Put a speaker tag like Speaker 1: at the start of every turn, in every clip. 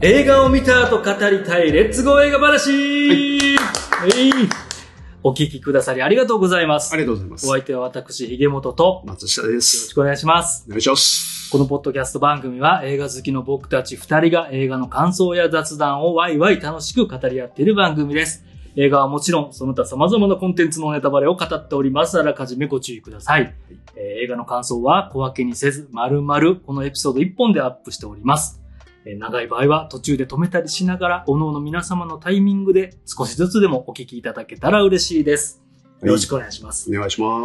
Speaker 1: 映画を見た後語りたいレッツゴー映画話、はいお聞きくださりありがとうございます。
Speaker 2: ありがとうございます
Speaker 1: お。相手は私、ひげもとと、
Speaker 2: 松下で
Speaker 1: よろし
Speaker 2: す。
Speaker 1: くお願いします。
Speaker 2: お願いします。
Speaker 1: このポッドキャスト番組は映画好きの僕たち二人が映画の感想や雑談をワイワイ楽しく語り合っている番組です。映画はもちろん、その他様々なコンテンツのネタバレを語っております。あらかじめご注意ください。えー映画の感想は小分けにせず、まるまるこのエピソード1本でアップしております。えー長い場合は途中で止めたりしながら、各々皆様のタイミングで少しずつでもお聞きいただけたら嬉しいです。よろしくお願いします。
Speaker 2: お願いしま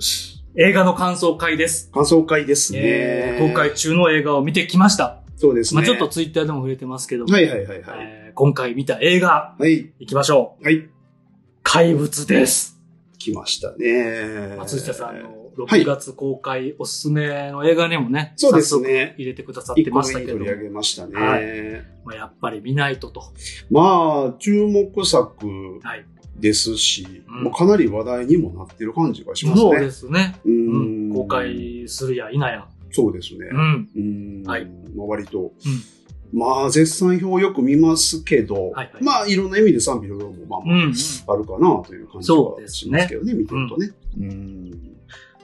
Speaker 2: す。
Speaker 1: 映画の感想会です。
Speaker 2: 感想会ですね。
Speaker 1: えー公開中の映画を見てきました。
Speaker 2: そうです
Speaker 1: ま
Speaker 2: ね。
Speaker 1: あ、ちょっと。ツイッターでも触れてますけども、
Speaker 2: はいはいはいはい。
Speaker 1: えー今回見た映画、
Speaker 2: はい。
Speaker 1: 行きましょう。
Speaker 2: はい。
Speaker 1: 怪物です。
Speaker 2: 来ましたね。
Speaker 1: 松下さん。の
Speaker 2: はい
Speaker 1: 6月公開おすすめの映画にもね、
Speaker 2: そうで
Speaker 1: 早
Speaker 2: す
Speaker 1: 速
Speaker 2: ね。
Speaker 1: 入れてくださっ
Speaker 2: 一
Speaker 1: て
Speaker 2: 個
Speaker 1: ま
Speaker 2: 目
Speaker 1: した
Speaker 2: に
Speaker 1: けど
Speaker 2: 取
Speaker 1: も
Speaker 2: り上げましたね。
Speaker 1: はまあ、やっぱり見ないとと。
Speaker 2: まあ、注目作
Speaker 1: はい。
Speaker 2: ですし、
Speaker 1: うん
Speaker 2: まあ、かなり話題にもなってる感じがしますね。
Speaker 1: そうですね。
Speaker 2: う
Speaker 1: うんん。公。開するや否や。
Speaker 2: そうですね。
Speaker 1: うん。
Speaker 2: うん
Speaker 1: はい
Speaker 2: まあ、割と、まあ、絶賛表をよく見ますけど、
Speaker 1: はいはい
Speaker 2: まあ、いろんな意味で賛否両論も、まあ
Speaker 1: う
Speaker 2: まあ、
Speaker 1: ん。
Speaker 2: あるかなという感じ
Speaker 1: そう
Speaker 2: が
Speaker 1: ですね
Speaker 2: しますけどね、見てるとね。うん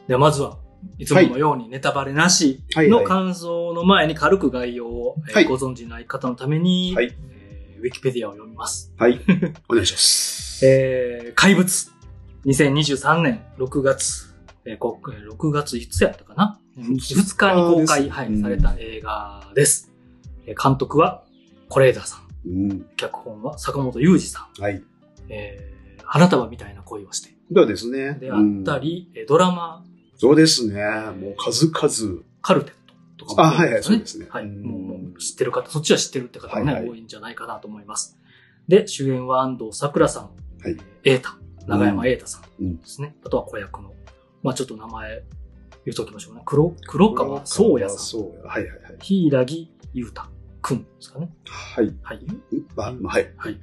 Speaker 1: では、まずは、いつものようにネタバレなし
Speaker 2: はい
Speaker 1: の感想の前に軽く概要を、えー
Speaker 2: はい
Speaker 1: ご存知ない方のために、
Speaker 2: はい
Speaker 1: えーウィキペディアを読みます。
Speaker 2: はい。お願いします。
Speaker 1: えー怪物。2023年6月、えーこえー6月いつやったかな ?2 日に公開、は
Speaker 2: う
Speaker 1: い、
Speaker 2: ん
Speaker 1: された映画です。えー監督は、コレーダーさん。
Speaker 2: うん。
Speaker 1: 脚本は、坂本雄二さん。
Speaker 2: はい。
Speaker 1: えー花束みたいな恋をして。
Speaker 2: そうですね。
Speaker 1: であった
Speaker 2: うん。
Speaker 1: り、えードラマ、
Speaker 2: そうですね。もう数々。
Speaker 1: カルテットとか
Speaker 2: あ、
Speaker 1: も
Speaker 2: は
Speaker 1: 多い
Speaker 2: い
Speaker 1: で
Speaker 2: はい、
Speaker 1: す
Speaker 2: そ
Speaker 1: ね
Speaker 2: うですね。
Speaker 1: はい。
Speaker 2: うん
Speaker 1: もうもう知ってる方、そっちは知ってるって方もね、
Speaker 2: はいはい
Speaker 1: 多いんじゃないかなと思います。で、主演は安藤桜さん、
Speaker 2: はい
Speaker 1: 瑛太、長山瑛太さ
Speaker 2: うん
Speaker 1: んですね。あとは子役の、まあちょっと名前言うときましょうね。黒、黒川宗也さん、
Speaker 2: そうや。はいはいはい。
Speaker 1: 柊優太くんですかね。
Speaker 2: はい。
Speaker 1: はい。
Speaker 2: まあ、まあはい。
Speaker 1: はい。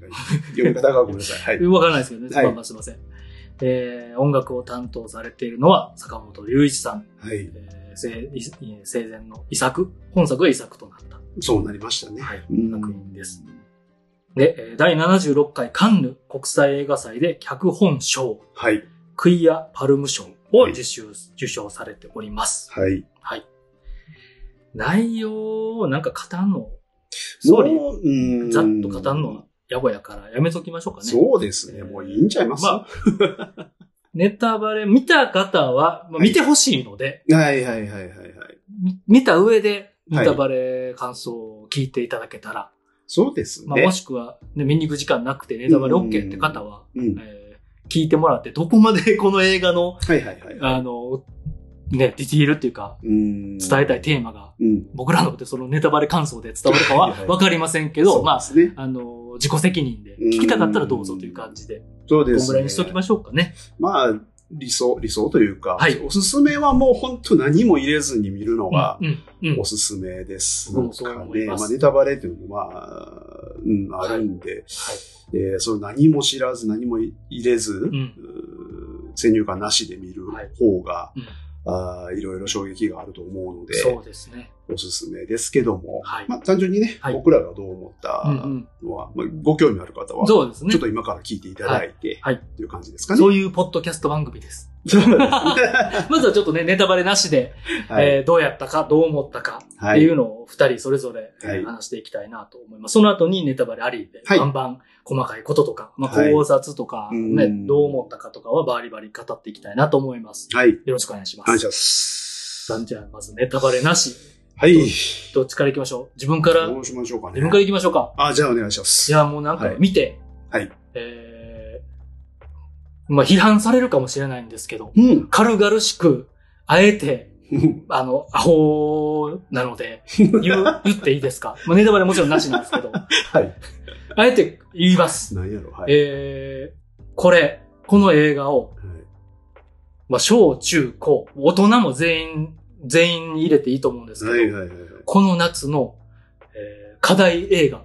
Speaker 2: 読み方がごめんなさい。はい。
Speaker 1: わからないですけどね。
Speaker 2: はい
Speaker 1: まあまあすいません。えー音楽を担当されているのは坂本龍一さん、
Speaker 2: はい。
Speaker 1: えー生い生前の遺作、本作が遺作となった。
Speaker 2: そうなりましたね。
Speaker 1: はい
Speaker 2: うん
Speaker 1: 作品です。で、えー第76回カンヌ国際映画祭で脚本賞、
Speaker 2: はい。
Speaker 1: クイア・パルム賞を受賞,、受賞されております。
Speaker 2: はい。
Speaker 1: はい。内容をなんか語んの、総理、
Speaker 2: もううん
Speaker 1: ざっと語んのはやぼやからやめときましょうかね。
Speaker 2: そうですね。もういいんちゃいます
Speaker 1: ま ネタバレ見た方は、まあ
Speaker 2: はい
Speaker 1: 見てほしいので、
Speaker 2: はいはいはいはいはい。
Speaker 1: み見た上で
Speaker 2: は
Speaker 1: ネ
Speaker 2: い
Speaker 1: タバレ感想を聞いていただけたら、
Speaker 2: そうです
Speaker 1: まあ、も
Speaker 2: ね。
Speaker 1: しくは、ね、見に行く時間なくてネタバレ OK って方は、
Speaker 2: うん。は
Speaker 1: えー聞いてもらって、どこまでこの映画の、
Speaker 2: いはいはい。
Speaker 1: あの、ね、ディティールっていうか、伝
Speaker 2: 伝
Speaker 1: えたい。テーマが、
Speaker 2: うん。
Speaker 1: 僕らのそのネタバレ感想で伝わるか
Speaker 2: はいは
Speaker 1: はいわかりませんけど、まあ、
Speaker 2: そうですね。
Speaker 1: あの、自己責任で、聞きたかったらどうぞという感じで、
Speaker 2: そうで
Speaker 1: こん
Speaker 2: す
Speaker 1: ぐ
Speaker 2: ね。
Speaker 1: らいにしときましょうかね。
Speaker 2: まあ、理想、理想というか、
Speaker 1: はい
Speaker 2: おすすめはもう本当何も入れずに見るのが
Speaker 1: う、ん、うん、
Speaker 2: おすすめです
Speaker 1: 僕もそう思います
Speaker 2: まあ、ネタバレというのは、まあ、うん、あるんで、えーその何も知らず、何も入れず、
Speaker 1: うん
Speaker 2: うー先入観なしで見る方が、
Speaker 1: うん
Speaker 2: あーいろいろ衝撃があると思うので、
Speaker 1: そうですね。
Speaker 2: おすすめですけども、
Speaker 1: はい
Speaker 2: まあ、単純にね、
Speaker 1: はい
Speaker 2: 僕らがどう思った
Speaker 1: うん、
Speaker 2: のは、まあ、ご興味ある方
Speaker 1: うん。
Speaker 2: は、ちょ
Speaker 1: そうですね
Speaker 2: っ。と今から聞いていただいて、
Speaker 1: はいはい
Speaker 2: という感じですかね。
Speaker 1: そういうポッドキャスト番組です。
Speaker 2: そうなんです
Speaker 1: まずはちょっとね、ネタバレなしで、
Speaker 2: はい
Speaker 1: えーどうやったか、どう思ったか
Speaker 2: は
Speaker 1: っ
Speaker 2: い
Speaker 1: ていうのを二人それぞれえー
Speaker 2: はい
Speaker 1: 話していきたいなと思います。その後にネタバレありで、
Speaker 2: はい
Speaker 1: バンバン細かいこととか、まあ、
Speaker 2: はい
Speaker 1: 考察とか、ね
Speaker 2: うん
Speaker 1: どう思ったかとかはバリバリ語っていきたいなと思います。
Speaker 2: はい。
Speaker 1: よろしくお願いしま
Speaker 2: 感
Speaker 1: す。
Speaker 2: 謝です。
Speaker 1: じゃあ、まずネタバレなし。
Speaker 2: はい。
Speaker 1: どっちから行きましょう自分から、
Speaker 2: ど
Speaker 1: 自
Speaker 2: うしましょうかね。
Speaker 1: 分から行きましょうか。
Speaker 2: あ、じゃあお願いします。
Speaker 1: いや、もうなんか
Speaker 2: はい
Speaker 1: 見て、
Speaker 2: はい
Speaker 1: えーまあ批判されるかもしれないんですけど、
Speaker 2: うん。
Speaker 1: 軽々しく、あえて、
Speaker 2: うん
Speaker 1: あの、アホなので、言う、言っていいですか まあ、ネタバレもちろんなしなんですけど。
Speaker 2: はい。
Speaker 1: あえて言います。
Speaker 2: なんやろ、はい。
Speaker 1: えー、これ、この映画を、
Speaker 2: はい
Speaker 1: まあ、小、中、高、大人も全員、全員に入れていいと思うんですけど、
Speaker 2: はいはいはい
Speaker 1: この夏の、えー課題映画
Speaker 2: は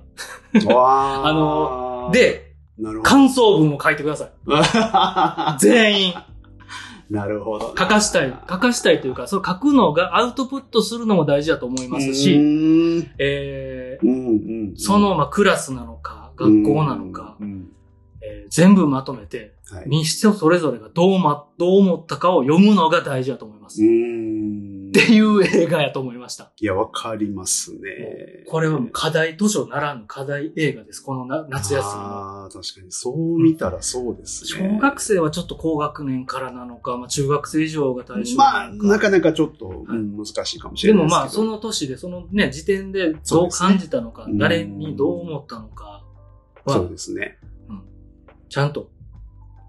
Speaker 2: い。わ ー
Speaker 1: あの、で、
Speaker 2: なるほど。
Speaker 1: 感想文を書いてください。全員。
Speaker 2: なるほど。
Speaker 1: 書かしたい、書かしたいというか、その書くのがアウトプットするのも大事だと思います
Speaker 2: う
Speaker 1: し、
Speaker 2: ーん
Speaker 1: え
Speaker 2: うんうんうん
Speaker 1: ーその、まあ、クラスなのか、学校なのか、
Speaker 2: うんうん
Speaker 1: えー全部まとめて、
Speaker 2: はい。
Speaker 1: 民主それぞれがどうま、どう思ったかを読むのが大事だと思います。
Speaker 2: う
Speaker 1: っ
Speaker 2: ん
Speaker 1: ていう映画やと思いました。
Speaker 2: いや、わかりますね。
Speaker 1: これはもう課題図書ならぬ課題映画です。このな夏休みの。
Speaker 2: ああ、確かに。そう見たらそうですね。
Speaker 1: 小学生はちょっと高学年からなのか、まあ中学生以上が対象
Speaker 2: まあ、
Speaker 1: なのか。
Speaker 2: なかなかちょっと、うん難しいかもし
Speaker 1: で
Speaker 2: れない
Speaker 1: も
Speaker 2: ですけど。
Speaker 1: まあ、その年で、そのね、時点で
Speaker 2: そう
Speaker 1: どう
Speaker 2: ですね
Speaker 1: 感じたのか、
Speaker 2: うん
Speaker 1: 誰にどう思ったのか
Speaker 2: そ
Speaker 1: は
Speaker 2: う、ですね。
Speaker 1: ちゃんと、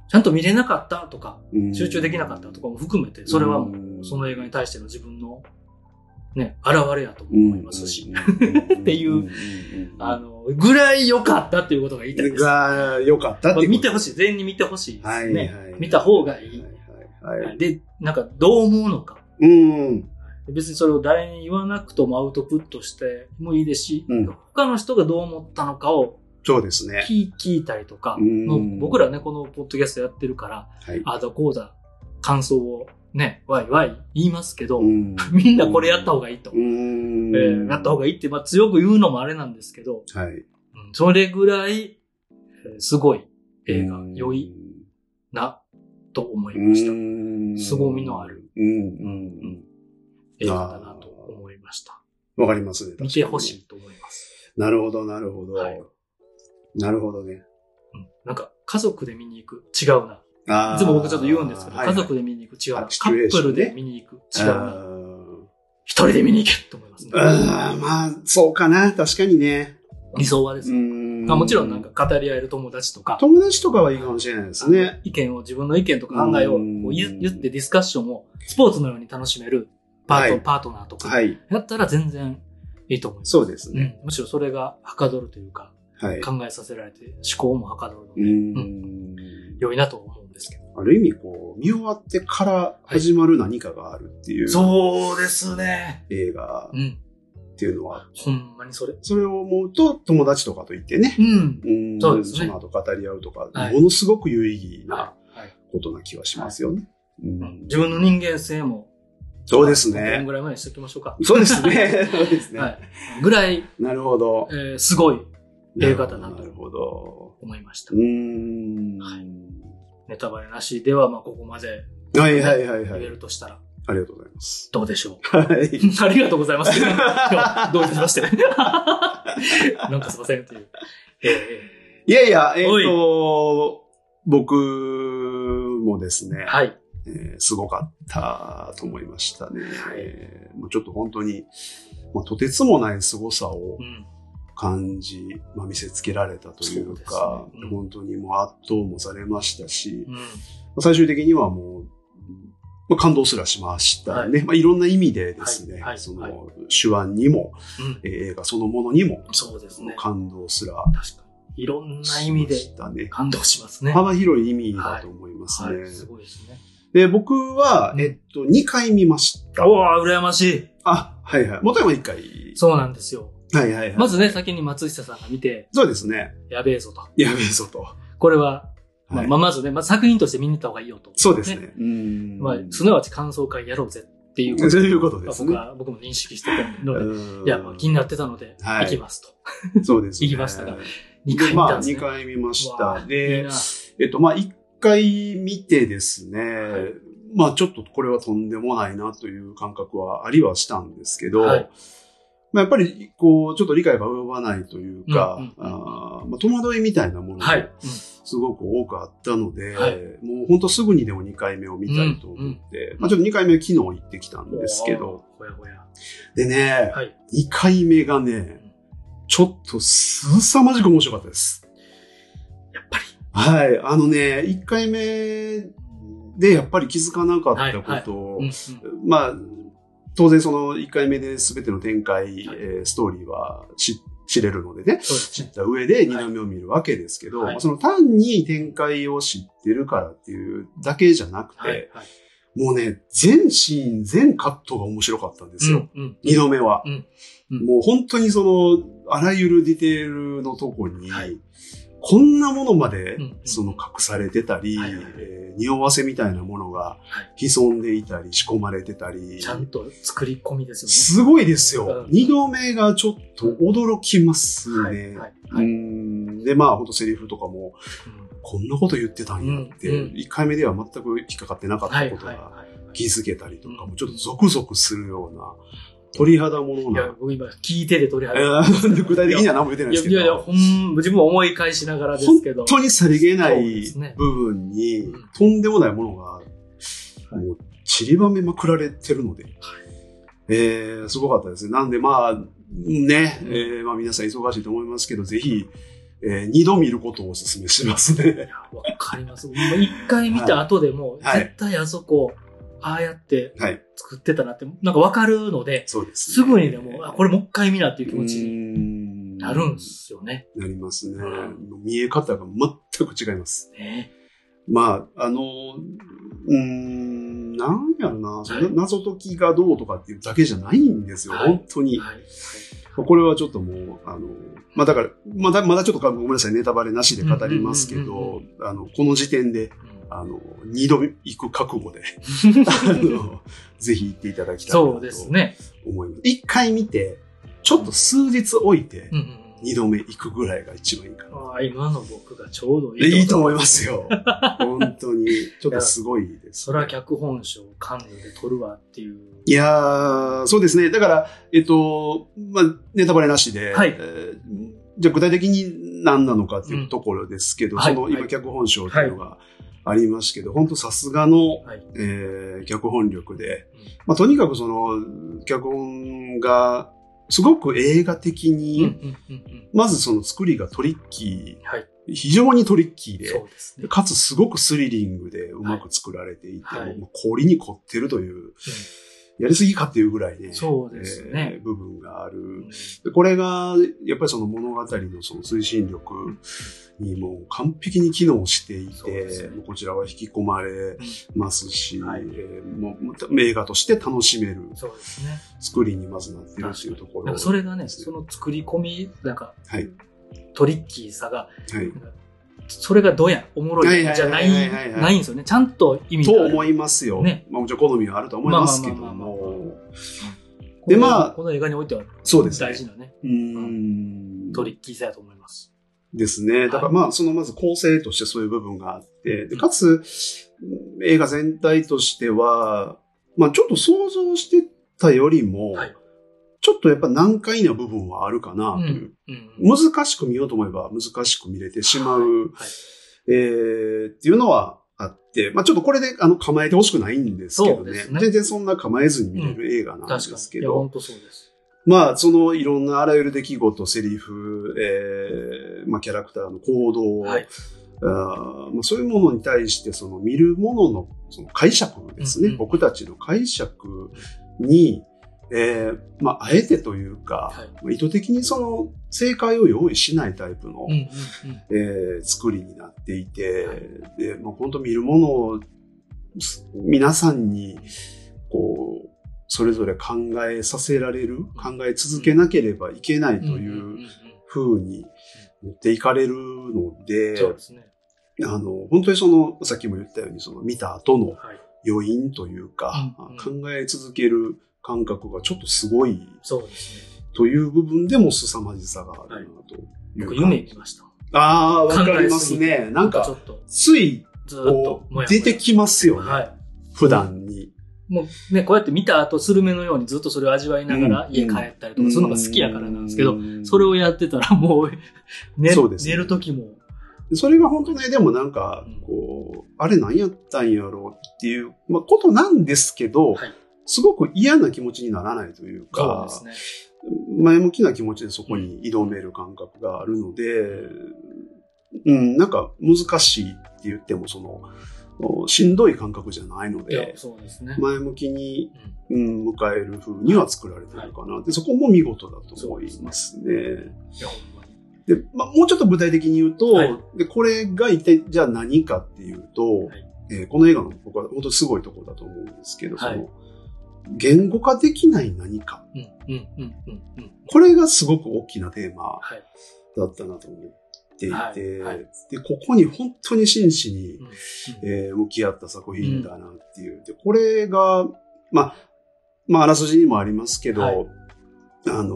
Speaker 1: ちゃんと見れなかったとか、
Speaker 2: うん
Speaker 1: 集中できなかったとかも含めて、それはも
Speaker 2: う
Speaker 1: うんその映画に対しての自分の、ね、現れやと思いますし、
Speaker 2: って
Speaker 1: いうあの、ぐらい良かったっていうことが言いたいです。
Speaker 2: が良かったって
Speaker 1: これ
Speaker 2: いうこと
Speaker 1: 見てほしい。全員に見てほしいですね。
Speaker 2: はいはい
Speaker 1: 見た方がいい。
Speaker 2: はいはいはい
Speaker 1: で、なんかどう思うのか。
Speaker 2: うん。
Speaker 1: 別にそれを誰に言わなくともアウトプットしてもいいですし、
Speaker 2: うん
Speaker 1: 他の人がどう思ったのかを
Speaker 2: そうですね。
Speaker 1: 聞聞いたりとか、
Speaker 2: うん
Speaker 1: もう僕らね、このポッドキャストやってるから、
Speaker 2: はい。
Speaker 1: ああだこうだ、感想をね、わいわい言いますけど、
Speaker 2: うん
Speaker 1: みんなこれやった方がいいと。
Speaker 2: うん。
Speaker 1: えーやった方がいいって、まあ、強く言うのもあれなんですけど、
Speaker 2: はい。
Speaker 1: うんそれぐらい、えーすごい映画
Speaker 2: う、ん
Speaker 1: 良い。な、と思いうました。
Speaker 2: ん。
Speaker 1: 凄みのある。
Speaker 2: うんうんうん。
Speaker 1: 映画だなと思いました。
Speaker 2: わかりますね。
Speaker 1: 見てほし
Speaker 2: い。
Speaker 1: いと思います。
Speaker 2: なるほど、なるほど。
Speaker 1: はい
Speaker 2: なるほどね。
Speaker 1: うん、なんか、家族で見に行く、違うな。
Speaker 2: あー
Speaker 1: いつも僕ちょっと言うんですけど、
Speaker 2: はいは
Speaker 1: 家
Speaker 2: い
Speaker 1: 族で見に行く、違うな。
Speaker 2: あシチ
Speaker 1: カ
Speaker 2: ュエ
Speaker 1: ッ
Speaker 2: ーシ
Speaker 1: プ
Speaker 2: ョンね
Speaker 1: ルで見に行く、違う
Speaker 2: あ
Speaker 1: な。
Speaker 2: ー
Speaker 1: 一人で見に行けと思いますね。
Speaker 2: うん、まあ、そうかな。確かにね。
Speaker 1: 理想はですね。
Speaker 2: ん
Speaker 1: まあもちろんなん。か語り合える友達とか、
Speaker 2: 友達とかはいいかもしれないですね。
Speaker 1: 意見を、自分の意見とか考えをこ
Speaker 2: うん
Speaker 1: う言言ってディスカッションをスポーツのように楽しめるパート,、
Speaker 2: はい
Speaker 1: パートナーとか、
Speaker 2: はい。
Speaker 1: やったら全然いいと思います。
Speaker 2: そうです
Speaker 1: う
Speaker 2: ね。
Speaker 1: ん、むしろそれがはかどるというか、
Speaker 2: はい。
Speaker 1: 考えさせられて思考もはかどるの
Speaker 2: う
Speaker 1: で、
Speaker 2: ん。
Speaker 1: 良いなと思うんですけど。
Speaker 2: ある意味、こう、見終わってから始まる何かがあるっていう
Speaker 1: そうですね。
Speaker 2: 映画
Speaker 1: うん。
Speaker 2: っていうのは、
Speaker 1: ほんまにそれ。
Speaker 2: それを思うと友達とかと行ってね。
Speaker 1: うん。
Speaker 2: うん
Speaker 1: そうですね
Speaker 2: その後語り合うとか、
Speaker 1: はい
Speaker 2: ものすごく有意義な
Speaker 1: はいはい
Speaker 2: ことな気はしますよね。うん
Speaker 1: うん自分の人間性も。
Speaker 2: そうです
Speaker 1: この
Speaker 2: ね。
Speaker 1: ぐらいまでにしておきましょうか。
Speaker 2: そうで すね。そうですね。
Speaker 1: はい。ぐらい、
Speaker 2: なるほど
Speaker 1: え。ーすごい映画だなと
Speaker 2: なるほど。
Speaker 1: 思いました
Speaker 2: う。ーん。
Speaker 1: ネタバレなしでは、まあ、ここまで
Speaker 2: はいはいはいは
Speaker 1: 言え
Speaker 2: い。
Speaker 1: るとしたら、
Speaker 2: ありがとうございます。
Speaker 1: どうでしょう。
Speaker 2: はい。
Speaker 1: ありがとうご ざい ます。どういたしまして。なんかすいません、という。えーえ
Speaker 2: いやいや、えっ、
Speaker 1: おい
Speaker 2: と、僕もですね、
Speaker 1: ーはい。
Speaker 2: えーすごかったと思いましたね。えーもうちょっと本当に、まあ、とてつもない凄さを
Speaker 1: うん。
Speaker 2: 感じ、まあ、見せつけられたという
Speaker 1: そ
Speaker 2: か
Speaker 1: う、ですねうん
Speaker 2: 本当にもう圧倒もされましたし、
Speaker 1: うん。
Speaker 2: 最終的にはもう、まあ、感動すらしましたね。いまあ、いろんな意味でですね、
Speaker 1: はいはい
Speaker 2: その、
Speaker 1: はい
Speaker 2: 手腕にも、
Speaker 1: うん。
Speaker 2: えー映画そのものにも、
Speaker 1: そうですね。
Speaker 2: 感動すら
Speaker 1: 確かに。いろんな意
Speaker 2: し
Speaker 1: 味
Speaker 2: ま
Speaker 1: で
Speaker 2: したね。
Speaker 1: 感動しますね。
Speaker 2: 幅広い意味だと思いますね。
Speaker 1: はい。すごいですね。
Speaker 2: で、僕は
Speaker 1: う、ん
Speaker 2: えっと、2回見ました。
Speaker 1: おー、羨ましい。
Speaker 2: あ、はいはい。元山1回。
Speaker 1: そうなんですよ。
Speaker 2: はいはいはい。
Speaker 1: まずね、先に松下さんが見て、
Speaker 2: そうですね。
Speaker 1: やべえぞと。
Speaker 2: やべえぞと。は
Speaker 1: これは、
Speaker 2: い
Speaker 1: まあ、まあまずね、まあ、作品として見に行った方がいいよと。
Speaker 2: そうですね。うん
Speaker 1: まあ、すなわち感想会やろうぜっていうこと
Speaker 2: そういうことですね
Speaker 1: 僕は、僕も認識してたので、
Speaker 2: うん
Speaker 1: いや、まあ気になってたので、
Speaker 2: はい
Speaker 1: 行きますと。
Speaker 2: そうですね。
Speaker 1: 行きましたが2
Speaker 2: 二
Speaker 1: 回見たん
Speaker 2: ま
Speaker 1: で
Speaker 2: あ、
Speaker 1: すね。
Speaker 2: 2回見まし
Speaker 1: わ
Speaker 2: た。
Speaker 1: あいい
Speaker 2: で
Speaker 1: な、
Speaker 2: えっと、まあ、1回見てですね、
Speaker 1: い
Speaker 2: まあ、ちょっとこれはとんでもないなという感覚はありはしたんですけど、
Speaker 1: はい
Speaker 2: まあ、やっぱり、こう、ちょっと理解が及ばないというか、
Speaker 1: うんうんうん
Speaker 2: あーまあ、戸惑いみたいなものが
Speaker 1: はい。うん
Speaker 2: すごく多くあったので、
Speaker 1: はい
Speaker 2: もう本当すぐにでも2回目を見たいと思って、まあ、ちょっと2回目は昨日行ってきたんですけど、。
Speaker 1: おーほやほや。
Speaker 2: でね、
Speaker 1: はい。
Speaker 2: 2回目がね、ちょっとすさまじく面白かったです。
Speaker 1: やっぱり。
Speaker 2: はい、あのね、1回目でやっぱり気づかなかったことを、
Speaker 1: うんうん
Speaker 2: まあ、当然その1回目で全ての展開、
Speaker 1: はい
Speaker 2: えーストーリーは知知れるのでね、
Speaker 1: そうです
Speaker 2: 知っ
Speaker 1: ね。
Speaker 2: た上で二段目を見るわけですけど、
Speaker 1: はい
Speaker 2: まあその単に展開を知ってるからっていうだけじゃなくて、
Speaker 1: はい。はい。
Speaker 2: もうね、全シーン、全カットが面白かったんですよ。
Speaker 1: うんうん
Speaker 2: 二、度目は、
Speaker 1: うんうん
Speaker 2: もう本当にその、あらゆるディテールのとこに、
Speaker 1: はい
Speaker 2: こんなものまで
Speaker 1: うんうん、
Speaker 2: その隠されてたり、
Speaker 1: はいはいはい
Speaker 2: えー匂わせみたいなものが潜んでいたり、仕込まれてたり。
Speaker 1: ちゃんと作り込みです
Speaker 2: すごいですよ
Speaker 1: う。ん
Speaker 2: 二度目がちょっと驚きます
Speaker 1: よね。はいはい。
Speaker 2: ね。う
Speaker 1: は
Speaker 2: ー
Speaker 1: い。
Speaker 2: んで、まあ、ほんとセリフとかも、こんなこと言ってたんやって、
Speaker 1: うんうん
Speaker 2: 1回目では全く引っかかってなかっ
Speaker 1: は
Speaker 2: た
Speaker 1: い。
Speaker 2: こと
Speaker 1: はい
Speaker 2: が
Speaker 1: はい
Speaker 2: 気づけたりとか
Speaker 1: う
Speaker 2: も、
Speaker 1: ん
Speaker 2: ちょっとゾクゾクするような、鳥肌もの
Speaker 1: いや
Speaker 2: な、、
Speaker 1: 僕今聞いてで取り
Speaker 2: え
Speaker 1: 払
Speaker 2: ー 具体的には何も言ってない
Speaker 1: い
Speaker 2: で
Speaker 1: や
Speaker 2: すけ
Speaker 1: いやいや、
Speaker 2: ど、
Speaker 1: ほん、自分も思い返しながらですけど
Speaker 2: 本。当にさりげな
Speaker 1: そうで
Speaker 2: い
Speaker 1: すね
Speaker 2: 部分に
Speaker 1: うん、
Speaker 2: とんでもないものが、もう散りばめまくられてるので、えー、すごかったですね。なんでまあ、ね、えーまあ皆さん忙しいと思いますけど、ぜひ、えー二度見ることをお勧めします ね。
Speaker 1: わかります。もう一回見た後でも、
Speaker 2: はい
Speaker 1: 絶対あそこ、ああやって
Speaker 2: はい、
Speaker 1: 作ってたなって、なんかわかるので、
Speaker 2: そうです、
Speaker 1: すぐにでも、あ、これもう一回見なっていう気持ちに
Speaker 2: に
Speaker 1: なるんですよね。
Speaker 2: なりますね
Speaker 1: う。
Speaker 2: 見え方が全く違います。
Speaker 1: ね
Speaker 2: まあ、あの、うーん、なんやろな、そんな謎解きがどうとかっていうだけじゃないんですよ、
Speaker 1: はい
Speaker 2: 本当に。
Speaker 1: はい。
Speaker 2: これはちょっともう、あの、まあだから、まだ、まだちょっとごめんなさい、ネタバレなしで語りますけ
Speaker 1: うんうんうん
Speaker 2: ど、あの、この時点で、
Speaker 1: うん
Speaker 2: あの、二度行く覚 悟で、あの、ぜひ行っていただきたい
Speaker 1: そう
Speaker 2: なと思い
Speaker 1: で
Speaker 2: ます。
Speaker 1: すね。
Speaker 2: 一回見て、ちょっと数日置いて
Speaker 1: う、んうんうん
Speaker 2: 二度目行くぐらいが一番いいかな。
Speaker 1: ああ、今の僕がちょうどいい
Speaker 2: いいと思い
Speaker 1: す。
Speaker 2: ますよ。本当に。ちょっとすごいです
Speaker 1: そら脚本賞、カンヌで取るわっていう。
Speaker 2: いやー、そうですね。だから、えっと、まあ、ネタバレなしで、
Speaker 1: はい
Speaker 2: えーじゃあ具体的に何なのかっていうところですけど、
Speaker 1: うん
Speaker 2: その
Speaker 1: はいは
Speaker 2: 今
Speaker 1: い
Speaker 2: 脚本賞っていうのがありますけど、本当さすがの、
Speaker 1: はい。
Speaker 2: えー脚本力で
Speaker 1: うん、
Speaker 2: まあ、とにかくその、脚本が、すごく映画的
Speaker 1: うん
Speaker 2: に、
Speaker 1: うんうんうん。
Speaker 2: まずその作りがトリッキ
Speaker 1: はい。
Speaker 2: ー、非常にトリッキーで、
Speaker 1: そうですね。
Speaker 2: かつすごくスリリングでうまく作られていて、
Speaker 1: はい
Speaker 2: もう氷に凝ってるという、やりすぎかっていうぐらいね、
Speaker 1: そうですね
Speaker 2: えー部分がある。
Speaker 1: う
Speaker 2: でこれが、やっぱりその物語のその推進力にもう完璧に機能してい
Speaker 1: そうです
Speaker 2: て、
Speaker 1: ね
Speaker 2: もうこちらは引き込まれますし、
Speaker 1: はい
Speaker 2: えーもうもう映画として楽しめ
Speaker 1: ん
Speaker 2: る
Speaker 1: そうですね。
Speaker 2: 作りにまずなってるっていうとこ
Speaker 1: なん
Speaker 2: ろ。
Speaker 1: かそれがね、
Speaker 2: です
Speaker 1: その作り込み、なんか、
Speaker 2: はい
Speaker 1: トリッキーさが、
Speaker 2: はい。
Speaker 1: それがどうやん、おもろ
Speaker 2: はい
Speaker 1: いや
Speaker 2: はいはい
Speaker 1: んじゃな
Speaker 2: はいはい
Speaker 1: い、
Speaker 2: はい
Speaker 1: ないんですよね。ちゃんと意味
Speaker 2: と
Speaker 1: がある。
Speaker 2: 思いますよ。
Speaker 1: ね
Speaker 2: まあもちろん好みはあると思いますけど
Speaker 1: まあまあまあ
Speaker 2: も。
Speaker 1: この
Speaker 2: でまあ
Speaker 1: この映画においては
Speaker 2: そうですね。
Speaker 1: 大事なね、
Speaker 2: うーん。
Speaker 1: トリッキーさやと思います。
Speaker 2: ですね。だからまあ、そのまず構成としてそういう部分があって、でかつ、映画全体としては、まあちょっと想像してたよりも、
Speaker 1: はい
Speaker 2: ちょっとやっぱ難解な部分はあるかな
Speaker 1: う
Speaker 2: という。
Speaker 1: ん。うん
Speaker 2: 難しく見ようと思えば難しく見れてしまう、
Speaker 1: はい
Speaker 2: えーっていうのはあって、まあちょっとこれであの構えてほしくないんですけど
Speaker 1: そう
Speaker 2: ね。
Speaker 1: ですね
Speaker 2: 全然そんな構えずに見れる映画なんで
Speaker 1: 確か
Speaker 2: す
Speaker 1: に。
Speaker 2: け
Speaker 1: いや、
Speaker 2: ど
Speaker 1: 本、当そうです。
Speaker 2: まあそのいろんなあらゆる出来事、セリフ、えーまあキャラクターの行動、
Speaker 1: はい。
Speaker 2: あーまあ、そういうものに対してその見るもののその解釈ですね、
Speaker 1: うんうん
Speaker 2: 僕たちの解釈に、えーまあ、あえてというか、
Speaker 1: はい
Speaker 2: まあ意図的にその正解を用意しないタイプの、
Speaker 1: うんうんうん。
Speaker 2: えー作りになっていて、
Speaker 1: はい
Speaker 2: でまあ、本当見るものをす皆さんにこうそれぞれ考えさせられる考え続けなければいけないとい
Speaker 1: んんん
Speaker 2: うん風に持っていかれるので、
Speaker 1: そうですね。
Speaker 2: あの、本当にその、さっきも言ったように、その見た後の
Speaker 1: はい。
Speaker 2: 余韻というか、
Speaker 1: うんうん
Speaker 2: 考え続ける感覚がちょっとすごい
Speaker 1: そうですね。
Speaker 2: という部分でも凄まじさがあるなという
Speaker 1: 僕、
Speaker 2: か。
Speaker 1: 夢見ました。
Speaker 2: ああ、わ
Speaker 1: 考
Speaker 2: かり
Speaker 1: え
Speaker 2: ますす
Speaker 1: ぎて
Speaker 2: ね。なん
Speaker 1: ちょ
Speaker 2: か、
Speaker 1: っと、
Speaker 2: つい、
Speaker 1: ずーっ、
Speaker 2: こと
Speaker 1: も
Speaker 2: う
Speaker 1: や、も
Speaker 2: 出
Speaker 1: や
Speaker 2: てきますよね。
Speaker 1: はい。
Speaker 2: 普段に。
Speaker 1: もうね、こうやって見た後、スルメのようにずっとそれを味わいながら
Speaker 2: うん
Speaker 1: 家帰ったりとか、そういうのが好きやからなんですけど、
Speaker 2: うん
Speaker 1: それをやってたらもう、寝
Speaker 2: そう
Speaker 1: る、
Speaker 2: ですね
Speaker 1: 寝る時も、
Speaker 2: それが本当ね、でもなんか
Speaker 1: うん、
Speaker 2: こう、あれ何やったんやろうっていう、まあ、ことなんですけど、
Speaker 1: はい
Speaker 2: すごく嫌な気持ちにならないという
Speaker 1: そう
Speaker 2: か
Speaker 1: で、すね。
Speaker 2: 前向きな気持ちでそこに挑める感覚があるので、うん、なんか難しいって言っても、その、おしんどい感覚じゃないの
Speaker 1: いや、
Speaker 2: で、
Speaker 1: そうですね。
Speaker 2: 前向きに、
Speaker 1: うん
Speaker 2: うん、迎える風には作られてるかな。で、そこも見事だと思いますね。
Speaker 1: いや、ほんまに。
Speaker 2: で、まあ、もうちょっと具体的に言うと、
Speaker 1: はい
Speaker 2: で、これが一体じゃあ何かっていうと、
Speaker 1: はい
Speaker 2: えーこの映画の僕は本当にすごいところだと思うんですけど、
Speaker 1: はい
Speaker 2: その、言語化できない何か。
Speaker 1: うん、うん、うん、うん、うん。
Speaker 2: これがすごく大きなテーマ
Speaker 1: はい。
Speaker 2: だったなと思っっていて、
Speaker 1: はいはい
Speaker 2: で、ここに本当に真摯に、
Speaker 1: うん
Speaker 2: えー向き合った作品だなっていう。で、これが、まあ、まあ、あらすじにもありますけど、
Speaker 1: はい
Speaker 2: あのー、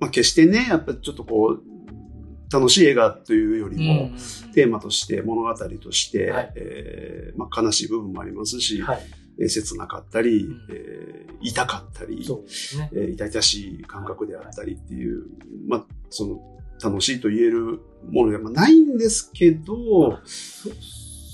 Speaker 2: まあ、決してね、やっぱちょっとこう、楽しい映画というより
Speaker 1: うん
Speaker 2: も、テーマとして、物語として、
Speaker 1: はい
Speaker 2: えーまあ、悲しい部分もありますし、
Speaker 1: はい。
Speaker 2: えー切なかったり、
Speaker 1: ん
Speaker 2: えー痛かったり、
Speaker 1: そうですね。
Speaker 2: えー痛々しい感覚であったりっていう、まあ、その、楽しいと言えるものではないんですけど、
Speaker 1: そ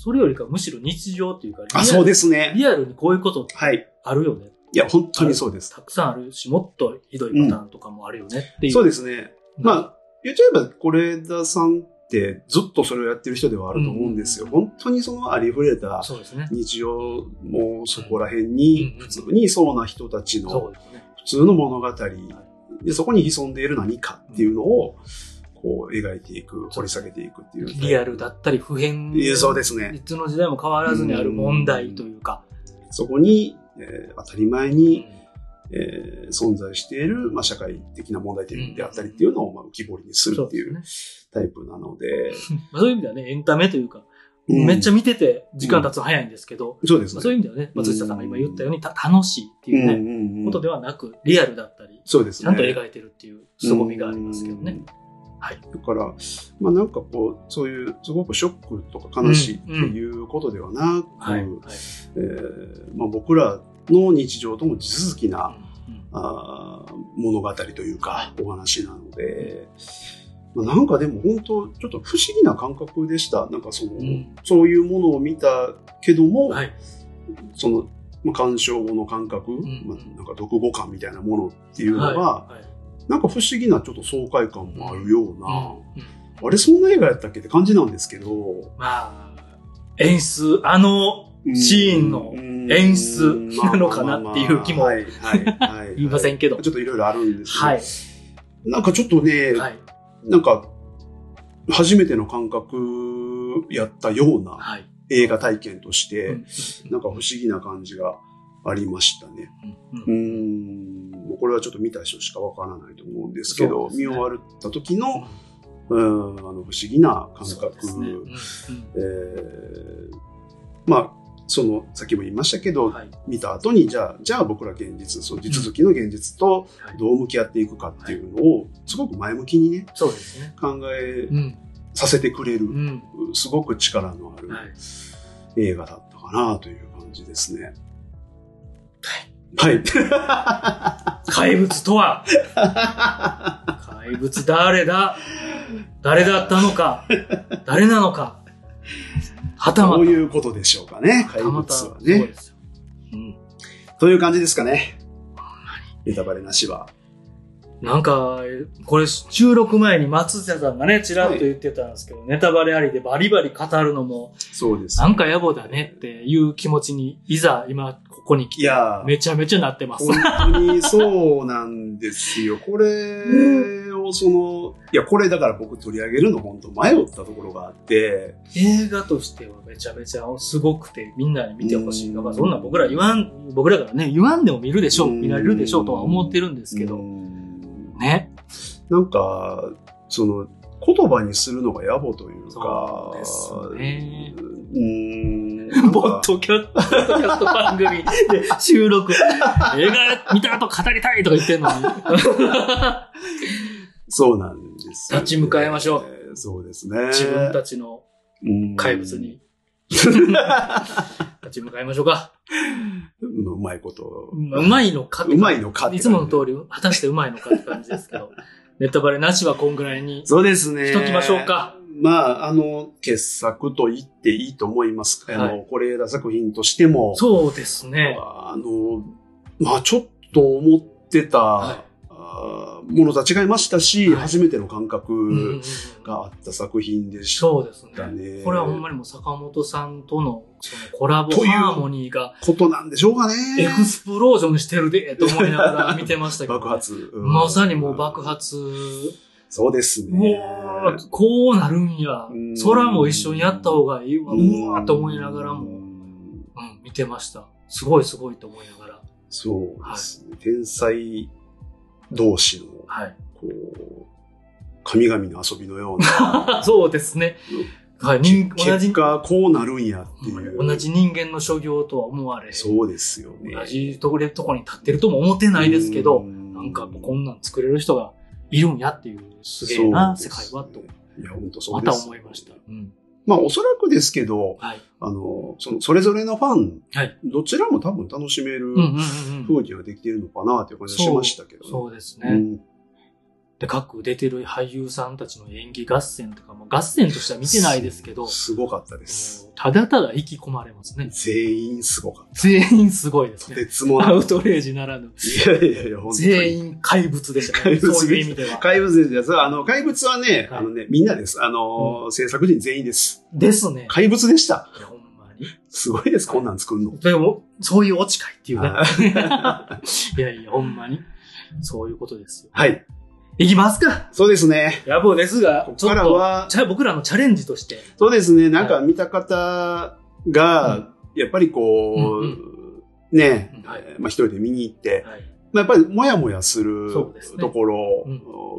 Speaker 1: それよりかむしろ日常というか、リア
Speaker 2: あ、
Speaker 1: ル
Speaker 2: そうですね。
Speaker 1: リアルにこういうことって
Speaker 2: はい。
Speaker 1: あるよね。
Speaker 2: いや、本当にそうです。
Speaker 1: たくさんあるし、もっとひどいパターンとかもあるよねっていう。
Speaker 2: そう
Speaker 1: で
Speaker 2: ですね。まあ、言っちゃえば、是枝さんってずっとそれをやってる人ではあると思うんですよ。
Speaker 1: うん
Speaker 2: 本当にそのありふれた
Speaker 1: そうですね。
Speaker 2: 日常もそこら辺
Speaker 1: うん
Speaker 2: に
Speaker 1: うん
Speaker 2: 普通にいそうな人たち
Speaker 1: そ
Speaker 2: の
Speaker 1: うですね。
Speaker 2: 普通の物語、でそこに潜んでいる何かっていうのを、こう描いていく、掘り下げていくっていう。
Speaker 1: リアルだったり、普遍。
Speaker 2: いやそうですね。
Speaker 1: いつの時代も変わらずにある問題というか。
Speaker 2: そこに、えー当たり前
Speaker 1: う
Speaker 2: に、
Speaker 1: ん
Speaker 2: えー存在している、まあ、社会的な問題点であったりっていうのを、まあ、浮き彫りにする
Speaker 1: そ
Speaker 2: っていう
Speaker 1: ね。
Speaker 2: タイプなので、
Speaker 1: まあそういう意味ではね、エンタメと いうか、
Speaker 2: うん
Speaker 1: めっちゃ見てて時間経つの早いんですけど、
Speaker 2: そうです
Speaker 1: ま
Speaker 2: ね。
Speaker 1: あそういうう意味ではね、松下さんが今言ったように、た楽しいっていうね、
Speaker 2: んうんうん
Speaker 1: ことではなく、リアルだったり、
Speaker 2: そうですね。
Speaker 1: ちゃんと描いてるっていう凄みがありますけど
Speaker 2: う
Speaker 1: ね
Speaker 2: ん。
Speaker 1: はい。
Speaker 2: だから、まあなんかこう、そういう、すごくショックとか悲しいっていうことではなく、
Speaker 1: はい。はい。
Speaker 2: えーまあ、僕らの日常とも地続きな、
Speaker 1: うん
Speaker 2: あー物語というか、お話なので、まあ、なんかでも本当、ちょっと不思議な感覚でした。なんかその、
Speaker 1: ん
Speaker 2: そういうものを見たけども、
Speaker 1: はい。
Speaker 2: その、まあ、鑑賞後の感覚、
Speaker 1: ん
Speaker 2: まあ、なんか読後感みたいなものっていうのが、
Speaker 1: はい
Speaker 2: なんか不思議なちょっと爽快感もあるような、
Speaker 1: うんうん
Speaker 2: あれそんな映画やったっけって感じなんですけど、
Speaker 1: まあ、演出、あのシーンの演出なのかなっていう気も
Speaker 2: はいはいは い、
Speaker 1: 言いませんけど
Speaker 2: ちょっといろいろあるんですけど、
Speaker 1: はい。
Speaker 2: なんかちょっとね、
Speaker 1: はい。
Speaker 2: なんか初めての感覚やったような
Speaker 1: はい。
Speaker 2: 映画体験として、
Speaker 1: うん
Speaker 2: なんか不思議な感じがありましたね。
Speaker 1: うん
Speaker 2: う
Speaker 1: うん
Speaker 2: ん、これはちょっと見た人しかわからないと思うんですけ
Speaker 1: そう
Speaker 2: ど、
Speaker 1: ですね
Speaker 2: 見終わった時の、うん、あの不思議な感
Speaker 1: そう
Speaker 2: 覚
Speaker 1: ですね。うん
Speaker 2: えーまあそのさっきも言いましたけ
Speaker 1: う
Speaker 2: ど、
Speaker 1: んはい。
Speaker 2: 見た後にじゃあじゃあ僕ら現実その地続きの現実と
Speaker 1: はい
Speaker 2: どう向き合っていくかっていうのをすごく前向きにね
Speaker 1: そうですね。
Speaker 2: 考え
Speaker 1: うん。
Speaker 2: させてくれ
Speaker 1: う
Speaker 2: る
Speaker 1: ん。
Speaker 2: すごく力のある
Speaker 1: はい
Speaker 2: 映画だったかなという感じですね。はい。
Speaker 1: 怪物とは怪物誰だ誰だったのか誰なのかはたま
Speaker 2: ど
Speaker 1: た。
Speaker 2: ういうことでしょうかね。
Speaker 1: は
Speaker 2: 怪
Speaker 1: たま
Speaker 2: 物
Speaker 1: た。
Speaker 2: は
Speaker 1: そう
Speaker 2: ね。
Speaker 1: ですよ。うん。
Speaker 2: という感じですかね。ネタバレなしは。
Speaker 1: なんか、これ収録前に松下さんがね、ちらっと言ってたんですけど、ネタバレありでバリバリ語るのも、
Speaker 2: そうです
Speaker 1: な。んか野暮だねっていう気持ちに、いざ今ここに来
Speaker 2: い
Speaker 1: て、
Speaker 2: やー
Speaker 1: めちゃめちゃなってます。
Speaker 2: 本当にそうなんですよ。これをその、いや、これだから僕取り上げるの本当迷ったところがあって、
Speaker 1: 映画としてはめちゃめちゃすごくてみんなに見てほしい。
Speaker 2: うん
Speaker 1: だからそんな僕ら言わん、僕らからね、言わんでも見るでしょう、
Speaker 2: うん
Speaker 1: 見られるでしょうとは思ってるんですけ
Speaker 2: う
Speaker 1: ど、
Speaker 2: ん
Speaker 1: ね。
Speaker 2: なんか、その、言葉にするのが野暮というか
Speaker 1: そ、うですね
Speaker 2: うん。なん
Speaker 1: ポ
Speaker 2: か
Speaker 1: ッドキャポッドキャスト番組で収録、映画見た後語りたいとか言ってんの に。
Speaker 2: そうなんですよね、
Speaker 1: 立ち向かいましょ
Speaker 2: う。そうですね。
Speaker 1: 自分たちの
Speaker 2: うん
Speaker 1: 怪物。に立ち向かいましょうか。
Speaker 2: うんうまいこと。
Speaker 1: うまいのかって
Speaker 2: うまいのかって感
Speaker 1: い
Speaker 2: じ
Speaker 1: つもの通り、果たしてうまいのかって感じですけ ど、ネタバレなしはこんぐらいに。
Speaker 2: そうですね。
Speaker 1: しときましょうか。
Speaker 2: まあ、あの、傑作と言っていいと思います。あ
Speaker 1: は
Speaker 2: の、是枝作品としても、
Speaker 1: そうですね。
Speaker 2: あの、まあ、ちょっと思ってた、
Speaker 1: は
Speaker 2: あーものとは違いましたし、
Speaker 1: はい
Speaker 2: 初めての感
Speaker 1: いうんうんうん
Speaker 2: 覚があった作品でした。
Speaker 1: そうです
Speaker 2: だ
Speaker 1: ね。
Speaker 2: ね
Speaker 1: これはほんまにもう坂本さんとのそのコラボ
Speaker 2: という
Speaker 1: ハーモニーが
Speaker 2: ことなんでしょうかね。
Speaker 1: エクスプロージョンしてるでと思いながら見てましたけど。
Speaker 2: 爆発。うん
Speaker 1: まさにもう爆。発。
Speaker 2: そうです
Speaker 1: う
Speaker 2: ね。
Speaker 1: わーこうなるんや
Speaker 2: うん。
Speaker 1: 空も一緒にやった方がいいわ。うわーと思いながら
Speaker 2: う
Speaker 1: も、
Speaker 2: ん
Speaker 1: うん、見てました。すごいすごいと思いながら。
Speaker 2: そうですね。天才同士の
Speaker 1: はい。
Speaker 2: こう、神々の遊びのよう な。
Speaker 1: そうですね。はい、 人同
Speaker 2: 結
Speaker 1: じ、
Speaker 2: 果、こうなるんやっていう。
Speaker 1: 同じ人間の所業とは思われ、
Speaker 2: そうですよね。
Speaker 1: 同じところとこに立ってるとも思ってないですけど、
Speaker 2: うん
Speaker 1: なんかこんなん作れる人がいるんやっていう、すげえな、世界はと、
Speaker 2: いや、本当そう
Speaker 1: ま
Speaker 2: で
Speaker 1: た
Speaker 2: す。
Speaker 1: 思いました。。うん。
Speaker 2: まあ、おそらくですけど、
Speaker 1: はい。
Speaker 2: あの、その、それぞれのファン、
Speaker 1: はい
Speaker 2: どちらも多分楽しめる
Speaker 1: うんうんうんうん。
Speaker 2: 風にはできているのかなという感じがしましたけどね。
Speaker 1: そうです
Speaker 2: う
Speaker 1: ね。
Speaker 2: ん
Speaker 1: で、各出てる俳優さんたちの演技合戦とかも、合戦としては見てないですけど、
Speaker 2: すごかったです。
Speaker 1: もうただただ引き込まれますね。
Speaker 2: 全員すごかっ
Speaker 1: 全員すごいで
Speaker 2: た。
Speaker 1: す
Speaker 2: と
Speaker 1: ね。
Speaker 2: てつもな
Speaker 1: ア
Speaker 2: い。
Speaker 1: ウトレイジならぬ。
Speaker 2: いやいやいや、本当に。
Speaker 1: 全員怪物でした
Speaker 2: 怪
Speaker 1: ね。
Speaker 2: 物でした
Speaker 1: そういう意味では。
Speaker 2: 怪物です。あの、怪物はね、
Speaker 1: はい
Speaker 2: あのね、みんなです。あのー、制作人全員です。
Speaker 1: ですね。
Speaker 2: 怪物でした。
Speaker 1: いやほんまに。
Speaker 2: すごいです、こんなん作るの。
Speaker 1: でも、そういうオチかいっていう ね
Speaker 2: は。
Speaker 1: いやいや、ほんまに。そういうことですよ。
Speaker 2: はい。
Speaker 1: いきますか
Speaker 2: そうですね。
Speaker 1: 野望ですが、
Speaker 2: こ
Speaker 1: ちょ
Speaker 2: こ
Speaker 1: っ
Speaker 2: から
Speaker 1: と、
Speaker 2: は、
Speaker 1: じゃあ僕らのチャレンジとして、
Speaker 2: そうですね、なんか見た方が、やっぱりこ
Speaker 1: うん
Speaker 2: う、ね
Speaker 1: うんはい、
Speaker 2: まあ一人で見に行って、
Speaker 1: はい
Speaker 2: まあやっぱりもやもやする
Speaker 1: そうですね
Speaker 2: とこ
Speaker 1: う
Speaker 2: ろ、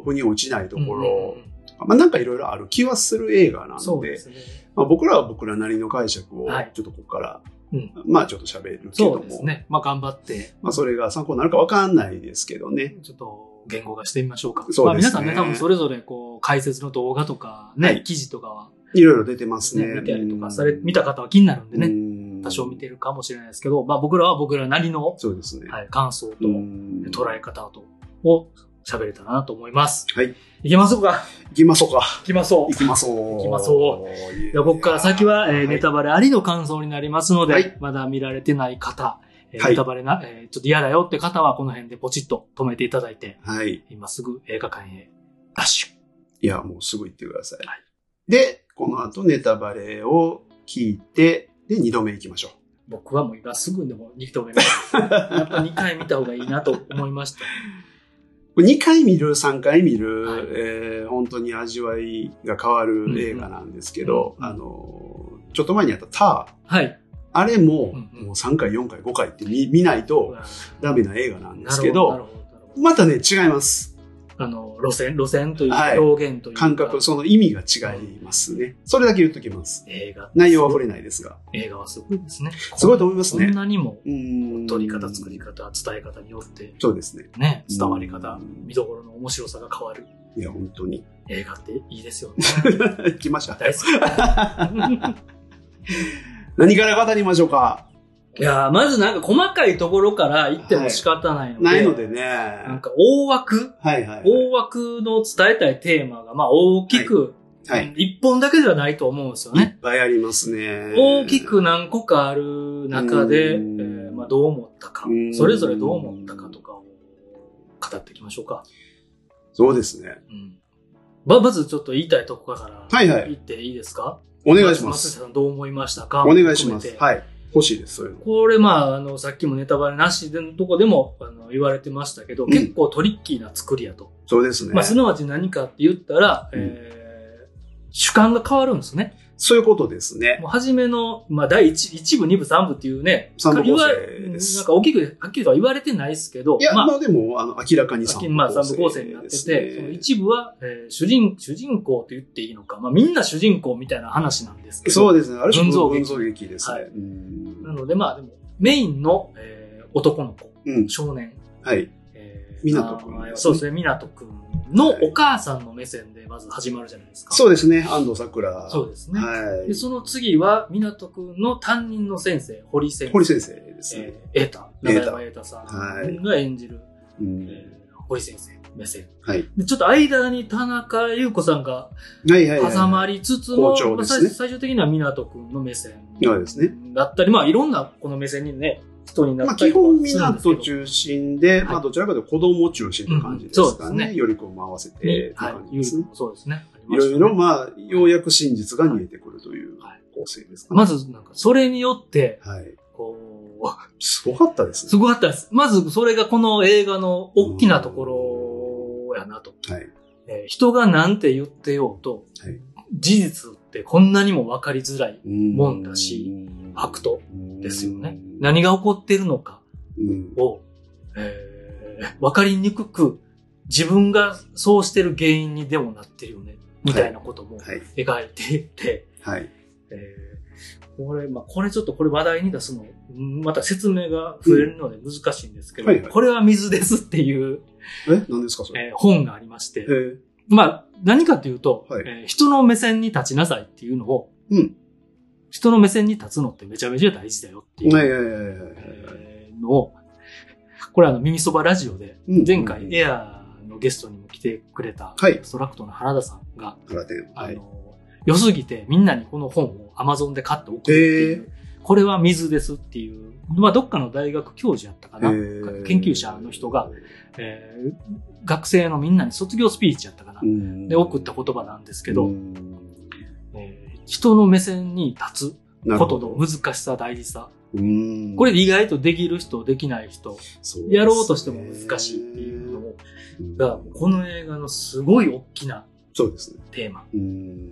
Speaker 2: 腑に落ちないとこ
Speaker 1: うんう
Speaker 2: ろ
Speaker 1: ん、うん
Speaker 2: まあなんかいろいろある気はする映画な
Speaker 1: そ
Speaker 2: の
Speaker 1: う
Speaker 2: で
Speaker 1: で、すね。
Speaker 2: まあ僕らは僕らなりの解釈を、ちょ
Speaker 1: はい
Speaker 2: っとここから
Speaker 1: うん、
Speaker 2: まあちょっと喋るけ
Speaker 1: そ
Speaker 2: ど
Speaker 1: うです
Speaker 2: も、
Speaker 1: ね。まあ頑張って、
Speaker 2: まあ、それが参考になるかわかんないですけどね。
Speaker 1: ちょっと言語化してみましょうか。
Speaker 2: そうです
Speaker 1: まあ皆
Speaker 2: ね
Speaker 1: さんね、多分それぞれこう、解説の動画とか、ね、
Speaker 2: はい
Speaker 1: 記事とかは、
Speaker 2: いろいろ出てます
Speaker 1: ね
Speaker 2: ね。
Speaker 1: 見たりとかされ、見た方は気になるんでね、
Speaker 2: ね
Speaker 1: 多少見て
Speaker 2: る。
Speaker 1: るかもしれないですけど、まあ僕らは僕らなりの、
Speaker 2: そうですね。
Speaker 1: はい、感想と、
Speaker 2: うん
Speaker 1: 捉え方と、を喋れたらなと思います。
Speaker 2: はい。
Speaker 1: いきましょうか。
Speaker 2: 行きましょうか。
Speaker 1: いきましょう
Speaker 2: 行。きましょう。
Speaker 1: 行きましょ
Speaker 2: う
Speaker 1: ではここから先は、えーネタバレありの感想になりますので、
Speaker 2: はい
Speaker 1: まだ見られてない方、えー
Speaker 2: はい
Speaker 1: ネタバレな、えーちょっと嫌だよって方はこの辺でポチッと止めていただいて、
Speaker 2: はい。
Speaker 1: 今すぐ映画館へダッシュ。
Speaker 2: いや、もうすぐ行ってください
Speaker 1: はい。
Speaker 2: で、この後ネタバレを聞いて、で、二度目行きましょ
Speaker 1: 僕はもう今すぐでも2度目が。やっぱ2回見た方がいいなと思いま した。
Speaker 2: う。2回見る、3回見る、
Speaker 1: はい
Speaker 2: えー本当に味わいが変わる映画なんですけど、
Speaker 1: うんうん
Speaker 2: あのー、ちょっと前にあったター、
Speaker 1: はい。
Speaker 2: あれも、
Speaker 1: うんうん
Speaker 2: もう3回、4回、5回って見見ないとダメな映画なんで
Speaker 1: な
Speaker 2: す
Speaker 1: る
Speaker 2: け
Speaker 1: ほど。なる
Speaker 2: ど、
Speaker 1: ほど。なるほど
Speaker 2: またね、違います。
Speaker 1: あの、路線、路線とい
Speaker 2: はいう
Speaker 1: 表現というか、
Speaker 2: 感覚、その意味が違いますね。それだけ言っときます。
Speaker 1: 映画。
Speaker 2: 内容は触れないですが。
Speaker 1: 映画はすごいですね。
Speaker 2: すごいと思いますね
Speaker 1: こんなにも、
Speaker 2: うん
Speaker 1: 撮り方、作り。方、伝え方によって、
Speaker 2: そうですね。
Speaker 1: ね、伝わり方
Speaker 2: う、ん
Speaker 1: 見どころの面白さが変わる
Speaker 2: いや、本当に。
Speaker 1: 映画っていいですよね。
Speaker 2: 来ました。
Speaker 1: 大好き。
Speaker 2: 何から語りましょうか。
Speaker 1: いやーまずなんか細かいところから言っても仕方ないので、
Speaker 2: ないのでね。
Speaker 1: なん
Speaker 2: は
Speaker 1: か大枠、
Speaker 2: いはい。
Speaker 1: 大枠の伝えたいテーマが、まあ大きく、
Speaker 2: はい。
Speaker 1: 一本だけではないと思うんですよ
Speaker 2: い
Speaker 1: ね
Speaker 2: っ。ぱいありますね。
Speaker 1: 大きく何個かある中で、え
Speaker 2: うん
Speaker 1: ーまあ、どう思ったか
Speaker 2: う、ん
Speaker 1: それぞれどう思ったかとかを語っていきましょうか。
Speaker 2: そうですね。
Speaker 1: うんままずちょっと言いたいとこから
Speaker 2: はいはい
Speaker 1: 言っていいですか
Speaker 2: お願いしま
Speaker 1: 松
Speaker 2: す。
Speaker 1: 下さんどう思いましたか
Speaker 2: お願いします。
Speaker 1: 含めて
Speaker 2: はい。欲しいです、そういうの。
Speaker 1: これまあ、あの、さっきもネタバレなしでのとこでもあの言われてましたけど、
Speaker 2: うん
Speaker 1: 結構トリッキーな作りやと。
Speaker 2: そうですね
Speaker 1: まあ、。すなわち何かって言ったら、
Speaker 2: うん
Speaker 1: えー主観が変わるんですね。
Speaker 2: そういうことですね。
Speaker 1: もう初めの、まあ、第一一部、二部、三部っていうね、
Speaker 2: 三部構成
Speaker 1: 言わ
Speaker 2: です
Speaker 1: なんか大きく、はっきりとは言われてないですけど、
Speaker 2: いや、
Speaker 1: ま
Speaker 2: ま
Speaker 1: あ、
Speaker 2: あでも、あの、明らかに
Speaker 1: さっき
Speaker 2: 三部
Speaker 1: まあ、
Speaker 2: 構成
Speaker 1: 三部構成になって
Speaker 2: です
Speaker 1: て、
Speaker 2: ね
Speaker 1: その一部は、えー主人、主人公と言っていいのか、まあ、みんな主人公みたいな話なんですけど、
Speaker 2: そうですね。ある種
Speaker 1: 群像劇
Speaker 2: 群像劇です
Speaker 1: はい
Speaker 2: ね。うん
Speaker 1: なのでまあ、でも、メインの、えー男の子、
Speaker 2: うん。
Speaker 1: 少年、
Speaker 2: はい。
Speaker 1: え
Speaker 2: 湊くん
Speaker 1: 名前は
Speaker 2: ですね
Speaker 1: そうですね、湊くんのお母さんの目線でまず始まるじゃないですか。
Speaker 2: そうですね。安藤桜。
Speaker 1: そう
Speaker 2: う
Speaker 1: ですね。
Speaker 2: は
Speaker 1: で、その次は、湊くんの担任の先生、堀先
Speaker 2: い。
Speaker 1: 生。
Speaker 2: 堀先生ですね。
Speaker 1: えー、エータ、
Speaker 2: 瑛
Speaker 1: 中
Speaker 2: 太
Speaker 1: 山瑛太さ
Speaker 2: はい
Speaker 1: んが演じる、
Speaker 2: う
Speaker 1: え
Speaker 2: ん
Speaker 1: ー堀先生目線。
Speaker 2: はい。
Speaker 1: で、ちょっと間に田中優子さんが
Speaker 2: はいはいはい。
Speaker 1: 挟まりつつ
Speaker 2: 校
Speaker 1: も、
Speaker 2: 長
Speaker 1: まあ
Speaker 2: です
Speaker 1: 最
Speaker 2: ね
Speaker 1: 最終的には湊くんの目線
Speaker 2: そうですね。
Speaker 1: だったり、まあいろんなこの目線にね、人にな
Speaker 2: まあ、
Speaker 1: ったり
Speaker 2: 基
Speaker 1: とか
Speaker 2: 本、
Speaker 1: するんですけ
Speaker 2: 港
Speaker 1: ど
Speaker 2: 中心で、
Speaker 1: はい
Speaker 2: まあ、どちらかというと子供中心って感じです
Speaker 1: うんう
Speaker 2: か
Speaker 1: んそうです
Speaker 2: ね。
Speaker 1: ね
Speaker 2: よりこうも合わせてって
Speaker 1: はい
Speaker 2: 感、じ
Speaker 1: ゆ
Speaker 2: で
Speaker 1: う
Speaker 2: す
Speaker 1: り
Speaker 2: ね
Speaker 1: も。そうですね。あり
Speaker 2: い
Speaker 1: ました
Speaker 2: ろ
Speaker 1: ね
Speaker 2: いろ、まあ、ようやく真実が見えてくるという
Speaker 1: はい
Speaker 2: 構成ですかね。
Speaker 1: まず、なんか、それによって、
Speaker 2: はい。
Speaker 1: こう、
Speaker 2: すごかったです
Speaker 1: すごかったです。まず、それがこの映画の大きなところやなと。
Speaker 2: ね。はい。
Speaker 1: えー人がなんて言ってようと、
Speaker 2: はい
Speaker 1: 事実ってこんなにも分かりづらいもんだし
Speaker 2: うん、
Speaker 1: 悪とですよね
Speaker 2: うん。
Speaker 1: 何が起こってるのか
Speaker 2: うん
Speaker 1: を、えー分かりにくく自分がそうしてる原因にでもなってるよね、みたいなことも
Speaker 2: はい。
Speaker 1: 描いていて、
Speaker 2: はい。
Speaker 1: えーこれ、まあ、これちょっとこれ話題に出すの、うんまた説明が増えるので難しいんですけど、
Speaker 2: はいはい
Speaker 1: これは水ですっていう、
Speaker 2: え何ですかそれ。
Speaker 1: えー本がありまして、
Speaker 2: えー
Speaker 1: まあ、何かというと、
Speaker 2: はい
Speaker 1: えー人の目線に立ちなさいっていうのを、
Speaker 2: うん
Speaker 1: 人の目線に立つのってめちゃめちゃ大事だよっていう、
Speaker 2: はいはいはいはいはい
Speaker 1: えーのを、これあの、耳そばラジオで、
Speaker 2: うん。
Speaker 1: 前
Speaker 2: うん
Speaker 1: 回エアーのゲストにも来てくれた、
Speaker 2: はい
Speaker 1: ストラクトの原田さんが、
Speaker 2: 原点。
Speaker 1: あ
Speaker 2: は
Speaker 1: の、
Speaker 2: い。
Speaker 1: 良すぎてみんなにこの本を Amazon で買って送るっていう、これは水ですっていう、まあ、どっかの大学教授やったかな、
Speaker 2: えー
Speaker 1: 研究者の人が、、えー学生のみんなに卒業スピーチやったかな、
Speaker 2: うん
Speaker 1: で送った言葉なんですけど、
Speaker 2: うん
Speaker 1: えー人の目線に立つ
Speaker 2: なる
Speaker 1: こ
Speaker 2: ほ
Speaker 1: と
Speaker 2: ど
Speaker 1: の難しさ、大事さ。
Speaker 2: うん
Speaker 1: これ意外とできる人、できない人、
Speaker 2: そうですね
Speaker 1: やろうとしても難しいっていうのが、この映画のすごい大きな
Speaker 2: そうですね。
Speaker 1: テーマ
Speaker 2: うん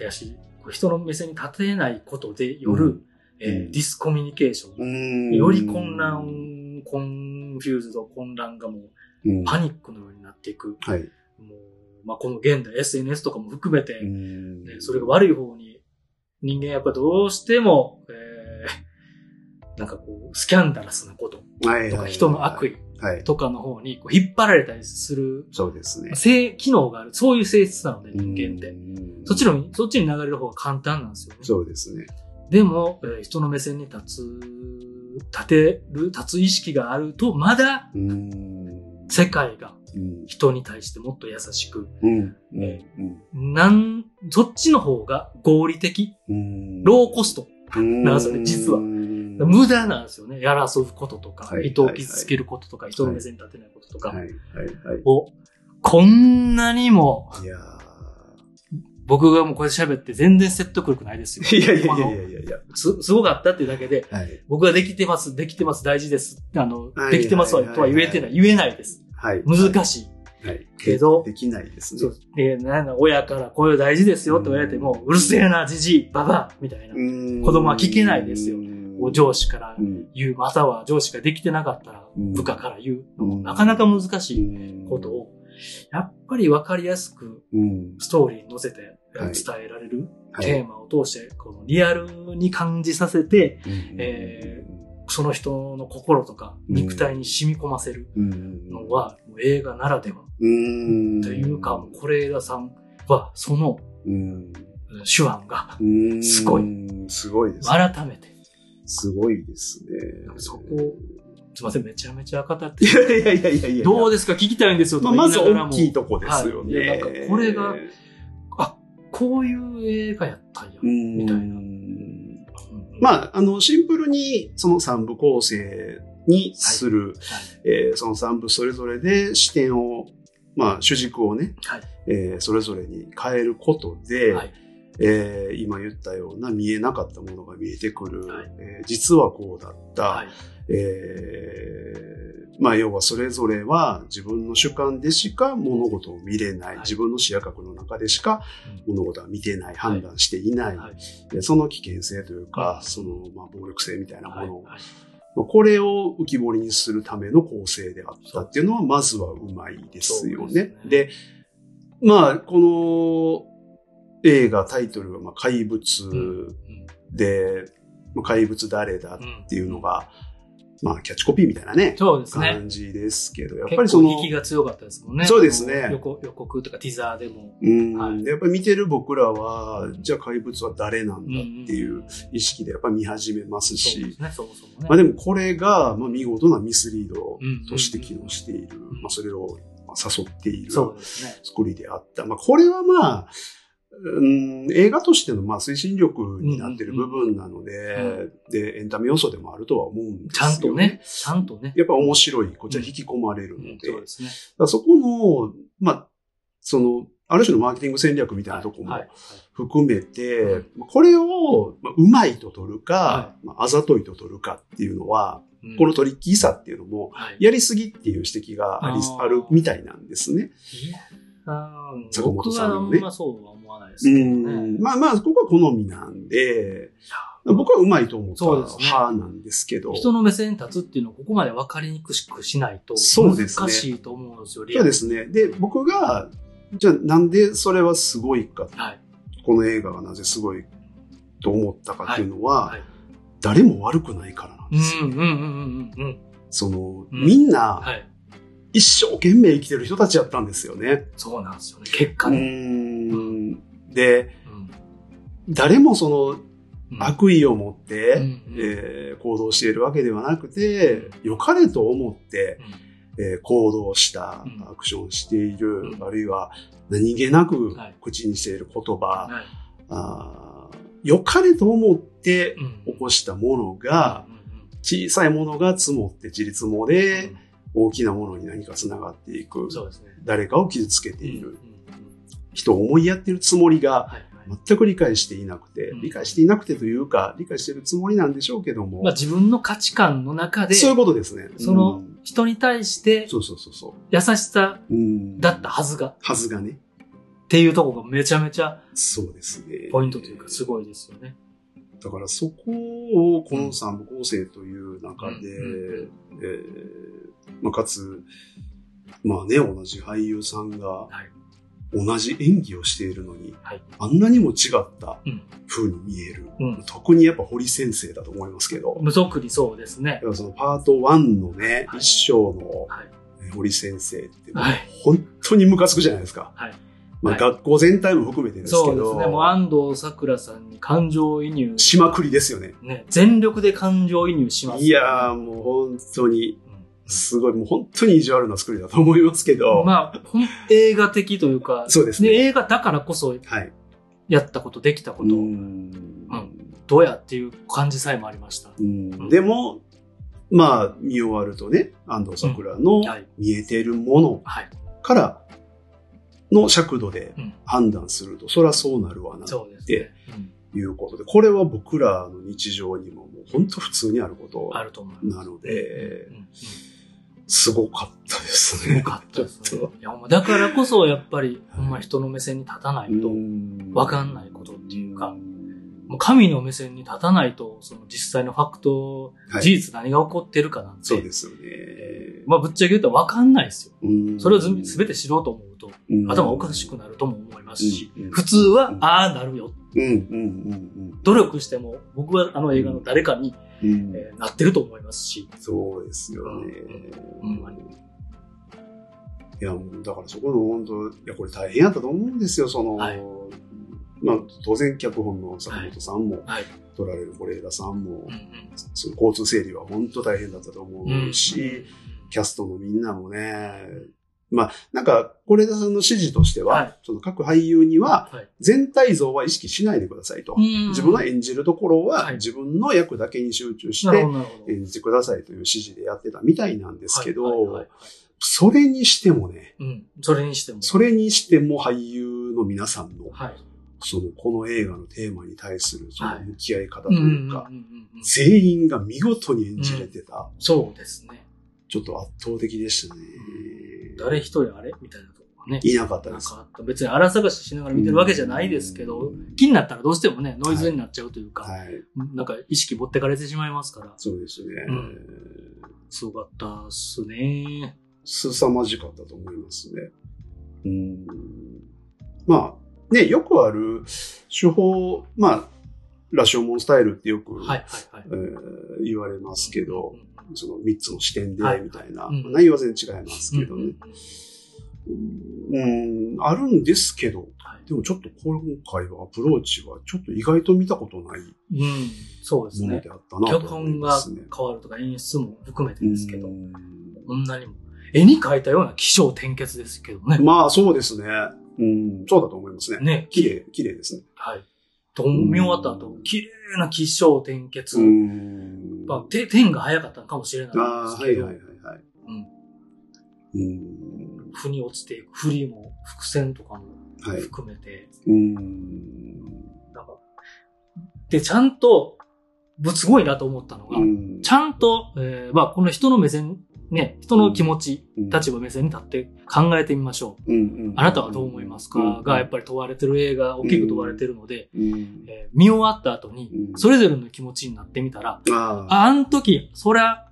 Speaker 1: やし、こう人の目線に立てないことでよる、
Speaker 2: うん
Speaker 1: えー
Speaker 2: うん
Speaker 1: ディスコミュニケーション、
Speaker 2: うん
Speaker 1: より混乱、コンフューズド、混乱がもう
Speaker 2: うん
Speaker 1: パニックのようになっていく。
Speaker 2: はい。
Speaker 1: もうまあ、この現代、SNS とかも含めて、
Speaker 2: うん
Speaker 1: ねそれが悪い方に、人間やっぱどうしても、えーなんかこう、スキャンダラスなこと
Speaker 2: はいはい
Speaker 1: と
Speaker 2: は
Speaker 1: か、
Speaker 2: い
Speaker 1: 人の悪意
Speaker 2: はい。
Speaker 1: とかの方にこう引っ張られたりする、
Speaker 2: そうですね。
Speaker 1: 性、機能がある、そういう性質なので、人間って。
Speaker 2: うん
Speaker 1: そっちの、そっちに流れる方が簡単なんですよね。
Speaker 2: そうですね。
Speaker 1: でも、えー人の目線に立つ、立てる、立つ意識があると、まだ
Speaker 2: うん
Speaker 1: 世界が
Speaker 2: うん
Speaker 1: 人に対してもっと優しく、
Speaker 2: うんうん
Speaker 1: えなん、そっちの方が合理的、
Speaker 2: うん
Speaker 1: ローコスト。
Speaker 2: うん
Speaker 1: なんですね実は無駄なんですよね。やら遊ぶこととか
Speaker 2: は、い
Speaker 1: 人を傷つけることとか、人の目線に立てないことと
Speaker 2: はい
Speaker 1: か
Speaker 2: はいはい。
Speaker 1: を、こんなにも、
Speaker 2: いや
Speaker 1: 僕がもうこれ喋って全然説得力ないですよ。
Speaker 2: ーいやいやいや
Speaker 1: こ
Speaker 2: い
Speaker 1: の
Speaker 2: やいやいや。
Speaker 1: す、すごかったっていうだけで、
Speaker 2: はい。
Speaker 1: 僕はできてます、できてます、大事です。あの
Speaker 2: は、い
Speaker 1: できてますはとは言えてない、言えないです。
Speaker 2: はい。
Speaker 1: 難しい。
Speaker 2: い。はい。
Speaker 1: けど
Speaker 2: できないですね。
Speaker 1: そう。で、なんだ、親からこれ大事ですよって言われても、うるせえな、じじい、ばばあみたいな。子
Speaker 2: 子
Speaker 1: 供は聞けないですよ。
Speaker 2: お
Speaker 1: 上司から
Speaker 2: うん
Speaker 1: 言う、または上司ができてなかったら、
Speaker 2: うん
Speaker 1: 部下から言うの
Speaker 2: う
Speaker 1: も、
Speaker 2: ん
Speaker 1: なかなか難しい。
Speaker 2: こ
Speaker 1: こと、を、やっぱり分かりやすく
Speaker 2: うん
Speaker 1: ストーリーに載せて
Speaker 2: は
Speaker 1: 伝
Speaker 2: い
Speaker 1: えられる、
Speaker 2: はい
Speaker 1: テーマを通して、このリアルに感じさせて、え
Speaker 2: え
Speaker 1: その人の心とか
Speaker 2: うん
Speaker 1: 肉体に染み込ませるの
Speaker 2: の、
Speaker 1: は、もう映画ならでは
Speaker 2: と
Speaker 1: とい
Speaker 2: いう
Speaker 1: か、もう、是枝さんはその
Speaker 2: うん
Speaker 1: うん手腕が
Speaker 2: うん
Speaker 1: すごい。
Speaker 2: すごいですね。
Speaker 1: 改めて、
Speaker 2: すごいですね。
Speaker 1: そこすいません、めちゃめちゃ語って
Speaker 2: いやいやいやいやいや。
Speaker 1: どうですか聞きたいんですよと
Speaker 2: ま
Speaker 1: か言
Speaker 2: あ
Speaker 1: い
Speaker 2: まず
Speaker 1: ながら
Speaker 2: 大
Speaker 1: も、
Speaker 2: きいとこですよ
Speaker 1: はいいや
Speaker 2: ね。
Speaker 1: なんかこれがあ、こういう映画やったんや。
Speaker 2: み
Speaker 1: たいなう
Speaker 2: な。
Speaker 1: んは
Speaker 2: まあ、あの、シンプルに、その三部構成にする、えーその三部それぞれで視点を、まあ、主軸をね、
Speaker 1: はい
Speaker 2: えーそれぞれに変えること
Speaker 1: い
Speaker 2: で、
Speaker 1: はい。
Speaker 2: えー今言ったような見えなかったものが見えてくる、
Speaker 1: はい
Speaker 2: えー実はこうだった、
Speaker 1: はい。
Speaker 2: えーまあ、要はそれぞれは自分の主観でしか物事を見れな
Speaker 1: は
Speaker 2: い、
Speaker 1: い
Speaker 2: 自分の視野角の中でしか物事は見てない、判断していない、
Speaker 1: はい
Speaker 2: でその危険性というか、その、まあ、暴力性みたいなもの、
Speaker 1: はい
Speaker 2: まあこれを浮き彫りにするための構成であったっていうのは、まずはうまいですよ
Speaker 1: そう
Speaker 2: ね
Speaker 1: で。すね
Speaker 2: でまあ、この映画タイトルが、まあ、怪物で、まあ怪物誰だっていうのが、まあ、キャッチコピーみたいなね、
Speaker 1: そうですね。
Speaker 2: 感じですけど、やっ
Speaker 1: 結
Speaker 2: ぱ
Speaker 1: 構
Speaker 2: りその、
Speaker 1: 引きが強かったですもんね。
Speaker 2: そうですね
Speaker 1: 予告予告とかティザーでも。
Speaker 2: うん、
Speaker 1: はい
Speaker 2: やっぱり見てる僕らは、じゃあ怪物は誰なんだってい
Speaker 1: ん
Speaker 2: う意識でやっぱり見始めます
Speaker 1: そ
Speaker 2: し、
Speaker 1: うですね、そもそもね。
Speaker 2: まあでもこれが、まあ、見事なミスリードとして機能している、
Speaker 1: ん
Speaker 2: まあ、それをまあ誘っている
Speaker 1: そうですね。
Speaker 2: 作りであった。まあこれはまあ、うん、映画としてのまあ推進力になっている部分なので、
Speaker 1: うんう
Speaker 2: で、エンタメ要素でもあるとは思うんです
Speaker 1: ち
Speaker 2: よ、
Speaker 1: ゃんとね、。ちゃんとね。
Speaker 2: やっぱ面白い、こっちは引き込まれる
Speaker 1: う
Speaker 2: の
Speaker 1: ん
Speaker 2: で、
Speaker 1: そうですね。
Speaker 2: だからそこの、まあ、その、ある種のマーケティング戦略みたいなとこも
Speaker 1: はい
Speaker 2: 含めて、
Speaker 1: はい
Speaker 2: まあこれを、まあ、うまいと取るか、
Speaker 1: は
Speaker 2: まあ、あざといと取るかっていうのは、
Speaker 1: うん
Speaker 2: このトリッキーさっていうのも、
Speaker 1: はい
Speaker 2: やりすぎっていう指摘があり
Speaker 1: あー
Speaker 2: あるみたいなんですね。
Speaker 1: いやー
Speaker 2: 坂
Speaker 1: 僕
Speaker 2: 本
Speaker 1: は
Speaker 2: さん
Speaker 1: あ
Speaker 2: のね
Speaker 1: んまそうは思わないです
Speaker 2: う
Speaker 1: けどね。
Speaker 2: んまあまあ、ここは好みなんで、僕はうまいと思った
Speaker 1: そうですね
Speaker 2: 派なんですけど。
Speaker 1: 人の目線に立つっていうのをここまで分かりにくくしないと
Speaker 2: そうですね
Speaker 1: 難しいと思うんですよ、リ
Speaker 2: そ
Speaker 1: ア
Speaker 2: う
Speaker 1: ル
Speaker 2: ですね。で、僕が、じゃあなんでそれはすごいか、
Speaker 1: はい
Speaker 2: この映画がなぜすごいと思ったかっていうのは、
Speaker 1: はいはい
Speaker 2: 誰も悪くないからなんですよ。
Speaker 1: うんうんうんうんうん。
Speaker 2: その、
Speaker 1: うん
Speaker 2: みんな
Speaker 1: はい。
Speaker 2: 一生懸命生きてる人たちやったんですよね。
Speaker 1: そうなんですよね。結果
Speaker 2: うー
Speaker 1: ね。
Speaker 2: ん。で、
Speaker 1: うん
Speaker 2: 誰もそ
Speaker 1: うん
Speaker 2: の悪意を持って、
Speaker 1: うんうん
Speaker 2: えー行動しているわけではなくて、良かれと思って、えー行動した
Speaker 1: うん、
Speaker 2: アクションしている、
Speaker 1: うん
Speaker 2: あるいは何気なく
Speaker 1: はい
Speaker 2: 口にしている言葉、
Speaker 1: うんはい
Speaker 2: あー良かれと思って
Speaker 1: うん
Speaker 2: 起こしたものが、
Speaker 1: うんうん
Speaker 2: 小さいものが積もって自立も
Speaker 1: う
Speaker 2: で、
Speaker 1: ん
Speaker 2: 大きなものに何か繋がっていく。
Speaker 1: そうですね。
Speaker 2: 誰かを傷つけてい
Speaker 1: うん
Speaker 2: る。
Speaker 1: うん
Speaker 2: 人を思いやっているつもりが、
Speaker 1: はいはい
Speaker 2: 全く理解していなくて
Speaker 1: うん、
Speaker 2: 理解していなくてというか、理解しているつもりなんでしょうけども
Speaker 1: まあ、、自分の価値観の中で、
Speaker 2: そういうことですね。
Speaker 1: その
Speaker 2: うん
Speaker 1: 人に対して
Speaker 2: そうそうそうそ
Speaker 1: 優しさ
Speaker 2: う。うん
Speaker 1: だった。はずが、
Speaker 2: はずがね。
Speaker 1: っていうところがめちゃめちゃ
Speaker 2: そうですね。
Speaker 1: ポイントというかすごいですよね。
Speaker 2: だからそこをこの三部構成という中で、
Speaker 1: う
Speaker 2: えーまあ、かつ、まあね、同じ俳優さんが
Speaker 1: はい
Speaker 2: 同じ演技をしているのに、
Speaker 1: はい
Speaker 2: あんなにも違った
Speaker 1: うん
Speaker 2: 風に見える。
Speaker 1: うん
Speaker 2: 特にやっぱ堀先生だと思いますけど、
Speaker 1: 無足にそうですね
Speaker 2: だ。からそのパート1のね、
Speaker 1: はい
Speaker 2: 一章の
Speaker 1: はい
Speaker 2: 堀先生って、
Speaker 1: はい
Speaker 2: 本当にムカつくじゃないですか。
Speaker 1: はい
Speaker 2: まあ、
Speaker 1: はい
Speaker 2: 学校全体も含めてですけど、
Speaker 1: そうですね。もう安藤サクラさんに感情移入、
Speaker 2: しまくりですよね。
Speaker 1: ね、全力で感情移入します、
Speaker 2: いやーもう本当に
Speaker 1: うん
Speaker 2: すごい、もう本当に意地悪な作りだと思いますけど、
Speaker 1: まあ、ほん映画的というか、
Speaker 2: そうです
Speaker 1: ね、
Speaker 2: ね。
Speaker 1: 映画だからこそ
Speaker 2: はい。
Speaker 1: やったこと、できたこ
Speaker 2: う
Speaker 1: と、
Speaker 2: ん
Speaker 1: どうやっていう感じさえもありました。
Speaker 2: うんでも、まあ、見終わるとね、安藤桜の
Speaker 1: うんはい
Speaker 2: 見えているもの
Speaker 1: はい。
Speaker 2: からの尺度で
Speaker 1: うん
Speaker 2: 判断すると、そりゃそうなるわな、と
Speaker 1: そうですね。うん
Speaker 2: いうことで、これは僕らの日常にももう本当普通にあること
Speaker 1: あると思います。
Speaker 2: なので
Speaker 1: う、んうん
Speaker 2: すごかったです
Speaker 1: よ
Speaker 2: ね。
Speaker 1: かったです
Speaker 2: ち
Speaker 1: ね
Speaker 2: ょっと。
Speaker 1: いや、ほんまだからこそ、やっぱり、
Speaker 2: はい
Speaker 1: ほんま人の目線に立たないと、わ
Speaker 2: わ
Speaker 1: かんないことっていうかも
Speaker 2: も
Speaker 1: う神の目線に立たないと、その実際のファクト、
Speaker 2: はい
Speaker 1: 事実何が起こってるかなんて、
Speaker 2: そうですよね。
Speaker 1: まあ、ぶっちゃけ言うとわかんないですよ。
Speaker 2: うん
Speaker 1: それを全全て知ろうと思うと、
Speaker 2: うん
Speaker 1: 頭おかしくなるとも思いますし、
Speaker 2: うんうん
Speaker 1: 普通は、ああなるよ。
Speaker 2: うんうん
Speaker 1: 努力しても、僕はあの映画の誰かに、
Speaker 2: うんうん。うん
Speaker 1: えーなってると思いますし、
Speaker 2: そうですよね。
Speaker 1: うんうん
Speaker 2: いや、もうだからそこの本当、いや、これ大変やったと思うんですよ、その、
Speaker 1: はい
Speaker 2: まあ、当然脚本の坂本さんも、
Speaker 1: はい。
Speaker 2: 撮られる是枝さんも、
Speaker 1: うん
Speaker 2: その交通整理は本当大変だったと
Speaker 1: うんうん
Speaker 2: 思うし、キャストのみんなもね、まあ、なんか、是枝さんの指示としては、
Speaker 1: はい
Speaker 2: その各俳優には、
Speaker 1: はい
Speaker 2: 全体像は意識しないでくださいと。
Speaker 1: うん
Speaker 2: 自分が演じるところ
Speaker 1: は
Speaker 2: はい自分の役だけに集中し
Speaker 1: なる
Speaker 2: て
Speaker 1: ほど、なるほど。
Speaker 2: 演じてくださいという指示でやってたみたいなんですけ
Speaker 1: はいはいはい
Speaker 2: ど、それにしてもね、
Speaker 1: うん。それにしても。
Speaker 2: それにしても俳優の皆さんの、
Speaker 1: はい。
Speaker 2: その、この映画のテーマに対するそ
Speaker 1: は
Speaker 2: の
Speaker 1: い
Speaker 2: 向き合い方と
Speaker 1: うんうんうん
Speaker 2: いう
Speaker 1: うん
Speaker 2: か、
Speaker 1: うん
Speaker 2: 全員が見事に演じれてた、
Speaker 1: そうですね。
Speaker 2: ちょっと圧倒的でしたね。
Speaker 1: 誰一人あれみたいなとこがね。
Speaker 2: いなかった
Speaker 1: な
Speaker 2: で
Speaker 1: ん
Speaker 2: す。
Speaker 1: かあった別に荒探ししながら見てるわけじゃないですけ
Speaker 2: う
Speaker 1: ど、
Speaker 2: ん
Speaker 1: 気になったらどうしてもね、ノイズになっちゃうというか、
Speaker 2: はい。
Speaker 1: なんか意識持ってかれてしまいますから、
Speaker 2: そうですね。
Speaker 1: うんすごかったっすね。
Speaker 2: 凄まじかったと思いますね。うん。まあ、ね、よくある手法、まあ、ラシオモンスタイルってよく、
Speaker 1: はいはいはい
Speaker 2: え。ー言われますけど
Speaker 1: う、ん
Speaker 2: その3つの視点で
Speaker 1: はい、
Speaker 2: みたいな、
Speaker 1: うん
Speaker 2: 内容は全然違います
Speaker 1: うん
Speaker 2: けどね。うん、あるんですけど、
Speaker 1: はい
Speaker 2: でもちょっと今回はアプローチはちょっと意外と見たことない
Speaker 1: うん、そうです
Speaker 2: もの
Speaker 1: ね。
Speaker 2: であったな
Speaker 1: 脚
Speaker 2: と思い
Speaker 1: 本
Speaker 2: ま
Speaker 1: が
Speaker 2: すね。
Speaker 1: 変わるとか演出も含めてですけど
Speaker 2: う、ん
Speaker 1: こんなにも。絵に描いたような気象転結ですけどね。
Speaker 2: まあそうですね。うん、そうだと思いますね。
Speaker 1: ね、
Speaker 2: 綺麗、綺麗ですね。
Speaker 1: はい。と、見終わった後、綺麗な気象転結。
Speaker 2: ん
Speaker 1: まあ、て点が早かったのかもしれない
Speaker 2: あ
Speaker 1: です
Speaker 2: あ、は
Speaker 1: け
Speaker 2: い
Speaker 1: ど、
Speaker 2: はいはいはい。
Speaker 1: うん
Speaker 2: うん。
Speaker 1: 腑に落ちていく。振りも、伏線とかも
Speaker 2: はい。
Speaker 1: 含めて、
Speaker 2: うん。
Speaker 1: なんか、で、ちゃんと、ぶすごいなと思ったのが、
Speaker 2: うん
Speaker 1: ちゃんと、えーまあ、この人の目線ね、人の気持ち、
Speaker 2: うん
Speaker 1: 立場目線に立って考えてみましょう。
Speaker 2: うんうん
Speaker 1: あなたはどう思いますかがやっぱり問われてる映画、大きく問われてるので、
Speaker 2: うん
Speaker 1: えー見終わった後に
Speaker 2: う、ん
Speaker 1: それぞれの気持ちになってみたら、
Speaker 2: ああ。
Speaker 1: あ、あの時、そりゃ、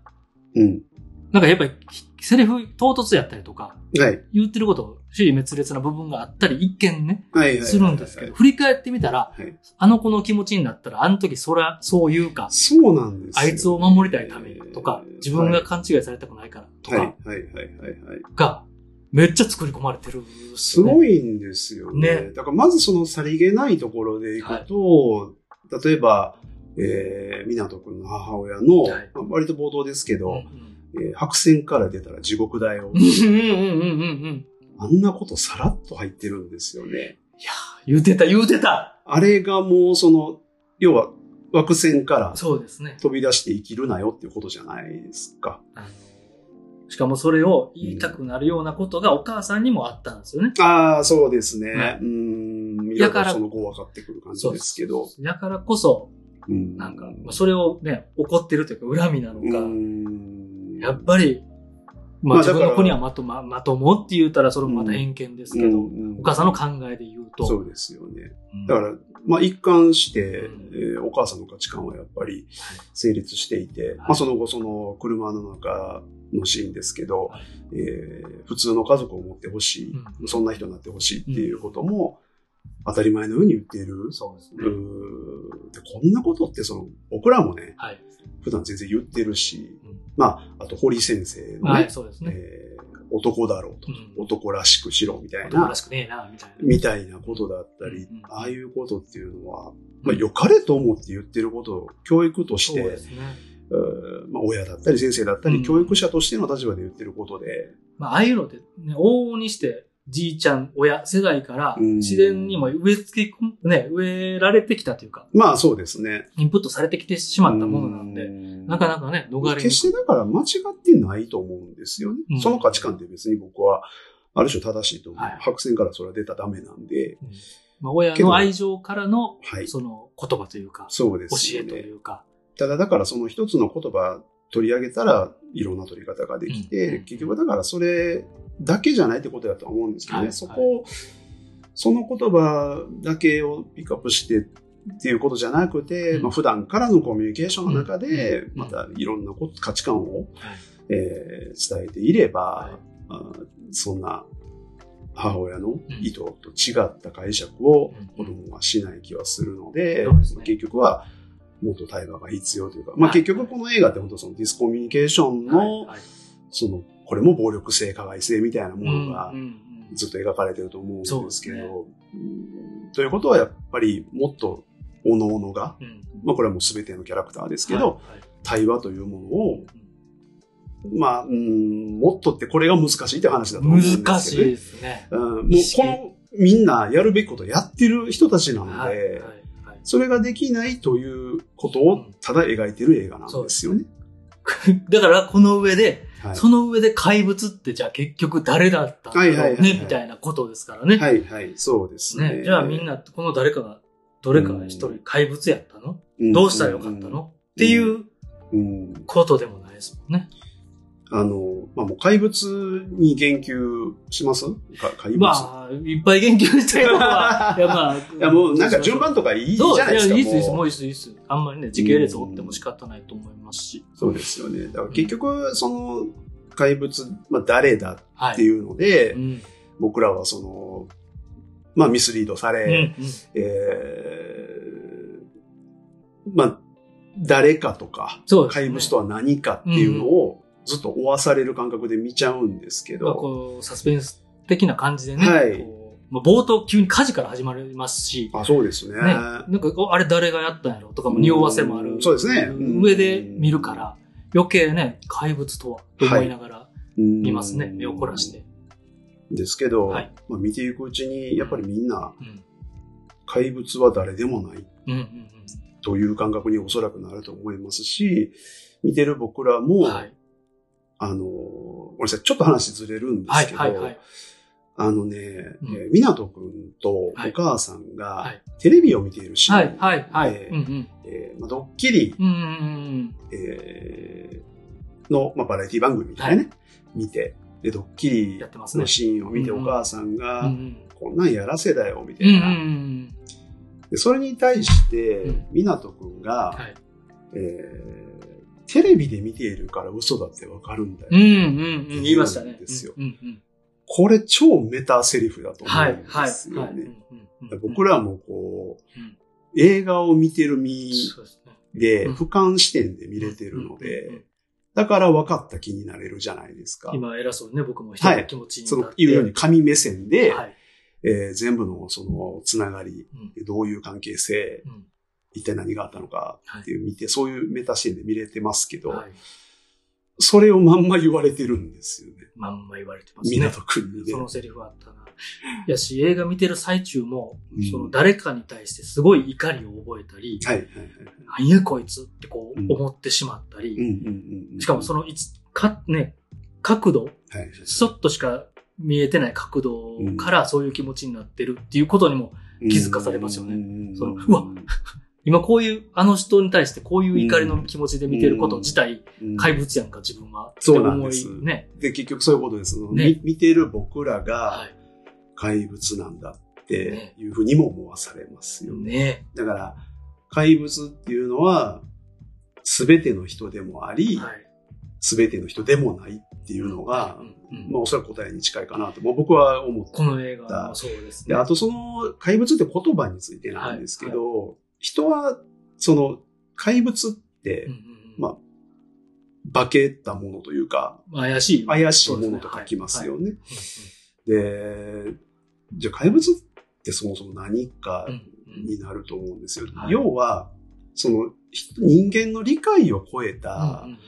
Speaker 2: うん。
Speaker 1: なんかやっぱり、セリフ唐突やったりとか、
Speaker 2: はい。
Speaker 1: 言ってること、主義滅裂な部分があったり、一見ね、
Speaker 2: はいはいはい。
Speaker 1: するんですけど、。振り返ってみたら、
Speaker 2: はい。
Speaker 1: あの子の気持ちになったら、あの時そら、そう言うか、
Speaker 2: そうなんですよ
Speaker 1: あいつを守りたいためにとか
Speaker 2: えー、
Speaker 1: 自分
Speaker 2: は
Speaker 1: が
Speaker 2: い
Speaker 1: 勘違いされたくないからと
Speaker 2: はい
Speaker 1: か
Speaker 2: はいはいはいはい。
Speaker 1: が、めっちゃ作り込まれてるっ
Speaker 2: す
Speaker 1: よね。
Speaker 2: ごいんですよね。
Speaker 1: ね
Speaker 2: だからまずそのさりげないところでいくと、例えば、えー、港くんの母親の、
Speaker 1: はい
Speaker 2: まあ割と冒頭ですけど、
Speaker 1: うん
Speaker 2: えー白線から出たら地獄だよ。
Speaker 1: うんうんうんうんうんうん。
Speaker 2: あんなことさらっと入ってるんですよね。
Speaker 1: 言うてた、言うてた
Speaker 2: あれがもうその、要は枠線から
Speaker 1: そうですね。
Speaker 2: 飛び出して生きるなよっていうことじゃないですか。
Speaker 1: あのしかもそれを言いたくなるようなことがお母さんにもあったんですよね。
Speaker 2: ああ、そうですね。
Speaker 1: はい
Speaker 2: うん。
Speaker 1: だから
Speaker 2: 港その後分かってくる感じですけど。
Speaker 1: だからこそ、
Speaker 2: うん
Speaker 1: なんか、まあそれをね、怒ってるというか、恨みなのか、
Speaker 2: うん
Speaker 1: やっぱり、まあ
Speaker 2: まあだ
Speaker 1: 自
Speaker 2: から
Speaker 1: 分の子にはまとま、まともって言ったらそれもまた偏見ですけど、
Speaker 2: うん
Speaker 1: お母さんの考えで言うと、
Speaker 2: そうですよね。
Speaker 1: うん
Speaker 2: だから、まあ、一貫して、
Speaker 1: うん
Speaker 2: えーお母さんの価値観はやっぱり成立していて、まあ、その後、その車の中のシーンですけど、
Speaker 1: はい
Speaker 2: えー普通の家族を持ってほしい、
Speaker 1: う
Speaker 2: そんな人になってほしいっていうことも、当たり前のように言っている。
Speaker 1: そうです
Speaker 2: うーんでこんなことってその僕らもね
Speaker 1: はい。
Speaker 2: 普段全然言ってるし、
Speaker 1: うん
Speaker 2: まああと堀先生のね、
Speaker 1: はい、そうですね。
Speaker 2: えー男だろうと、
Speaker 1: うん
Speaker 2: 男らしくしろみたい
Speaker 1: 男
Speaker 2: な
Speaker 1: らしくねえな、みたいな。
Speaker 2: みたいなことだったり、
Speaker 1: うん
Speaker 2: ああいうことっていうのは、まあ、良かれと思って言ってることを教育とし
Speaker 1: そうで
Speaker 2: て、
Speaker 1: すね。
Speaker 2: うんまあ、親だったり先生だった
Speaker 1: うん
Speaker 2: り、教育者としての立場で言ってることで、
Speaker 1: まあ、ああいうのって、ね、往々にして、じいちゃん、親世代から
Speaker 2: うん
Speaker 1: 自然にも植え付け込む、ね、植えられてきたというか、
Speaker 2: まあそうですね。
Speaker 1: インプットされてきてしまったものなん
Speaker 2: う
Speaker 1: で、なかなかね、逃れにくい
Speaker 2: 決してだから間違ってないと思うんですよね。
Speaker 1: うん
Speaker 2: その価値観って別に僕は、ある種正しいと思う。
Speaker 1: はい
Speaker 2: 白線からそれは出たらダメなんで、
Speaker 1: うんまあ、親
Speaker 2: け
Speaker 1: の
Speaker 2: ど
Speaker 1: 愛情からの、
Speaker 2: はい。
Speaker 1: その言葉というか、
Speaker 2: そうで
Speaker 1: 教
Speaker 2: す
Speaker 1: え
Speaker 2: よ
Speaker 1: と
Speaker 2: ね
Speaker 1: い。うか、
Speaker 2: ただだからその一つの言葉取り上げたらいろんな取り方ができて、
Speaker 1: うん
Speaker 2: 結局だからそれだけじゃないってことだとは思うんですけどね、
Speaker 1: はい
Speaker 2: そこをその言葉だけをピックアップしてっていうことじゃなくて、
Speaker 1: うん
Speaker 2: まあ普段からのコミュニケーションの中で
Speaker 1: うん
Speaker 2: またいろんなこ価値観を、
Speaker 1: はい
Speaker 2: えー伝えていれば、
Speaker 1: はい
Speaker 2: あーそんな母親の意図と違った解釈を子供はしない気はするので、
Speaker 1: うんそうですね
Speaker 2: 結局はもっと対話が必要というか、まあ、
Speaker 1: はい
Speaker 2: 結局この映画って本当そのディスコミュニケーション
Speaker 1: はい
Speaker 2: の、
Speaker 1: はい
Speaker 2: そのこれも暴力性加害性みたいなものが
Speaker 1: うんうんうん
Speaker 2: ずっと描かれてると思うん
Speaker 1: そう
Speaker 2: で
Speaker 1: ですす
Speaker 2: け
Speaker 1: ね
Speaker 2: ど、うんということはやっぱりもっと各々が、
Speaker 1: うん
Speaker 2: まあ、これはもう全てのキャラクターですけど、
Speaker 1: はいはい
Speaker 2: 対話というものを、
Speaker 1: う
Speaker 2: まあ、うんもっとってこれが難しいって話だと思うん
Speaker 1: ん
Speaker 2: ですけど、ね、
Speaker 1: 難しいですね。
Speaker 2: うん、もうこのみんなやるべきことやってる人たちなので、
Speaker 1: はいはいはい
Speaker 2: それができないということをただ描いてる映画なんですよね。
Speaker 1: だから、この上で、
Speaker 2: はい。
Speaker 1: その上で怪物ってじゃあ結局誰だったんだ
Speaker 2: はいはい
Speaker 1: ろう
Speaker 2: はい
Speaker 1: ね
Speaker 2: はい
Speaker 1: みたいなことですからね。
Speaker 2: はいはい、そうですね。
Speaker 1: ねじゃあみんなこの誰かが、どれかが一
Speaker 2: う
Speaker 1: 人
Speaker 2: ん
Speaker 1: 怪物やったの
Speaker 2: うん、
Speaker 1: どうしたらよかったのっていう
Speaker 2: うん、うん
Speaker 1: ことでもないですもんね。
Speaker 2: あの、まあ、もう怪物に言及しますか怪物、
Speaker 1: まあ、いっぱい言及してるのは、いやまあ。
Speaker 2: いやもうなんか順番とかいいじ
Speaker 1: そう
Speaker 2: ゃないですか。
Speaker 1: いやいいです、いいです、
Speaker 2: もう
Speaker 1: もういいです、いいです。あんまりね、時系列を追っても仕方ないと思いますし。
Speaker 2: そうですよね。だから結局、その怪物、まあ、誰だ
Speaker 1: は
Speaker 2: って
Speaker 1: い。
Speaker 2: いうので、
Speaker 1: うん。
Speaker 2: 僕らはその、まあ、ミスリードされ、
Speaker 1: うんうん。
Speaker 2: えーまあ、誰かとか、
Speaker 1: そうですね
Speaker 2: 怪物とは何かっていうのをずっと追わされる感覚で見ちゃうんですけ
Speaker 1: まあ
Speaker 2: ど。
Speaker 1: こう、サスペンス的な感じでね。
Speaker 2: はい
Speaker 1: こうまあ冒頭急に火事から始まりますし。
Speaker 2: あ、そうですね。
Speaker 1: ね、なんかこうあれ誰がやったんやろとかも匂わせもあ
Speaker 2: う
Speaker 1: る。
Speaker 2: んそうですねうん
Speaker 1: 上で見るから、余計ね、怪物とはと思いながら見
Speaker 2: 見
Speaker 1: ますね。目を凝らし。て。
Speaker 2: ですけど、
Speaker 1: はい
Speaker 2: まあ、見ていくうちに、やっぱりみんな
Speaker 1: うん。
Speaker 2: 怪物は誰でもない
Speaker 1: うんうんうん
Speaker 2: という感覚におそらくなると思いますし、見てる僕らも、
Speaker 1: うん。はい。
Speaker 2: あの、ごめんなさい、ちょっと話ずれるんで
Speaker 1: は
Speaker 2: すけ
Speaker 1: い
Speaker 2: ど、
Speaker 1: はいはい。
Speaker 2: あのね、
Speaker 1: うん
Speaker 2: えー港くんとお
Speaker 1: はい
Speaker 2: 母さん
Speaker 1: は
Speaker 2: が
Speaker 1: い
Speaker 2: テレビを見ているシーン、
Speaker 1: はいはいはい。
Speaker 2: え
Speaker 1: うんうん。
Speaker 2: えーまあ、ドッキリ、
Speaker 1: うんうんうん。
Speaker 2: えーの、まあ、バラエティ番組みたいなね、見て、で、ドッキリ
Speaker 1: やってますね
Speaker 2: の。シーンを見て、
Speaker 1: うんうん
Speaker 2: お母さん
Speaker 1: う
Speaker 2: が、
Speaker 1: ん
Speaker 2: こんなんやらせだよ、みた
Speaker 1: うん。うんう
Speaker 2: い
Speaker 1: んう
Speaker 2: な。
Speaker 1: ん。
Speaker 2: でそれに対して
Speaker 1: うん、
Speaker 2: 湊くんが、
Speaker 1: はい。
Speaker 2: えーテレビで見ているから嘘だってわかるんだよ。
Speaker 1: うんうんうん。言いましたね。
Speaker 2: ですよ
Speaker 1: うんうん
Speaker 2: これ超メタセリフだ
Speaker 1: う
Speaker 2: と
Speaker 1: ん。
Speaker 2: 思
Speaker 1: は
Speaker 2: う
Speaker 1: い
Speaker 2: んで
Speaker 1: はい
Speaker 2: すよね。
Speaker 1: はい。うんうんうん
Speaker 2: 僕らはもうこう、
Speaker 1: うん
Speaker 2: 映画を見てる身
Speaker 1: そうですね
Speaker 2: で、
Speaker 1: うん
Speaker 2: 俯瞰視点で見れて
Speaker 1: う
Speaker 2: るの
Speaker 1: んうんうん
Speaker 2: で、だから分かった気になれるじゃないですか。
Speaker 1: 今偉そうにね、僕も一人の気持ちに
Speaker 2: そ
Speaker 1: な
Speaker 2: の
Speaker 1: っ、て。
Speaker 2: いうように神目線で、
Speaker 1: はい。
Speaker 2: えー全部のそのつながり、
Speaker 1: うん
Speaker 2: どういう関係性、
Speaker 1: うん
Speaker 2: 一体何があったのかっていう見て、そういうメタ視点で見れてますけど、
Speaker 1: はい。
Speaker 2: それをまんま言われてるんですよね。
Speaker 1: まんま言われてますね。
Speaker 2: 港区にね
Speaker 1: そ。のセリフはあったな。やし、映画見てる最中も、
Speaker 2: うん
Speaker 1: その誰かに対してすごい怒りを覚えたり、
Speaker 2: はいはいはい。
Speaker 1: なんやこいつってこう
Speaker 2: うん
Speaker 1: 思ってしまった
Speaker 2: うん
Speaker 1: り、
Speaker 2: うんうん
Speaker 1: しかもそのいつ、か、ね、角度、
Speaker 2: はいはい
Speaker 1: ちょっとしか見えてない角度からそういう気持ちになってるっていうことにも、気づかされますよね
Speaker 2: ね
Speaker 1: そのうわ今こういう、あの人に対してこういう怒りの気持ちで見てること自体、怪物やんか自分は。
Speaker 2: そうなんです
Speaker 1: って思いね。
Speaker 2: で、結局そういうことです。その
Speaker 1: ね
Speaker 2: み見てる僕ら
Speaker 1: は
Speaker 2: が
Speaker 1: い。
Speaker 2: 怪物なんだっていうふうにも思わされますよね。
Speaker 1: ね
Speaker 2: だから、怪物っていうのは、すべての人でもあり、
Speaker 1: はい。
Speaker 2: すべての人でもないっていうのが
Speaker 1: う、んうん
Speaker 2: まあおそらく答えに近いかなと、もう僕は思って
Speaker 1: この映画もそうです
Speaker 2: で、
Speaker 1: ね。
Speaker 2: あとその怪物って言葉についてなんですけど、人は、その怪物って、
Speaker 1: うんうんうん
Speaker 2: まあ化けたものというか、
Speaker 1: 怪しい。
Speaker 2: 怪しいものと書きますよね。
Speaker 1: う
Speaker 2: で、じゃあ怪物ってそもそも何か
Speaker 1: んうんうんうん
Speaker 2: になると思うんですよ。
Speaker 1: はい
Speaker 2: 要は、その人人間の理解を超えた、
Speaker 1: うんうん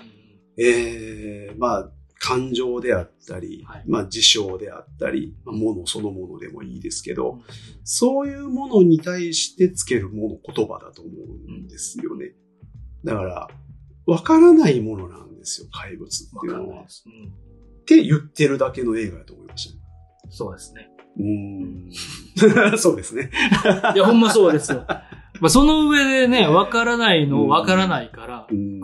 Speaker 2: えーまあ、感情であったり、
Speaker 1: はい
Speaker 2: まあ、事象であったり、まあ、ものそのものでもいいですけど、
Speaker 1: うんうん
Speaker 2: そういうものに対してつけるもの、言葉だと思うんですよね。だから、わからないものなんですよ、怪物って
Speaker 1: わ
Speaker 2: いう
Speaker 1: かん
Speaker 2: の
Speaker 1: ない
Speaker 2: は。っ
Speaker 1: です。うん
Speaker 2: て言ってるだけの映画だと思いました。
Speaker 1: そうですね。
Speaker 2: うーん。 そうですね。
Speaker 1: いや、ほんまそうですよ。まあ、その上でね、わからないのをわからないから
Speaker 2: う、ん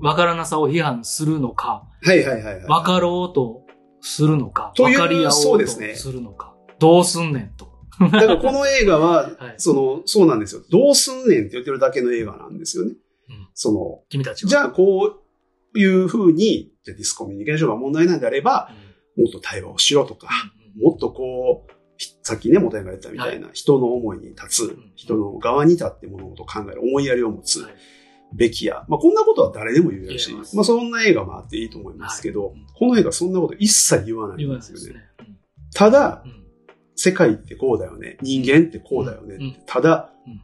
Speaker 1: わからなさを批判するのか、
Speaker 2: はいはいはいはい。
Speaker 1: わかろうとするのか、
Speaker 2: と
Speaker 1: わ
Speaker 2: いう
Speaker 1: かり合お
Speaker 2: そう
Speaker 1: と
Speaker 2: うですすね
Speaker 1: るのか、どうすんねんと。
Speaker 2: だからこの映画は、
Speaker 1: はい
Speaker 2: その、そうなんですよ。どうすんねんって言ってるだけの映画なんですよね。
Speaker 1: うん
Speaker 2: その、
Speaker 1: 君たちは。
Speaker 2: じゃあこういうふうに、じゃあディスコミュニケーションが問題なんであれば、
Speaker 1: うん
Speaker 2: もっと対話をしろとか、
Speaker 1: うん
Speaker 2: もっとこう、ひさっきね、もたやが言ったみたいな、人の思いに立
Speaker 1: う
Speaker 2: つ
Speaker 1: ん、
Speaker 2: 人の側に立って物事を考える、思いやりを持つ
Speaker 1: はい
Speaker 2: べきや。まあ、こんなことは誰でも言えるし、
Speaker 1: 言えます
Speaker 2: まあ、そんな映画もあっていいと思いますけど、
Speaker 1: はい
Speaker 2: この映画そんなこと一切言わない
Speaker 1: 言
Speaker 2: ん
Speaker 1: わ
Speaker 2: で
Speaker 1: ない
Speaker 2: す
Speaker 1: で
Speaker 2: よ
Speaker 1: す
Speaker 2: ね。
Speaker 1: ね。うん
Speaker 2: ただ
Speaker 1: う、ん
Speaker 2: 世界ってこうだよね。人間ってこうだよね。
Speaker 1: うんうん
Speaker 2: ただ、
Speaker 1: うん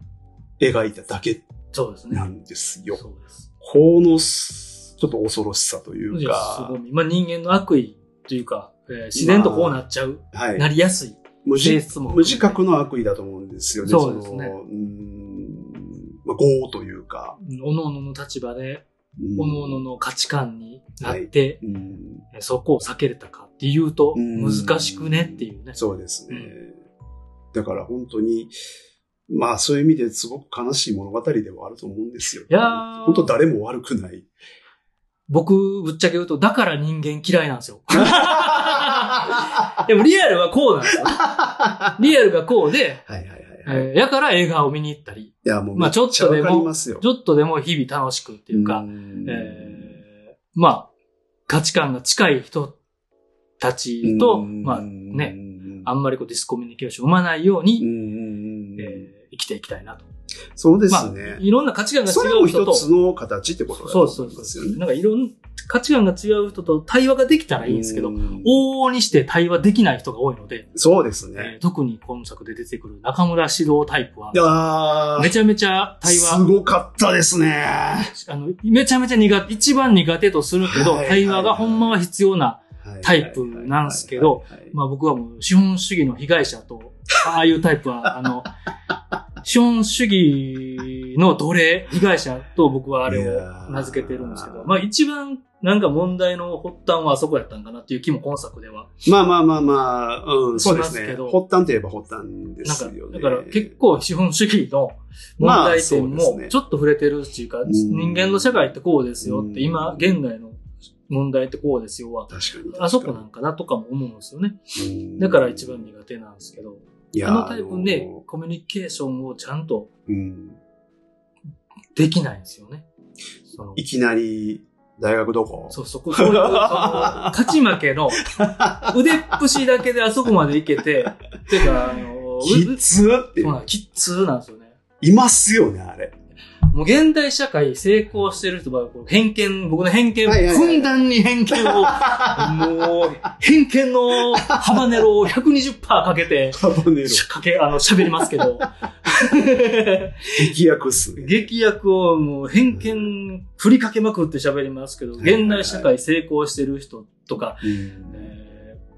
Speaker 2: 描いただけ
Speaker 1: そうですね
Speaker 2: な。んですよ。
Speaker 1: そうです。
Speaker 2: このす、ちょっと恐ろしさという
Speaker 1: いやす
Speaker 2: か
Speaker 1: ご、い。まあ、人間の悪意というか、えー自然とこうなっちゃう、
Speaker 2: はい。
Speaker 1: なりやすい
Speaker 2: 無
Speaker 1: 性
Speaker 2: 自
Speaker 1: 質も。
Speaker 2: 無自覚の悪意だと思うんですよね。
Speaker 1: そうですね
Speaker 2: のうーん、まあ、業というか。
Speaker 1: おのおのの立場で、
Speaker 2: うん
Speaker 1: おのおのの価値観になって、
Speaker 2: うん
Speaker 1: そこを避けれたかっていうと、
Speaker 2: うん
Speaker 1: 難しくねっていうね。
Speaker 2: そうですね。
Speaker 1: う
Speaker 2: だから本当に、まあそういう意味ですごく悲しい物語ではあると思うんですよ。
Speaker 1: いやー
Speaker 2: 本当誰も悪く ない。
Speaker 1: 僕、ぶっちゃけ言うと、だから人間嫌いなん ですよ。でもリアルはこうなん ですよ。リアルがこうで、
Speaker 2: はいはいはい
Speaker 1: え
Speaker 2: はい。い
Speaker 1: ーやから映画を見に行ったり、
Speaker 2: やもう
Speaker 1: ま
Speaker 2: め
Speaker 1: あ
Speaker 2: っ
Speaker 1: ちょっ
Speaker 2: ちゃ
Speaker 1: とで
Speaker 2: わ
Speaker 1: も
Speaker 2: かりますよ。
Speaker 1: ちょっとでも日々楽しくっていうか、
Speaker 2: ん
Speaker 1: えーまあ、価値観が近い人たちと、
Speaker 2: うん
Speaker 1: まあね、
Speaker 2: うん
Speaker 1: あんまりこうディスコミュニケーションを生まないよう
Speaker 2: う
Speaker 1: に、
Speaker 2: ん
Speaker 1: えー生きていきたいなと。
Speaker 2: そうです
Speaker 1: まあ、
Speaker 2: ね。
Speaker 1: いろんな価値観が
Speaker 2: それ
Speaker 1: 違う
Speaker 2: も
Speaker 1: 人
Speaker 2: 一
Speaker 1: と、
Speaker 2: つの形ってことだと
Speaker 1: そうそ
Speaker 2: 思
Speaker 1: う
Speaker 2: い
Speaker 1: そ
Speaker 2: ま
Speaker 1: う
Speaker 2: すよね。
Speaker 1: なんかいろんな価値観が違う人と対話ができたらいいんですけど、
Speaker 2: うん
Speaker 1: 往々にして対話できない人が多いので、
Speaker 2: そうです
Speaker 1: え
Speaker 2: ね。
Speaker 1: ー特に今作で出てくる中村指導タイプは、
Speaker 2: あ
Speaker 1: めちゃめちゃ対
Speaker 2: す
Speaker 1: 話、
Speaker 2: ごかったですね。
Speaker 1: あの、めちゃめちゃ苦手、一番苦手とするけど、
Speaker 2: はい
Speaker 1: 対話がほんまは必要な、タイプなんすけど
Speaker 2: はい、はいはい
Speaker 1: まあ僕はもう資本主義の被害者と、ああいうタイプは、あ の、資本主義の奴隷、被害者と僕はあれ
Speaker 2: いや
Speaker 1: を
Speaker 2: ー
Speaker 1: 名付けてるんですけど、まあ一番なんか問題の発端はあそこやったんかなっていう気も今作では。
Speaker 2: まあまあまあまあ、うん、そうです
Speaker 1: します
Speaker 2: ね。
Speaker 1: け
Speaker 2: 発
Speaker 1: ど
Speaker 2: 端といえば発端で
Speaker 1: なん
Speaker 2: す
Speaker 1: か
Speaker 2: よ
Speaker 1: だ
Speaker 2: ね。、
Speaker 1: から結構資本主義の問
Speaker 2: まあ
Speaker 1: 題点
Speaker 2: そうです
Speaker 1: も
Speaker 2: ね
Speaker 1: ちょっと触れてるっていうか、
Speaker 2: ん
Speaker 1: 人間の社会ってこうですよって
Speaker 2: うん
Speaker 1: 今現代の問題ってこうですよは、
Speaker 2: 確かに確かに。
Speaker 1: あそこなんかなとかも思うんですよね。
Speaker 2: うん
Speaker 1: だから一番苦手なんですけど、
Speaker 2: いや
Speaker 1: あのタイプ
Speaker 2: あ
Speaker 1: ね
Speaker 2: の、
Speaker 1: コミュニケーションをちゃんと
Speaker 2: うん
Speaker 1: できないんですよね。その
Speaker 2: いきなり、大学どこ
Speaker 1: そう、そこ、そういう、その勝ち負けの、腕っぷしだけであそこまでいけて、てか、あの、
Speaker 2: き
Speaker 1: う
Speaker 2: っつーって
Speaker 1: そう。なんキッズなんですよね。
Speaker 2: いますよね、あれ。
Speaker 1: もう現代社会成功してる人は、こう偏見、僕の偏見、
Speaker 2: はいはいはい
Speaker 1: ふんだんに偏見を、 もう、偏見のハバネロを120%かけて、
Speaker 2: ハバネロ。
Speaker 1: しゃかけ、あの、喋りますけど、
Speaker 2: 激薬っすね。
Speaker 1: 劇薬をもう偏見振りかけまくって喋りますけど、現代社会成功してる人とか、
Speaker 2: うん
Speaker 1: えー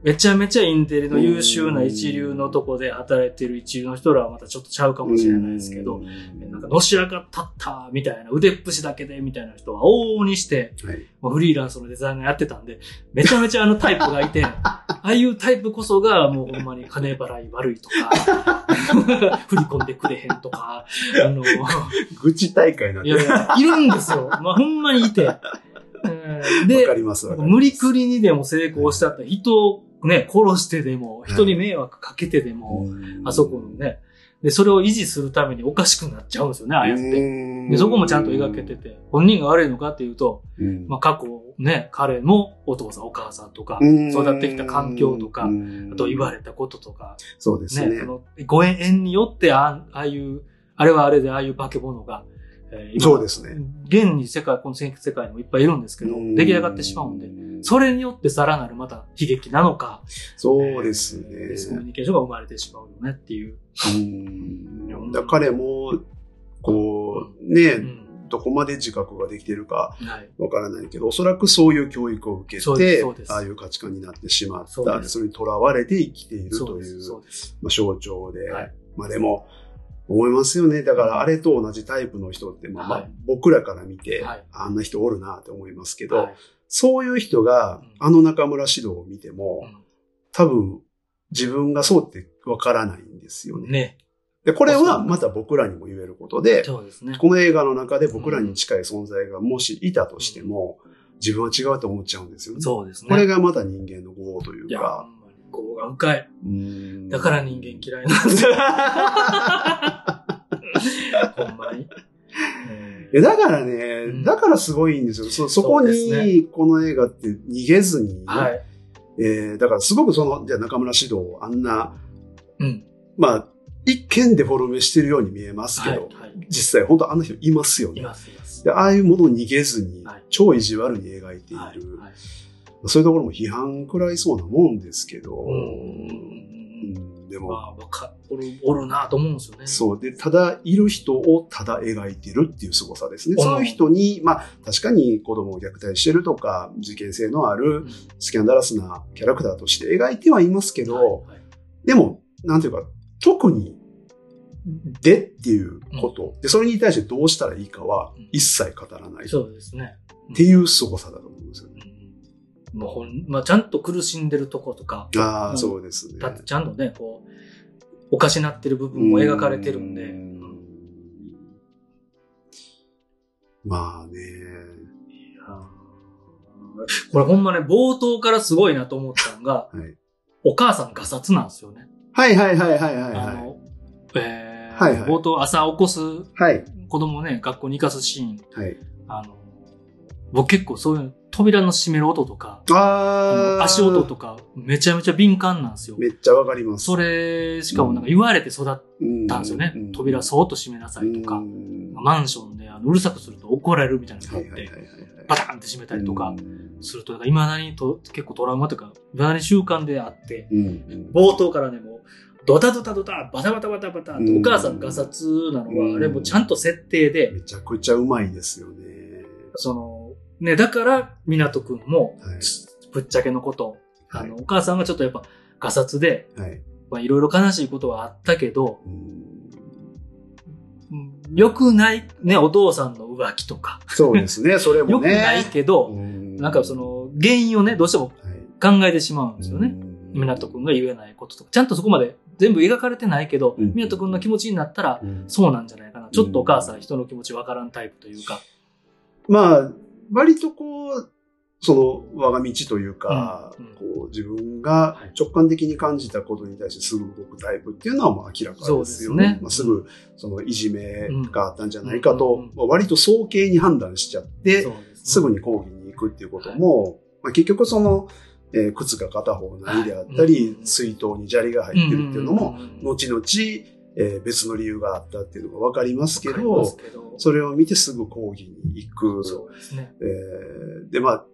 Speaker 1: めちゃめちゃインテリの優秀な一流のとこで働いてる一流の人らはまたちょっとちゃうかもしれないですけど、
Speaker 2: うん
Speaker 1: なんかのし上がったったみたいな、腕っぷしだけでみたいな人は往々にして、
Speaker 2: はい
Speaker 1: まあフリーランスのデザイナーやってたんで、めちゃめちゃあのタイプがいて、ああいうタイプこそがもうほんまに金払い悪いとか、 振り込んでくれへんとか、あの、
Speaker 2: 愚痴大会なん
Speaker 1: い
Speaker 2: で。
Speaker 1: や
Speaker 2: わ
Speaker 1: いや、いるんですよ。 まあほんまにいて。うん
Speaker 2: かります、わかります
Speaker 1: 無理くりにでも成功したって、人をね、殺してでも、
Speaker 2: い
Speaker 1: 人に迷惑かけてでも、あそこのね、で、それを維持するためにおかしくなっちゃうんですよね、ああやって。
Speaker 2: て
Speaker 1: で、そこもちゃんと描けてて、本人が悪いのかっていうと、まあ、
Speaker 2: 育
Speaker 1: 過去ね、彼のお父さんお母さんとか、育ってきた環境とか、あと言わ
Speaker 2: れ
Speaker 1: れたこととか、
Speaker 2: そうです
Speaker 1: ね、
Speaker 2: ね
Speaker 1: そ。のご縁によってあ、ああいう、あれはあれでああいう化け物が、えー今
Speaker 2: そうですね。
Speaker 1: 現に世界、この世界にもいっぱいいるんですけど、出来上がってしまうんで、
Speaker 2: で
Speaker 1: それによってさらなるまた悲劇なのか、
Speaker 2: そうです
Speaker 1: えーディスコミュ
Speaker 2: ね。
Speaker 1: ニケーションが生まれてしまうよねっていう。
Speaker 2: うんだから彼も、こう、
Speaker 1: う
Speaker 2: ね、
Speaker 1: ん。
Speaker 2: どこまで自覚ができてるか
Speaker 1: はい。
Speaker 2: わからないけど、おそらくそういう教育を受け
Speaker 1: そうです
Speaker 2: て
Speaker 1: そうで、す
Speaker 2: ああいう価値観になってしまっ
Speaker 1: そう
Speaker 2: た。
Speaker 1: です
Speaker 2: それにとらわれて生きている
Speaker 1: そう
Speaker 2: と
Speaker 1: で
Speaker 2: い
Speaker 1: す。
Speaker 2: う
Speaker 1: そうです。
Speaker 2: まあ、象徴で、
Speaker 1: はい
Speaker 2: まあでも、思いますよね。だから、あれと同じタイプの人って、まあ、まあ
Speaker 1: はい
Speaker 2: 僕らから見て、
Speaker 1: はい
Speaker 2: あんな人おるなって思いますけど、
Speaker 1: はい
Speaker 2: そういう人が
Speaker 1: うん、
Speaker 2: あの中村指導を見ても、
Speaker 1: う
Speaker 2: 多分、自分がそうってわからないんですよ
Speaker 1: ん
Speaker 2: ね。
Speaker 1: ね。
Speaker 2: で、これ
Speaker 1: そうそ
Speaker 2: は
Speaker 1: う
Speaker 2: また僕らにも言えることで、
Speaker 1: そうですね。
Speaker 2: この映画の中で僕らに近い存在がもしいたとしても、自分は違うと思っちゃうんですよね。
Speaker 1: そうですね。
Speaker 2: これがまた人間の業とい
Speaker 1: いうや、ほ
Speaker 2: か、
Speaker 1: んまに、ここが深い。
Speaker 2: うん
Speaker 1: だから人間嫌いなんですよ。ほんまに。うん
Speaker 2: えだから
Speaker 1: ん
Speaker 2: ね、だからすごいんですよ。そそこ
Speaker 1: そうです
Speaker 2: に、この映画って逃げずに、
Speaker 1: はい。
Speaker 2: えーだからすごくその、じゃあ中村指導、あんな、
Speaker 1: うん。
Speaker 2: まあ、一見デフォルメしてるように見えますけ
Speaker 1: はい。
Speaker 2: ど、
Speaker 1: はい。
Speaker 2: 実際本当あんな人いますよ
Speaker 1: い
Speaker 2: ね。
Speaker 1: ます、います。
Speaker 2: でああいうものを逃げずに、
Speaker 1: はい
Speaker 2: 超意地悪に描いている、
Speaker 1: はい。はい
Speaker 2: そういうところも批判食らいそうなもんですけど、
Speaker 1: う。
Speaker 2: うんんで
Speaker 1: ま
Speaker 2: も、
Speaker 1: あ、わか、おる、おるなと思うんですよね。
Speaker 2: そう。で、ただ、いる人をただ描いてるっていう凄さですね。
Speaker 1: うん
Speaker 2: そういう人に、まあ、確かに子供を虐待してるとか、事件性のあ
Speaker 1: う
Speaker 2: る
Speaker 1: ん。
Speaker 2: スキャンダラスなキャラクターとして描いてはいますけど、
Speaker 1: はいはい
Speaker 2: でも、なんていうか、特に、でっていうこと、で、それに対してどうしたらいいかは
Speaker 1: うん
Speaker 2: 一切語らない。っ
Speaker 1: そうですね。
Speaker 2: ていう凄さだと思うんですよね。
Speaker 1: うん、もうほん、まあ、ちゃんと苦しんでるとことか、
Speaker 2: あ
Speaker 1: う
Speaker 2: あ、
Speaker 1: ん
Speaker 2: そうですね。
Speaker 1: だってちゃんとね、こう、おかしなってる部分も描かれてるんで、
Speaker 2: う
Speaker 1: うん
Speaker 2: まあね。
Speaker 1: これほんまね、冒頭からすごいなと思ったのが、
Speaker 2: はい
Speaker 1: お母さんがさつなんですよね。
Speaker 2: はいはいはいはいはい
Speaker 1: あ
Speaker 2: はい。
Speaker 1: の、えー
Speaker 2: はいはい
Speaker 1: 冒頭朝起こす、
Speaker 2: はい。
Speaker 1: 子供をね、学校に行かすシーン、
Speaker 2: はい。
Speaker 1: あの、僕結構そういう扉の閉める音とか、
Speaker 2: ああ。
Speaker 1: 足音とか、めちゃめちゃ敏感なんですよ。
Speaker 2: めっちゃわかります。
Speaker 1: それ、しかもなんか言われて育っ
Speaker 2: うん、
Speaker 1: たんですよね。扉
Speaker 2: う
Speaker 1: そーっと閉めなさいとか、
Speaker 2: ん
Speaker 1: マンションであのうるさくすると怒られるみたいなのがあ
Speaker 2: は
Speaker 1: っ
Speaker 2: いはいはい
Speaker 1: て、
Speaker 2: はいはい。
Speaker 1: バタンって閉めたりと
Speaker 2: う
Speaker 1: か
Speaker 2: ん
Speaker 1: すると、いまだにと結構トラウマとか、いまだに習慣であって、
Speaker 2: うんうん
Speaker 1: 冒頭からね、もう、ドタドタドタ、バタバタバタバタって、
Speaker 2: うん
Speaker 1: お母さんがさつなの
Speaker 2: うん
Speaker 1: は、あれもちゃんと設定で、
Speaker 2: めちゃくちゃうまいですよね。
Speaker 1: その、ね、だから、港くんも、
Speaker 2: はい。
Speaker 1: ぶっちゃけのこと、あ
Speaker 2: はい
Speaker 1: の、お母さんがちょっとやっぱ、がさつで、
Speaker 2: はい。
Speaker 1: まあいろいろ悲しいことはあったけど、
Speaker 2: うん
Speaker 1: 良くない、ね、お父さんの浮気とか、
Speaker 2: そうですね、それも
Speaker 1: 良く
Speaker 2: ね。
Speaker 1: ないけど、
Speaker 2: な
Speaker 1: なんかそ、の、原因をね、どうしても
Speaker 2: はい。
Speaker 1: 考えてしまうんですよね。
Speaker 2: うん。
Speaker 1: 港くんが言えないこととか、ちゃんとそこまで全部描かれてないけど、
Speaker 2: うん
Speaker 1: 港くんの気持ちになったら、
Speaker 2: うん
Speaker 1: そうなんじゃないかな。ちょっとお母さん人の気持ちわからんタイプというか。
Speaker 2: まあ、割とこう、その我が道というか、
Speaker 1: うんうん
Speaker 2: こう自分が直感的に感じたことに対してすぐ動くタイプっていうのはまあ明らかですよね。
Speaker 1: そうですね
Speaker 2: まあ、すぐそのいじめがあったんじゃないかと、まあ割と早計に判断しちゃって、
Speaker 1: そうですね
Speaker 2: すぐに抗議に行くっていうことも、まあ、結局その、えー靴が片方ないであった
Speaker 1: はい
Speaker 2: り、
Speaker 1: うん
Speaker 2: 水筒に砂利が入ってるっていうのも、
Speaker 1: んんんん
Speaker 2: 後々、えー別の理由があったっていうのがわかりますけ
Speaker 1: わかりま
Speaker 2: ど
Speaker 1: す、けど
Speaker 2: それを見てすぐ抗議に行く。
Speaker 1: そうですね。
Speaker 2: えーで、まあ、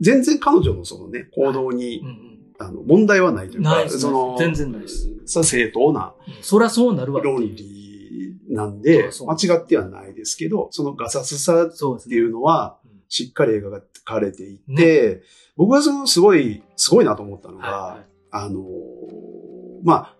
Speaker 2: 全然彼女のそのね、行動に、
Speaker 1: うんうん
Speaker 2: あの問題はないという
Speaker 1: ない
Speaker 2: か、
Speaker 1: です
Speaker 2: その、
Speaker 1: 全然ないです
Speaker 2: さ正当な
Speaker 1: そりゃそうなるわ。
Speaker 2: 論理なん
Speaker 1: そ
Speaker 2: で
Speaker 1: う、そう
Speaker 2: 間違ってはないですけど、そのガサツさっ
Speaker 1: そうです
Speaker 2: て
Speaker 1: ね。
Speaker 2: いうのは、
Speaker 1: うん
Speaker 2: しっかり描かれていて、僕はそのすごい、すごいなと思ったのが、
Speaker 1: はいはい
Speaker 2: あのーまあ、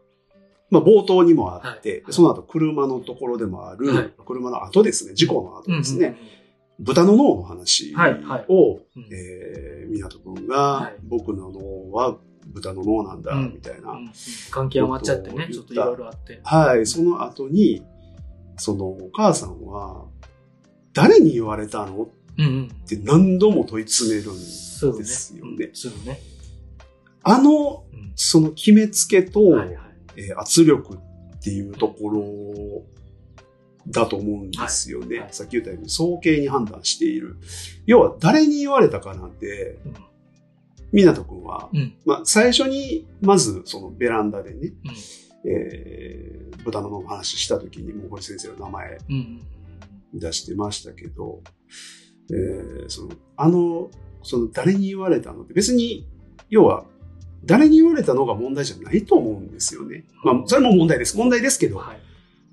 Speaker 2: まあ、冒頭にもあって、
Speaker 1: はいはい
Speaker 2: その後車のところでもある、
Speaker 1: はい
Speaker 2: 車の後ですね、事故の後ですね、
Speaker 1: うんうんうん。
Speaker 2: 豚の脳の話を、
Speaker 1: はいはいうん
Speaker 2: えー、港くんが、
Speaker 1: はい
Speaker 2: 僕の脳は豚の脳なんだ、
Speaker 1: うん
Speaker 2: みたいな、
Speaker 1: うんうん関係余っちゃってね、ち
Speaker 2: ち
Speaker 1: ょ
Speaker 2: ょ
Speaker 1: っ
Speaker 2: っ
Speaker 1: と
Speaker 2: と
Speaker 1: い
Speaker 2: 言った
Speaker 1: ろいろあって。
Speaker 2: はい、その後に、そのお母さんは、誰に言われたの
Speaker 1: うんうん。
Speaker 2: って何度も問い詰めるんです。
Speaker 1: そうね。
Speaker 2: ですよね
Speaker 1: うんそうね。
Speaker 2: あの、
Speaker 1: うん
Speaker 2: その決めつけと、
Speaker 1: はいはい。
Speaker 2: えー圧力っていうところだと思うんですよね。
Speaker 1: はいはい
Speaker 2: さっき言ったように、早計に判断している。要は、誰に言われたかなんて、
Speaker 1: うん
Speaker 2: 湊くんは、
Speaker 1: うん
Speaker 2: まあ、最初に、まず、そのベランダでね、
Speaker 1: うん
Speaker 2: えー豚の脳の話した時に、もう堀先生の名前
Speaker 1: うんうん
Speaker 2: 出してましたけど、えーその、あの、その、誰に言われたのって、別に、要は、誰に言われたのが問題じゃないと思うんですよね。まあ、それも問題です。問題ですけ
Speaker 1: うん。
Speaker 2: ど、
Speaker 1: はい。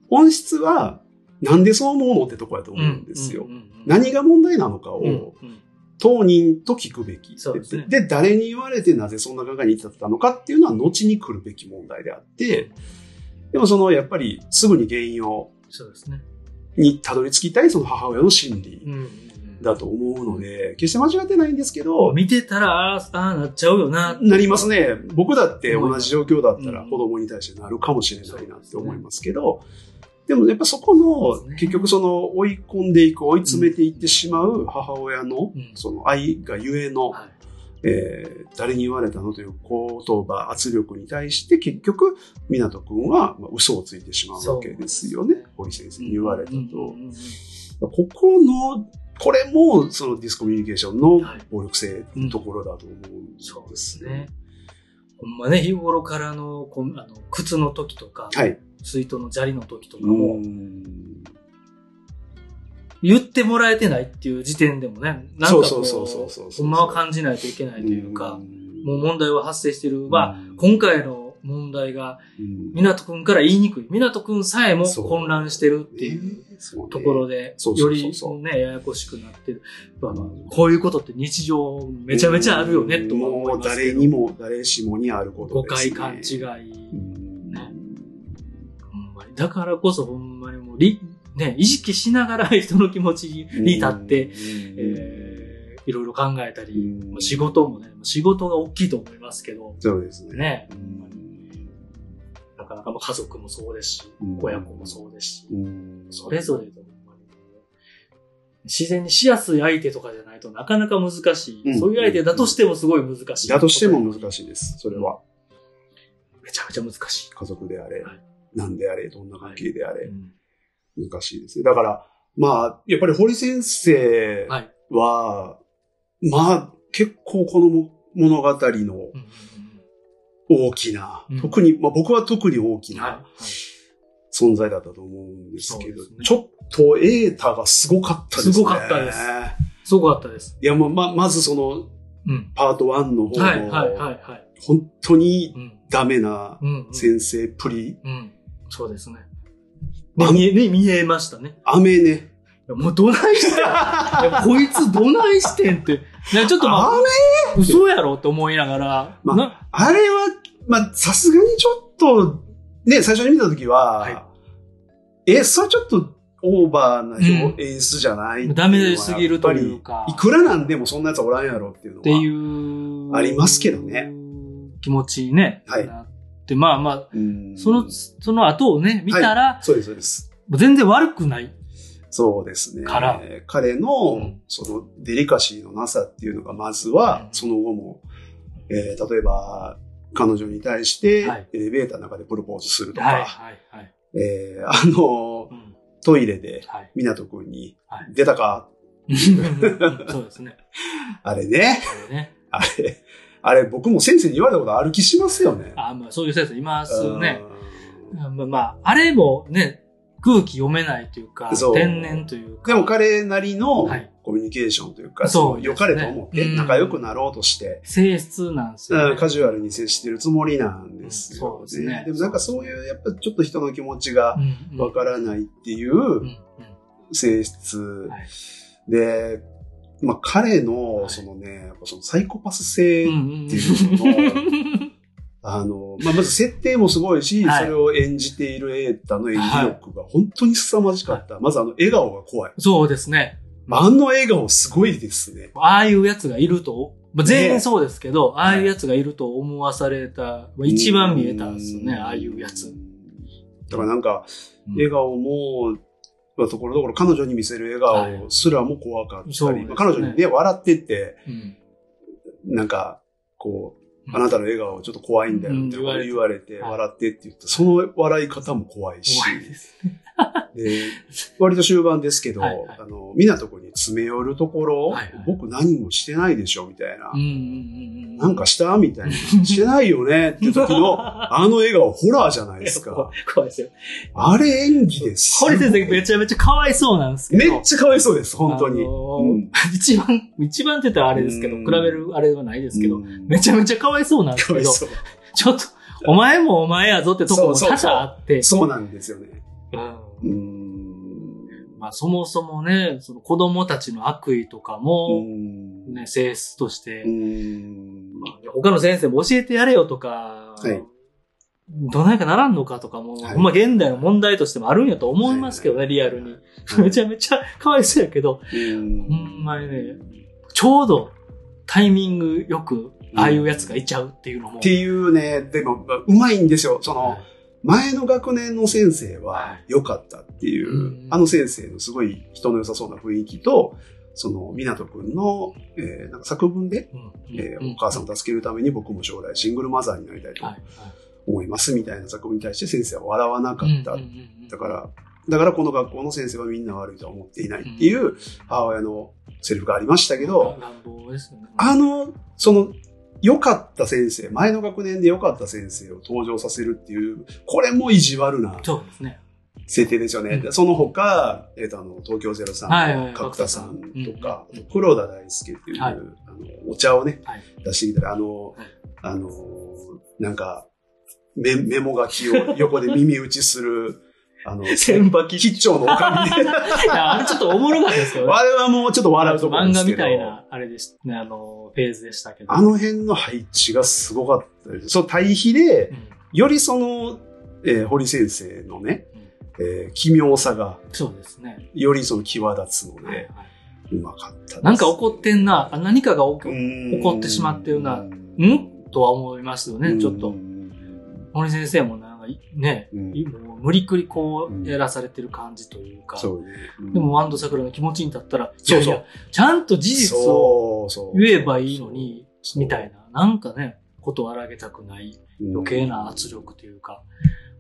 Speaker 2: 本質は、なんでそう思うのってとこやと思うんですよ。
Speaker 1: う。
Speaker 2: 何が問題なのか
Speaker 1: うんうん
Speaker 2: を
Speaker 1: うん
Speaker 2: 当人と聞くべき。
Speaker 1: そうですね
Speaker 2: で誰に言われてなぜそんな考えに至ったのかっていうのは後に来るべき問題であって、でもそのやっぱりすぐに原因を、
Speaker 1: そうですね。
Speaker 2: にたどり着きたいその母親の心理
Speaker 1: うんうんうん
Speaker 2: だと思うので、決して間違ってないんですけど、
Speaker 1: 見てたら、あーあー、なっちゃうよな。
Speaker 2: なりますね。僕だって同じ状況だったら
Speaker 1: うん
Speaker 2: 子供に対してなるかもしれないなって思いますけど、でもやっぱそこ
Speaker 1: そうです
Speaker 2: の
Speaker 1: ね
Speaker 2: 結局その追い込んでいく、追い詰めていってしまう母親の
Speaker 1: うん
Speaker 2: その愛がゆえの、
Speaker 1: はい。
Speaker 2: えー誰に言われたのという言葉、圧力に対して結局、湊くんはまあ嘘をついてしまうわけですよ
Speaker 1: そう
Speaker 2: ね
Speaker 1: ですね。
Speaker 2: 堀先生に言われたと。
Speaker 1: うんうんうん
Speaker 2: ここの、これもそのディスコミュニケーションの
Speaker 1: はい
Speaker 2: 暴力性のところだと思うんですよ
Speaker 1: そうですね。。ほんまね、日頃からの、こんあの靴の時とか、
Speaker 2: はい。
Speaker 1: 水筒の砂利の時とかも、
Speaker 2: うん
Speaker 1: 言ってもらえてないっていう時点でもね、なんか
Speaker 2: そ
Speaker 1: こ、
Speaker 2: うそうそうそうそううそう
Speaker 1: ほんまは感じないといけないというか、もう問題は発生してる。まあ、
Speaker 2: うん
Speaker 1: 今回の問題が、
Speaker 2: うん
Speaker 1: 港くんから言いにくい。港くんさえも
Speaker 2: そう
Speaker 1: 混乱してるっていう
Speaker 2: ねそうね
Speaker 1: ところで、
Speaker 2: そう
Speaker 1: よ
Speaker 2: そう
Speaker 1: り
Speaker 2: そうそう
Speaker 1: ね、ややこしくなってる。まあまあ
Speaker 2: うん
Speaker 1: こういうことって日常めちゃめちゃあるよね、とは
Speaker 2: も
Speaker 1: 思いうます
Speaker 2: 誰
Speaker 1: けど。
Speaker 2: にも誰しもにあること
Speaker 1: 誤
Speaker 2: です、
Speaker 1: 解
Speaker 2: ね。
Speaker 1: 勘違い。
Speaker 2: うん
Speaker 1: ねほんまにだからこそほんまにもうり、ね、意識しながら 人の気持ちに立って、
Speaker 2: うん
Speaker 1: えーいろいろ考えたり、
Speaker 2: うん
Speaker 1: もう仕事もね、もう仕事が大きいと思いますけど、
Speaker 2: そうですね。
Speaker 1: ね、
Speaker 2: うん
Speaker 1: なかなかまあ家族もそうですし、
Speaker 2: うん
Speaker 1: 親子もそうですし、
Speaker 2: うん
Speaker 1: それぞれとほんまに自然にしやすい相手とかじゃないとなかなか難しい。
Speaker 2: うん
Speaker 1: そういう相手だとしてもすごい難しい。
Speaker 2: だとしても難しいです。それは。
Speaker 1: めちゃめちゃ難し
Speaker 2: 家族であれ
Speaker 1: はい、
Speaker 2: 何であれ、どんな関係であ
Speaker 1: い。
Speaker 2: れ
Speaker 1: う、ん
Speaker 2: 難しいですね。だから、まあ、やっぱり堀先生
Speaker 1: はい。
Speaker 2: は、まあ、結構この物語の
Speaker 1: うんうん
Speaker 2: 大きな、
Speaker 1: うん
Speaker 2: 特に、まあ僕は特に大
Speaker 1: う
Speaker 2: き
Speaker 1: んはい
Speaker 2: な。存在だったと思うんですけ
Speaker 1: そ
Speaker 2: ど、
Speaker 1: うですね
Speaker 2: ちょっとエータがすごかったですね。
Speaker 1: すごかったですすごかったです。
Speaker 2: いや、まあ、まあ、まずその、
Speaker 1: うん。
Speaker 2: パート1の方の、
Speaker 1: はい、はい、はい、はい。
Speaker 2: 本当に
Speaker 1: うん。
Speaker 2: ダメな
Speaker 1: うん。
Speaker 2: 先生プリ、
Speaker 1: うん。そうですね。
Speaker 2: ま
Speaker 1: で
Speaker 2: あ
Speaker 1: 見え、ね、見えましたね。
Speaker 2: 雨ね。
Speaker 1: もうどない してんいやこいつどないしてんって。ねちょっとまあ、
Speaker 2: あ
Speaker 1: 嘘やろって思いながら、
Speaker 2: まあ
Speaker 1: な
Speaker 2: あれは、まあ、さすがにちょっと、ね、最初に見たときは、
Speaker 1: は
Speaker 2: え、それちょっとオーバーな
Speaker 1: うん
Speaker 2: 表演出じゃない、
Speaker 1: ダメすぎるというか
Speaker 2: やっぱりいくらなんでもそんなやつおらんやろっていうのは。
Speaker 1: っていう。
Speaker 2: ありますけどね。
Speaker 1: 気持ちにね。
Speaker 2: はい
Speaker 1: なって、まあまあ、
Speaker 2: うん
Speaker 1: その、その後をね、見たら、
Speaker 2: そうです、そうです。
Speaker 1: 全然悪くない。
Speaker 2: そうですね。
Speaker 1: から
Speaker 2: 彼
Speaker 1: う
Speaker 2: の
Speaker 1: ん、
Speaker 2: その、デリカシーのなさっていうのが、まず
Speaker 1: う
Speaker 2: は、
Speaker 1: ん
Speaker 2: その後も、えー例えば、彼女に対して
Speaker 1: はい、
Speaker 2: エレベーターの中でプロポーズするとか、
Speaker 1: はい、はい、はい。
Speaker 2: えーあの
Speaker 1: う、ん、
Speaker 2: トイレで、
Speaker 1: はい。
Speaker 2: 港くんに
Speaker 1: は、い
Speaker 2: 出たか、
Speaker 1: そうですね。
Speaker 2: あれね、
Speaker 1: あれね。
Speaker 2: あれ、あれ、僕も先生に言われたことある気しますよね。
Speaker 1: あ、まあ、そういう先生いますね。
Speaker 2: うん
Speaker 1: まあ、まあ、あれもね、空気読めないというか、
Speaker 2: そう
Speaker 1: 天然というか。
Speaker 2: でも彼なりの
Speaker 1: はい
Speaker 2: コミュニケーションというか、
Speaker 1: そう
Speaker 2: 良かれと思って
Speaker 1: うん
Speaker 2: 仲良くなろうとして、
Speaker 1: 性質なんですよ、
Speaker 2: う
Speaker 1: ね
Speaker 2: ん。カジュアルに接してるつもりなんですよ、ね
Speaker 1: うんそうですね
Speaker 2: でもなんかそういう、やっぱちょっと人の気持ちが
Speaker 1: うん
Speaker 2: わからないってい
Speaker 1: うん
Speaker 2: う
Speaker 1: うん
Speaker 2: 性質
Speaker 1: はい
Speaker 2: で、まあ彼
Speaker 1: は
Speaker 2: の
Speaker 1: い
Speaker 2: そのね、やっぱそのサイコパス性、
Speaker 1: うん
Speaker 2: っていうあの、まあまず設定もすごいし、
Speaker 1: はい
Speaker 2: それを演じている瑛太の演技力が本当に凄まじかった。まずあの笑顔が怖い。
Speaker 1: そうですね。
Speaker 2: あの笑顔すごいですね。
Speaker 1: ああいうやつがいると、まあ、全員そうですけど、
Speaker 2: い
Speaker 1: ああいうやつがいると思わされた、まあ一番見えたんですよね、
Speaker 2: ん
Speaker 1: ああいうやつ。。
Speaker 2: だからなんか、
Speaker 1: うん
Speaker 2: 笑顔も、まあところどころ彼女に見せる笑顔すらも怖かったり、
Speaker 1: そうですね
Speaker 2: まあ彼女にね、笑ってって、
Speaker 1: うん
Speaker 2: なんか、こ
Speaker 1: う
Speaker 2: う、
Speaker 1: ん
Speaker 2: あなたの笑顔ちょっと怖いんだよって
Speaker 1: うん言われて
Speaker 2: 言われて、
Speaker 1: はい
Speaker 2: 笑ってって言った。その笑い方も怖いし、
Speaker 1: 怖いですね。
Speaker 2: で割と終盤ですけど、
Speaker 1: はいはい
Speaker 2: あの、港子に詰め寄るところ、
Speaker 1: はいはい
Speaker 2: 僕何もしてないでしょ、みたいな。
Speaker 1: うんうんうんう
Speaker 2: なんかしたみたいな。してないよねって時の、あの笑顔、ホラーじゃないです
Speaker 1: 怖
Speaker 2: か
Speaker 1: い。怖いですよ。
Speaker 2: あれ演技です。
Speaker 1: 堀先生めちゃめちゃかわいそうなんですけど。
Speaker 2: めっちゃかわいそうです、本当に。
Speaker 1: あのー
Speaker 2: うん
Speaker 1: 一番、一番って言ったらあれですけど、
Speaker 2: うん
Speaker 1: 比べるあれはないですけど、
Speaker 2: うん
Speaker 1: めちゃめちゃかわいそうなんです
Speaker 2: かわ
Speaker 1: け
Speaker 2: い
Speaker 1: ど、
Speaker 2: そう。
Speaker 1: ちょっと、お前もお前やぞってとこも多
Speaker 2: そうそうそう
Speaker 1: 々あって、
Speaker 2: そうなんですよね。
Speaker 1: うん
Speaker 2: うん。
Speaker 1: まあそもそもね、その子供たちの悪意とかも、
Speaker 2: ん
Speaker 1: ね、性質として、
Speaker 2: うん。
Speaker 1: 他の先生も教えてやれよとか、
Speaker 2: はい
Speaker 1: どないかならんのかとかも、
Speaker 2: はい
Speaker 1: ほんまあ現代の問題としてもあるんやと思いますけどね、リアルに。めちゃめちゃかわいそうやけど、
Speaker 2: うん
Speaker 1: ほんまにねちょうどタイミングよく、ああいうやつがいちゃうっていうのも。
Speaker 2: っていうね、でも、まあうまいんですよ。その、前の学年の先生
Speaker 1: は
Speaker 2: はい良かったっていうう、
Speaker 1: ん
Speaker 2: あの先生のすごい人の良さそうな雰囲気と、その、港くんの、えーなんか作文で、
Speaker 1: うん
Speaker 2: えー
Speaker 1: うん
Speaker 2: お母さんを助けるために僕も将来シングルマザーになりたいと
Speaker 1: はいはい
Speaker 2: 思いますみたいな作文に対して先生は笑わなかった
Speaker 1: うんうんうんうん
Speaker 2: だから、だからこの学校の先生はみんな悪いとは思っていないっていう母親のセリフがありましたけど、
Speaker 1: 乱暴ですよね。
Speaker 2: あの、その、良かった先生、前の学年で良かった先生を登場させるっていう、これも意地悪な
Speaker 1: そうですね。
Speaker 2: 設定ですよね。
Speaker 1: うん
Speaker 2: その他、えっ、と、あの、東京
Speaker 1: はいはいは
Speaker 2: 03
Speaker 1: い
Speaker 2: の角田さんとか、
Speaker 1: うんうんうん
Speaker 2: 黒田大輔っていう、
Speaker 1: はい
Speaker 2: あの、お茶をね、
Speaker 1: はい
Speaker 2: 出してきたら、あの、
Speaker 1: い
Speaker 2: あの、なんか、メメモ書きを横で耳打ちする、あの、
Speaker 1: 千羽切
Speaker 2: 吉兆のおかみで、
Speaker 1: いやあれちょっとおもろかったですけどね。
Speaker 2: あれはもうちょっと笑うところで
Speaker 1: 漫画
Speaker 2: すけ
Speaker 1: み
Speaker 2: ど。
Speaker 1: たいな、あれでしたね、あの、フェーズでしたけど。
Speaker 2: あの辺の配置がすごかったです。その対比で
Speaker 1: う、ん
Speaker 2: よりその、えー堀先生のね、えー奇妙さが、
Speaker 1: そうですね。
Speaker 2: よりその際立つの
Speaker 1: はいはい
Speaker 2: で、うまかったです。
Speaker 1: なんか怒ってんな、あ何かが起こ怒
Speaker 2: 怒
Speaker 1: ってしまってるな
Speaker 2: うん
Speaker 1: とは思いますよね、ちょっ
Speaker 2: う
Speaker 1: と。
Speaker 2: ん
Speaker 1: 森先生もなんかい、ね、
Speaker 2: うん
Speaker 1: いもう無理くりこう、やらされてる感じというか。
Speaker 2: そうね。うん
Speaker 1: でも、ワンド桜の気持ちに立ったら、
Speaker 2: そうそう
Speaker 1: いやいやちゃんと事実を
Speaker 2: そうそう
Speaker 1: 言えばいいのに、みた
Speaker 2: ない
Speaker 1: な、なんかね、ことを荒げたくない余計な圧力というか、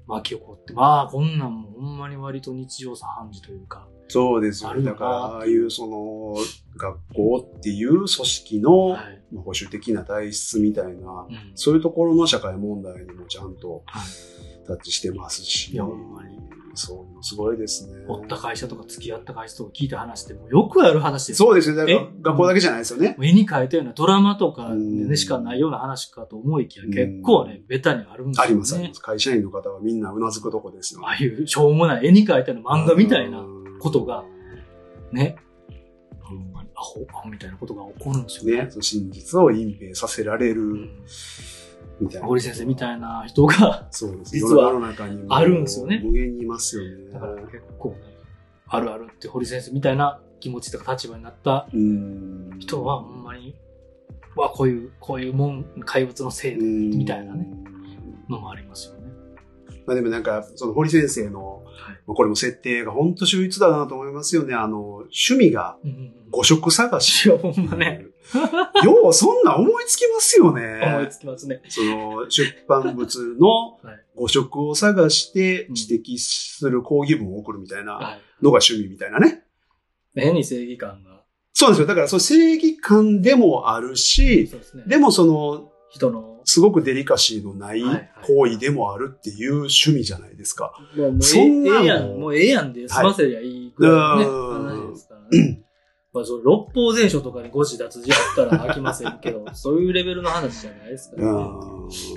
Speaker 1: 巻き起こって、まあ、こんなんもほんまに割と日常茶飯事というか、
Speaker 2: そうです
Speaker 1: あ
Speaker 2: よ
Speaker 1: る
Speaker 2: ね。
Speaker 1: の
Speaker 2: だ
Speaker 1: か
Speaker 2: か
Speaker 1: な
Speaker 2: ら、ああいうその、学校っていう組織の、
Speaker 1: はい。
Speaker 2: まあ、保守的な体質みたいな、
Speaker 1: うん
Speaker 2: そういうところの社会問題にもちゃんと
Speaker 1: はい
Speaker 2: タッチしてますし、
Speaker 1: いやほんまに
Speaker 2: そういうのすごいですね。
Speaker 1: おった会社とか付き合った会社とか聞いた話ってもうよくある話ですよ。
Speaker 2: そうですよね。だから
Speaker 1: え
Speaker 2: 学校だけじゃないですよね。
Speaker 1: 絵に描いたようなドラマとかで
Speaker 2: う
Speaker 1: ね
Speaker 2: ん
Speaker 1: しかないような話かと思いきや
Speaker 2: うん
Speaker 1: 結構ね、ベタにあるんですよね。
Speaker 2: あります、あります。会社員の方はみんなうなずくとこですよね
Speaker 1: あ。あいうしょうもない絵に描いたような漫画みたいなことが、ね。ほんまにアホ、アホみたいなことが起こるんですよね。
Speaker 2: ね、その真実を隠蔽させられ
Speaker 1: う
Speaker 2: る
Speaker 1: ん
Speaker 2: みたいな。
Speaker 1: 堀先生みたいな人が、
Speaker 2: そうです。
Speaker 1: 実は
Speaker 2: 世の中にも
Speaker 1: あるんですよね
Speaker 2: 無限にいますよね。
Speaker 1: だから結構ね、あるあるって堀先生みたいな気持ちとか立場になった
Speaker 2: うん
Speaker 1: 人はほんまに、わ、こういう、こういうもん、怪物のせいで、みたいなね
Speaker 2: うん
Speaker 1: のもありますよね。
Speaker 2: まあでもなんか、その堀先生の、まあこれも設定が本当秀逸だなと思いますよね。あの、趣味が
Speaker 1: うんうん
Speaker 2: 五色探し。
Speaker 1: いや、ほんまね、
Speaker 2: よう、そんなん思いつきますよ
Speaker 1: 思い
Speaker 2: ね。
Speaker 1: つきますね。
Speaker 2: その、出版物の
Speaker 1: はい
Speaker 2: 五色を探して
Speaker 1: うん
Speaker 2: 指摘する講義文を送るみたいな
Speaker 1: はい。
Speaker 2: のが趣味みたいなね。
Speaker 1: 変に正義感が。
Speaker 2: そうなんですよ。だから、その正義感でもあるし、
Speaker 1: そうですね。
Speaker 2: でもその、
Speaker 1: 人の、
Speaker 2: すごくデリカシーのない
Speaker 1: はいはい
Speaker 2: 行為でもあるっていう趣味じゃないですか。
Speaker 1: もうもう
Speaker 2: そんなの
Speaker 1: ええやん、もうええやんで済ませりゃいいぐらいのね、
Speaker 2: うん
Speaker 1: 話ですからね。まあ、その六法全書とかに誤字脱字あったら飽きません けど、そういうレベルの話じゃないですか
Speaker 2: う
Speaker 1: らね。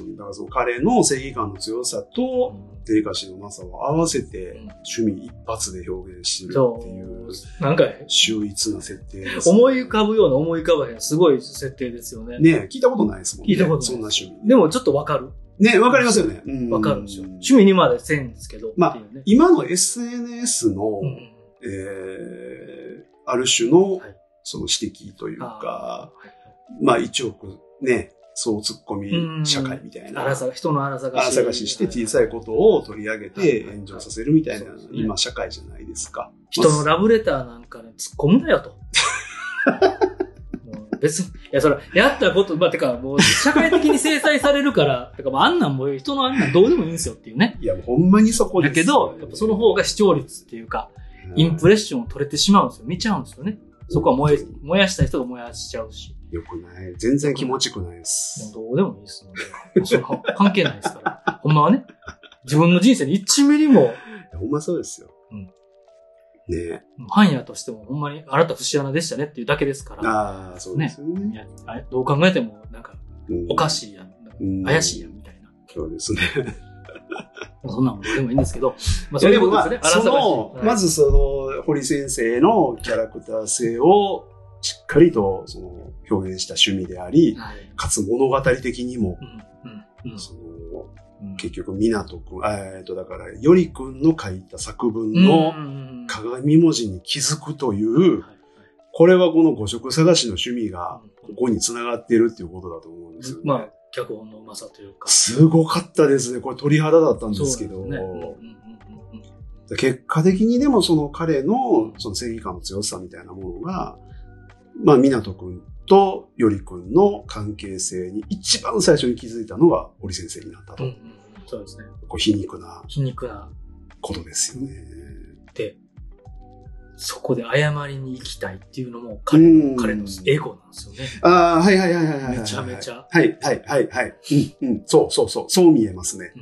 Speaker 2: ん。だからその彼の正義感の強さとデリカシーのなさを合わせて趣味一発で表現してる
Speaker 1: そ
Speaker 2: っていう
Speaker 1: う。なんか、
Speaker 2: 秀逸な設定です、
Speaker 1: 思い浮かぶような思い浮かばへん、すごい設定ですよね。
Speaker 2: ねえ聞いたことないですもんね。
Speaker 1: 聞いたことない
Speaker 2: そんな趣味。
Speaker 1: でもちょっとわかる。
Speaker 2: ねえわかりますよね。うん
Speaker 1: わかるんですよ。趣味にまでせんですけど、
Speaker 2: まあ
Speaker 1: っていうね。
Speaker 2: 今の SNS の、
Speaker 1: うん
Speaker 2: えーある種の、
Speaker 1: はい
Speaker 2: その指摘という
Speaker 1: あ、
Speaker 2: かまあ一億ね、そう突っ込み社会みたい
Speaker 1: ー
Speaker 2: な。
Speaker 1: 荒さ、人の荒探し。
Speaker 2: あ探しして小さいことを取り上げて
Speaker 1: はい
Speaker 2: 炎上させるみたいな
Speaker 1: そうです、ね
Speaker 2: 今社会じゃないですか。
Speaker 1: 人のラブレターなんかに突っ込むなよと。もう別に、いや、それ、やったこと、まあ、てか、もう、社会的に制裁されるから、 てか、まあ、あんなんもう、人のあんなんどうでもいいんですよっていうね。
Speaker 2: いや、もうほんまにそこで
Speaker 1: だ
Speaker 2: す。
Speaker 1: けど、やっぱその方が視聴率っていうか、インプ
Speaker 2: レ
Speaker 1: レッションを取れてしまうんですよ。見ちゃうんですよね。そこは燃え、燃やした人が燃やしちゃうし。
Speaker 2: よくない。全然気持ちよくないです。
Speaker 1: もうどうでもいいですので、それは関係ないですから。ほんまはね、自分の人生に1ミリも、
Speaker 2: ほんまそうですよ。
Speaker 1: うん
Speaker 2: ねえ。
Speaker 1: ファンやとしても、ほんまに、あなた節穴でしたねっていうだけですから。
Speaker 2: ああ、そうですよね。
Speaker 1: いやあれどう考えても、なんか、
Speaker 2: うん
Speaker 1: おかしいやん、
Speaker 2: うん
Speaker 1: 怪しいやんみたいな。
Speaker 2: そうですね。
Speaker 1: そんなんもどうでもいいんですけど、まあ、
Speaker 2: いやでも
Speaker 1: こ
Speaker 2: ま
Speaker 1: と
Speaker 2: あ、その、ま、ずその、堀先生のキャラクター性をしっかりとその表現した趣味であり、
Speaker 1: 荒探しはい
Speaker 2: かつ物語的にも
Speaker 1: う、んうんうん
Speaker 2: その、
Speaker 1: うん
Speaker 2: 結局、港くん、あえっと、だから、よりくんの書いた作文
Speaker 1: う
Speaker 2: の
Speaker 1: んうんうん
Speaker 2: 鏡文字に気づくという
Speaker 1: は、い
Speaker 2: これはこの五色探しの趣味が、
Speaker 1: う
Speaker 2: こ
Speaker 1: ん
Speaker 2: こに繋がってるっていうことだと思うんですよね。
Speaker 1: まあ、脚本のうまさというか。
Speaker 2: すごかったですね。これ鳥肌だったんですけど、
Speaker 1: そうなんですねうんうんうんうん
Speaker 2: 結果的にでもその彼のその正義感の強さみたいなものが、まあ、港くんとよりくんの関係性に一番最初に気づいたのが堀先生になったと。
Speaker 1: うんうんうんそうですね。
Speaker 2: こう皮肉な
Speaker 1: 皮肉な。
Speaker 2: ことですよね。
Speaker 1: で、そこで謝りに行きたいっていうのも
Speaker 2: う
Speaker 1: 彼の、
Speaker 2: ん
Speaker 1: 彼のエゴなんですよね。
Speaker 2: ああ、はいはいはいはいはいはい。
Speaker 1: めちゃめちゃ。
Speaker 2: はいはいはいはい。うんうん。そうそうそう。そう見えますね。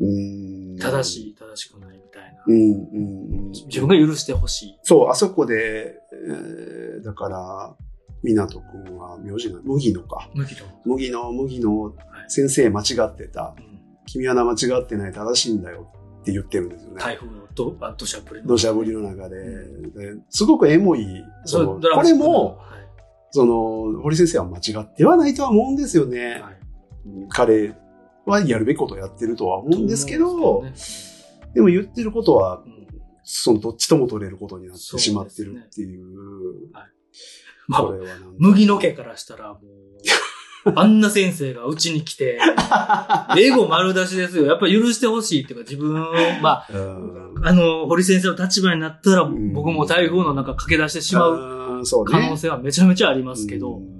Speaker 2: うん。
Speaker 1: 正
Speaker 2: い。
Speaker 1: しい、正しくないみたいな。
Speaker 2: うんうんうん。
Speaker 1: 自分が許してほしい。
Speaker 2: そう、あそこで、えーだから、港くんは名字が麦野か。
Speaker 1: むきと。
Speaker 2: 麦野、麦野、
Speaker 1: はい
Speaker 2: 先生間違ってた
Speaker 1: う。ん
Speaker 2: 君はな間違ってない、正しいんだよって言ってるんですよね。
Speaker 1: 台風のど、あ、土砂降りの。
Speaker 2: 土砂降りの中で、ですごくエモい、そ
Speaker 1: そ
Speaker 2: の
Speaker 1: う、ドラ
Speaker 2: こ
Speaker 1: マ
Speaker 2: れも、
Speaker 1: は
Speaker 2: その、堀先生は間違ってはないとは思うんですよね。
Speaker 1: い、はい。
Speaker 2: 彼はやるべきことをやってるとは思うんですけど、
Speaker 1: うん
Speaker 2: でも言ってることは、
Speaker 1: うん
Speaker 2: そのどっちとも取れることになっ
Speaker 1: そ
Speaker 2: て
Speaker 1: う
Speaker 2: しまって
Speaker 1: です
Speaker 2: る
Speaker 1: ね
Speaker 2: っていう。
Speaker 1: ま
Speaker 2: こ
Speaker 1: あ、
Speaker 2: れはなんか
Speaker 1: 麦の家からしたらもう、 あんな先生がうちに来て、エゴ丸出しですよ。やっぱ許してほしいっていうか、自分を、まあ、
Speaker 2: うん
Speaker 1: あの、堀先生の立場になったら、
Speaker 2: ん
Speaker 1: 僕も台風の中駆け出してしまう
Speaker 2: うんそうね
Speaker 1: 可能性はめちゃめちゃありますけ
Speaker 2: う
Speaker 1: ど、
Speaker 2: ん
Speaker 1: うん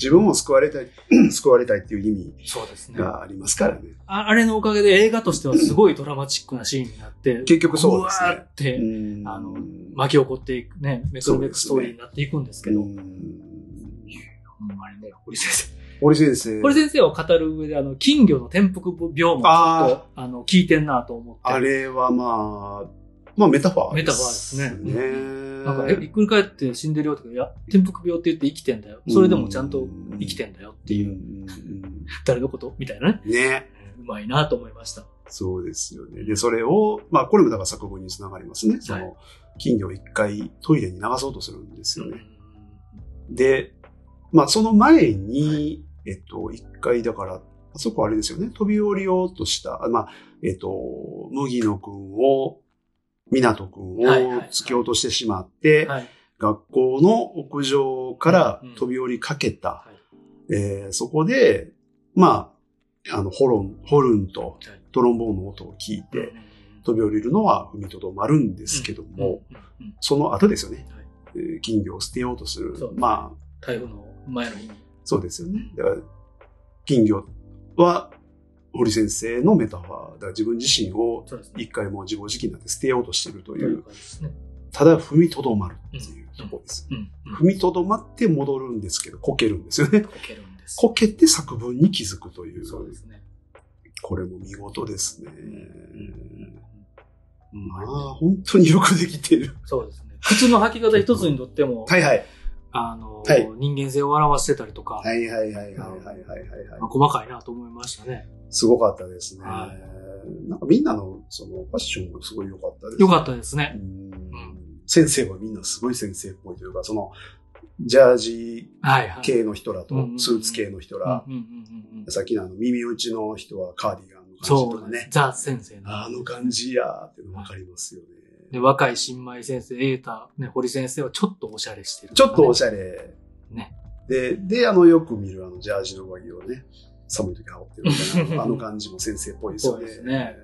Speaker 2: 自分も救われたい、 救われたいっていう意味
Speaker 1: そうですねあ。
Speaker 2: がありますからね。
Speaker 1: あれのおかげで映画としてはすごいドラマチックなシーンになって、
Speaker 2: 結局そうですね
Speaker 1: わーって、
Speaker 2: うん
Speaker 1: あの巻き起こっていくね、メトロメックストーリーになっていくんですけど、
Speaker 2: うん
Speaker 1: ほんまにね、堀先生。
Speaker 2: 堀先生。
Speaker 1: 堀先生を語る上で、あの、金魚の転覆病もちょっと、あ
Speaker 2: あ
Speaker 1: の、聞いてんなと思って。
Speaker 2: あれはまあ、まあメタファー
Speaker 1: メタファーですね
Speaker 2: ね
Speaker 1: なんか、え、ひっくり返って死んでるよとか、いや、転覆病って言って生きてんだよ。それでもちゃんと生きてんだよっていう、
Speaker 2: うん
Speaker 1: 誰のことみたいなね。
Speaker 2: ね。
Speaker 1: うまいなと思いました。
Speaker 2: そうですよね。で、それを、まあ、これもだから作文につながりますね。その、金魚を一回トイレに流そうとするんですよね。で、まあ、その前に、えっと、一回、だから、あそこあれですよね。飛び降りようとした、あまあ、えっと、麦野くんを、港くんを
Speaker 1: はいはいはい
Speaker 2: 突き落としてしまって、
Speaker 1: はい。
Speaker 2: 学校の屋上から
Speaker 1: うん
Speaker 2: 飛び降りかけた。
Speaker 1: はい
Speaker 2: えーそこで、まあ、あの、ホロン、ホルンと
Speaker 1: はい
Speaker 2: トロンボーンの音を聞いて、飛び降りるのは踏みとどまるんですけども、
Speaker 1: うんうんうん
Speaker 2: その後ですよね
Speaker 1: はい。
Speaker 2: えー金魚を捨てようとする
Speaker 1: そう。
Speaker 2: まあ、
Speaker 1: 逮捕の前の日に。
Speaker 2: そうですよね。だから、金魚は、堀先生のメタファーだから自分自身を
Speaker 1: そうですね。
Speaker 2: 一回もう自暴自棄になって捨てようとしてると
Speaker 1: と
Speaker 2: い
Speaker 1: いう
Speaker 2: う、
Speaker 1: 感じですね。
Speaker 2: ただ踏みとどまるっていうところです。
Speaker 1: うん。うん
Speaker 2: 踏みとどまって戻るんですけど、こけるんですよね。
Speaker 1: こけるんです。
Speaker 2: こけて作文に気づくという。
Speaker 1: そうですね。
Speaker 2: これも見事ですね。
Speaker 1: うん
Speaker 2: まあ、本当によくできてる。
Speaker 1: そうですね。靴の履き方一つにとっても、
Speaker 2: はいはい。
Speaker 1: あの、
Speaker 2: はい
Speaker 1: 人間性を表してたりとか、
Speaker 2: はいはいはいはいはいはいはい、はい
Speaker 1: まあ、。細かいなと思いましたね。
Speaker 2: すごかったですね。
Speaker 1: は
Speaker 2: なんかみんなのそのファッションもすごい良かったです、
Speaker 1: よかったですね。
Speaker 2: うん
Speaker 1: ん
Speaker 2: 先生はみんなすごい先生っぽいというか、その、ジャージ
Speaker 1: はいはい。
Speaker 2: 系の人らと
Speaker 1: うんうんうん
Speaker 2: スーツ系の人ら、
Speaker 1: うんうんうんうん
Speaker 2: さっきのあの耳打ちの人はカーディガンの感じ
Speaker 1: そ
Speaker 2: とか
Speaker 1: うですね
Speaker 2: ね。。
Speaker 1: ザ先生の。
Speaker 2: あの感じやーっていうの分かりますよね。
Speaker 1: で、若い新米先生、瑛太、ね、堀先生はちょっとおしゃれしてる、
Speaker 2: ちょっとお
Speaker 1: し
Speaker 2: しゃれ。
Speaker 1: ね。
Speaker 2: で、で、あの、よく見るあの、ジャージの上着をね、寒い時羽織ってるみ たいな、あの感じも先生っぽいですよね。
Speaker 1: そうですね。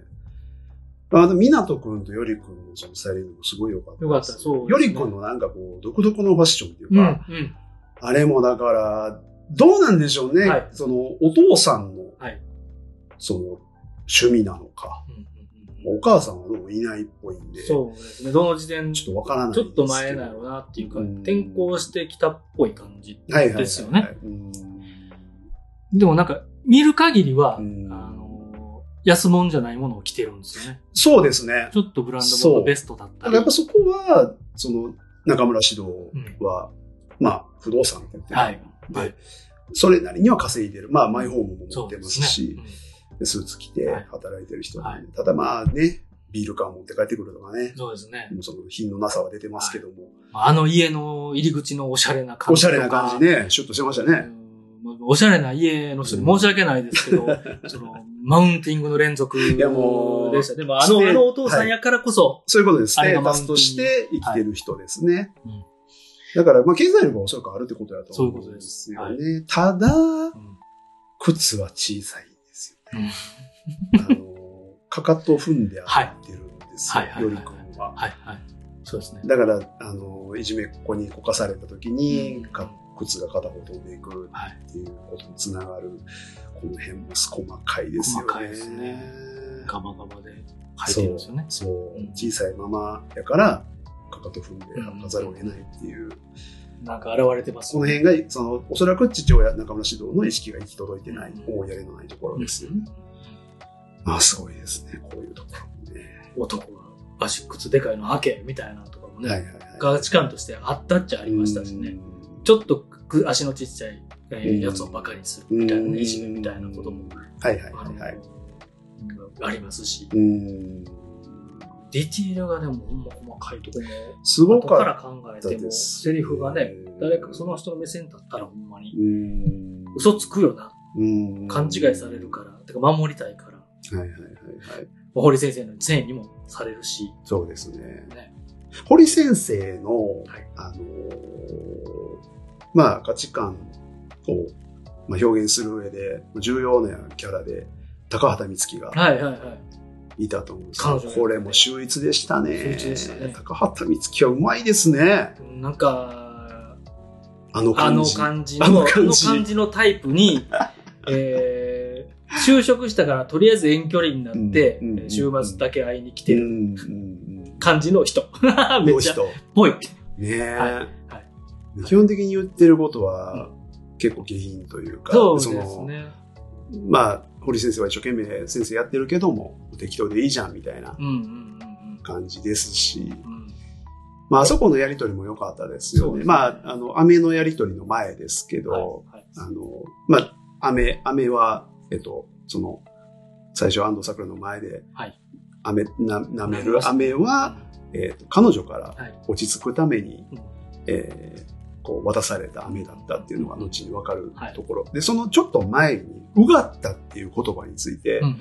Speaker 2: あの、港くんとよりくんのそのスタイリングもすごい良かった
Speaker 1: よかったそうで
Speaker 2: よ
Speaker 1: すね
Speaker 2: りくんのなんかこう、独特のファッションっていう
Speaker 1: う
Speaker 2: か、
Speaker 1: ん、うん。
Speaker 2: あれもだから、どうなんでしょうね。
Speaker 1: はい
Speaker 2: その、お父さんの、
Speaker 1: はい
Speaker 2: その、趣味なのか。
Speaker 1: うんうんうん
Speaker 2: お母さんはどうもいないっぽいんで、
Speaker 1: そうですね。どの時点、
Speaker 2: ち
Speaker 1: ち
Speaker 2: ょっとわからないです
Speaker 1: ょ
Speaker 2: けど
Speaker 1: っと前なのなっていうか、
Speaker 2: うん
Speaker 1: 転校してきたっぽい感じ。
Speaker 2: はいはいはいはい
Speaker 1: ですよね。
Speaker 2: うん
Speaker 1: でもなんか、見る限りは、
Speaker 2: うん
Speaker 1: あの、安物じゃないものを着てるんですよね。
Speaker 2: そうですね。
Speaker 1: ちょっとブランドものベストだっ
Speaker 2: だか
Speaker 1: た
Speaker 2: ら
Speaker 1: り。
Speaker 2: やっぱそこは、その、中村指導は、まあ、不動産って言ってる
Speaker 1: はい。
Speaker 2: で
Speaker 1: はい
Speaker 2: それなりには稼いでる。まあ、マイホームも持
Speaker 1: そ
Speaker 2: っ
Speaker 1: う
Speaker 2: て
Speaker 1: で
Speaker 2: ます
Speaker 1: すね
Speaker 2: し、。でスーツ着て
Speaker 1: はい
Speaker 2: 働いてる人
Speaker 1: は
Speaker 2: ないんで、ただまあね、ビール缶持って帰ってくるとかね
Speaker 1: うん、そうですね。
Speaker 2: もうその品のなさは出てますけども、
Speaker 1: まああの家の入り口のおしゃれな感
Speaker 2: お
Speaker 1: じ
Speaker 2: し
Speaker 1: と
Speaker 2: ゃ
Speaker 1: か。
Speaker 2: れな感じね、シュッとしてました
Speaker 1: う
Speaker 2: ね。
Speaker 1: ん。まあおしゃれな家の人に申し訳ないです けど、その、マウンティングの連続で
Speaker 2: やもう
Speaker 1: した。でも、あの、
Speaker 2: して
Speaker 1: あのお父さんやからこそ、
Speaker 2: そういうことです。ス
Speaker 1: あれ
Speaker 2: テ
Speaker 1: が
Speaker 2: ータスとして生きてる人ですね。
Speaker 1: はいうん
Speaker 2: だから、まあ、経済力はおそらくあるってことだと思うんですよ
Speaker 1: そういう
Speaker 2: ね。ただ、
Speaker 1: うん
Speaker 2: 靴は小さいんですよ。
Speaker 1: うん
Speaker 2: あの、 かかとを踏んで歩いてるんですよ
Speaker 1: はい、はい
Speaker 2: よ
Speaker 1: はい
Speaker 2: り
Speaker 1: はい
Speaker 2: くんは。
Speaker 1: はい、はい。そうですね。
Speaker 2: だから、あの、いじめっ子にこかされた時に、
Speaker 1: うん
Speaker 2: か靴が片方飛んでいく
Speaker 1: はい。
Speaker 2: っていうことにつながる、この辺も細かいですよ
Speaker 1: 細
Speaker 2: ね。
Speaker 1: かいですねガバガバで履いて
Speaker 2: そ
Speaker 1: るん
Speaker 2: う
Speaker 1: ですよね。
Speaker 2: そう
Speaker 1: うん
Speaker 2: 小さいままやから、かかと踏んで歩かざるを得ないっていう、
Speaker 1: なんか現れてます
Speaker 2: その
Speaker 1: ね。
Speaker 2: 辺が、その、おそらく父親、中村指導の意識が行き届いてない、
Speaker 1: うん
Speaker 2: 思いやりのないところですよね。あ、すごいですね、こういうところもね。
Speaker 1: 男はバシックスでかいの履けみたいなのとかもね、
Speaker 2: はいはいはい。
Speaker 1: 価値観としてあったっちゃあ
Speaker 2: あ
Speaker 1: りましたしね。。ち
Speaker 2: ょ
Speaker 1: ょっとく足のちっちゃいえーやつをバカにするみたいなね、いじめみたいなことも。
Speaker 2: はいはい
Speaker 1: あ
Speaker 2: はい
Speaker 1: の
Speaker 2: はい。
Speaker 1: ありますし、
Speaker 2: うん。
Speaker 1: ディティールがでもほんま細かいところ
Speaker 2: す
Speaker 1: も、
Speaker 2: ご
Speaker 1: 後から
Speaker 2: か
Speaker 1: 考え
Speaker 2: った
Speaker 1: て
Speaker 2: で
Speaker 1: も、
Speaker 2: す。
Speaker 1: セリフがね、誰かそ
Speaker 2: の、
Speaker 1: の人の目線だったらほんまに、
Speaker 2: うん。
Speaker 1: 嘘つくよな、
Speaker 2: うん。
Speaker 1: 勘違いされるから、てか守りたいから、
Speaker 2: ら。はいはいはいはい。
Speaker 1: 堀先生のせいにもされるし、
Speaker 2: そうですね
Speaker 1: ね。
Speaker 2: 堀先生の
Speaker 1: い、
Speaker 2: あのー、まあ価値観をまあ表現する上で、重要なキャラで、高畑充希が
Speaker 1: はいはいはい。
Speaker 2: いたと思うんです
Speaker 1: 彼女が
Speaker 2: これも秀逸でしたね。
Speaker 1: 秀逸でしたね
Speaker 2: 高畑充希はうまいですね。
Speaker 1: なんか、
Speaker 2: あの
Speaker 1: あ
Speaker 2: 感
Speaker 1: の
Speaker 2: じ。
Speaker 1: 感じの、あ
Speaker 2: あ
Speaker 1: の
Speaker 2: の
Speaker 1: 感
Speaker 2: 感
Speaker 1: じ
Speaker 2: じ
Speaker 1: のタイプに、えー就職したからとりあえず遠距離になって、
Speaker 2: うんうん
Speaker 1: 週末だけ会いに来
Speaker 2: う
Speaker 1: て
Speaker 2: ん
Speaker 1: る
Speaker 2: うんうん。
Speaker 1: 感じの人。めっ
Speaker 2: の
Speaker 1: ちゃ、
Speaker 2: 人。
Speaker 1: ぽい。
Speaker 2: ねえ、
Speaker 1: はいは
Speaker 2: 基本的に言ってることは、結構下品というか、
Speaker 1: そうですね。
Speaker 2: そのまあ、堀先生は一生懸命先生やってるけども、適当でいいじゃんみたいな
Speaker 1: うんうんうん
Speaker 2: 感じですし、
Speaker 1: うんうん。
Speaker 2: まあ、あそこのやりとりも良かったですよ
Speaker 1: そう
Speaker 2: ね。
Speaker 1: ですね
Speaker 2: まあ、あの、雨のやりとりの前ですけど、
Speaker 1: はいはい
Speaker 2: あの、まあ、雨、雨は、えっと、その、最初安藤桜の前で、
Speaker 1: はい
Speaker 2: 雨、な、
Speaker 1: 舐め
Speaker 2: 舐め
Speaker 1: まし
Speaker 2: る
Speaker 1: た
Speaker 2: 雨は、えーと彼女から
Speaker 1: はい
Speaker 2: 落ち着くために、
Speaker 1: うん
Speaker 2: えーこう渡された飴だったっていうのが後に分かる
Speaker 1: はい
Speaker 2: ところ、でそのちょっと前に「うがった」っていう言葉について、
Speaker 1: うんうん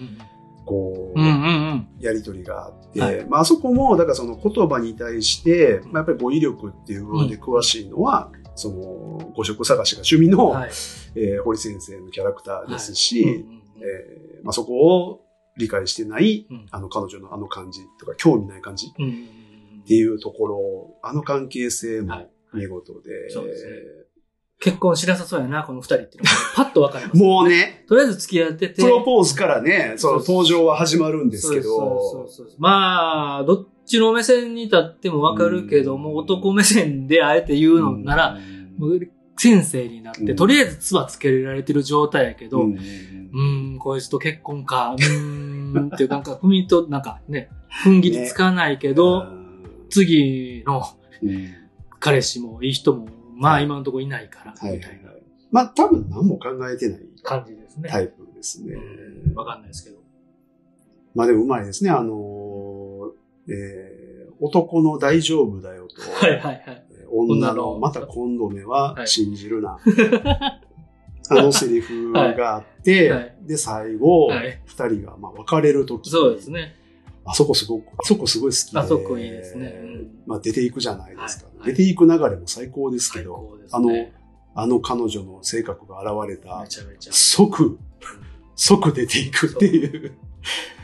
Speaker 2: こう、
Speaker 1: うんうんうんうん。
Speaker 2: やり取りがあって、
Speaker 1: はい
Speaker 2: まああそこもだからその言葉に対して、
Speaker 1: うん
Speaker 2: まあ、やっぱり語彙力っていう部分で詳しいのは、その五色探しが趣味の、
Speaker 1: はい。
Speaker 2: えー堀先生のキャラクターですし、
Speaker 1: うんうんうん
Speaker 2: えーまあ、そこを理解してない、
Speaker 1: うん
Speaker 2: あの彼女のあの感じとか、興味ない感じっ
Speaker 1: うんうん
Speaker 2: ていうところ、あの関係性
Speaker 1: うん。は
Speaker 2: も
Speaker 1: い。
Speaker 2: 見事で、
Speaker 1: そうですね結婚しなさそうやな、この二人っていうのが、パッとわかります。
Speaker 2: もうね、
Speaker 1: とりあえず付き合ってて。
Speaker 2: プロポーズからね、その登場は始まるんです
Speaker 1: そ
Speaker 2: け
Speaker 1: うそう
Speaker 2: ど、
Speaker 1: そうそうまあ、どっちの目線に立ってもわかるけども、
Speaker 2: うん
Speaker 1: 男目線であえて言うのなら、もう先生になって、
Speaker 2: うん
Speaker 1: とりあえず唾つけられてる状態やけど、
Speaker 2: う、
Speaker 1: うんん、こいつと結婚か、うーん、っていうなんか、踏みと、なんかね、踏ん切りつかないけど、次の
Speaker 2: うん
Speaker 1: 彼氏もいい人も、ま
Speaker 2: は
Speaker 1: あ
Speaker 2: い
Speaker 1: 今のとこいないから、
Speaker 2: はいはい
Speaker 1: み
Speaker 2: は
Speaker 1: た
Speaker 2: い
Speaker 1: いな。
Speaker 2: まあ多分何も考えてない
Speaker 1: 感じですね。
Speaker 2: タイプですね。
Speaker 1: うんわかんないですけど。
Speaker 2: まあでもうまいですね。あのーえー男の大丈夫だよと、
Speaker 1: はいはいはい。
Speaker 2: えー女
Speaker 1: 女の
Speaker 2: のまた今度目は
Speaker 1: はい
Speaker 2: 信じる な。あのセリフがあって、
Speaker 1: はいはい
Speaker 2: で、最後、二、
Speaker 1: はい
Speaker 2: 人がまあ別れるとき、
Speaker 1: そうですね。
Speaker 2: あそこすごく、あそこすごい好きで。
Speaker 1: あそこいいですねうん
Speaker 2: まあ出ていくじゃないですか。
Speaker 1: はいはい
Speaker 2: 出ていく流れも最高ですけ
Speaker 1: 最
Speaker 2: ど、
Speaker 1: 高です
Speaker 2: あの
Speaker 1: ね。、
Speaker 2: あの彼女の性格が現れた
Speaker 1: め、ちゃめちゃ。
Speaker 2: 即、即出ていくっていう。
Speaker 1: や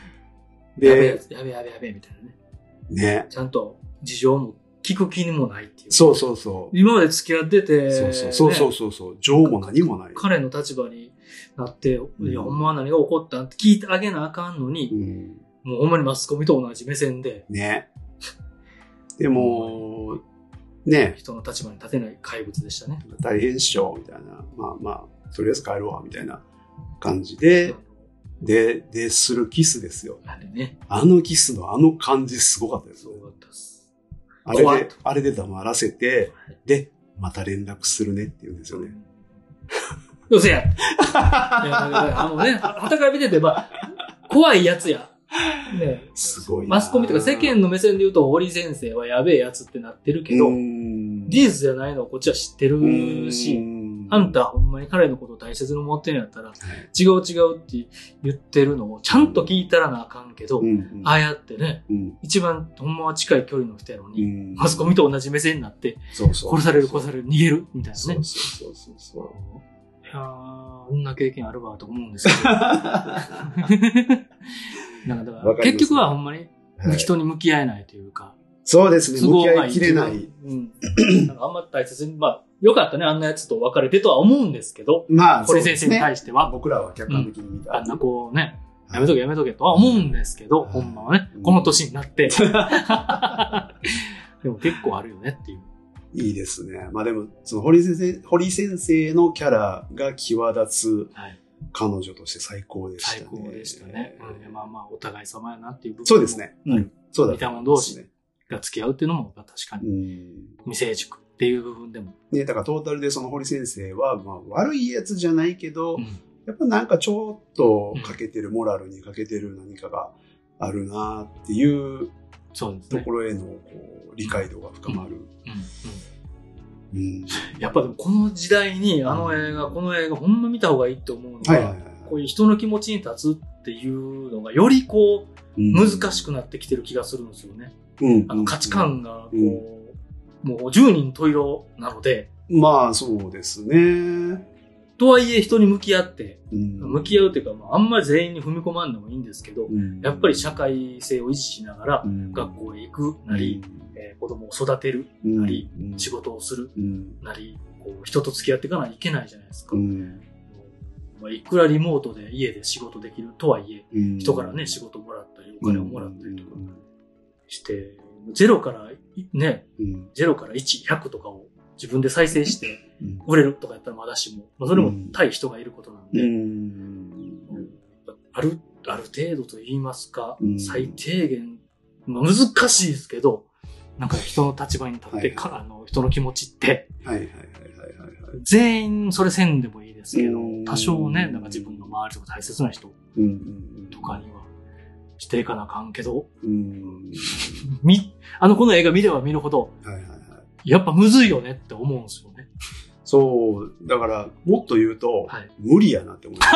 Speaker 1: べえや
Speaker 2: で、
Speaker 1: つ、やべえやべえやべえみたいなね。
Speaker 2: ね。
Speaker 1: ちゃんと事情も聞く気にもないっていう。
Speaker 2: そうそうそう。
Speaker 1: 今まで付き合ってて、
Speaker 2: そうそうそうそう
Speaker 1: ね
Speaker 2: そうそう。情も何もない。
Speaker 1: 彼の立場になって、
Speaker 2: ん
Speaker 1: いや、ほんまは何が起こったんって聞いてあげなあかんの
Speaker 2: う
Speaker 1: に、
Speaker 2: ん、
Speaker 1: もうほんまにマスコミと同じ目線で、
Speaker 2: ね。でも、ね、
Speaker 1: 人の立場に立てない怪物でしたね。
Speaker 2: 大変っしょ、みたいな。まあまあ、とりあえず帰ろうわ、みたいな感じで、で、で、するキスですよ。
Speaker 1: あれね、
Speaker 2: あのキスのあの感じすごかったです
Speaker 1: す
Speaker 2: よ。
Speaker 1: ごかったです。
Speaker 2: あれ
Speaker 1: 怖
Speaker 2: で
Speaker 1: い、
Speaker 2: あれで黙らせて、で、また連絡するねって言うんですよね。
Speaker 1: うせや。いやいやいやあのね、はたから見てて、まあ、怖いやつや。ね、
Speaker 2: すごいな。
Speaker 1: マスコミとか世間の目線で言うと、堀先生はやべえやつってなってるけど、
Speaker 2: うん
Speaker 1: 事実じゃないのをこっちは知ってる
Speaker 2: う
Speaker 1: し、
Speaker 2: ん
Speaker 1: あんたほんまに彼のことを大切に思ってんやったら、
Speaker 2: い
Speaker 1: 違う違うって言ってるのをちゃんと聞いたらなあかんけど、
Speaker 2: うんうん
Speaker 1: ああやってね、
Speaker 2: うん
Speaker 1: 一番ほんまは近い距離の人やの
Speaker 2: う
Speaker 1: に、
Speaker 2: ん
Speaker 1: マスコミと同じ目線になって、
Speaker 2: そうそう
Speaker 1: 殺される殺される、逃げる、みたいな
Speaker 2: そう
Speaker 1: ね。
Speaker 2: そうそうそう。
Speaker 1: いやーこんな経験あるわと思うんですけ ど。なんかだから
Speaker 2: わかります
Speaker 1: 結局はほんまに
Speaker 2: はい
Speaker 1: 人に向き合えないというか、
Speaker 2: そうですね、
Speaker 1: 都合
Speaker 2: 向き
Speaker 1: が
Speaker 2: 合
Speaker 1: い
Speaker 2: い
Speaker 1: い
Speaker 2: きれない。
Speaker 1: うん。なんかあんま大切に、まあ、よかったね、あんなやつと別れてとは思うんですけど、
Speaker 2: まあ、
Speaker 1: 堀先生に
Speaker 2: そうで
Speaker 1: 対して
Speaker 2: すね
Speaker 1: は、
Speaker 2: 僕らは客観的に見た。
Speaker 1: あんなこうね、やめとけやめとけとは思うんですけど、
Speaker 2: はい
Speaker 1: ほんまはね
Speaker 2: うん、
Speaker 1: この年になって。 でも結構あるよねっていう。
Speaker 2: いいですね。まあでも、その堀先生、堀先生のキャラが際立つ
Speaker 1: はい
Speaker 2: 彼女として最高でした
Speaker 1: 最
Speaker 2: ね。
Speaker 1: 高でしたね。うんまあまあ、お互い様やなっていう部分。
Speaker 2: そうです。ね。
Speaker 1: うん
Speaker 2: はいそうだ
Speaker 1: 見た者同士
Speaker 2: ね。
Speaker 1: が付き合うっていうのも確か
Speaker 2: う
Speaker 1: に
Speaker 2: ん。
Speaker 1: 未成熟っていう部分でも。
Speaker 2: ね、だからトータルでその堀先生は、まあ悪いやつじゃないけど、
Speaker 1: うん
Speaker 2: やっぱなんかちょっと欠けてる、モラルに欠けてる何かがあるなっていう
Speaker 1: そうです
Speaker 2: と
Speaker 1: ね
Speaker 2: こ。ろへのこう理解度が深まる。
Speaker 1: うん
Speaker 2: うん。
Speaker 1: うんやっぱでもこの時代にあの映画、この映画ほんま見た方がいいと思うの
Speaker 2: はいはいは
Speaker 1: が、
Speaker 2: い。
Speaker 1: こういう人の気持ちに立つっていうのがよりこう難し
Speaker 2: く、
Speaker 1: くなってきてる気がするんですよね。
Speaker 2: うん
Speaker 1: あの価値観がこう、
Speaker 2: うん
Speaker 1: もう10人十色なので、
Speaker 2: まあそうですね。
Speaker 1: とはいえ人に向き合って、向
Speaker 2: 向
Speaker 1: き
Speaker 2: 合
Speaker 1: 合うというか、まあ、あんまり全員に踏み込まんでもいいんですけど、
Speaker 2: うん
Speaker 1: やっぱり社会性を維持しながら、学校へ行くなり、、えー子供を育てるなり、仕
Speaker 2: 事、
Speaker 1: 事をする
Speaker 2: うん
Speaker 1: なり、こう人と付き合っていかないといけないじゃないですか。
Speaker 2: うん
Speaker 1: まあ、いくらリモートで家で仕事できるとはいえ、
Speaker 2: うん
Speaker 1: 人からね、仕事もらったり、お金をもらったりとか
Speaker 2: うん
Speaker 1: して、ゼロからい、ね、
Speaker 2: うん
Speaker 1: ゼロから1、100とかを自分で再生して、
Speaker 2: うん
Speaker 1: 売れるとかやったらまだしも、まあ、それも対人がいることなんで、
Speaker 2: うん
Speaker 1: ある、ある程度と言いますか、
Speaker 2: うん
Speaker 1: 最低限、まあ、難しいですけど、なんか人の立場に立ってか、あの、人の気持ちって、
Speaker 2: はいはいはいはいはいはい。
Speaker 1: 全員それせんでもいいですけど
Speaker 2: うん、
Speaker 1: 多少ね、なんか自分の周りとか大切な人
Speaker 2: うんうんうん
Speaker 1: とかにはしていかなあかんけど、
Speaker 2: うん
Speaker 1: み、あの、この映画見れば見るほど、
Speaker 2: はいはいはい。
Speaker 1: やっぱむずいよねって思うんですよね。
Speaker 2: そう、だから、もっと言うと、
Speaker 1: はい。
Speaker 2: 無理やなって思います。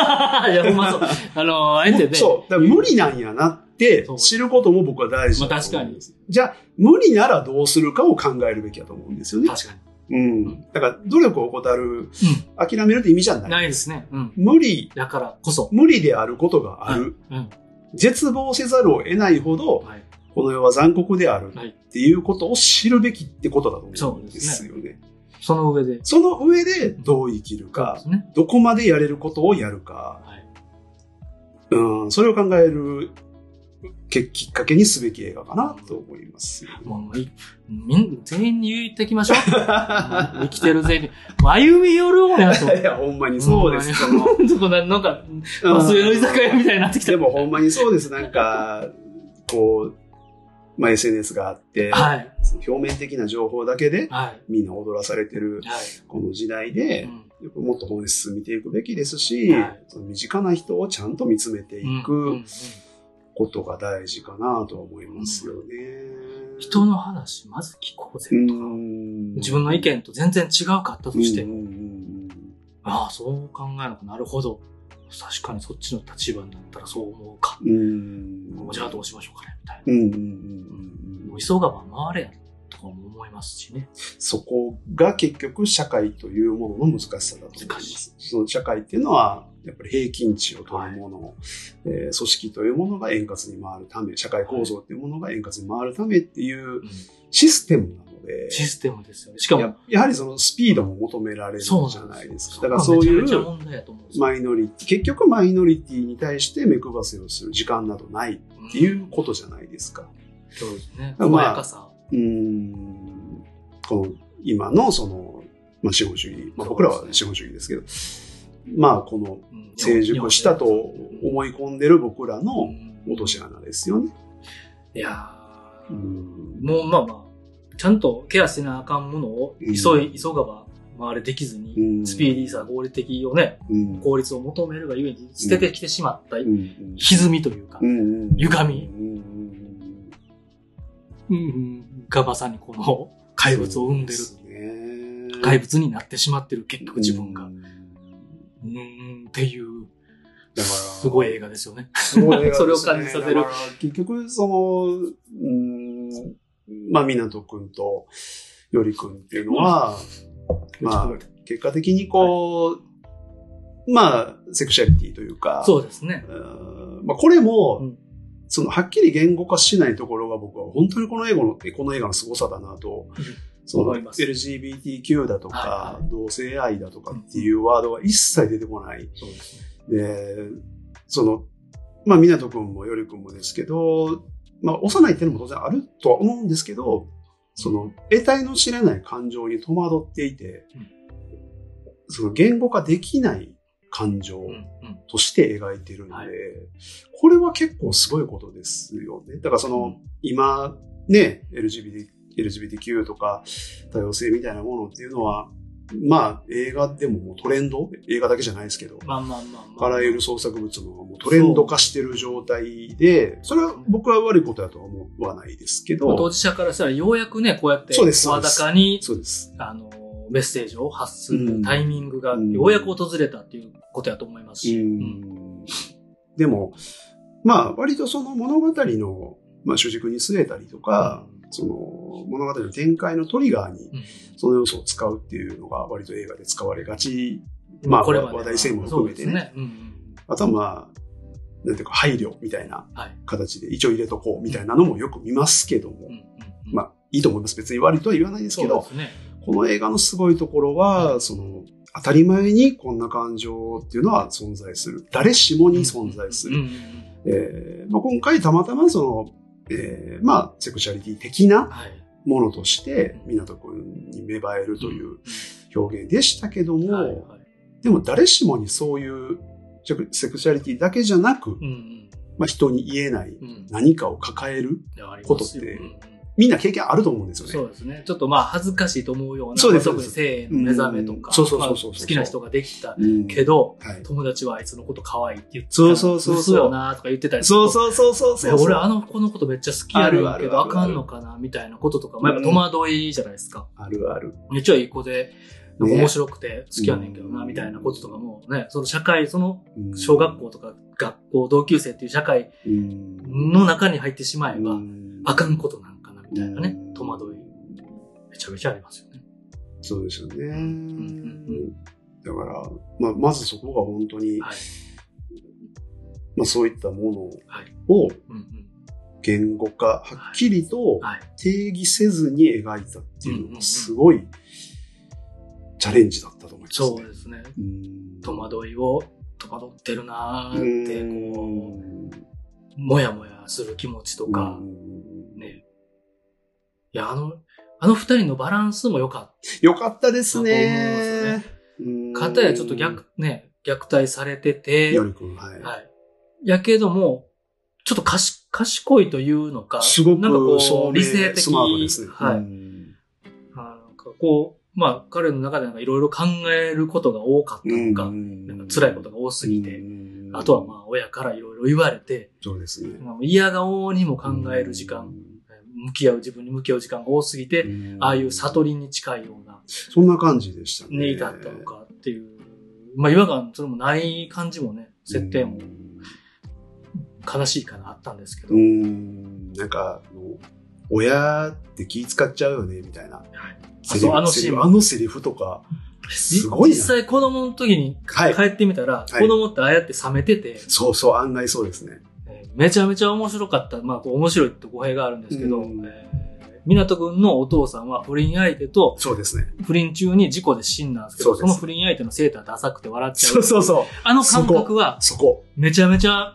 Speaker 1: いや、うまそう。あの、あえてね、
Speaker 2: そう、だから無理なんやなって
Speaker 1: そう
Speaker 2: 知ることも僕は大事だと
Speaker 1: まあ確か
Speaker 2: 思うん
Speaker 1: に
Speaker 2: です。じゃあ、無理ならどうするかを考えるべきだと思うんですよね。
Speaker 1: 確か
Speaker 2: うん。だから、努力を怠る、諦めるって意味じゃ
Speaker 1: に。
Speaker 2: ない。
Speaker 1: ないですね。うん。
Speaker 2: 無理、
Speaker 1: だからこそ。
Speaker 2: 無理であることがある。
Speaker 1: うん。
Speaker 2: 絶望せざるを得ないほど、
Speaker 1: はい。
Speaker 2: この世は残酷である
Speaker 1: はい
Speaker 2: っていうことを知るべきってことだと思
Speaker 1: そううんで
Speaker 2: です
Speaker 1: す
Speaker 2: よね。
Speaker 1: その上で。
Speaker 2: その上でどう生きる
Speaker 1: そうで
Speaker 2: か、
Speaker 1: すね。
Speaker 2: どこまでやれることをやるか、
Speaker 1: はい。
Speaker 2: うん、それを考えるけきっかけにすべき映画かなと思い ます。
Speaker 1: もう、いみん、全員に言ってきましょう。 もう生きてる全員。もう歩み寄るもんやと。
Speaker 2: いや、ほんまに そうです。その
Speaker 1: ちょっとななんか、忘れの居酒屋みたいになってきた。
Speaker 2: でもほんまにそうです。なんか、こう、まあ、SNS があって、
Speaker 1: はい。
Speaker 2: その表面的な情報だけで
Speaker 1: は
Speaker 2: みんな踊らされてる
Speaker 1: い。は
Speaker 2: この時代
Speaker 1: い。う
Speaker 2: で、
Speaker 1: ん
Speaker 2: もっと本質見ていくべきですし、
Speaker 1: はい
Speaker 2: その身近な人をちゃんと見つめてい
Speaker 1: うんうんう
Speaker 2: く
Speaker 1: ん
Speaker 2: ことが大事かなとは思いますよね。
Speaker 1: 人の話、まず聞こうぜ
Speaker 2: う
Speaker 1: とか。
Speaker 2: ん
Speaker 1: 自分の意見と全然違うかったとして、
Speaker 2: うんうんうんうん
Speaker 1: ああ、そう考えるのか、なるほど。確かにそっちの立場になったらそう思うか。
Speaker 2: うん
Speaker 1: じゃあどうしましょうかね、みたいな。
Speaker 2: うんうんうんうん
Speaker 1: も
Speaker 2: う
Speaker 1: うん急がば回れや、とかも思いますしね。
Speaker 2: そこが結局社会というものの難しさだと思いま
Speaker 1: 難し
Speaker 2: す。その社会っていうのは、やっぱり平均値を取るもの、えー組織というものが円滑に回るため、社会構造っていうものが円滑に回るためっていう
Speaker 1: うん
Speaker 2: システムなので、
Speaker 1: システムですよね。しかも、
Speaker 2: ややはりそのスピードも求められるじ
Speaker 1: そう
Speaker 2: ゃ
Speaker 1: な
Speaker 2: なんい
Speaker 1: で
Speaker 2: ですす
Speaker 1: よ
Speaker 2: か。だからそうい
Speaker 1: めちゃめちゃ
Speaker 2: う
Speaker 1: 問題やと思うんですよ。
Speaker 2: マイノリティ、結局マイノリティに対して目配せをする時間などない
Speaker 1: うん
Speaker 2: っていうことじゃないですか。
Speaker 1: そうですね。
Speaker 2: まあ
Speaker 1: 細やかさ。
Speaker 2: うーんこの今のその、まあ、資本主義、まあ、僕らは資本主義ですけど、まあこの
Speaker 1: うん
Speaker 2: 成熟したと
Speaker 1: うん
Speaker 2: 思い込んでる僕らの落とし
Speaker 1: い
Speaker 2: 穴ですよね。
Speaker 1: やー
Speaker 2: うん
Speaker 1: もうまあまあ、ちゃんとケアせなあかんものを急い、急がば回れできずに、
Speaker 2: うん
Speaker 1: スピーディーさ、合理的をね、
Speaker 2: うん
Speaker 1: 効率を求めるがゆえに捨ててきてしまった
Speaker 2: うんうん
Speaker 1: 歪みというか
Speaker 2: う、んうん
Speaker 1: 歪み
Speaker 2: うんうん
Speaker 1: うんがまさにこの怪物を生んでる。
Speaker 2: そうですね
Speaker 1: 怪物になってしまってる、結局自分が。
Speaker 2: う
Speaker 1: うんーん、っていう、
Speaker 2: だから
Speaker 1: すごい映画ですよね。
Speaker 2: すごい映画で すね
Speaker 1: それを感じさせる
Speaker 2: だから結局、その、うーん、まあ、湊くんと、よりくんっていうのは、まあ、結果的にこう、まあ、セクシャリティというか、
Speaker 1: そうですね。
Speaker 2: うーんまあ、これも、
Speaker 1: うん
Speaker 2: その、はっきり言語化しないところが僕は本当にこの映画の、この映画の凄さだなと、
Speaker 1: うん
Speaker 2: その
Speaker 1: 思います
Speaker 2: LGBTQ だとか、
Speaker 1: はいは
Speaker 2: 同性愛だとかっていうワードは一切出てこない。
Speaker 1: そうですね。
Speaker 2: で、その、まあ、湊くんもよりくんもですけど、まあ、幼いっていうのも当然あるとは思うんですけど、その、得体の知れない感情に戸惑っていて
Speaker 1: うん、
Speaker 2: その言語化できない感情
Speaker 1: うん、うん。
Speaker 2: として描いてるんで、
Speaker 1: はい
Speaker 2: これは結構すごいことですよね。だからその、
Speaker 1: うん
Speaker 2: 今、ね、LGBT、LGBTQ とか多様性みたいなものっていうのは、まあ、映画でももうトレンド映画だけじゃないですけど、
Speaker 1: まあまあまあまあ。
Speaker 2: あらゆる創作物のもうトレンド化してる状態で、それは僕は悪いことだとは思わないですけ
Speaker 1: まあ当
Speaker 2: ど、
Speaker 1: 事者からしたらようやくね、こうやって、
Speaker 2: そうですそ
Speaker 1: 声
Speaker 2: うです
Speaker 1: 高に、
Speaker 2: そうです。
Speaker 1: あの、メッセージを発するタイミングが、
Speaker 2: うん
Speaker 1: ようやく訪れたっていうことやと思いますし。うん
Speaker 2: うんでも、まあ、割とその物語の、まあ、主軸に据えたりとか、その物語の展開のトリガーに
Speaker 1: うん
Speaker 2: その要素を使うっていうのが割と映画で使われがち。まあ、
Speaker 1: これまでは
Speaker 2: 話題性も含めて
Speaker 1: そ
Speaker 2: ね。
Speaker 1: うですね。うんうん
Speaker 2: あとはまあ、なんていうか配慮みたいな
Speaker 1: はい
Speaker 2: 形で一応入れとこうみたいなのもよく見ますけども、
Speaker 1: うんうんうん
Speaker 2: まあ、いいと思います。別に悪いとは言わないです
Speaker 1: そ
Speaker 2: け
Speaker 1: うで
Speaker 2: ど、
Speaker 1: すね。
Speaker 2: この映画のすごいところは、その、当たり前にこんな感情っていうのは存在する。誰しもに存在す
Speaker 1: うん
Speaker 2: る。
Speaker 1: うんうん
Speaker 2: えーまあ、今回たまたまその、えーまあ、セクシャリティ的な
Speaker 1: はい。
Speaker 2: ものとして、港くんに芽生えるという表現でしたけども、
Speaker 1: はいはい
Speaker 2: でも誰しもにそういうセクシャリティだけじゃなく、
Speaker 1: うん
Speaker 2: まあ、人に言えない
Speaker 1: うんうん
Speaker 2: 何かを抱える、
Speaker 1: いやあり
Speaker 2: こ
Speaker 1: ま
Speaker 2: とっ
Speaker 1: す
Speaker 2: て
Speaker 1: ようんうん
Speaker 2: みんな経験あると思うんですよね。
Speaker 1: そうですね。ちょっとまあ恥ずかしいと思うような、
Speaker 2: そうです
Speaker 1: 特に性への目覚めとか、
Speaker 2: うんそうそうそうそう
Speaker 1: まあ好きな人ができた
Speaker 2: うん
Speaker 1: けど、
Speaker 2: はい、
Speaker 1: 友達はあいつのこと可愛いって言ってた
Speaker 2: そうそうそうそう
Speaker 1: 嘘よなとか言ってたり
Speaker 2: そう
Speaker 1: う
Speaker 2: そうそうそうそう。
Speaker 1: 俺あの子のことめっちゃ好きやねん
Speaker 2: あるあ
Speaker 1: け
Speaker 2: る
Speaker 1: ど
Speaker 2: あ
Speaker 1: あ
Speaker 2: る
Speaker 1: かんのかなみたいなこととか、まあ、やっぱ戸惑いじゃないですか。
Speaker 2: あるある。
Speaker 1: めっちゃいい子で、なんか
Speaker 2: ね
Speaker 1: 面白くて好きやねんけどな、
Speaker 2: うん
Speaker 1: みたいなこととかもね、その社会、その
Speaker 2: うん
Speaker 1: 小学校とか学校、同級生っていう社会
Speaker 2: うん
Speaker 1: の中に入ってしまえ
Speaker 2: う
Speaker 1: ば、
Speaker 2: ん
Speaker 1: あかんことなんかな、みたいなね
Speaker 2: うん、
Speaker 1: 戸惑い、めちゃめちゃありますよね。
Speaker 2: そうですよね。
Speaker 1: ん
Speaker 2: だから、まあ、まずそこが本当に、
Speaker 1: はい
Speaker 2: まあ、そういったも
Speaker 1: はい
Speaker 2: の
Speaker 1: う
Speaker 2: を
Speaker 1: んうん
Speaker 2: 言語化、はっきりと
Speaker 1: はい
Speaker 2: 定義せずに描いたっていうのがすごいチャレンジだったと思います、ね。
Speaker 1: そうですね。
Speaker 2: うん
Speaker 1: 戸惑いを、戸惑ってるなーって、こ
Speaker 2: うん
Speaker 1: う、もやもやする気持ちとか
Speaker 2: う、ん
Speaker 1: ね。いや、あの、あの二人のバランスも良かっ
Speaker 2: よかったです
Speaker 1: だ
Speaker 2: ね。
Speaker 1: た。かたやちょっと
Speaker 2: 逆
Speaker 1: 逆、ね、虐待されてて、
Speaker 2: よりくん、はい。
Speaker 1: はい。やけども、ちょっとかし賢いというのか、
Speaker 2: すごく
Speaker 1: なんかこ
Speaker 2: 聡
Speaker 1: う、
Speaker 2: 明
Speaker 1: 理性的
Speaker 2: スマートですね。
Speaker 1: はい。
Speaker 2: うん
Speaker 1: あなんかこう、まあ、彼の中でなんかいろいろ考えることが多かったのか、なんか辛いことが多すぎて、
Speaker 2: うん
Speaker 1: あとはまあ、親からいろいろ言われて、
Speaker 2: そうですね。
Speaker 1: なんか嫌顔にも考える時間、向き合う、自分に向き合う時間が多すぎて、
Speaker 2: うん、
Speaker 1: ああいう悟りに近いような、
Speaker 2: そんな感じでしたね。
Speaker 1: ね、至ったのかっていう、まあ、違和感、それもない感じもね、設定も悲しいかな、あったんですけど、
Speaker 2: うん。うん。なんか、あの親って気使っちゃうよね、みたいな。
Speaker 1: はい
Speaker 2: セリフ
Speaker 1: あのシーン
Speaker 2: セリフあのセリフとか。すごいな
Speaker 1: 実際子供の時に
Speaker 2: はい。
Speaker 1: 帰ってみたら、
Speaker 2: はい
Speaker 1: 子供ってああやって冷めてて、
Speaker 2: そうそう、案外そうですね。
Speaker 1: えーめちゃめちゃ面白かった、まあ、こう面白いって語弊があるんですけど、
Speaker 2: うん
Speaker 1: えー港くんのお父さんは不倫相手と
Speaker 2: そうですね。
Speaker 1: 不倫中に事故で死んだんですけど、
Speaker 2: そう
Speaker 1: そ
Speaker 2: です
Speaker 1: の不倫相手のセーターダサくて笑っちゃう。
Speaker 2: そうそうそう。
Speaker 1: あの感覚は
Speaker 2: そこ。
Speaker 1: めちゃめちゃ、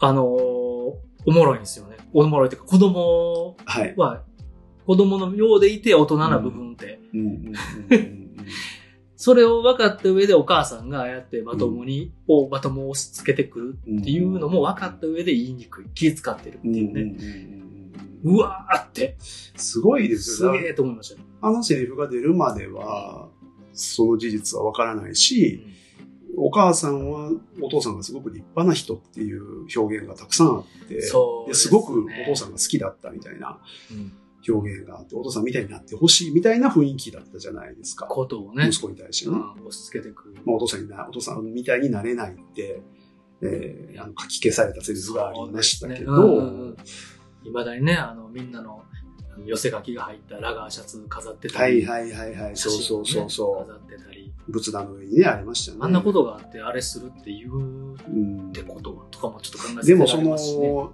Speaker 1: あのーおもろいんですよね。おもろいっていうか子供
Speaker 2: はい。
Speaker 1: は、子供のようでいて大人な部分って、
Speaker 2: うんうんうんうん
Speaker 1: それを分かった上でお母さんがああやってまともに、をまともを押し付けてくる
Speaker 2: うん
Speaker 1: っていうのも分かった上で言いにくい。気遣ってるっていうね。
Speaker 2: うん
Speaker 1: うわーって、
Speaker 2: すごいです
Speaker 1: す
Speaker 2: よ
Speaker 1: げ
Speaker 2: ね。
Speaker 1: えと思いましたね。
Speaker 2: あのセリフが出るまでは、その事実はわからないし、お母さんは、お父さんがすごく立派な人っていう表現がたくさんあって、
Speaker 1: そう
Speaker 2: で
Speaker 1: ですす
Speaker 2: ごくお父さ
Speaker 1: ん。
Speaker 2: んが好きだったみたいな
Speaker 1: うん
Speaker 2: 表現があって、お父さんみたいになってほしいみたいな雰囲気だったじゃないですか。
Speaker 1: ことをね、
Speaker 2: 息子に対して
Speaker 1: う
Speaker 2: ね。
Speaker 1: ん押し付けてくる。
Speaker 2: まあ、お父さんにな、お父さんみたいになれないって、えーあの書き消されたセリフがありました
Speaker 1: そ
Speaker 2: け
Speaker 1: うですねうんうんう
Speaker 2: ど
Speaker 1: ん、いまだにね、あの、みんなのあの寄せ書きが入ったラガーシャツ飾ってた
Speaker 2: は
Speaker 1: り。
Speaker 2: いはいはいはい、
Speaker 1: 写
Speaker 2: そう
Speaker 1: 真
Speaker 2: そ
Speaker 1: をね
Speaker 2: うそうそう
Speaker 1: 飾。ってたり。
Speaker 2: 仏壇の上にね、ありましたね。
Speaker 1: あんなことがあって、あれするって言うっ
Speaker 2: うん
Speaker 1: てこととかもちょっと考えさせ
Speaker 2: で
Speaker 1: ら
Speaker 2: もそ
Speaker 1: れ
Speaker 2: の
Speaker 1: ますしね。、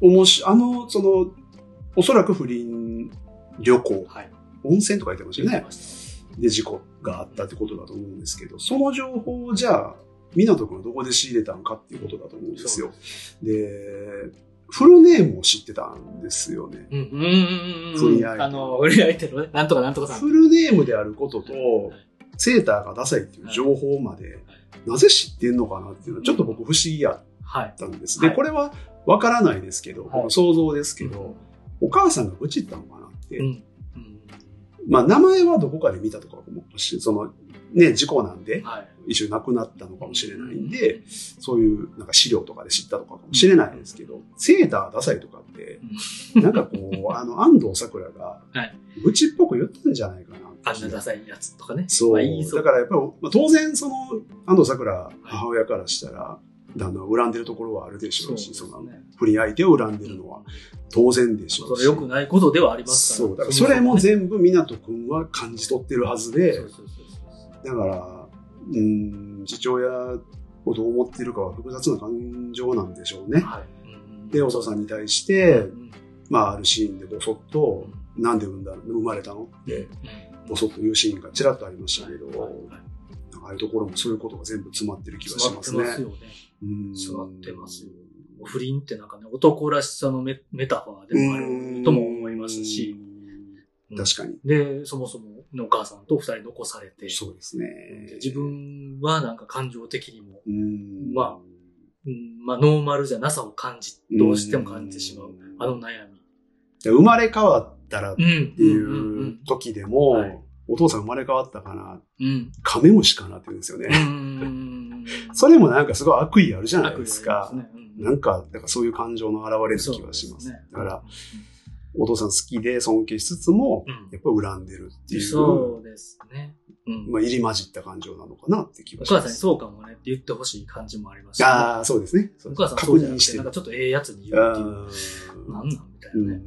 Speaker 2: おもし、あの、その、おそらく不倫旅行、
Speaker 1: はい。
Speaker 2: 温泉とか言ってましたよ
Speaker 1: 言って
Speaker 2: ね。
Speaker 1: ました
Speaker 2: で、事故があったってことだと思うんですけど、その情報をじゃあ、港君はどこで仕入れたのかっていうことだと思うんですよ。で、フルネームを知ってたんですよね。
Speaker 1: うんうんうんうん。
Speaker 2: 不倫相手
Speaker 1: あの、売り相手のね、なんとかなんとかさん。
Speaker 2: フルネームであることと、
Speaker 1: はい
Speaker 2: セーターがダサいっていう情報まで、なぜ知ってんのかなっていうのは、ちょっと僕不思議や
Speaker 1: はい
Speaker 2: っ。たんです。で、
Speaker 1: はい
Speaker 2: これはわからないですけど、
Speaker 1: はい
Speaker 2: 僕想像ですけど、お母さんが愚痴ったのかなって、
Speaker 1: うん。うん。
Speaker 2: まあ名前はどこかで見たとかもし、その、ね、事故なんで、
Speaker 1: はい。
Speaker 2: 一緒に亡くなったのかもしれないんで、、そういうなんか資料とかで知ったとかかもしれないですけど、セーターダサいとかって、なんかこう、あの、 安藤桜が
Speaker 1: はい、
Speaker 2: 愚痴っぽく言ったんじゃないかなって。
Speaker 1: あんなダサいやつとかね。
Speaker 2: そう。
Speaker 1: まあ、いいぞ
Speaker 2: だからやっぱり、まあ、当然、その、安藤桜、母親からしたら、旦那を恨んでるところはあるでしょうし、その、
Speaker 1: ね。
Speaker 2: 不倫相手を恨んでるのは当然でしょ
Speaker 1: そうれ
Speaker 2: し。
Speaker 1: 良くないことではありますから。
Speaker 2: そう。だからそれも
Speaker 1: ね
Speaker 2: 全部湊くんは感じ取ってるはずで
Speaker 1: そう、そうそうそう
Speaker 2: だから、うん、父親をどう思ってるかは複雑な感情なんでしょうね。
Speaker 1: はいうん
Speaker 2: で、お父さんに対し
Speaker 1: う
Speaker 2: て、
Speaker 1: ん
Speaker 2: まあ、あるシーンでボソッと、なんで産んだの生まれたのって、ボソッと言うシーンがちらっとありましたけど、
Speaker 1: はいはいはい
Speaker 2: なんかああいうところもそういうことが全部詰まってる気がし
Speaker 1: 詰ま
Speaker 2: ま
Speaker 1: って
Speaker 2: すね。
Speaker 1: ますよね。
Speaker 2: うん
Speaker 1: 詰まってますよ不倫ってなんかね、男らしさのメメタファーでもあ
Speaker 2: うん
Speaker 1: るとも思いますし、。うん
Speaker 2: 確かに。
Speaker 1: で、そもそものお母さんと二人残されて、
Speaker 2: そうですね
Speaker 1: で。自分はなんか感情的にも、
Speaker 2: うん、
Speaker 1: まうんまあノーマルじゃなさを感じ、どうしても感じてしまう。あの悩み。
Speaker 2: で生まれ変わったらっ
Speaker 1: うん。
Speaker 2: ていう時で
Speaker 1: うんう
Speaker 2: も、
Speaker 1: んうんはい
Speaker 2: お父さん生まれ変わったかな、
Speaker 1: うん。
Speaker 2: カメムシかなって言うんですよ
Speaker 1: う
Speaker 2: ね。
Speaker 1: ん。
Speaker 2: それもなんかすごい悪意あるじゃないです
Speaker 1: 悪意
Speaker 2: か。
Speaker 1: ありますねうん
Speaker 2: なんか、だからそういう感情の表れる気がします。だから、、お父さん好きで尊敬しつつも、
Speaker 1: うん
Speaker 2: やっぱり恨んでるっていう、
Speaker 1: そうですね。うん。
Speaker 2: まあ、入り混じった感情なのかなって気
Speaker 1: お
Speaker 2: がし
Speaker 1: 母
Speaker 2: ま
Speaker 1: さんに
Speaker 2: す。
Speaker 1: そうかもねって言ってほしい感じもありますし、
Speaker 2: ああ、そうですね。
Speaker 1: お母さん
Speaker 2: 確
Speaker 1: そうじゃな
Speaker 2: 認
Speaker 1: く、
Speaker 2: してて
Speaker 1: なん
Speaker 2: る
Speaker 1: か。ちょっとええやつに言うっていう。なんなんみたいなね。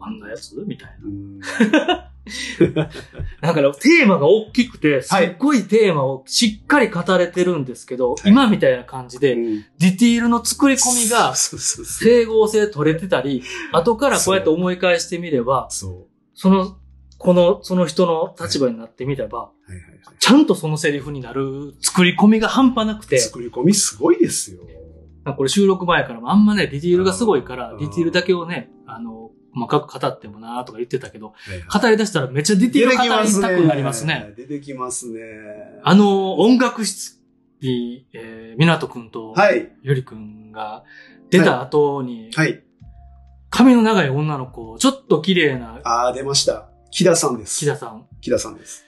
Speaker 1: あんなやつみたいな。
Speaker 2: うん
Speaker 1: あんなやつだからテーマが大きくて、すっごいテーマをしっかり語れてるんですけど、
Speaker 2: い
Speaker 1: 今みたいな感じで、
Speaker 2: うん
Speaker 1: ディティールの作り込みが
Speaker 2: そうそうそう
Speaker 1: 整合性取れてたり、後からこうやって思い返してみれば、
Speaker 2: そう。
Speaker 1: その、この、その人の立場になってみれば、
Speaker 2: はいはいは
Speaker 1: ちゃんとそのセリフになる作り込みが半端なくて
Speaker 2: い。、作り込みすごいですよ。
Speaker 1: なんかこれ収録前からもあんまね、ディティールがすごいから
Speaker 2: う、ん
Speaker 1: ディティールだけをね、あの、細かく語ってもなーとか言ってたけど、
Speaker 2: はいはい
Speaker 1: 語り出したらめっちゃディティール語りたくなりますね。。
Speaker 2: 出てきますね。
Speaker 1: あの、音楽室に、えー、港くんと、
Speaker 2: はい。
Speaker 1: ゆりくんが出た後に、
Speaker 2: はい。
Speaker 1: 髪の長い女の子、ちょっと綺麗な
Speaker 2: ああ、出ました。木田さんです。
Speaker 1: 木田さん、
Speaker 2: 木田さんです。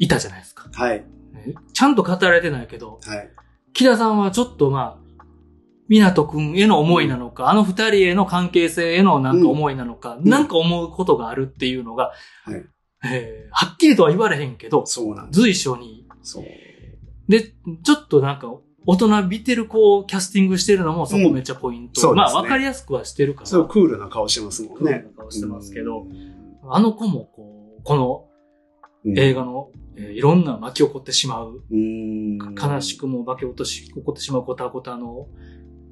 Speaker 1: いたじゃないですか。
Speaker 2: はい。
Speaker 1: ねちゃんと語られてないけど、
Speaker 2: はい。
Speaker 1: 木田さんはちょっとまあ、港くんへの思いなのか、あの二人への関係性へのなんか思いなのか、
Speaker 2: ん
Speaker 1: なんか思うことがあるっていうのが、
Speaker 2: はい
Speaker 1: えーはっきりとは言われへんけど、
Speaker 2: そうなんです。
Speaker 1: 随所に。
Speaker 2: そう。
Speaker 1: で、ちょっとなんか、大人びてる子をキャスティングしてるのもそこめっちゃポイント。
Speaker 2: うんそうで
Speaker 1: ますあ
Speaker 2: ね
Speaker 1: わかりやすくはしてるから、
Speaker 2: そう、クールな顔してますもんね。
Speaker 1: クールな顔してますけど
Speaker 2: うん、
Speaker 1: あの子もこう、この映画の、えーいろんな巻き起こってしまう、
Speaker 2: うん。
Speaker 1: 悲しくも化け落とし、起こってしまうコタコタの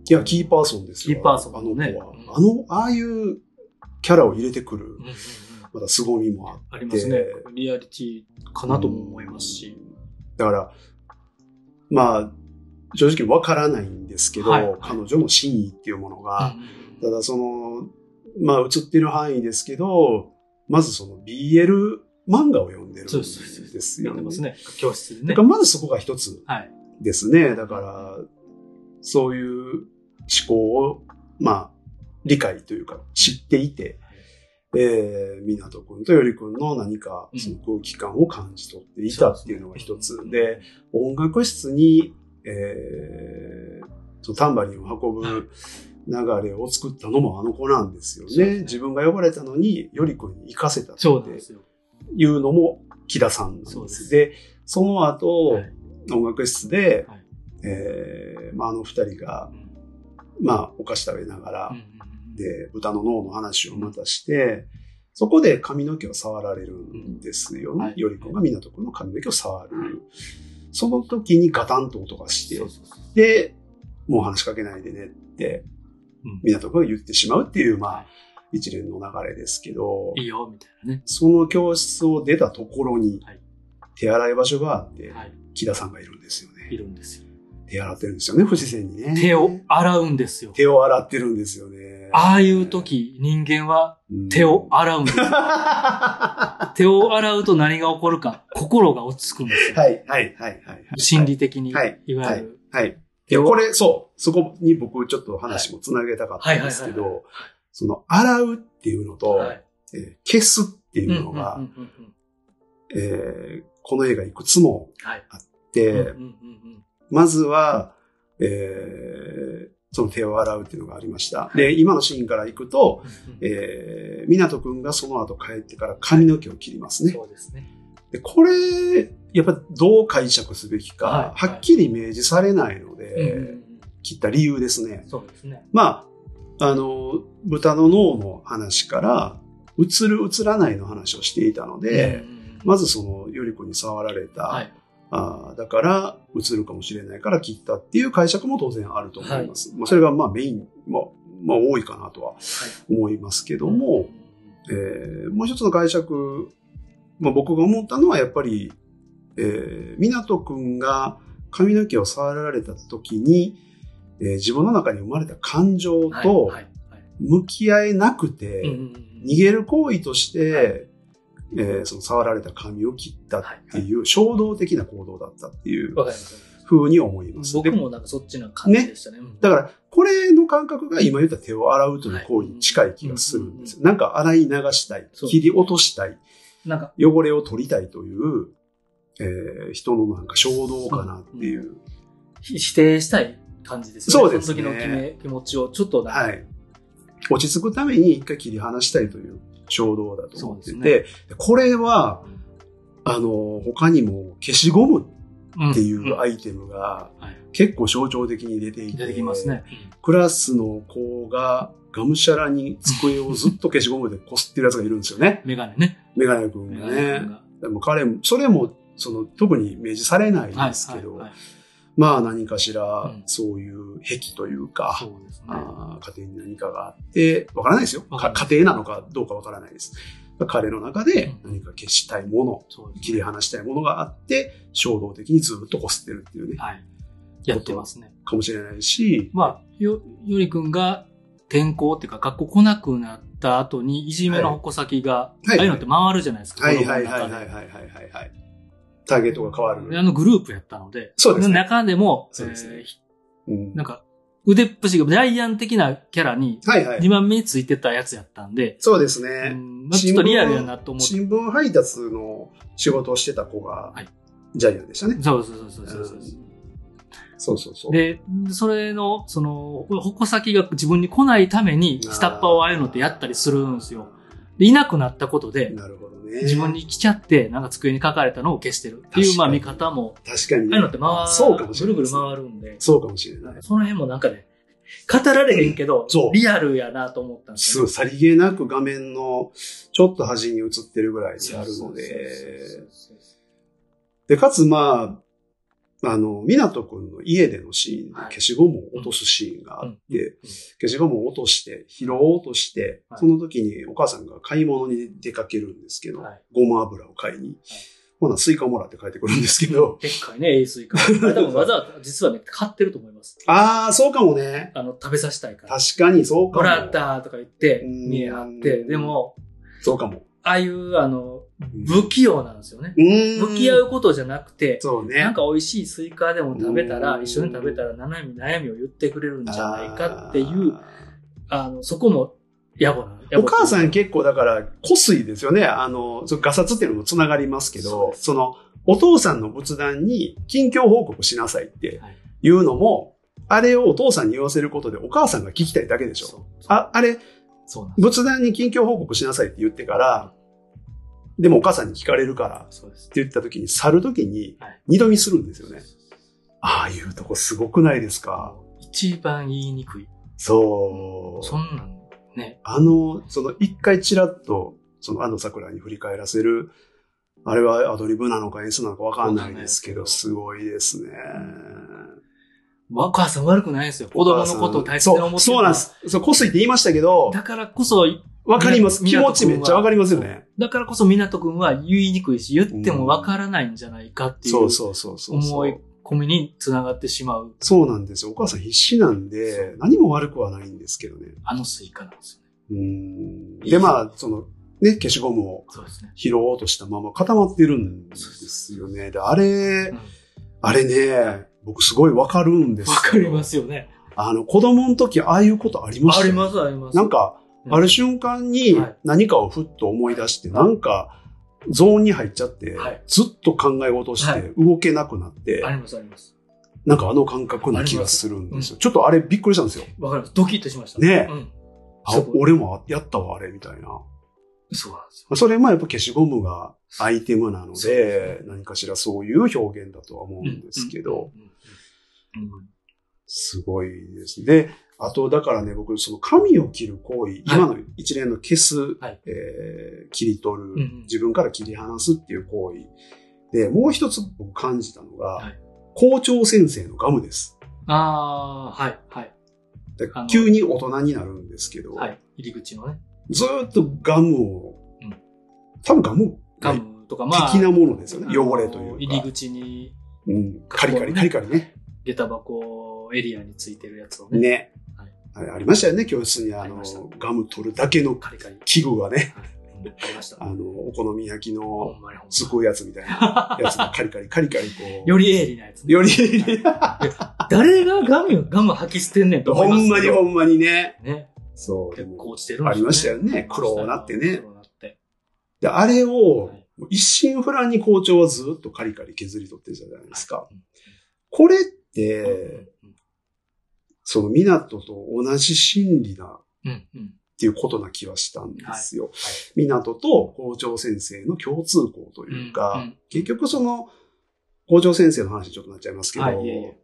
Speaker 2: いや、キーパーソンですよ。
Speaker 1: キーパーソン
Speaker 2: あ
Speaker 1: ね
Speaker 2: の子は。あの、ああいうキャラを入れてくる
Speaker 1: うん、うんうん
Speaker 2: また凄みもあって
Speaker 1: ありますね
Speaker 2: で。
Speaker 1: リアリティかなとも思いますし。
Speaker 2: だから、まあ、正直わからないんですけど、
Speaker 1: はいはい
Speaker 2: 彼女の真意っていうものが、
Speaker 1: うん
Speaker 2: ただその、まあ映ってる範囲ですけど、まずその BL 漫画を読んでるん
Speaker 1: そう
Speaker 2: で
Speaker 1: そうそう
Speaker 2: す
Speaker 1: やっ
Speaker 2: よ
Speaker 1: て
Speaker 2: ね。
Speaker 1: ますね。教室で
Speaker 2: だ
Speaker 1: ね
Speaker 2: か。らまずそこが一つ
Speaker 1: はい。
Speaker 2: ですね。だから、そういう思考を、まあ、理解というか知っていて、えー、港くんとよりくんの何かその空気感を感じ取っていたっていうのが一つで、音楽室に、えー、そのタンバリンを運ぶ流れを作ったのもあの子なんですよ
Speaker 1: そうで
Speaker 2: ね。
Speaker 1: すね
Speaker 2: 自分が呼ばれたのに、よりくんに行かせたって
Speaker 1: そうなんですよ。
Speaker 2: いうのも木田さんなんです。
Speaker 1: そう
Speaker 2: で
Speaker 1: です
Speaker 2: その後、
Speaker 1: はい
Speaker 2: 音楽室で、
Speaker 1: はい
Speaker 2: えーまあ、あの二人が
Speaker 1: う、ん
Speaker 2: まあ、お菓子食べながら、
Speaker 1: うんうんうん
Speaker 2: で、豚の脳の話をまたして、そこで髪の毛を触られるんですよ
Speaker 1: うん
Speaker 2: ね
Speaker 1: は。い
Speaker 2: よりこが港くんの髪の毛を触る。その時にガタンと音がして
Speaker 1: そう、そうそう
Speaker 2: で、もう話しかけないでねって
Speaker 1: うん、
Speaker 2: 港くんが言ってしまうってい
Speaker 1: は
Speaker 2: う、まあ、一連の流れですけど
Speaker 1: い、いよ、みたいなね。
Speaker 2: その教室を出たところに
Speaker 1: はい、
Speaker 2: 手洗い場所があって、
Speaker 1: はい。
Speaker 2: 木田さんがいるんですよ
Speaker 1: い
Speaker 2: ね。
Speaker 1: るんですよ。
Speaker 2: 手洗ってるんですよね、不自然にね。
Speaker 1: 手を洗うんですよ。
Speaker 2: 手を洗ってるんですよね。
Speaker 1: ああいう時、人間は
Speaker 2: うん、
Speaker 1: 手を洗うんですよ。
Speaker 2: は
Speaker 1: 手を洗うと何が起こるか、心が落ち着くんです
Speaker 2: い、
Speaker 1: よ。
Speaker 2: はい、はい、はい。
Speaker 1: 心。理的に、いわ
Speaker 2: はい
Speaker 1: ゆ
Speaker 2: はい
Speaker 1: る。
Speaker 2: はい。いや、これ、そう、そこに僕ちょっと話もつなげたかったんです
Speaker 1: は
Speaker 2: け
Speaker 1: い
Speaker 2: ど、その、洗うっていうのと、
Speaker 1: はい
Speaker 2: えー消すっていうのが、
Speaker 1: うんうんうんうん
Speaker 2: えーこの映画いくつも
Speaker 1: はい。
Speaker 2: で、
Speaker 1: うんうんうん
Speaker 2: まずは、えーその手を洗うっていうのがありました。で、今のシーンからいくと、
Speaker 1: うん
Speaker 2: えー、港くんがその後帰ってから髪の毛を切りますね。
Speaker 1: そうですね。
Speaker 2: で、これ、やっぱどう解釈すべきか、
Speaker 1: は
Speaker 2: はいっきり明示されないので、
Speaker 1: うんうんうん
Speaker 2: 切った理由ですね。
Speaker 1: そうですね。
Speaker 2: まあ、あの、豚の脳の話から、映る映らないの話をしていたので、ま
Speaker 1: ず、
Speaker 2: ずその、より子に触られた、
Speaker 1: はい。
Speaker 2: あーだから映るかもしれないから切ったっていう解釈も当然あると思います。まあ、それがまあメイン、まあ、まあ多いかなとは思いますけども、えーもう一つの解釈、まあ、僕が思ったのはやっぱり、えー、港くんが髪の毛を触られた時に、えー自分の中に生まれた感情
Speaker 1: はい、
Speaker 2: と
Speaker 1: はいはい
Speaker 2: 向き合えなく
Speaker 1: う
Speaker 2: て、
Speaker 1: んうんうん
Speaker 2: 逃げる行為として、
Speaker 1: はい
Speaker 2: えーその触られた髪を切ったっ
Speaker 1: はい
Speaker 2: ていう衝動的な行動だったっていう
Speaker 1: わかります。
Speaker 2: ふうに思います。
Speaker 1: 僕
Speaker 2: で
Speaker 1: もなんかそっちの感じでしたね。うん
Speaker 2: だから、これの感覚が今言った手を洗うという行為に近い気がするんですよ。なんか洗い流したい、
Speaker 1: そう
Speaker 2: 切り落としたい、
Speaker 1: なんか、
Speaker 2: 汚れを取りたいという、えー人のなんか衝動かなっていう。
Speaker 1: ひ否定したい感じですよね。
Speaker 2: そうですね
Speaker 1: の時の気め気持ちをちょっとなんか、
Speaker 2: はい。落ち着くために一回切り離したいという衝動だと思って
Speaker 1: そう
Speaker 2: て、
Speaker 1: で
Speaker 2: これは、あの、他にも消しゴムってい
Speaker 1: ん
Speaker 2: うアイテムが
Speaker 1: はい
Speaker 2: 結構象徴的に出ていて、
Speaker 1: 出てきますね。。
Speaker 2: クラスの子ががむしゃらに机をずっと消しゴムで こすってるやつがいるんですよね
Speaker 1: メガネね。
Speaker 2: メガネ君
Speaker 1: メ
Speaker 2: が
Speaker 1: ガネ
Speaker 2: ね
Speaker 1: 君。が。
Speaker 2: でも彼も、それも、その、特に明示されない
Speaker 1: はい、
Speaker 2: ですけど、
Speaker 1: はいはい
Speaker 2: まあ何かし
Speaker 1: う
Speaker 2: ら
Speaker 1: ん、
Speaker 2: そういう癖というか、
Speaker 1: そうですね。
Speaker 2: あー家庭に何かがあって、わからないですよ。
Speaker 1: わかん
Speaker 2: か
Speaker 1: ない
Speaker 2: 家庭なのかどうかわからないです。彼の中で何か消したいもの、
Speaker 1: そうです
Speaker 2: 切り離したいものがあって、衝動的にずっと擦ってるっていうね、
Speaker 1: はい。やってますね。
Speaker 2: かもしれないし、
Speaker 1: まあ、よ、よりくんが転校っていうか学校来なくなった後にいじめの矛先が、
Speaker 2: はい
Speaker 1: ああいうのって回るじゃないですか。
Speaker 2: はい
Speaker 1: 子供
Speaker 2: は
Speaker 1: の
Speaker 2: いはいは
Speaker 1: 中
Speaker 2: い
Speaker 1: で
Speaker 2: はいはいはいはい。ターゲットが変わ
Speaker 1: であ
Speaker 2: る。
Speaker 1: のグループやったので、
Speaker 2: そうです
Speaker 1: の
Speaker 2: ね。
Speaker 1: 中でも、
Speaker 2: そうですね
Speaker 1: えーひ
Speaker 2: うん
Speaker 1: なんか腕っぷしがジャイアン的なキャラに
Speaker 2: はいはい。
Speaker 1: 2番目についてたやつやったんで、
Speaker 2: そうですね。
Speaker 1: うんまあ、ちょっとリアルやなと思って。
Speaker 2: 新聞配達の仕事をしてた子が
Speaker 1: はい、
Speaker 2: ジャイアンでしたね。
Speaker 1: そうそうそうそうそううん
Speaker 2: そうそうそう。
Speaker 1: で、それの、その、矛先が自分に来ないために、下っ端をああいうのってやったりするんですよ。でいなくなったことで、
Speaker 2: なるほどね。
Speaker 1: 自分に来ちゃって、なんか机に書かれたのを消してるっていう、
Speaker 2: 確
Speaker 1: ま
Speaker 2: か
Speaker 1: あ
Speaker 2: に
Speaker 1: 見方も、
Speaker 2: 確かに
Speaker 1: ああ
Speaker 2: ね、
Speaker 1: いうのって
Speaker 2: そうかも
Speaker 1: 回
Speaker 2: し
Speaker 1: る、
Speaker 2: れ
Speaker 1: ぐるぐ
Speaker 2: ないで
Speaker 1: る
Speaker 2: すね
Speaker 1: 回るんで、
Speaker 2: そうかもしれない。
Speaker 1: その辺もなんかね、語られへんけど
Speaker 2: そ、う
Speaker 1: リアルやなと思ったんです
Speaker 2: す
Speaker 1: よ
Speaker 2: ぐ
Speaker 1: ね。
Speaker 2: さりげなく画面のちょっと端に映ってるぐらいであるの
Speaker 1: そう
Speaker 2: で
Speaker 1: そう、そうそう
Speaker 2: で、かつまあ、あの、港くんの家でのシーンで
Speaker 1: はい
Speaker 2: 消しゴムを落とすシーンがあっ
Speaker 1: うんうん
Speaker 2: て、消しゴムを落として、拾おうとして、
Speaker 1: はい
Speaker 2: その時にお母さんが買い物に出かけるんですけど
Speaker 1: はい、
Speaker 2: ごま油を買いに。ほな、スイカもらって帰ってくるんですけど、
Speaker 1: でっかいね、栄水か。あれ多分わざわざ、実はね、買ってると思います。
Speaker 2: ああ、そうかもね。
Speaker 1: あの、食べさせたいから。
Speaker 2: 確かにそうか
Speaker 1: も
Speaker 2: も。
Speaker 1: らったとか言って、
Speaker 2: うん
Speaker 1: 見え張って、でも、
Speaker 2: そうかも。
Speaker 1: ああいう、あの、
Speaker 2: うん
Speaker 1: 不器用なんですよね。
Speaker 2: うん
Speaker 1: 向き合うことじゃなくて、
Speaker 2: そうね。
Speaker 1: なんか美味しいスイカでも食べたら、
Speaker 2: うん
Speaker 1: 一緒に食べたら悩み、悩みを言ってくれるんじゃないかってい
Speaker 2: あ
Speaker 1: う、あの、そこも野暮な。
Speaker 2: ー。お母さん
Speaker 1: け
Speaker 2: 結構だから、こすいですよね。あの、そのガサツっていうのも繋がりますけ
Speaker 1: そう
Speaker 2: ど、
Speaker 1: です
Speaker 2: その、お父さんの仏壇に近況報告しなさいって
Speaker 1: はい
Speaker 2: いうのも、あれをお父さんに言わせることでお母さんが聞きたいだけでしょ。あ、あれ、
Speaker 1: そうなんです。
Speaker 2: 仏壇に近況報告しなさいって言ってから、でもお母さんに聞かれるからって
Speaker 1: そうです。
Speaker 2: 言った時に、去る時に
Speaker 1: はい
Speaker 2: 二度見するんですよね。ああいうとこすごくないですか
Speaker 1: 一番言いにくい。
Speaker 2: そう。
Speaker 1: そんなんね。
Speaker 2: あの、その一回ちらっと、その安藤桜に振り返らせる、あれはアドリブなのか演出なのかわかんないですけ
Speaker 1: わかん
Speaker 2: ど、
Speaker 1: ないですけ
Speaker 2: すごいですね。
Speaker 1: お母さん悪くないですよ。子供のことを大切に思ってる
Speaker 2: そうそうなんで。す。そう、こすいって言いましたけど、
Speaker 1: だからこそ、
Speaker 2: わかります。
Speaker 1: み
Speaker 2: 気
Speaker 1: な
Speaker 2: 持ちめっちゃわかりますよね。
Speaker 1: だからこそ港くんは言いにくいし、言ってもわからないんじゃないかってい
Speaker 2: そううそうそうそうそう。
Speaker 1: 思い込みにつながってしまう、
Speaker 2: そうなんですよ。お母さん必死なん
Speaker 1: そう
Speaker 2: で、何も悪くはないんですけどね。
Speaker 1: あのスイカなんですよね。
Speaker 2: うん。で、まあ、その、ね、消しゴムを
Speaker 1: そうですね。
Speaker 2: 拾おうとしたまま固まってるんですよね。で、あれ、
Speaker 1: うん
Speaker 2: あれね、僕すごいわかるんです
Speaker 1: わ
Speaker 2: よ
Speaker 1: かりますよね。
Speaker 2: あの、子供の時ああいうことありました
Speaker 1: あり
Speaker 2: す。
Speaker 1: ます、あります。
Speaker 2: なんか、
Speaker 1: うん
Speaker 2: ある瞬間に
Speaker 1: はい
Speaker 2: 何かをふっと思い出して、なんか、ゾーンに入っちゃって
Speaker 1: はい、
Speaker 2: ずっと考え事を
Speaker 1: は
Speaker 2: して、動けなくなって
Speaker 1: あ、ります、あります。
Speaker 2: なんかあの感覚な気がするんですよ。ちょっとあれびっくりしたんですよ。
Speaker 1: わかります。ドキッとしました。
Speaker 2: ね
Speaker 1: うん。
Speaker 2: あ
Speaker 1: そう
Speaker 2: 俺もやったわ、あれ、みたいな。
Speaker 1: そうなんですよ。
Speaker 2: それもやっぱ消しゴムがアイテムなの
Speaker 1: そうで
Speaker 2: で、何かしらそういう表現だとは思うんですけど、
Speaker 1: うん。うん。うん
Speaker 2: すごいですね。で、あと、だからね、僕、その髪を切る行為、今の一連の消す、
Speaker 1: はい
Speaker 2: えー切り取る、
Speaker 1: んうん
Speaker 2: 自分から切り離すっていう行為。で、もう一つ僕感じたのが、
Speaker 1: はい
Speaker 2: 校長先生のガムです。
Speaker 1: ああ、はい、はい、
Speaker 2: で
Speaker 1: あの
Speaker 2: 急に大人になるんですけど、
Speaker 1: はい。入り口のね、
Speaker 2: ずーっとガムを、
Speaker 1: うん
Speaker 2: 多分ガム、
Speaker 1: ガムとか、まあ、
Speaker 2: 的なものですよ
Speaker 1: あ
Speaker 2: ね。
Speaker 1: の
Speaker 2: 汚れというか。
Speaker 1: 入り口に、
Speaker 2: うん、カリカリ、カリカリね。
Speaker 1: 下駄箱エリアについてるやつをね、
Speaker 2: ね。
Speaker 1: はい
Speaker 2: あれありましたよね、教室にあ
Speaker 1: あり
Speaker 2: の
Speaker 1: ました、
Speaker 2: ガム取るだけの
Speaker 1: カリカリ。
Speaker 2: 器具がね、
Speaker 1: はいうんありました。
Speaker 2: あの、お好み焼き
Speaker 1: ほ
Speaker 2: の
Speaker 1: んまにほん
Speaker 2: す
Speaker 1: ま
Speaker 2: ごいやつみ たいなやつがカリカリ、カリカリこう。
Speaker 1: に。より鋭利なやつね。
Speaker 2: より、
Speaker 1: 誰がガム、ガム吐き捨てんねん と思
Speaker 2: ほ
Speaker 1: います
Speaker 2: んまに
Speaker 1: けど
Speaker 2: ほんまにね。
Speaker 1: ね。
Speaker 2: そう。で
Speaker 1: 結構
Speaker 2: も
Speaker 1: 落ちてるん
Speaker 2: あ
Speaker 1: です
Speaker 2: りましたよね。
Speaker 1: 黒
Speaker 2: 黒なってね。
Speaker 1: 黒なって。
Speaker 2: で、あれを
Speaker 1: はい、
Speaker 2: もう一心不乱に校長はずっとカリカリ削り取ってるじゃないですか
Speaker 1: はい。
Speaker 2: これっ
Speaker 1: うん
Speaker 2: て、その、港と同じ心理な
Speaker 1: うんうん。
Speaker 2: っていうことな気はしたんですよ。
Speaker 1: はい
Speaker 2: 湊と校長先生の共通項というか、
Speaker 1: うんうん
Speaker 2: 結局その、校長先生の話にちょっとなっちゃいますけど、
Speaker 1: はいいえいえ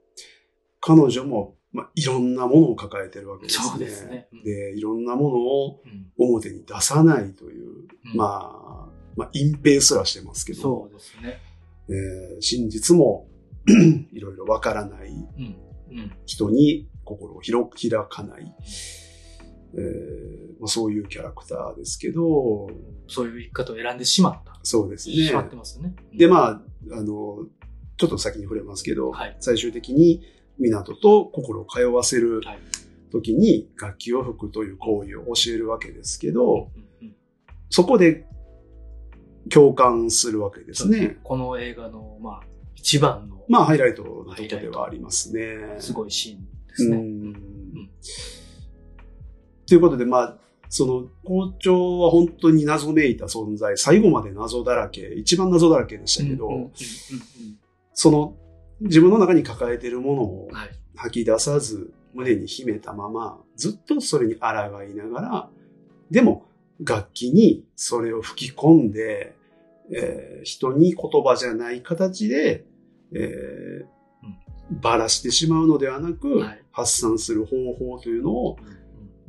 Speaker 2: 彼女も、まあ、いろんなものを抱えてるわけですね。
Speaker 1: そうですねうん
Speaker 2: でいろんなものを表に出さないという、
Speaker 1: あ、
Speaker 2: まあ、まあ、隠蔽すらしてますけど、
Speaker 1: そうですね。
Speaker 2: えー真実も いろいろわからない
Speaker 1: うん。うん。
Speaker 2: 人に心を広開かない、えーまあ、そういうキャラクターですけど、
Speaker 1: そういう生き方を選んでしまった。
Speaker 2: そうですね。
Speaker 1: しまってますよね。
Speaker 2: で、
Speaker 1: あ、
Speaker 2: まあ、あの、ちょっと先に触れますけど、
Speaker 1: はい
Speaker 2: 最終的に港と心を通わせる
Speaker 1: はい
Speaker 2: 時に楽器を吹くという行為を教えるわけですけど、
Speaker 1: うんうん
Speaker 2: そこで共感するわけですね。
Speaker 1: この映画の、まあ、一番の、
Speaker 2: まあ、ハイライトのとこではありますね。
Speaker 1: すごいシーンです
Speaker 2: う
Speaker 1: ね。
Speaker 2: んということで、まあ、その校長は本当に謎めいた存在、最後まで謎だらけ、一番謎だらけでしたけど、
Speaker 1: うんうんうん
Speaker 2: その自分の中に抱えているものを
Speaker 1: うんはい。
Speaker 2: 吐き出さず胸に秘めたままずっとそれに抗いながらでも楽器にそれを吹き込んで、えー人に言葉じゃない形で、えーばらしてしまうのではなく、
Speaker 1: はい
Speaker 2: 発散する方法というのを
Speaker 1: うんうん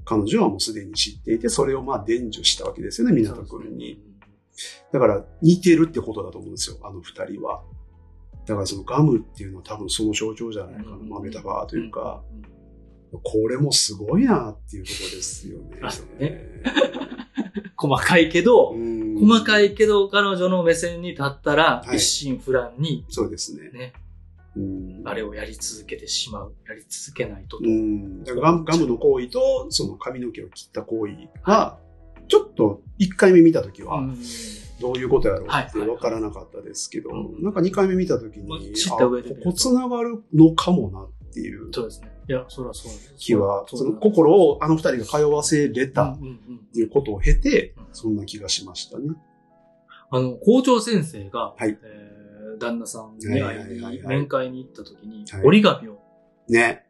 Speaker 2: 彼女はもうすでに知っていてそれをまあ伝授したわけですよね湊
Speaker 1: そうです
Speaker 2: 君
Speaker 1: ね
Speaker 2: に、だから似てるってことだと思うんですよあの二人はだからそのガムっていうのは多分その象徴じゃないかな、
Speaker 1: うん
Speaker 2: まあメタファーというか、
Speaker 1: んん
Speaker 2: これもすごいなっていうところですよね。
Speaker 1: あそうね細かいけど、
Speaker 2: うん
Speaker 1: 細かい。けど彼女の目線に立ったら、
Speaker 2: はい
Speaker 1: 一心不乱に
Speaker 2: そうですね。
Speaker 1: ね、
Speaker 2: うん
Speaker 1: あれをやり続けてしまう、やり続けないとと。
Speaker 2: うんだからガムガムの行為と、その髪の毛を切った行為が、ちょっと1回目見たとき
Speaker 1: う
Speaker 2: は、
Speaker 1: ん
Speaker 2: どういうことやろう
Speaker 1: はい
Speaker 2: って分からなかったですけど
Speaker 1: はいは、い
Speaker 2: なんか2回目見たとき
Speaker 1: まあ
Speaker 2: に、
Speaker 1: 知
Speaker 2: あ
Speaker 1: った上で見
Speaker 2: こ
Speaker 1: ると
Speaker 2: こ繋がるのかもなっていう
Speaker 1: そうですね。いや、そりゃそうです。
Speaker 2: 気は、
Speaker 1: そ
Speaker 2: そうの心をあの2人が通わせれた
Speaker 1: うんうんうん
Speaker 2: っていうことを経て
Speaker 1: うん、
Speaker 2: そんな気がしましたね。
Speaker 1: あの、校長先生が、
Speaker 2: はい
Speaker 1: えー旦那さんに
Speaker 2: はいはい
Speaker 1: 会い
Speaker 2: はい
Speaker 1: に
Speaker 2: はい
Speaker 1: 面会に行った時に
Speaker 2: はい、
Speaker 1: 折り紙を、
Speaker 2: ね。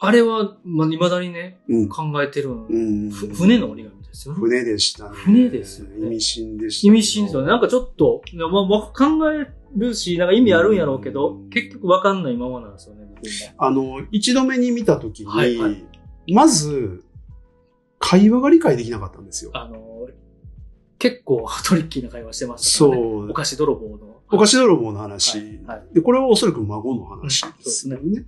Speaker 1: あれは、まあ、未だにね、
Speaker 2: うん。
Speaker 1: 考えてるん、
Speaker 2: うん
Speaker 1: ふ船の折り紙ですよね。
Speaker 2: 船でしたね。
Speaker 1: 船ですよね
Speaker 2: 意味深でした。
Speaker 1: 意味深ですよね。なんかちょっと、いやまあ、わ考えるし、なんか意味あるんやろうけど、
Speaker 2: うん
Speaker 1: 結局わかんないままなんですよね、僕今
Speaker 2: あの、一度目に見たときに、
Speaker 1: はいは
Speaker 2: まず、会話が理解できなかったんですよ。
Speaker 1: あの、結構トリッキーな会話してましたからね。
Speaker 2: そ
Speaker 1: お
Speaker 2: う。
Speaker 1: 菓子泥棒の。
Speaker 2: お菓子泥棒の話、
Speaker 1: はいは
Speaker 2: で、これはおそらく孫の話ですよね。
Speaker 1: う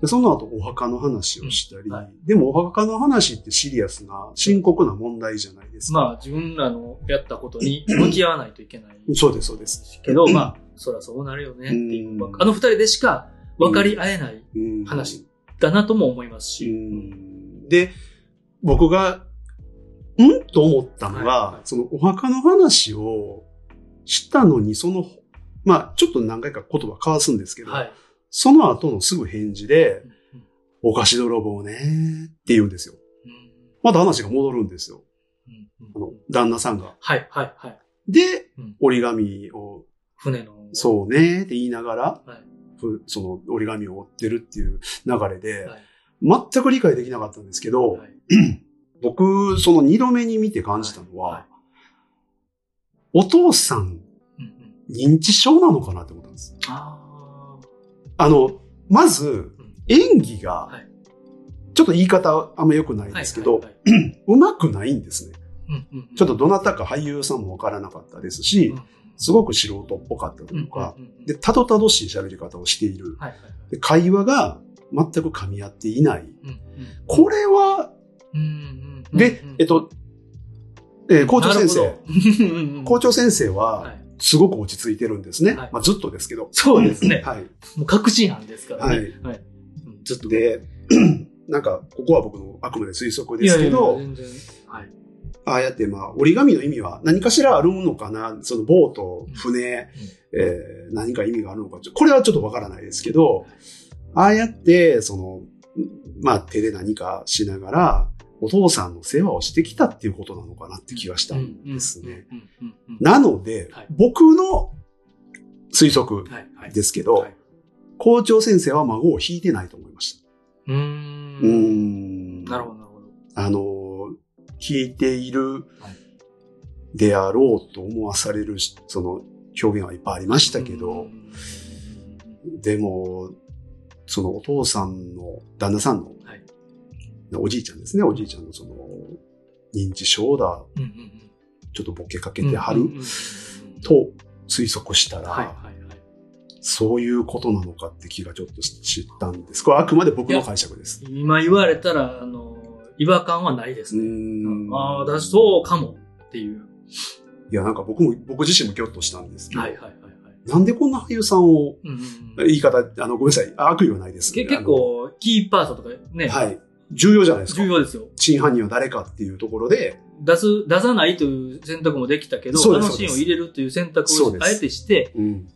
Speaker 2: でその後、お墓の話をした
Speaker 1: う
Speaker 2: り、
Speaker 1: んはい
Speaker 2: でもお墓の話ってシリアスな、深刻な問題じゃないですか。
Speaker 1: まあ、自分らのやったことに向き合わないといけない。
Speaker 2: そうです、そうです。
Speaker 1: けど、まあ、そらそうなるよねっていう
Speaker 2: う。ん
Speaker 1: あの二人でしか分かり合えない
Speaker 2: うん
Speaker 1: 話だなとも思います
Speaker 2: う
Speaker 1: し。
Speaker 2: んで、僕が、んと思った
Speaker 1: は
Speaker 2: のが、
Speaker 1: いはい
Speaker 2: そのお墓の話をしたのに、その、まあ、ちょっと何回か言葉交わすんですけど、
Speaker 1: はい。
Speaker 2: その後のすぐ返事で
Speaker 1: う、ん
Speaker 2: お菓子泥棒ねーって言うんですよ。また話が戻るんですよ。
Speaker 1: うんう
Speaker 2: あ
Speaker 1: んう
Speaker 2: の
Speaker 1: ん、
Speaker 2: 旦那さんが。
Speaker 1: はい、はい、はい。
Speaker 2: で、
Speaker 1: うん
Speaker 2: 折り紙を、
Speaker 1: 船の。
Speaker 2: そうねーって言いながら、
Speaker 1: はい
Speaker 2: ふその折り紙を折ってるっていう流れで、
Speaker 1: はい
Speaker 2: 全く理解できなかったんですけど、
Speaker 1: はい
Speaker 2: 僕、その二度目に見て感じたのは、
Speaker 1: はいはい
Speaker 2: お父さん、
Speaker 1: うんうん
Speaker 2: 認知症なのかなって思ったんです。
Speaker 1: あー
Speaker 2: あの、まず、
Speaker 1: うん
Speaker 2: 演技が
Speaker 1: はい、
Speaker 2: ちょっと言い方あんま良くないですけど、
Speaker 1: はいはいはいう
Speaker 2: まくないんですね。
Speaker 1: うんうんうん
Speaker 2: ちょっとどなたか俳優さんもわからなかったですし、すごく素人っぽかったというか、
Speaker 1: うんうんうんうん
Speaker 2: で、たどたどしい喋り方をしている。
Speaker 1: はいはいはい
Speaker 2: で会話が全く噛み合っていない。
Speaker 1: うんうん
Speaker 2: これは、
Speaker 1: うんうんうん
Speaker 2: で
Speaker 1: うん、
Speaker 2: えっと、えー校長先
Speaker 1: なる
Speaker 2: 生、
Speaker 1: ほどうんうんうん
Speaker 2: 校長先生は、
Speaker 1: はい
Speaker 2: すごく落ち着いてるんですね。
Speaker 1: はい
Speaker 2: まあ、ずっとですけど。
Speaker 1: そうですね
Speaker 2: はい。
Speaker 1: もう確信犯ですからね。
Speaker 2: はい
Speaker 1: はい。うんずっと。
Speaker 2: で、 なんか、ここは僕のあくまで推測ですけ
Speaker 1: いや
Speaker 2: ど、
Speaker 1: いやいや全然。はい。
Speaker 2: ああやって、まあ、折り紙の意味は何かしらあるのかな、そのボート、船、えー何か意味があるのか、ちょこれはちょっとわからないですけど、ああやって、その、まあ、手で何かしながら、お父さんの世話をしてきたっていうことなのかなって気がしたんですね。
Speaker 1: うんうんうんうん。
Speaker 2: なので、
Speaker 1: はい
Speaker 2: 僕の推測
Speaker 1: はいはい。
Speaker 2: ですけど、
Speaker 1: はい
Speaker 2: 校長先生は孫を引いてないと思いました。
Speaker 1: うーん。
Speaker 2: ん
Speaker 1: なるほど、なるほど。
Speaker 2: あの、引いている
Speaker 1: はい
Speaker 2: であろうと思わされるし、その、表現はいっぱいありましたけど、でも、そのお父さんの、旦那さんの、
Speaker 1: はい
Speaker 2: おじいちゃんですね、おじいちゃんのその、認知症だ、
Speaker 1: うんうんうん
Speaker 2: ちょっとボケかけては
Speaker 1: うんうん
Speaker 2: る
Speaker 1: うんうん
Speaker 2: と推測したら、
Speaker 1: はいはいはい。
Speaker 2: そういうことなのかって気がちょっとしたんです。これはあくまで僕の解釈です。
Speaker 1: 今言われたら、あの、違和感はないです
Speaker 2: う
Speaker 1: ね。
Speaker 2: ん
Speaker 1: ああ、私そうかもっていう。
Speaker 2: いや、なんか僕も、僕自身もギョッとしたんですけど、
Speaker 1: はいはいはいはい。
Speaker 2: なんでこんな俳優さんを、
Speaker 1: うんうんうん
Speaker 2: 言い方、あの、ごめんなさい、悪意はないです。
Speaker 1: け結構、キーパーソンとか
Speaker 2: あ
Speaker 1: ね、
Speaker 2: の、はい。重要じゃないですか
Speaker 1: 重。要ですよ。
Speaker 2: 真犯人は誰かっていうところで、
Speaker 1: 出す、出さないという選択もできたけど、
Speaker 2: そ
Speaker 1: あ
Speaker 2: うです
Speaker 1: のシーンを入れるという選択
Speaker 2: そう
Speaker 1: を
Speaker 2: です
Speaker 1: あえてして、
Speaker 2: うん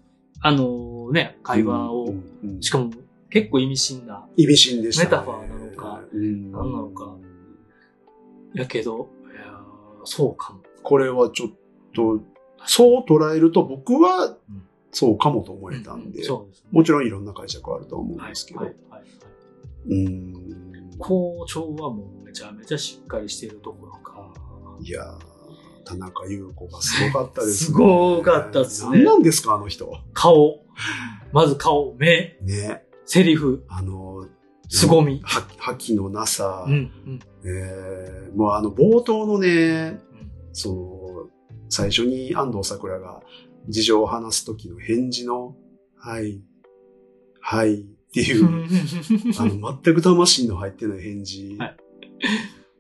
Speaker 1: あのね、会話
Speaker 2: う
Speaker 1: を、
Speaker 2: んうん
Speaker 1: しかも結構意味深な、
Speaker 2: 意味深でした、
Speaker 1: メタファーなのか
Speaker 2: うん
Speaker 1: 何なのかやけど、いやーそうかも。
Speaker 2: これはちょっと、そう捉えると僕は
Speaker 1: うん、
Speaker 2: そうかもと思えたん
Speaker 1: う
Speaker 2: で、
Speaker 1: そうですね。
Speaker 2: もちろんいろんな解釈はあるとは思うん
Speaker 1: はい
Speaker 2: ですけど、
Speaker 1: はいはいはい。
Speaker 2: うん。
Speaker 1: 校長はもうめちゃめちゃしっかりしているところか。
Speaker 2: いやー、田中優子がすごかったです、
Speaker 1: すごかったっすね
Speaker 2: 何なんですか、あの人。
Speaker 1: 顔。まず顔、目、
Speaker 2: ね。
Speaker 1: セリフ、
Speaker 2: あの、
Speaker 1: 凄み。
Speaker 2: は覇気のなさ、
Speaker 1: うん、うん。
Speaker 2: えーもうあの冒頭のね、
Speaker 1: うん
Speaker 2: その、最初に安藤桜が事情を話す時の返事の、はい、はいっていう、 あの、全く魂の入ってない返事。
Speaker 1: はい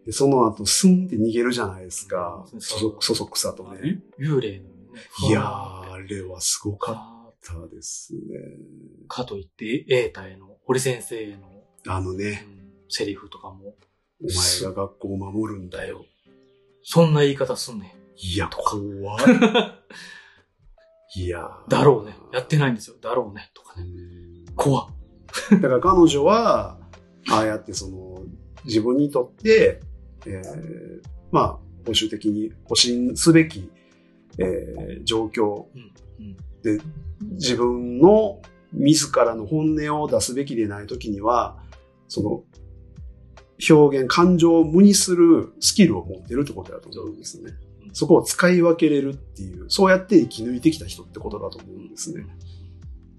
Speaker 2: でその後、スンって逃げるじゃないですか。
Speaker 1: そう
Speaker 2: そそ、そそくさとね。
Speaker 1: 幽霊のようにね
Speaker 2: いやー、あれはすごかっ
Speaker 1: か
Speaker 2: たですね。
Speaker 1: かといって、瑛太への、堀先生への、
Speaker 2: あのね、
Speaker 1: うんセリフとかも、
Speaker 2: お前が学校を守るんだ
Speaker 1: だ
Speaker 2: よ。
Speaker 1: よ。そんな言い方すん ね
Speaker 2: い や、怖い。いや
Speaker 1: ん。だろうね。やって
Speaker 2: ない。
Speaker 1: ないんですよ。だろうね。とか
Speaker 2: う
Speaker 1: ね。
Speaker 2: ん
Speaker 1: 怖っ
Speaker 2: だから彼女は、ああやってその、自分にとって、えーまあ、報酬的に保身すべき、えー状況
Speaker 1: うんうん
Speaker 2: で、自分の自らの本音を出すべきでないときには、その、表現、感情を無にするスキルを持ってるってことだと思うんですね。そこを使い分けれるっていう、そうやって生き抜いてきた人ってことだと思うんですね。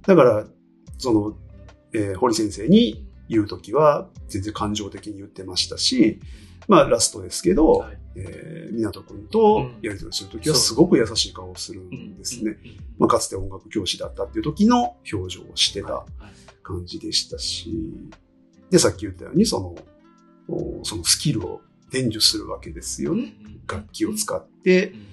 Speaker 2: だから、その、えー堀先生に言うときは、全然感情的に言ってましたし、まあ、ラストですけど、
Speaker 1: はい
Speaker 2: えー、港くんとやり取りするときは、すごく優しい顔をするんですね。。まあ、かつて音楽教師だったっていう時の表情をしてた感じでしたし、で、さっき言ったように、その、おそのスキルを伝授するわけですよね。楽器を使って、
Speaker 1: うん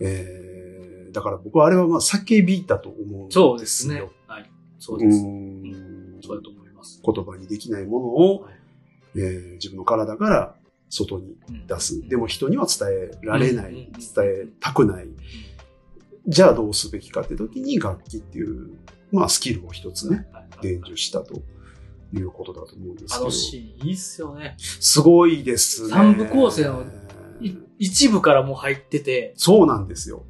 Speaker 2: えーだから僕はあれはまあ叫びだと思うんですよ。
Speaker 1: そうですね。はい。そうです。
Speaker 2: うーん
Speaker 1: そうだと思います。
Speaker 2: 言葉にできないものを、
Speaker 1: はい
Speaker 2: えー自分の体から外に出す。でも、人には伝えられない、
Speaker 1: うん
Speaker 2: 伝えたくない。じゃあどうすべきかって時に楽器っていう、まあスキルを一つね、伝授したということだと思うんですけ
Speaker 1: あ
Speaker 2: ど
Speaker 1: の。シーン、いいっすよね。
Speaker 2: すごいですね。
Speaker 1: 三部構成のい一部からもう入ってて、
Speaker 2: そうなんですよ。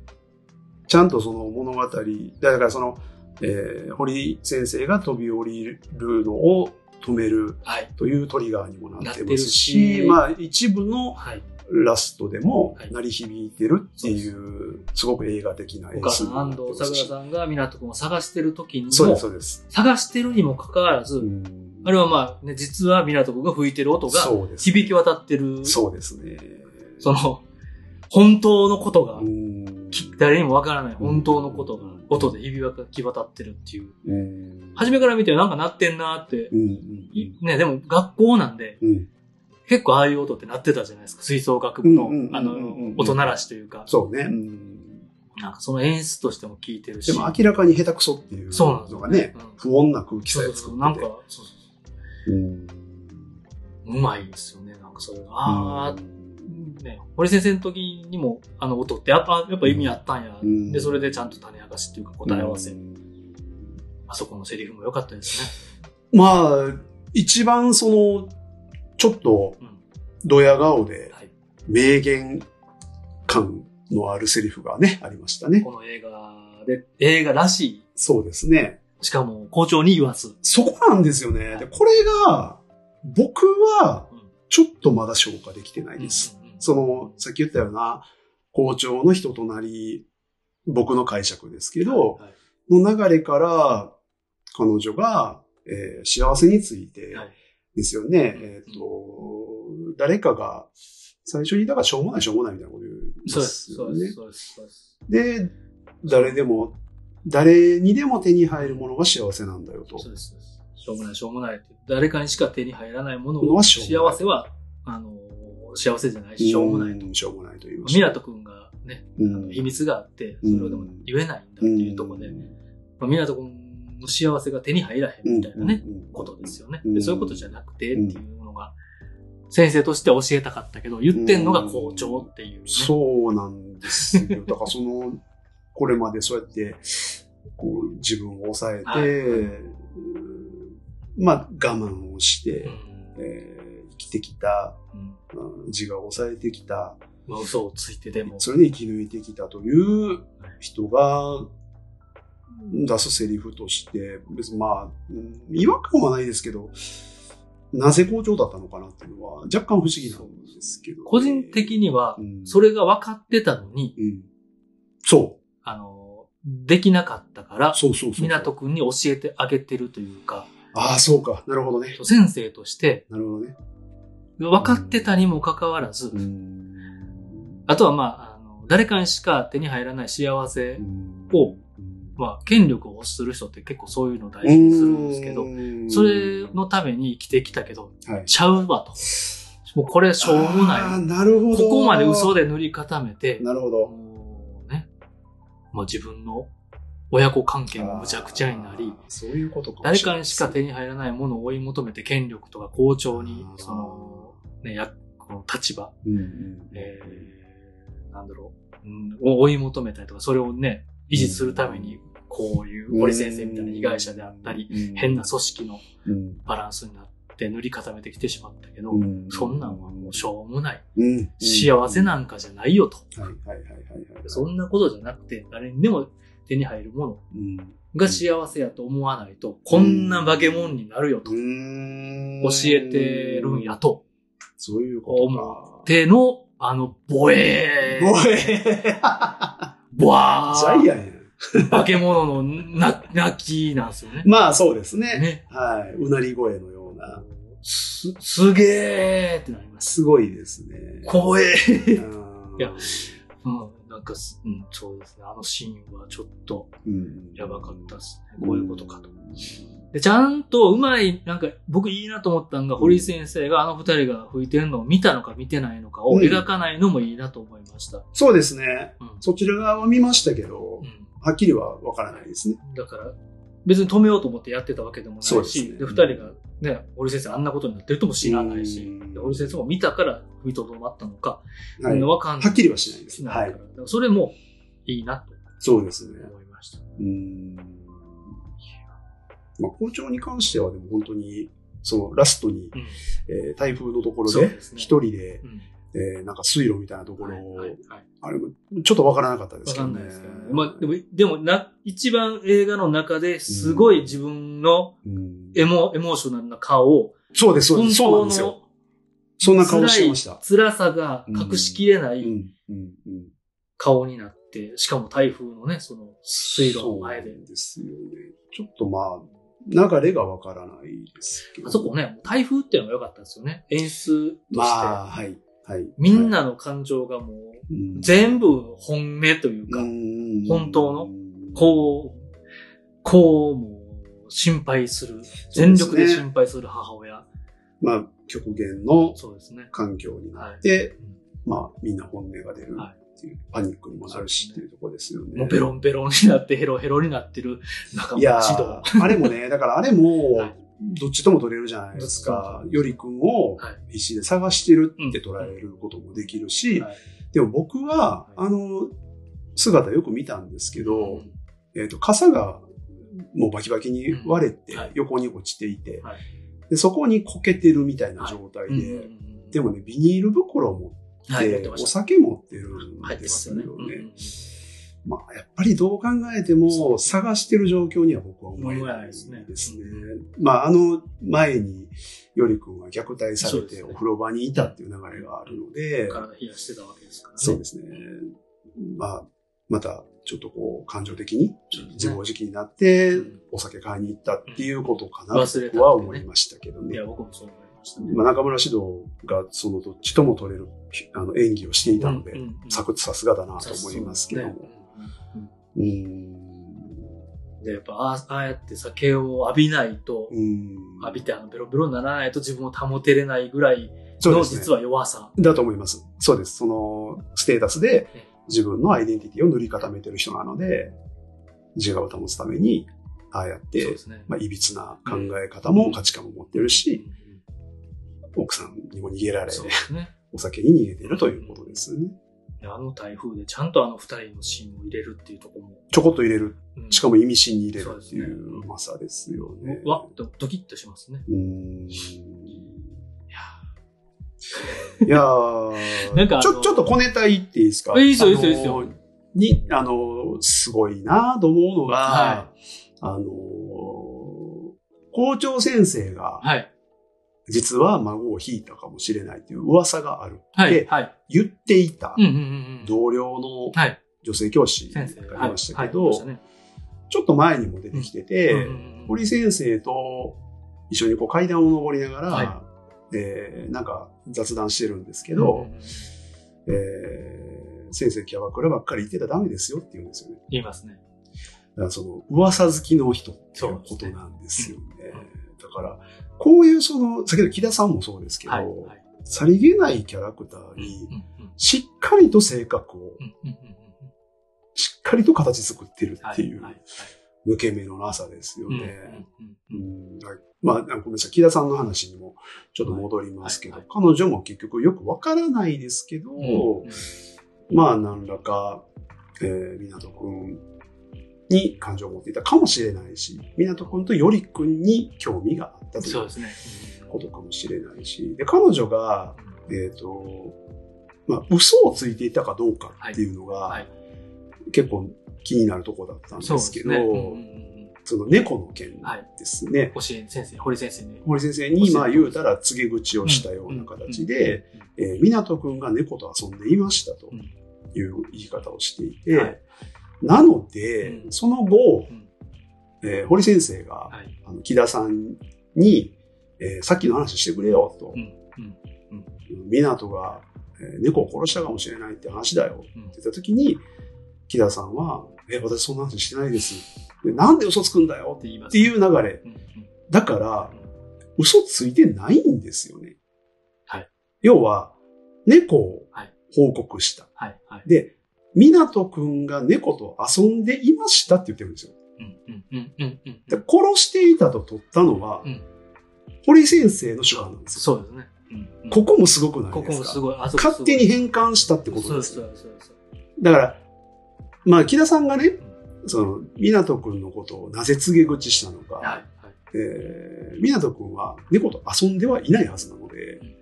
Speaker 2: ちゃんとその物語、だからその、えー堀先生が飛び降りるのを止める
Speaker 1: はい。
Speaker 2: というトリガーにもなって
Speaker 1: なって
Speaker 2: ま
Speaker 1: る
Speaker 2: すし、
Speaker 1: し
Speaker 2: まあ一部の
Speaker 1: はい。
Speaker 2: ラストでも
Speaker 1: はい
Speaker 2: 鳴り響いてるっていう、すごく映画的な
Speaker 1: お
Speaker 2: 演
Speaker 1: 母さ
Speaker 2: 出に
Speaker 1: ん、安
Speaker 2: なっ
Speaker 1: 藤
Speaker 2: てます
Speaker 1: 桜
Speaker 2: し
Speaker 1: さんが湊君を探してる時に
Speaker 2: そうです、
Speaker 1: も、
Speaker 2: そうです。
Speaker 1: 探してるにもかかわらず、
Speaker 2: うん
Speaker 1: あれはまあ、ね、実は湊君が吹いてる音が
Speaker 2: そうです。
Speaker 1: 響き渡ってる、
Speaker 2: そうですね。
Speaker 1: その、本当のことが
Speaker 2: う、ん
Speaker 1: き誰にもわからない本当のこと
Speaker 2: う
Speaker 1: が
Speaker 2: ん、
Speaker 1: 音で響き渡ってるっていう。
Speaker 2: うん
Speaker 1: 初めから見てなんか鳴ってんなーって
Speaker 2: う、んうん
Speaker 1: いね、でも学校なんで、
Speaker 2: うん
Speaker 1: 結構ああいう音って鳴ってたじゃないですか。吹奏楽部
Speaker 2: うんうんうんうん
Speaker 1: の、あの、音鳴らしというか、
Speaker 2: そうね。うん
Speaker 1: なんかその演出としても効いてるし。
Speaker 2: でも明らかに下手くそっていう
Speaker 1: そうなんです
Speaker 2: の
Speaker 1: よ
Speaker 2: が
Speaker 1: ね
Speaker 2: ね、。
Speaker 1: うん
Speaker 2: 不穏な空気
Speaker 1: そ
Speaker 2: さ
Speaker 1: うそ
Speaker 2: え
Speaker 1: うそ
Speaker 2: 作
Speaker 1: う。な
Speaker 2: っ
Speaker 1: ん
Speaker 2: て
Speaker 1: か、
Speaker 2: て
Speaker 1: そうそう
Speaker 2: うん。
Speaker 1: そう。うまいですよね。なんかそれが。あ
Speaker 2: う
Speaker 1: ー
Speaker 2: ん
Speaker 1: ね、堀先生の時にも、あの音ってやっぱ、やっぱ意味あったんや。
Speaker 2: うん
Speaker 1: で、それでちゃんと種明かしっていうか答え合わせ。
Speaker 2: うん
Speaker 1: あそこのセリフも良かったですね。
Speaker 2: まあ、一番その、ちょっと
Speaker 1: うん、
Speaker 2: ドヤ顔で、
Speaker 1: はい。
Speaker 2: 名言感のあるセリフがね、ありましたね。
Speaker 1: この映画で、映画らしい。
Speaker 2: そうですね。
Speaker 1: しかも、校長に言わず。
Speaker 2: そこなんですよね。でこれが、僕は、ちょっとまだ消化できてないです。
Speaker 1: うんうんうん
Speaker 2: その、さっき言ったような、校長の人となり僕の解釈ですけど、
Speaker 1: はい
Speaker 2: の流れから、彼女が、えー幸せについて
Speaker 1: はい
Speaker 2: ですよね。えっ、と、誰かが、最初に、だからしょうもないしょうもないみたいなこと言うん
Speaker 1: そうで
Speaker 2: です
Speaker 1: す、
Speaker 2: よ
Speaker 1: そうで
Speaker 2: ね
Speaker 1: す、。そうです。そうです
Speaker 2: で、誰でも、誰にでも手に入るものが幸せなんだよと。
Speaker 1: そうですそうですしょうもない、しょうもないって。誰かにしか手に入らないもの
Speaker 2: もの
Speaker 1: を、
Speaker 2: は
Speaker 1: 幸
Speaker 2: しょうもない
Speaker 1: せは、あのー、幸せじゃないし、しょうもない。
Speaker 2: い。しょうもないと言いまし
Speaker 1: ミ
Speaker 2: た。
Speaker 1: ラト君がね、
Speaker 2: うん
Speaker 1: 秘密があって、それをでも言えないんだっていうところで、まあ、ミラト君の幸せが手に入らへんみたいなね、ことですよね。
Speaker 2: う
Speaker 1: で
Speaker 2: ん
Speaker 1: そういうことじゃなくてっていうのが、先生として教えたかったけど、言ってんのが校長っていうね。
Speaker 2: そうなんですよ。だからその、これまでそうやって、こう、自分を抑えて、
Speaker 1: はい
Speaker 2: まあ、我慢をして
Speaker 1: う、ん
Speaker 2: えー生きてきた、
Speaker 1: うん
Speaker 2: うん自我を抑えてきた、
Speaker 1: まあ、嘘をついてでも。
Speaker 2: それで生き抜いてきたという人が出すセリフとして、別にまあ、うん違和感はないですけど、なぜ好調だったのかなっていうのは若干不思議なんですけど、
Speaker 1: 個人的には
Speaker 2: う、ん
Speaker 1: それが分かってたのに、
Speaker 2: うん。そう。
Speaker 1: あの、できなかったから、
Speaker 2: そうそうそう。
Speaker 1: 港くんに教えてあげてるというか、
Speaker 2: ああ、そうか。なるほどね。
Speaker 1: 先生として
Speaker 2: なるほどね。
Speaker 1: 分かってたにもかかわらず、
Speaker 2: ん
Speaker 1: あとはまあ、あの誰かにしか手に入らない幸せ、
Speaker 2: を、
Speaker 1: まあ、権力を欲する人って結構そういうのを大事にするんですけど、
Speaker 2: ど
Speaker 1: それのために生きてきたけど、
Speaker 2: はい、
Speaker 1: ちゃうわと。もうこれしょうも
Speaker 2: あ
Speaker 1: な
Speaker 2: あ
Speaker 1: い。
Speaker 2: なるほ
Speaker 1: こ
Speaker 2: ど。
Speaker 1: こまで嘘で塗り固めて、
Speaker 2: なるほど。
Speaker 1: もうね、まあ自分の親子関係もむちゃくちゃになり
Speaker 2: あ、ー、そういうことかも
Speaker 1: 誰
Speaker 2: れ
Speaker 1: か
Speaker 2: ない
Speaker 1: にしか手に入らないものを追い求めて権力とか校長に、その、ね、やこの立場、
Speaker 2: うんうん
Speaker 1: えー、なんだろう、うん、を追い求めたりとか、それをね、維持するために、こういう森先生みたいな被害者であったり、
Speaker 2: り
Speaker 1: 変な組織の
Speaker 2: うん
Speaker 1: バランスになって塗り固めてきてしまったけど、
Speaker 2: うん
Speaker 1: そんなんはもうしょうもない。
Speaker 2: うんうん
Speaker 1: 幸せなんかじゃないよと。
Speaker 2: はいはいはいはいはい。
Speaker 1: そんなことじゃなくて、誰にでも手に入るもの
Speaker 2: うん。
Speaker 1: が幸せやと思わないと、こんな化け物になるよと、教
Speaker 2: うん
Speaker 1: えてるんや。と、
Speaker 2: そういうことか。
Speaker 1: での、あの、ボエー、
Speaker 2: おい ジ
Speaker 1: ボワ
Speaker 2: ャイ
Speaker 1: ー、
Speaker 2: アンやん
Speaker 1: 化け物のな、泣きなんですよね。
Speaker 2: まあそうですね。
Speaker 1: ね。
Speaker 2: はい。うなり声のような。
Speaker 1: す、すげーってなります。
Speaker 2: すごいですね。
Speaker 1: 怖え。
Speaker 2: うん
Speaker 1: いやうん、なんかす、うん、そうですね。あのシーンはちょっと
Speaker 2: うん
Speaker 1: やばかったですね。こういうことかと。で、ちゃんとうまい、なんか僕いいなと思ったのが、堀井先生があの二人が吹いてるのを見たのか見てないのかを
Speaker 2: うん
Speaker 1: 描かないのもいいなと思いました。
Speaker 2: そうですね。
Speaker 1: うん。
Speaker 2: そちら側は見ましたけど、
Speaker 1: う
Speaker 2: はっきりはわからないですね。
Speaker 1: ん、だから、別に止めようと思ってやってたわけでもない
Speaker 2: そうです
Speaker 1: し、
Speaker 2: ね
Speaker 1: で、二人がね、堀井先生あんなことになってるとも知らないし
Speaker 2: うん、
Speaker 1: で堀井先生も見たから踏みとどまったのか、
Speaker 2: は
Speaker 1: う
Speaker 2: い。
Speaker 1: ん
Speaker 2: は
Speaker 1: わかんない
Speaker 2: っきりはしないです
Speaker 1: し
Speaker 2: ね。
Speaker 1: ない
Speaker 2: は
Speaker 1: から。
Speaker 2: い
Speaker 1: だ。からそれもいいな
Speaker 2: そうですね
Speaker 1: と。思いました。
Speaker 2: うん。まあ、校長に関しては、でも本当に、そのラストに、
Speaker 1: うん。
Speaker 2: えー台風のところ
Speaker 1: そう
Speaker 2: で
Speaker 1: です、ね
Speaker 2: 一人で、
Speaker 1: うん。
Speaker 2: えーなんか水路みたいなところを、
Speaker 1: はいはいはい
Speaker 2: あれも、ちょっとわからなかったです
Speaker 1: わかん
Speaker 2: けどね。
Speaker 1: ないですけどね。まあ、でも、でもな、一番映画の中ですごい自分の
Speaker 2: うん
Speaker 1: エモ、エモーショナルな顔を、
Speaker 2: そうです、そう
Speaker 1: 本
Speaker 2: です。そうな
Speaker 1: 当
Speaker 2: んですよ。
Speaker 1: の
Speaker 2: そんな顔して
Speaker 1: 辛
Speaker 2: ま
Speaker 1: い
Speaker 2: した。
Speaker 1: 辛さが隠しきれない
Speaker 2: ん、うん、うん。
Speaker 1: 顔になって、しかも台風のね、その水路の前
Speaker 2: そう
Speaker 1: で
Speaker 2: な。んですよね。ちょっとまあ、流れがわからないですけど。
Speaker 1: あそこね、台風っていうのが良かったんですよね。演出として。
Speaker 2: まあ、はい、はい。
Speaker 1: みんなの感情がもう、全部本音というか、本当の、
Speaker 2: う
Speaker 1: こう、こう、もう、心配する。全力で心配する母親。
Speaker 2: ん、まあ、極限の
Speaker 1: そうですね。
Speaker 2: 環境になって、
Speaker 1: うん
Speaker 2: まあ、みんな本音が出るっていう、パニックにもなるし
Speaker 1: そうですね
Speaker 2: っていうところですよね。
Speaker 1: もうベロンベロンになってヘロヘロになってる中
Speaker 2: いや
Speaker 1: 村獅童。
Speaker 2: ー、あれも ね、だからあれも
Speaker 1: はい、
Speaker 2: どっちとも取れるじゃないですか。よりくんを
Speaker 1: はい
Speaker 2: 必死で探してるって捉えることもできるし、
Speaker 1: はい
Speaker 2: でも僕は
Speaker 1: はい、
Speaker 2: あの、姿よく見たんですけど、
Speaker 1: うん
Speaker 2: えっ、と、傘がもうバキバキに割れて
Speaker 1: うんはい、
Speaker 2: 横に落ちていて、
Speaker 1: はい
Speaker 2: で、そこにこけてるみたいな状態で、
Speaker 1: うんうんうん
Speaker 2: でもね、ビニール袋持っ
Speaker 1: はい、やって
Speaker 2: て、
Speaker 1: ま
Speaker 2: お
Speaker 1: した。
Speaker 2: 酒持ってる
Speaker 1: 入っ
Speaker 2: ん
Speaker 1: て
Speaker 2: で
Speaker 1: ますす
Speaker 2: よ
Speaker 1: よ
Speaker 2: ね
Speaker 1: ね。。うんうん
Speaker 2: まあ、やっぱりどう考えても、探してる状況には僕は思え
Speaker 1: 思え
Speaker 2: な
Speaker 1: ないい
Speaker 2: で
Speaker 1: ですす
Speaker 2: ね
Speaker 1: ね。
Speaker 2: まあ、あの前に、よりくんは虐待さ
Speaker 1: そ
Speaker 2: れ
Speaker 1: うです
Speaker 2: て
Speaker 1: ね
Speaker 2: お風呂場にいたっていう流れがあるので、
Speaker 1: 体冷やしてたわけですからね。
Speaker 2: そうですね。まあ、また、ちょっとこう、感情的に、
Speaker 1: そうです
Speaker 2: 自
Speaker 1: ね
Speaker 2: 暴自棄になって
Speaker 1: うん、
Speaker 2: お酒買いに行ったっていうことかな、
Speaker 1: うん忘れたってね
Speaker 2: とは思いましたけど
Speaker 1: い
Speaker 2: ね
Speaker 1: や、。僕もそう思いましたね。
Speaker 2: まあ、中村獅童が、その、どっちとも取れる、あの、演技をしていたので、
Speaker 1: うんうんうん
Speaker 2: サクッとさすがだなと思いますけども。
Speaker 1: そうですねうん
Speaker 2: うーん。
Speaker 1: で、やっぱああ、ああやって酒を浴びないと、
Speaker 2: うーん。
Speaker 1: 浴びてあのベロベロにならないと自分を保てれないぐらい
Speaker 2: そう
Speaker 1: の
Speaker 2: ですね
Speaker 1: 実は弱さ。
Speaker 2: だと思います。そうです。その、ステータスで自分のアイデンティティを塗り固めてる人なので、自我を保つために、ああやっ
Speaker 1: そう
Speaker 2: て
Speaker 1: で、すね。
Speaker 2: まあ、いびつな考え方も価値観も持ってるし、
Speaker 1: うんうん
Speaker 2: 奥さんにも逃げられ、
Speaker 1: そうですね。
Speaker 2: お酒に逃げてるということですね。
Speaker 1: いやあの台風でちゃんとあの二人のシーンを入れるっていうところも、
Speaker 2: ちょこっと入れる。
Speaker 1: うん
Speaker 2: しかも意味深に入れる
Speaker 1: そ
Speaker 2: ってい
Speaker 1: う
Speaker 2: う
Speaker 1: ですね
Speaker 2: まさですよね。
Speaker 1: わっとドキッとしますね。
Speaker 2: うーん。
Speaker 1: いや
Speaker 2: いや
Speaker 1: なんかあの
Speaker 2: ーちょ、ちょっと小ネタ言っていいですか
Speaker 1: いいですよいいですよいいで
Speaker 2: あ
Speaker 1: す
Speaker 2: の
Speaker 1: よ
Speaker 2: ーに、あのー、すごいなと思うのが、
Speaker 1: は
Speaker 2: あのー、校長先生が、
Speaker 1: はい。
Speaker 2: 実は孫を引いたかもしれないという噂がある。
Speaker 1: はい。
Speaker 2: で、
Speaker 1: はい。
Speaker 2: 言っていた
Speaker 1: うんうんうんうん。
Speaker 2: 同僚の
Speaker 1: はい。
Speaker 2: 女性教師が
Speaker 1: 先
Speaker 2: い
Speaker 1: 生が。
Speaker 2: ましたけ
Speaker 1: は
Speaker 2: ど
Speaker 1: い、はいはい
Speaker 2: ちょっと前にも出てきてて、
Speaker 1: うんうんうん
Speaker 2: 堀先生と一緒にこう階段を上りながら、
Speaker 1: は
Speaker 2: えーなんか雑談してるんですけ
Speaker 1: うんうん
Speaker 2: ど
Speaker 1: う、ん
Speaker 2: えー先生キャバクラばっかり行ってたらダメですよって言うんですよね。
Speaker 1: 言いますね。
Speaker 2: だからその噂好きの人ってい
Speaker 1: そう
Speaker 2: う
Speaker 1: です
Speaker 2: こ
Speaker 1: ね
Speaker 2: となんですよね。
Speaker 1: うん
Speaker 2: だから、こういうその、先ほど木田さんもそうですけど、
Speaker 1: はい。はい。
Speaker 2: さりげないキャラクター
Speaker 1: うん
Speaker 2: に、
Speaker 1: うん
Speaker 2: しっかりと性格を、
Speaker 1: うんうんうんうん
Speaker 2: しっかりと形作ってる
Speaker 1: は
Speaker 2: ってい
Speaker 1: は
Speaker 2: う
Speaker 1: い
Speaker 2: 抜け目のなさですよ
Speaker 1: うんうん
Speaker 2: ね。
Speaker 1: う
Speaker 2: うん
Speaker 1: うん
Speaker 2: んはいまあ、あごめんなさい。木田さんの話にもちょっと戻りますけど、
Speaker 1: はいは
Speaker 2: 彼女も結局よくわからないですけど、
Speaker 1: うん
Speaker 2: まあ、何らか、えー、港くんに感情を持っていたかもしれないし、港くんとよりくんに興味があったとい
Speaker 1: そう
Speaker 2: う
Speaker 1: ですね。
Speaker 2: ことかもしれないし、で、彼女が、えっ、と、まあ、嘘をついていたかどうかっていうのが、
Speaker 1: はい
Speaker 2: 結構気になるとこだったん
Speaker 1: そう
Speaker 2: で
Speaker 1: です
Speaker 2: け
Speaker 1: す
Speaker 2: ど、
Speaker 1: ね。
Speaker 2: そ,、
Speaker 1: うんうんうん
Speaker 2: の猫の件ですね。
Speaker 1: 教え先生、堀先生に。
Speaker 2: 森先生に、まあ言うたら告げ口をしたような形で、えー、港くんが猫と遊んでいましたと
Speaker 1: うん
Speaker 2: いう言い方をしていて、
Speaker 1: はい
Speaker 2: なので、
Speaker 1: うん
Speaker 2: その後、
Speaker 1: うん
Speaker 2: えー堀先生が、
Speaker 1: はい。
Speaker 2: あの木田さんに、えーさっきの話してくれよと
Speaker 1: う、んうん
Speaker 2: 港が、えー猫を殺したかもしれないって話だよって
Speaker 1: うん
Speaker 2: 言った時に、木田さんは、え、私そんな話してないです。でなんで嘘つくんだよ
Speaker 1: って言いま
Speaker 2: っ
Speaker 1: す
Speaker 2: て。いう流れ。
Speaker 1: うんうん
Speaker 2: だから、嘘ついてないんですよね。
Speaker 1: はい
Speaker 2: 要は、猫を
Speaker 1: はい
Speaker 2: 報告した。
Speaker 1: はい。はい。
Speaker 2: で、港くんが猫と遊んでいましたって言ってるんですよ。
Speaker 1: うんうんうんうんうん
Speaker 2: で殺していたと取ったのは、
Speaker 1: うん
Speaker 2: 堀先生の手法なんですよ。
Speaker 1: そうですね。うんうん
Speaker 2: ここもすごくない
Speaker 1: ここ
Speaker 2: で
Speaker 1: も
Speaker 2: す
Speaker 1: す
Speaker 2: か
Speaker 1: ごい。あそこすごい
Speaker 2: 勝手に変換したってこと
Speaker 1: そう
Speaker 2: で
Speaker 1: そ
Speaker 2: すよ。
Speaker 1: うそうそう。
Speaker 2: だから、まあ、木田さんがね、その、港くんのことをなぜ告げ口したのか、
Speaker 1: はい。はい
Speaker 2: えー、港くんは猫と遊んではいないはずなので、
Speaker 1: うん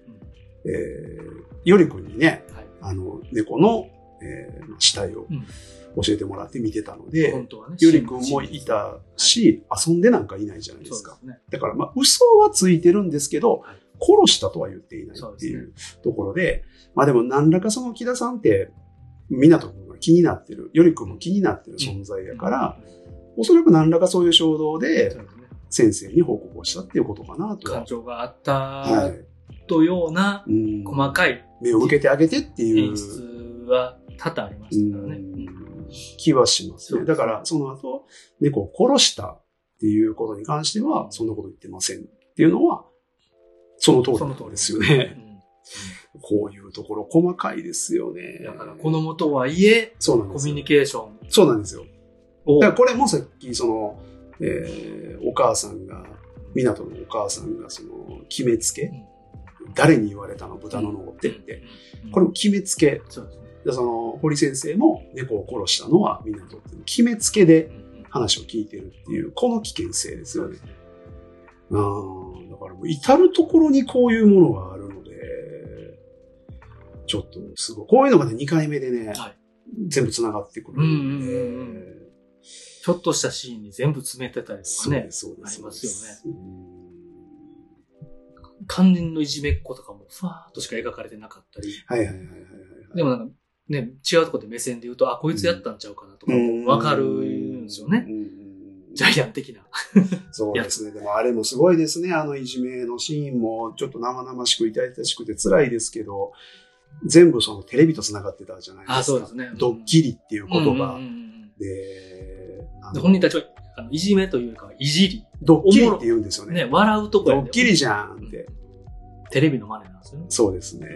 Speaker 2: えー、よりくんにね、
Speaker 1: うんはい。
Speaker 2: あの、猫の、えーまあ死体を
Speaker 1: うん
Speaker 2: 教えてもらって見てたので、
Speaker 1: 本当はね。
Speaker 2: ゆりくんもいたし、遊んでなんかいないじゃないで
Speaker 1: そう
Speaker 2: す
Speaker 1: で
Speaker 2: か。
Speaker 1: すね。
Speaker 2: だから、まあ、嘘はついてるんですけど
Speaker 1: はい、
Speaker 2: 殺したとは言っていない
Speaker 1: そう
Speaker 2: っ
Speaker 1: で
Speaker 2: て
Speaker 1: すね
Speaker 2: いうところで、まあでも何らかその木田さんって、港くんが気になってる、よりくんも気になってる存在やから、
Speaker 1: うん、
Speaker 2: おそらく何らかそういう衝動
Speaker 1: そ
Speaker 2: で
Speaker 1: うですね
Speaker 2: 先生に報告をしたっていうことかなとは
Speaker 1: 感。情があった
Speaker 2: はい。
Speaker 1: とような
Speaker 2: うん
Speaker 1: 細かい
Speaker 2: 目を向けてあげてっていう。
Speaker 1: 演出は多々ありましたからね。うん
Speaker 2: うん気はします
Speaker 1: そうで
Speaker 2: ね。
Speaker 1: すね
Speaker 2: だから、その後、猫を殺したっていうことに関しては、そんなこと言ってませんっていうのは、その通り
Speaker 1: その
Speaker 2: な
Speaker 1: 通り
Speaker 2: んですよね。
Speaker 1: うん
Speaker 2: こういうところ細かいですよね。
Speaker 1: だから子供とはいえ、
Speaker 2: そうなん
Speaker 1: コ
Speaker 2: で
Speaker 1: ミ
Speaker 2: す
Speaker 1: ュ
Speaker 2: よ
Speaker 1: ニ。ケーション
Speaker 2: そうなんですよ。
Speaker 1: を
Speaker 2: だからこれもさっき、その、えーお母さんが、港のお母さんが、その、決めつけ、誰に言われたの豚の脳ってって、、
Speaker 1: うん
Speaker 2: これも決めつけ。
Speaker 1: そうですね。
Speaker 2: でその、堀先生も猫を殺したのは港っていう決めつけで、
Speaker 1: うんうん
Speaker 2: 話を聞いてるっていう、この危険性です
Speaker 1: そ
Speaker 2: よ
Speaker 1: う
Speaker 2: ね
Speaker 1: で。すね。
Speaker 2: あーだからもう至るところにこういうものがあるので、ちょっとすごい。こういうのがね、2回目でね、
Speaker 1: はい
Speaker 2: 全部繋がってくる
Speaker 1: うん
Speaker 2: ん
Speaker 1: うん
Speaker 2: で。
Speaker 1: うんうんちょっとしたシーンに全部詰めてたりとか
Speaker 2: そう
Speaker 1: ね
Speaker 2: で。す、そうです。
Speaker 1: ありますよね
Speaker 2: そうで
Speaker 1: 肝心のいじめっ子とかもふわーっとしか描かれてなかったり。
Speaker 2: す。うんはいはいはいはいはい。
Speaker 1: でもなんか、ね、違うとこで目線で言うと、あ、こいつやったんちゃうかなとか、わかるんですよね。
Speaker 2: うん。
Speaker 1: ジャイアン的な。
Speaker 2: そうですね。でもあれもすごいですね。あのいじめのシーンもちょっと生々しく痛々しくて辛いですけど、全部そのテレビと繋がってたじゃないですか。
Speaker 1: あそうですね
Speaker 2: ドッキリっていう言
Speaker 1: う
Speaker 2: 葉
Speaker 1: んうんうんうん
Speaker 2: で、あ
Speaker 1: で
Speaker 2: の
Speaker 1: 本人たちは、あのいじめというよりかは、いじり。
Speaker 2: ドッキリって言うんですよ
Speaker 1: ね、
Speaker 2: ね。
Speaker 1: 笑うとこ
Speaker 2: ド
Speaker 1: や
Speaker 2: ッキリじゃんって。
Speaker 1: テレビの真似なんですよね。
Speaker 2: そうですね。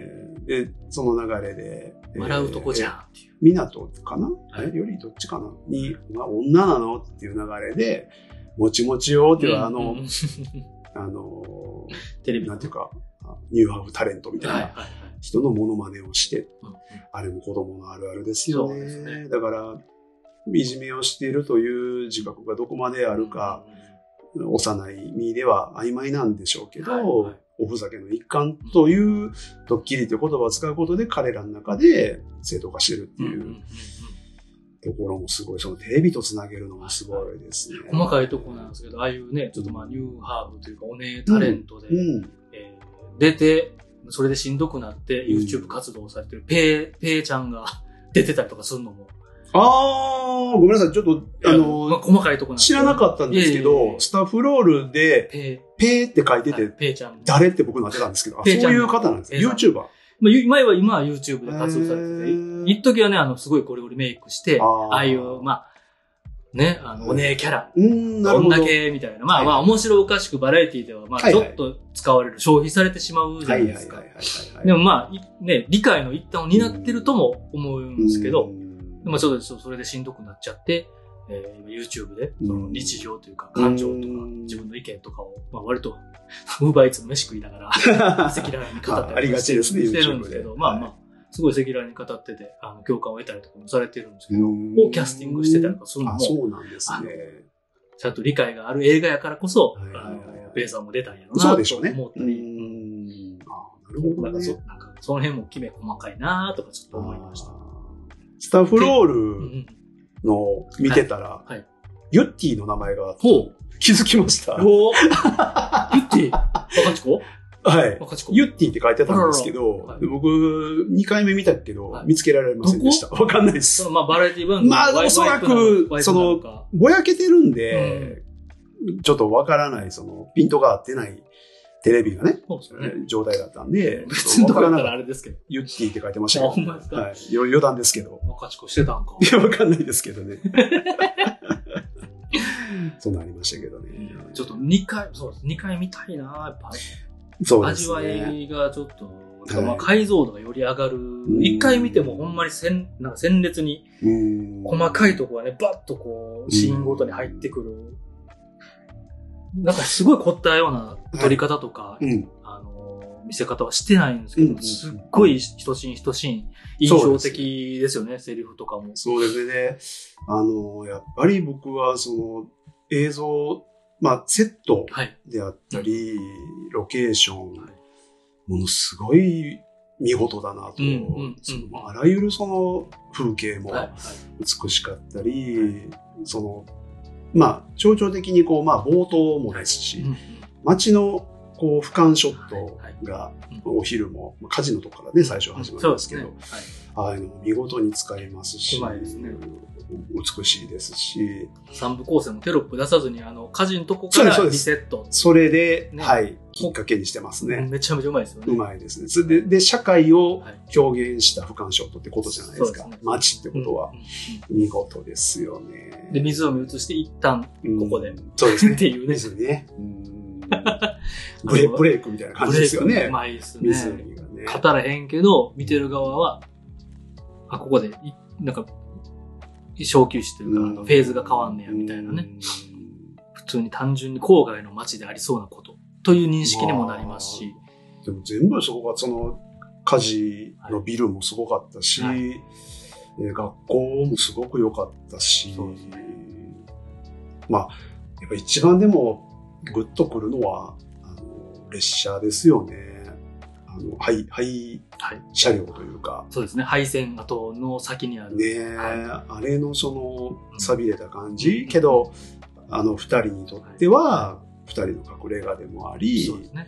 Speaker 2: で、その流れで。
Speaker 1: 笑うとこじゃん
Speaker 2: ん。
Speaker 1: っていう。
Speaker 2: 港かな、
Speaker 1: はい
Speaker 2: えよりどっちかなに、まあ、女なのっていう流れで、もちもちよっていう、あ
Speaker 1: うんうん
Speaker 2: の
Speaker 1: うん、
Speaker 2: あの、
Speaker 1: テレビの。
Speaker 2: なんていうか、ニューハーフタレントみたい
Speaker 1: はい
Speaker 2: な
Speaker 1: はいはい
Speaker 2: 人のモノマネをして、
Speaker 1: うんうん
Speaker 2: あれも子供のあるあるですよ
Speaker 1: そう
Speaker 2: ね。
Speaker 1: ですね
Speaker 2: だから、いじめをしているという自覚がどこまであるか、幼い身では曖昧なんでしょうけど、
Speaker 1: はいはい
Speaker 2: おふざけの一環というドッキリという言葉を使うことで彼らの中で正当化してるって
Speaker 1: うんうん
Speaker 2: い
Speaker 1: うんうん
Speaker 2: うところもすごい、そのテレビとつなげるのもすごいですね。
Speaker 1: 細かいところなんですけど、ああいうね、ちょっとまあニューハーフというか、お姉タレントで、
Speaker 2: うん。
Speaker 1: えー出て、それでしんどくなって、
Speaker 2: うん
Speaker 1: YouTube 活動をされてるペー、ペーちゃんが 出てたりとかするのも、
Speaker 2: あー、ごめんなさい。ちょっと、あ
Speaker 1: まあ
Speaker 2: の、
Speaker 1: 細かいところなん
Speaker 2: 知らなかったんですけ
Speaker 1: いやいやい
Speaker 2: ど、
Speaker 1: や
Speaker 2: スタッフロールで、
Speaker 1: ペ
Speaker 2: ペーって書いて
Speaker 1: ー、はい
Speaker 2: て、
Speaker 1: ペーちゃん。
Speaker 2: 誰って僕なってたんですけど、あ
Speaker 1: ペ
Speaker 2: そう
Speaker 1: ーちゃん
Speaker 2: いう方なんですね。
Speaker 1: ペーち
Speaker 2: YouTuber。
Speaker 1: まあゆ前は今は YouTube で活動され
Speaker 2: へ
Speaker 1: て
Speaker 2: ー
Speaker 1: て、一時はね、あの、すごいゴリゴリメイクして、
Speaker 2: あー
Speaker 1: ああいう、まあ、ね、あの、お姉キャラ、
Speaker 2: うーん、なる
Speaker 1: どん
Speaker 2: ほど。
Speaker 1: だ
Speaker 2: はい
Speaker 1: けみたいな、まあ
Speaker 2: はい
Speaker 1: まあ、面白おかしくバラエティでは、まあ、
Speaker 2: はい
Speaker 1: ち
Speaker 2: は
Speaker 1: ょ
Speaker 2: い
Speaker 1: っと使われる、消費されてしまうじゃ
Speaker 2: は
Speaker 1: ない
Speaker 2: い
Speaker 1: で
Speaker 2: はい
Speaker 1: す
Speaker 2: は
Speaker 1: か
Speaker 2: い。はい。
Speaker 1: でもまあ、いね、理解の一端を担ってるとも思うんですけど、
Speaker 2: うん
Speaker 1: まあちょっとそうそれでしんどくなっちゃって、えー、今 YouTube で
Speaker 2: うん
Speaker 1: その日常というか感情とか
Speaker 2: うん
Speaker 1: 自分の意見とかを、まあ、割とウーバーイーツの飯食いなが ら赤裸々に語ったりとか
Speaker 2: あありがちですね
Speaker 1: してるんですけ
Speaker 2: YouTube
Speaker 1: ど、
Speaker 2: で
Speaker 1: まあまあすごい赤裸々に語っててあの共感を得たりとかもされてるんですけど、
Speaker 2: うん
Speaker 1: をキャスティングしてたりとかするの
Speaker 2: あ、
Speaker 1: も
Speaker 2: そうなんですね。
Speaker 1: ちゃんと理解がある映画やからこそ、
Speaker 2: はいはいはいはい
Speaker 1: あのベイさんも出たんやろ
Speaker 2: そう
Speaker 1: な
Speaker 2: でしょう
Speaker 1: と
Speaker 2: ね。
Speaker 1: 思った
Speaker 2: う
Speaker 1: り、
Speaker 2: ん。あなるほ
Speaker 1: な
Speaker 2: ど
Speaker 1: んかそ
Speaker 2: ね。
Speaker 1: なんかその辺もきめ細かいなとかちょっと思いました
Speaker 2: あ。ースタッフロー
Speaker 1: う
Speaker 2: ル
Speaker 1: ん
Speaker 2: の見てたら
Speaker 1: はいはい、
Speaker 2: ユッティの名前が
Speaker 1: ほう
Speaker 2: 気づきました。は
Speaker 1: おぉ ゆってぃ若ち子
Speaker 2: い。
Speaker 1: 若ち子
Speaker 2: ユッティって書いてたんですけど
Speaker 1: あららは、い
Speaker 2: で僕、2回目見たけ
Speaker 1: は
Speaker 2: ど
Speaker 1: い、
Speaker 2: 見つけられませんでした。わかんないで
Speaker 1: そ
Speaker 2: す
Speaker 1: の。まあバラエティ番組
Speaker 2: まあ
Speaker 1: ワイ
Speaker 2: おそらく
Speaker 1: ワイプなの
Speaker 2: その
Speaker 1: ワイプなか
Speaker 2: ぼやけてるんで、ちょっとわからない、その、ピントが合ってないテレビがね、
Speaker 1: そうですよね。
Speaker 2: 状態だったんで、
Speaker 1: 別のとこだったら
Speaker 2: っ
Speaker 1: あれですけど。
Speaker 2: ユッティって書いてました
Speaker 1: あ、ほ
Speaker 2: け
Speaker 1: んまです
Speaker 2: ど、
Speaker 1: か
Speaker 2: はい。よ余談ですけど。
Speaker 1: 若ち子してたんか。
Speaker 2: いや、わかんないですけど ね。そんなんありましたけどね。
Speaker 1: ちょっと2回、そうです。二回見たいなやっぱ。
Speaker 2: そうで
Speaker 1: 味
Speaker 2: す
Speaker 1: わ
Speaker 2: ね。
Speaker 1: いがちょっと、
Speaker 2: はい
Speaker 1: まあ解像度がより上がる。
Speaker 2: ん
Speaker 1: 一回見てもほんまにせんなんか鮮烈に
Speaker 2: うん
Speaker 1: 細かいとこがね、バッとこう、シーンごとに入ってくる。なんかすごい凝ったような撮り方とか、
Speaker 2: うん。
Speaker 1: あの、見せ方はしてないんですけど、
Speaker 2: うんうんうん
Speaker 1: すっごい一シーン一シーン、印象的ですよね、セリフとかも。
Speaker 2: そうですね。あの、やっぱり僕は、その、映像、まあ、セット
Speaker 1: はい。
Speaker 2: であったり、ロケーション
Speaker 1: はい、
Speaker 2: ものすごい見事だなと。
Speaker 1: うんうんうん
Speaker 2: そのあらゆるその風景も、
Speaker 1: はい。はい
Speaker 2: 美しかったり、その、まあ、象徴的にこう、まあ、冒頭もですし、
Speaker 1: うん
Speaker 2: 街のこう俯瞰ショットが
Speaker 1: い
Speaker 2: お昼もまあ火事のとこからね最初
Speaker 1: うん
Speaker 2: 始まる
Speaker 1: そう
Speaker 2: んで
Speaker 1: ですす
Speaker 2: け
Speaker 1: ね。
Speaker 2: ど、
Speaker 1: はい。
Speaker 2: ああいうのも見事に使いますし
Speaker 1: うまいですね
Speaker 2: 美しいですし
Speaker 1: 三部構成もテロップ出さずに、あの、火事のとこから
Speaker 2: そう
Speaker 1: リ
Speaker 2: です
Speaker 1: セット。
Speaker 2: それで、
Speaker 1: ね
Speaker 2: はいきっかけにしてますね、
Speaker 1: めちゃめちゃうまいですよね。
Speaker 2: うまいですねそれでで社会を
Speaker 1: はい
Speaker 2: 表現した俯瞰ショットってことじゃないですか
Speaker 1: そうですね
Speaker 2: 街ってことは
Speaker 1: うんうん
Speaker 2: 見事ですよね
Speaker 1: うんで、湖映して一旦っ
Speaker 2: うん
Speaker 1: ここで
Speaker 2: そうですね
Speaker 1: ていうね、
Speaker 2: ですねうんブレブレイクみたいな感じですよ
Speaker 1: ブレイクもう
Speaker 2: ね
Speaker 1: まいですね。
Speaker 2: 湖がね
Speaker 1: 語らへんけど、見てる側は、あ、ここでい、なんか、小休止というか、あのフェーズが変わんねや、みたいなね。
Speaker 2: うん
Speaker 1: 普通に単純に郊外の街でありそうなことという認識にもなりますし、
Speaker 2: でも全部そこがその火事のビルもすごかったし、
Speaker 1: はい
Speaker 2: えー学校もすごく良かったし、
Speaker 1: そうですね
Speaker 2: まあやっぱ一番でもグッとくるのはあの列車ですよねあの廃廃
Speaker 1: はい、
Speaker 2: 車両というか
Speaker 1: そうですね廃線跡の先にある、
Speaker 2: ねえ、
Speaker 1: は
Speaker 2: あれのそ
Speaker 1: うん
Speaker 2: のさびれた感じ、けどあの2人にとっては2人の隠れ家でもあり、
Speaker 1: そうですね、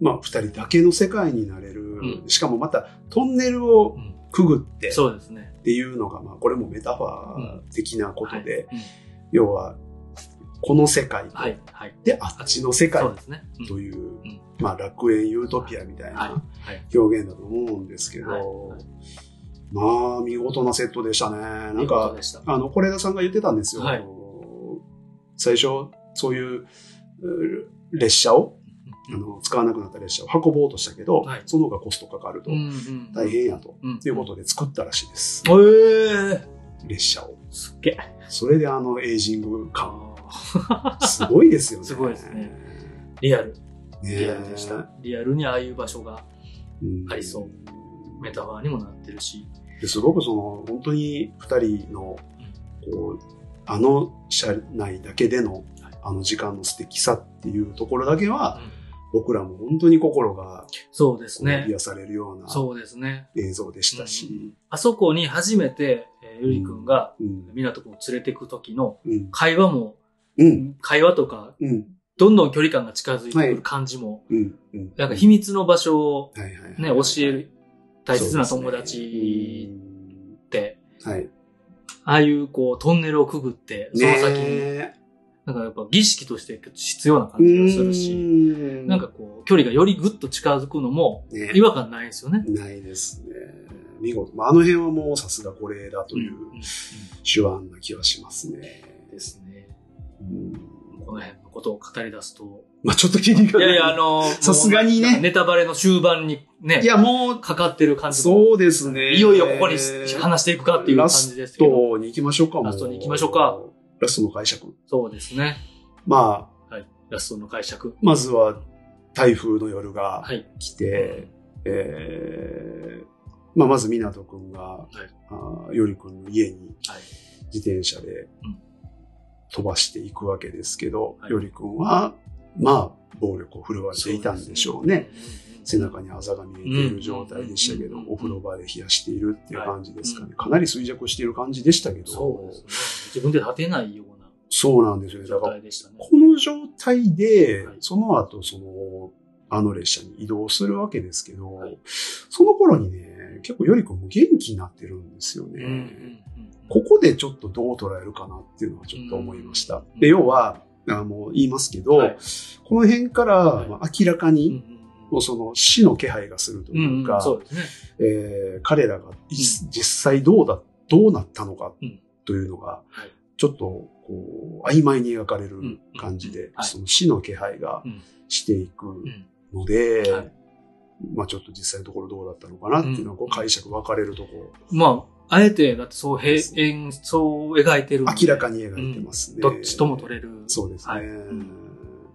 Speaker 2: まあ、2人だけの世界になれる、
Speaker 1: うん
Speaker 2: しかもまたトンネルを
Speaker 1: うん
Speaker 2: くぐってっ
Speaker 1: そうですね。
Speaker 2: ていうのが、まあ、これもメタファー的なことで、
Speaker 1: はい。うん
Speaker 2: 要は、この世界と、
Speaker 1: はい。はい。
Speaker 2: で、あっちの世界
Speaker 1: そうですね。うん
Speaker 2: という、
Speaker 1: ん
Speaker 2: まあ、楽園ユートピアみたい
Speaker 1: はい。
Speaker 2: な
Speaker 1: はい。
Speaker 2: 表現だと思うんですけど、
Speaker 1: はい
Speaker 2: まあ、見事なセットでしたね。な
Speaker 1: なん
Speaker 2: か、
Speaker 1: でした。
Speaker 2: あの、是枝さんが言ってたんですよ。
Speaker 1: はい
Speaker 2: あの最初、そういうう列車を、あの使わなくなった列車を運ぼうとしたけど、
Speaker 1: はい
Speaker 2: その方がコストかかると
Speaker 1: うんうん。
Speaker 2: 大変やと、
Speaker 1: うん。
Speaker 2: ということで作ったらしいです。
Speaker 1: と。ええ。
Speaker 2: 列車を。
Speaker 1: すっげえ。
Speaker 2: それであのエイジング感、すごいですよね。
Speaker 1: すごいですね。リアル。
Speaker 2: ねえ
Speaker 1: リアルでした。。リアルにああいう場所が
Speaker 2: うん
Speaker 1: ありそうメタファーにもなってるし。
Speaker 2: ですごくその本当に2人のこうあの車内だけでのあの時間の素敵さっていうところだけは僕らも本当に心が
Speaker 1: そうです
Speaker 2: こう
Speaker 1: ね。
Speaker 2: 癒されるような
Speaker 1: そうですね。
Speaker 2: 映像でしたし、
Speaker 1: あそこに初めて、えーゆりくんが、
Speaker 2: うん
Speaker 1: みなとくんを連れてく時の
Speaker 2: うん
Speaker 1: 会話も、
Speaker 2: うん
Speaker 1: 会話とか、
Speaker 2: うん
Speaker 1: どんどん距離感が近づいてく
Speaker 2: は
Speaker 1: る
Speaker 2: い
Speaker 1: 感じも、
Speaker 2: うんうん
Speaker 1: なんか秘密の場所を
Speaker 2: はいはいはい
Speaker 1: ね、教える大切な友達って、
Speaker 2: そうですねはい
Speaker 1: ああいうこうトンネルをくぐって、その先に、
Speaker 2: ね
Speaker 1: なんかやっぱ儀式として必要な
Speaker 2: う
Speaker 1: 感じがするし、
Speaker 2: ーん
Speaker 1: なんかこう距離がよりぐっと近づくのも
Speaker 2: ね
Speaker 1: 違和感ないですよね。
Speaker 2: ないですね見事まああの辺はもうさすがこれだとい
Speaker 1: う
Speaker 2: う
Speaker 1: んうん
Speaker 2: 手腕な気はしますね、
Speaker 1: ですね。
Speaker 2: うん
Speaker 1: この辺のことを語り出すと。
Speaker 2: まあちょっと気に
Speaker 1: い
Speaker 2: か
Speaker 1: やいや、あ の、
Speaker 2: さすがにね
Speaker 1: もうネタバレの終盤にね、
Speaker 2: いや、も
Speaker 1: かかってる感
Speaker 2: う、
Speaker 1: じ
Speaker 2: そうですね。
Speaker 1: いよいよここに
Speaker 2: っ
Speaker 1: 話していくかっていう感じですけ
Speaker 2: ラ
Speaker 1: ど。
Speaker 2: ストに行きましょうか、もう
Speaker 1: ラストに行きましょうか。
Speaker 2: ラストの解釈。
Speaker 1: そうですね。
Speaker 2: まあ、
Speaker 1: はい。ラストの解釈。
Speaker 2: まずは、台風の夜が
Speaker 1: はい。
Speaker 2: 来て、えーまあ、まず、湊くんが、
Speaker 1: い
Speaker 2: あーよりくんの家に
Speaker 1: はい、
Speaker 2: 自転車で
Speaker 1: うん
Speaker 2: 飛ばしていくわけですけど、
Speaker 1: はい
Speaker 2: よりくんは、まあ、暴力を振るわれていたんでしょうね。背中にあざが見えている状態でしたけど
Speaker 1: うん、
Speaker 2: お風呂場で冷やしているっていう感じですか
Speaker 1: は
Speaker 2: ね。かなり衰弱している感じでしたけど、
Speaker 1: そうですね。自分で立てないような
Speaker 2: そうなんですよね。だ
Speaker 1: 状
Speaker 2: から、
Speaker 1: 態でしたね。
Speaker 2: この状態で
Speaker 1: はい、
Speaker 2: その後、その、あの列車に移動するわけですけど
Speaker 1: はい、
Speaker 2: その頃にね、結構よりくんも元気になってるんですよ
Speaker 1: うんうん
Speaker 2: ね。
Speaker 1: うん
Speaker 2: ここでちょっとどう捉えるかなっていうのはちょっと思いました。で、要は、あの、言いますけど、
Speaker 1: はい
Speaker 2: この辺から、
Speaker 1: はい
Speaker 2: まあ明らか
Speaker 1: うん
Speaker 2: に、もうその死の気配がすると
Speaker 1: うんうん
Speaker 2: いうか、
Speaker 1: うんそうですね。
Speaker 2: えー彼らがい実際どうだ、どうなったのか
Speaker 1: うん
Speaker 2: というのが
Speaker 1: はい、
Speaker 2: ちょっとこう、曖昧に描かれ
Speaker 1: うん
Speaker 2: る感じ
Speaker 1: う
Speaker 2: で
Speaker 1: ん、はい
Speaker 2: その死の気配が
Speaker 1: うん
Speaker 2: していく
Speaker 1: ん
Speaker 2: の
Speaker 1: は
Speaker 2: で
Speaker 1: い、
Speaker 2: まあちょっと実際のところどうだったのかなっていうのは、こ
Speaker 1: うん
Speaker 2: う解釈分かれるとこ
Speaker 1: まあ、あえて、だってそう平、演、そう描いてるんで。
Speaker 2: 明らかに描いてますね。
Speaker 1: どっちとも取れる。
Speaker 2: そうですね
Speaker 1: はいうん。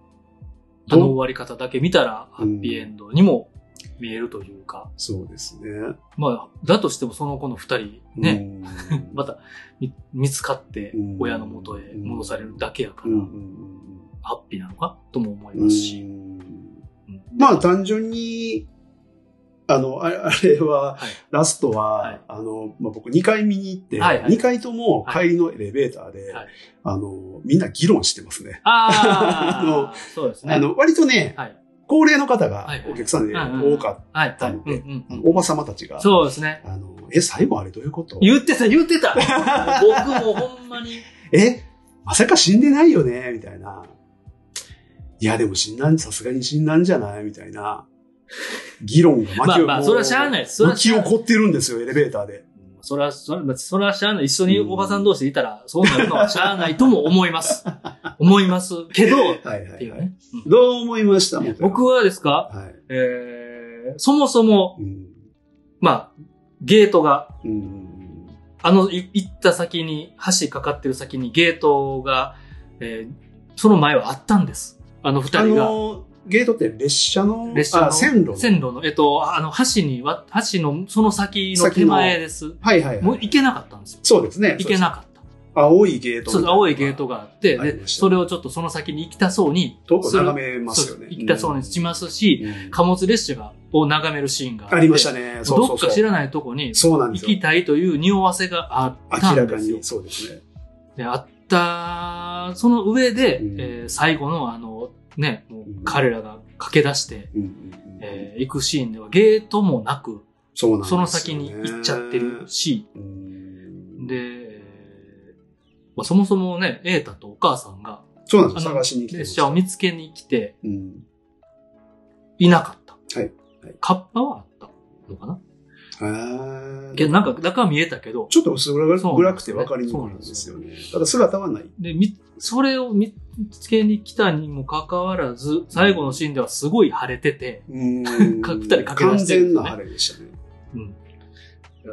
Speaker 1: あの終
Speaker 2: どう
Speaker 1: わり方だけ見たら、ハッピーエンドにも見えるというか。
Speaker 2: そうですね。
Speaker 1: まあ、だとしてもその子の二人、ね、
Speaker 2: うん。
Speaker 1: またみ見つかって
Speaker 2: うん
Speaker 1: 親の元へ戻されるだけやか
Speaker 2: うん
Speaker 1: ら
Speaker 2: うん、うんうん
Speaker 1: ハッピーなのかとも思いますし。うん
Speaker 2: まあ単純に、あの、あ れあれは、
Speaker 1: はい
Speaker 2: ラストは、
Speaker 1: はい
Speaker 2: あの、まあ、僕2回見に行って、二
Speaker 1: はいはい
Speaker 2: 2回とも帰りのエレベーターで、
Speaker 1: はい
Speaker 2: あの、みんな議論してますね。
Speaker 1: ああ
Speaker 2: の
Speaker 1: そうですね。
Speaker 2: あの、割とね、
Speaker 1: はい。
Speaker 2: 高齢の方が
Speaker 1: はいはい
Speaker 2: お客さんで
Speaker 1: うんうん
Speaker 2: 多かっ
Speaker 1: はい。
Speaker 2: たので
Speaker 1: うんうん
Speaker 2: た、
Speaker 1: うん
Speaker 2: おば様たちが、
Speaker 1: そうですね。
Speaker 2: あの、え、最後あれどういうこと
Speaker 1: 言ってた、言って た僕もほんまに。
Speaker 2: え、まさか死んでないよねみたいな。いや、でも死んだん、さすがに死んだんじゃないみたいな。議論が巻き起こ
Speaker 1: まあまあ、それはしゃあないです。それは
Speaker 2: 巻き
Speaker 1: しゃあ
Speaker 2: 起
Speaker 1: ない。
Speaker 2: こってるんですよ、エレベーターで。
Speaker 1: それは、それは、それはしゃあない。一緒におばさん同士でいたら、そうなるのはしゃあないとも思い ます。思いますけど、っ
Speaker 2: はいは
Speaker 1: て
Speaker 2: い、
Speaker 1: いう
Speaker 2: はい。
Speaker 1: ね。うん
Speaker 2: どう思いました元山
Speaker 1: 僕はですか、
Speaker 2: はい。
Speaker 1: えー、そもそも、
Speaker 2: うん。
Speaker 1: まあ、ゲートが、
Speaker 2: うん。
Speaker 1: あの、い行った先に、橋かかってる先にゲートが、えーその前はあったんです。あの二
Speaker 2: あ
Speaker 1: 人が。
Speaker 2: の、ゲートって列車の、
Speaker 1: 列車の
Speaker 2: あ線路の
Speaker 1: 線路の、えっと、あの、橋にわ、橋のその先の手前です。
Speaker 2: はいはい、はい。
Speaker 1: もう行けなかったんですよ。
Speaker 2: そうですね。
Speaker 1: 行けなかった。
Speaker 2: そうです青いゲートみた
Speaker 1: そ
Speaker 2: いうな。
Speaker 1: 青いゲートがあって、
Speaker 2: ありま
Speaker 1: で、
Speaker 2: した
Speaker 1: それをちょっとその先に行きたそうに、
Speaker 2: 遠く眺
Speaker 1: す
Speaker 2: め
Speaker 1: る
Speaker 2: ますよ
Speaker 1: そ
Speaker 2: ね。。
Speaker 1: う行きたそうにしますすし、
Speaker 2: うん
Speaker 1: 貨物列車が、を眺めるシーンがあって。
Speaker 2: ありましたね。そうそ
Speaker 1: ど
Speaker 2: う
Speaker 1: っ
Speaker 2: そう。
Speaker 1: か知らないとこに、
Speaker 2: そうなんで
Speaker 1: 行
Speaker 2: すよ
Speaker 1: き。たいという匂わせがあった
Speaker 2: 明
Speaker 1: ん
Speaker 2: ら
Speaker 1: で
Speaker 2: か
Speaker 1: すよ
Speaker 2: に。。そうですね。
Speaker 1: であった、その上で、
Speaker 2: うん
Speaker 1: えー最後のあの、ね、もううん彼らが駆け出して、
Speaker 2: うんうんうん
Speaker 1: えー行くシーンではゲートもなく、
Speaker 2: そうなんです
Speaker 1: そ
Speaker 2: よね
Speaker 1: の先に行っちゃってるし、
Speaker 2: うん
Speaker 1: で、えーまあそもそもね、瑛太とお母さんが
Speaker 2: そうなんです
Speaker 1: あ
Speaker 2: よ。
Speaker 1: の
Speaker 2: 探しに来てま
Speaker 1: 列
Speaker 2: し
Speaker 1: 車を
Speaker 2: た。
Speaker 1: 見つけに来て
Speaker 2: うん。
Speaker 1: いなかった。
Speaker 2: はいはい
Speaker 1: カッパはあったのかな
Speaker 2: へー
Speaker 1: けどなんか、中は見えたけど、
Speaker 2: ちょっと薄暗
Speaker 1: そうなん
Speaker 2: 暗
Speaker 1: で
Speaker 2: く
Speaker 1: す
Speaker 2: て
Speaker 1: よね
Speaker 2: 分かりにくいんですよね。ただ姿 はない。
Speaker 1: で、み、それを見つけに来たにもかかわらず、最後のシーンではすごい晴れてて、
Speaker 2: うん。
Speaker 1: か二人駆け出してるんですよね
Speaker 2: 完全な晴れでしたね。
Speaker 1: うん。いやーい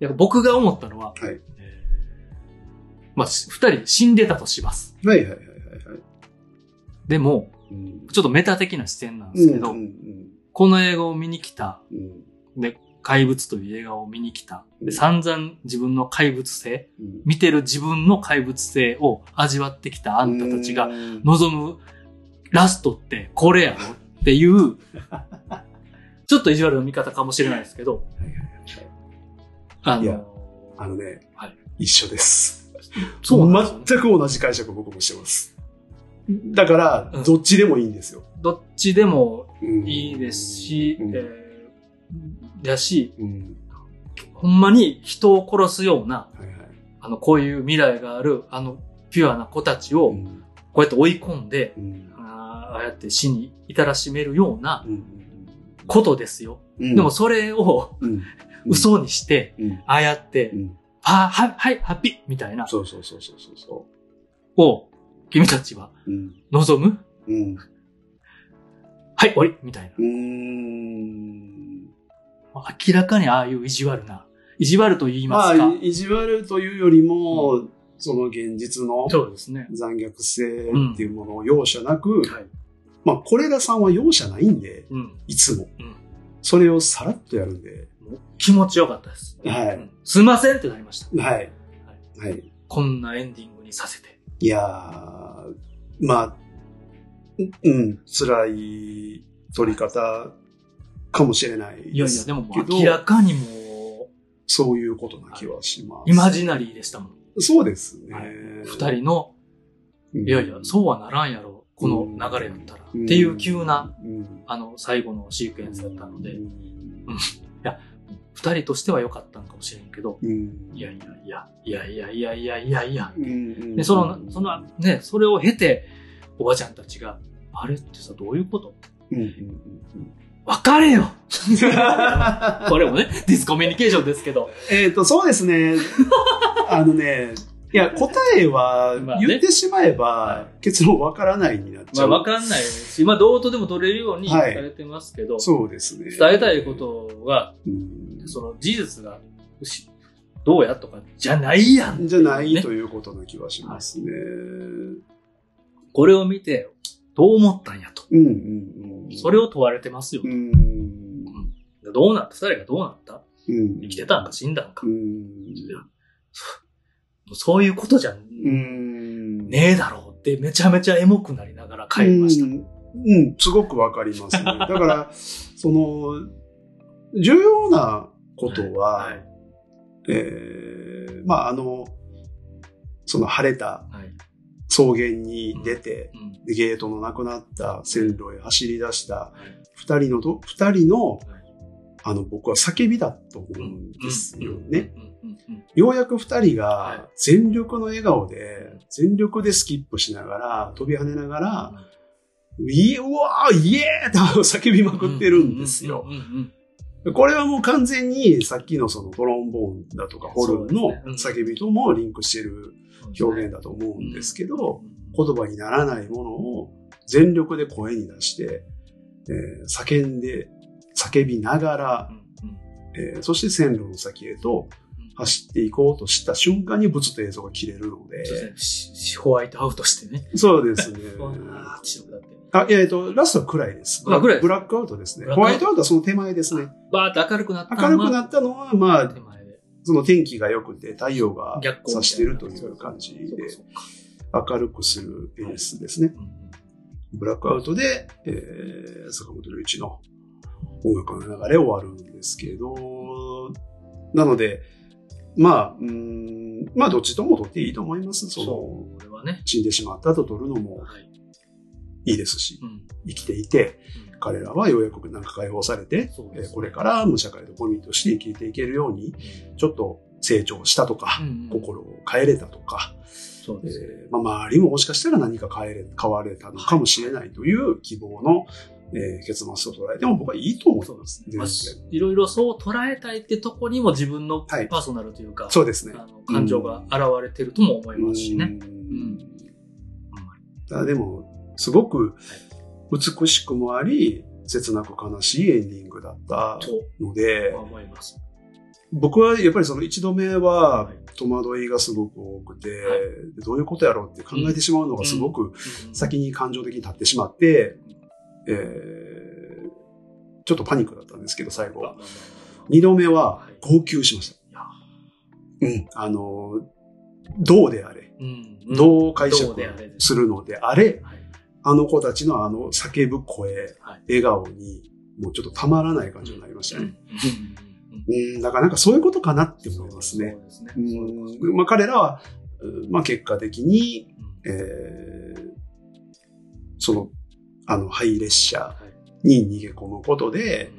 Speaker 1: や僕が思ったのは、
Speaker 2: はい
Speaker 1: えーまあ、し二人死んでたとします。
Speaker 2: はいはいはいはいはい。
Speaker 1: でも、
Speaker 2: うん
Speaker 1: ちょっとメタ的な視点なんですけど、
Speaker 2: うんうん
Speaker 1: この映画を見に来た、
Speaker 2: うんうん
Speaker 1: で、怪物という映画を見に来た、
Speaker 2: う
Speaker 1: で、
Speaker 2: ん
Speaker 1: 散々自分の怪物性、
Speaker 2: うん
Speaker 1: 見てる自分の怪物性を味わってきたあんたたちが、望むラストってこれやろって いう、ちょっと意地悪な見方かもしれないですけど、
Speaker 2: はいはいはい
Speaker 1: あ
Speaker 2: いや
Speaker 1: の、
Speaker 2: あのね
Speaker 1: はい、
Speaker 2: 一緒です。
Speaker 1: そうなんですよね
Speaker 2: 全く同じ解釈を僕もしてます。だか
Speaker 1: うん
Speaker 2: ら、どっちでもいいんですよ。
Speaker 1: どっちでも
Speaker 2: うん
Speaker 1: いいですし、
Speaker 2: うん
Speaker 1: えーだし、
Speaker 2: うん
Speaker 1: ほんまに人を殺すような、
Speaker 2: はいはい
Speaker 1: あの、こういう未来がある、あの、ピュアな子たちを、
Speaker 2: うん
Speaker 1: こうやって追い込んで、
Speaker 2: うん
Speaker 1: あーああやって死に至らしめるような
Speaker 2: うん
Speaker 1: ことですよ。
Speaker 2: うん
Speaker 1: でも、それを
Speaker 2: うん
Speaker 1: 嘘にして、
Speaker 2: うん
Speaker 1: ああやって
Speaker 2: う、ん
Speaker 1: は、は、はい、ハッピーみたいな、
Speaker 2: そうそうそうそうそうそ
Speaker 1: を、君たちは
Speaker 2: う。うん
Speaker 1: 望む
Speaker 2: うん
Speaker 1: はい、終わりみたいな。
Speaker 2: うーん
Speaker 1: 明らかにああいう意地悪な、意地悪と言いま
Speaker 2: ます
Speaker 1: か。
Speaker 2: あ、い意地悪というよりも、その現実の
Speaker 1: そうですね。
Speaker 2: 残虐性っていうものを容赦なく、
Speaker 1: はい。
Speaker 2: まあ、これらさんは容赦ないんで、
Speaker 1: うん。
Speaker 2: いつも
Speaker 1: うん。
Speaker 2: それをさらっとやるんで、
Speaker 1: 気持ちよかったです。
Speaker 2: は
Speaker 1: う
Speaker 2: い。
Speaker 1: んすいませんってなりました。
Speaker 2: はい。はい。
Speaker 1: こんなエンディングにさせて。
Speaker 2: いやー、まあ、うん、辛い取り方かもしれない
Speaker 1: いや
Speaker 2: で
Speaker 1: いや、
Speaker 2: す
Speaker 1: でもも
Speaker 2: け
Speaker 1: う明ら
Speaker 2: ど、
Speaker 1: かにも
Speaker 2: そういうことな気はしま
Speaker 1: う、イマ
Speaker 2: す。
Speaker 1: ジナリーでしたもん。
Speaker 2: そうですね
Speaker 1: は。二人の、
Speaker 2: うん
Speaker 1: いやいや、そうはならんやろ。この流れだったら。って
Speaker 2: うん
Speaker 1: いう急な、、
Speaker 2: うん
Speaker 1: あの、最後のシークエンスだったので
Speaker 2: う、ん
Speaker 1: 二人としては良かったんかもしれんけど、
Speaker 2: うん
Speaker 1: いやいやいや、いやいやいやいやいやいや。
Speaker 2: うん
Speaker 1: で、その、その、ね、それを経て、おばちゃんたちが、あれってさ、どういうこと
Speaker 2: うんうんうん
Speaker 1: 別れよ
Speaker 2: うん
Speaker 1: これ もね、ディスコミュニケーションですけど。
Speaker 2: えっと、そうですね。あのね、いや、答えは
Speaker 1: まあね
Speaker 2: 言ってしまえ
Speaker 1: は
Speaker 2: ば結論わからないになっち
Speaker 1: ま
Speaker 2: ゃ
Speaker 1: あ、
Speaker 2: う。
Speaker 1: わかんないし、まあ、どうとでも取れるようにさ
Speaker 2: はい
Speaker 1: れてますけど、
Speaker 2: そうですね。
Speaker 1: 伝えたいことは、
Speaker 2: うん
Speaker 1: その事実が、しどうやとか、じゃないやん。
Speaker 2: じゃない
Speaker 1: ね
Speaker 2: ということな気はしますね。
Speaker 1: これを見て、どう思ったんやと。
Speaker 2: うんうんうん。
Speaker 1: それ
Speaker 2: を、
Speaker 1: を問われてますよ
Speaker 2: う。ん。
Speaker 1: どうなった二人がどうなった
Speaker 2: うん
Speaker 1: 生きてたんか死んだんか
Speaker 2: う。ん。
Speaker 1: いやそそういうことじゃ
Speaker 2: うん。
Speaker 1: ねえだろうってめちゃめちゃエモくなりながら帰りました。
Speaker 2: うん。うん、すごくわかりますね。だから、その、重要なことは、
Speaker 1: はい。
Speaker 2: えーまあ、あの、その晴れた
Speaker 1: はい。
Speaker 2: 草原に出て、
Speaker 1: うん。
Speaker 2: でゲートのなくなった線路へ走り出した
Speaker 1: はい
Speaker 2: 二人のと、二人の
Speaker 1: は、
Speaker 2: あの、僕は叫びだと思うんですよね。
Speaker 1: うん。うんうん。
Speaker 2: ようやく二人
Speaker 1: はい
Speaker 2: が全力の笑顔で、全力でスキップしながら、飛び跳ねながら、いえ、うわー、イエーってあの叫びまくってるんですよ
Speaker 1: う。んうんうん
Speaker 2: これはもう完全にさっきのそのトロンボーンだとかホルン
Speaker 1: そう
Speaker 2: の
Speaker 1: ですね
Speaker 2: 叫びともリンクしてる
Speaker 1: うん。
Speaker 2: 表現だと思うんですけど、
Speaker 1: うん
Speaker 2: 言葉にならないものを全力で声に出して、えー叫んで、叫びながら、えーそして線路の先へと走っていこうとした瞬間にブツと映像が切れるので、
Speaker 1: そうですねししホワイトアウトしてね。
Speaker 2: そうですね。
Speaker 1: わーって白くなって
Speaker 2: あ、いやえっと、ラストは暗いです。
Speaker 1: あ暗いです
Speaker 2: ブラックアウトです
Speaker 1: ブ
Speaker 2: ね。
Speaker 1: ラッ
Speaker 2: ホ
Speaker 1: クアウ
Speaker 2: ワ
Speaker 1: ト
Speaker 2: イトアウトはその手前ですね。
Speaker 1: バーって明るくなったの
Speaker 2: 明
Speaker 1: は
Speaker 2: るくなったのは、まあ、
Speaker 1: 手前で。
Speaker 2: その天気が良くて太陽が
Speaker 1: 逆光みたいな
Speaker 2: 差してるという感じで
Speaker 1: そうかそうか
Speaker 2: 明るくする演出ですね。
Speaker 1: うんうん
Speaker 2: ブラックアウトで、えー坂本龍一の音楽の流れ終わるんですけど、なので、まあ、うーん、まあどっちとも撮っていいと思います。そ
Speaker 1: そ
Speaker 2: の、
Speaker 1: う、これはね。
Speaker 2: 死んでしまったと撮るのも
Speaker 1: はい。
Speaker 2: いいですし、
Speaker 1: うん
Speaker 2: 生きていて、彼らはようやくなんか解放されて、
Speaker 1: そう
Speaker 2: え
Speaker 1: です
Speaker 2: ーこれからも社会のコミュニとして生きていけるように、ちょっと成長したとか、
Speaker 1: うんうん
Speaker 2: 心を変えれたとか、
Speaker 1: そう
Speaker 2: え
Speaker 1: ですね。
Speaker 2: ーまあ、周りももしかしたら何か変えれ変われたのかもしれないという希望の、えー結末と捉えても僕はいいと思い
Speaker 1: そうで
Speaker 2: ます。
Speaker 1: まあ
Speaker 2: 全然
Speaker 1: いろいろそう捉えたいってとこにも自分のパ
Speaker 2: はい
Speaker 1: ーソナルというか、
Speaker 2: そうですね。
Speaker 1: あの感情が現れてるとも思いますしね。
Speaker 2: うんただでも、すごく美しくもあり、切なく悲しいエンディングだった
Speaker 1: と
Speaker 2: ので、
Speaker 1: 思います。
Speaker 2: 僕はやっぱりその一度目は
Speaker 1: はい
Speaker 2: 戸惑いがすごく多くて、
Speaker 1: はい
Speaker 2: どういうことやろうって考えてしまうのがすごく
Speaker 1: うん
Speaker 2: 先に感情的に立ってしまって、えーちょっとパニックだったんですけど、最後
Speaker 1: まあ
Speaker 2: は
Speaker 1: ま。あ
Speaker 2: 二度目は
Speaker 1: はい
Speaker 2: 号泣しました。うん。あの、どうであれ、
Speaker 1: うんうん
Speaker 2: どう解
Speaker 1: ど
Speaker 2: 釈
Speaker 1: うであれです
Speaker 2: するのであれ、
Speaker 1: はい
Speaker 2: あの子たちのあの叫ぶ声、
Speaker 1: はい
Speaker 2: 笑顔に、もうちょっとたまらない感じになりまし
Speaker 1: うん
Speaker 2: た
Speaker 1: うん
Speaker 2: ね。うん、だからなんかそういうことかなって思いますね。
Speaker 1: そうですね。
Speaker 2: う
Speaker 1: そういうことです
Speaker 2: ん、まあ彼らは、うんまあ結果的に、えーその、あの、廃列車
Speaker 1: はい
Speaker 2: に逃げ込むことで、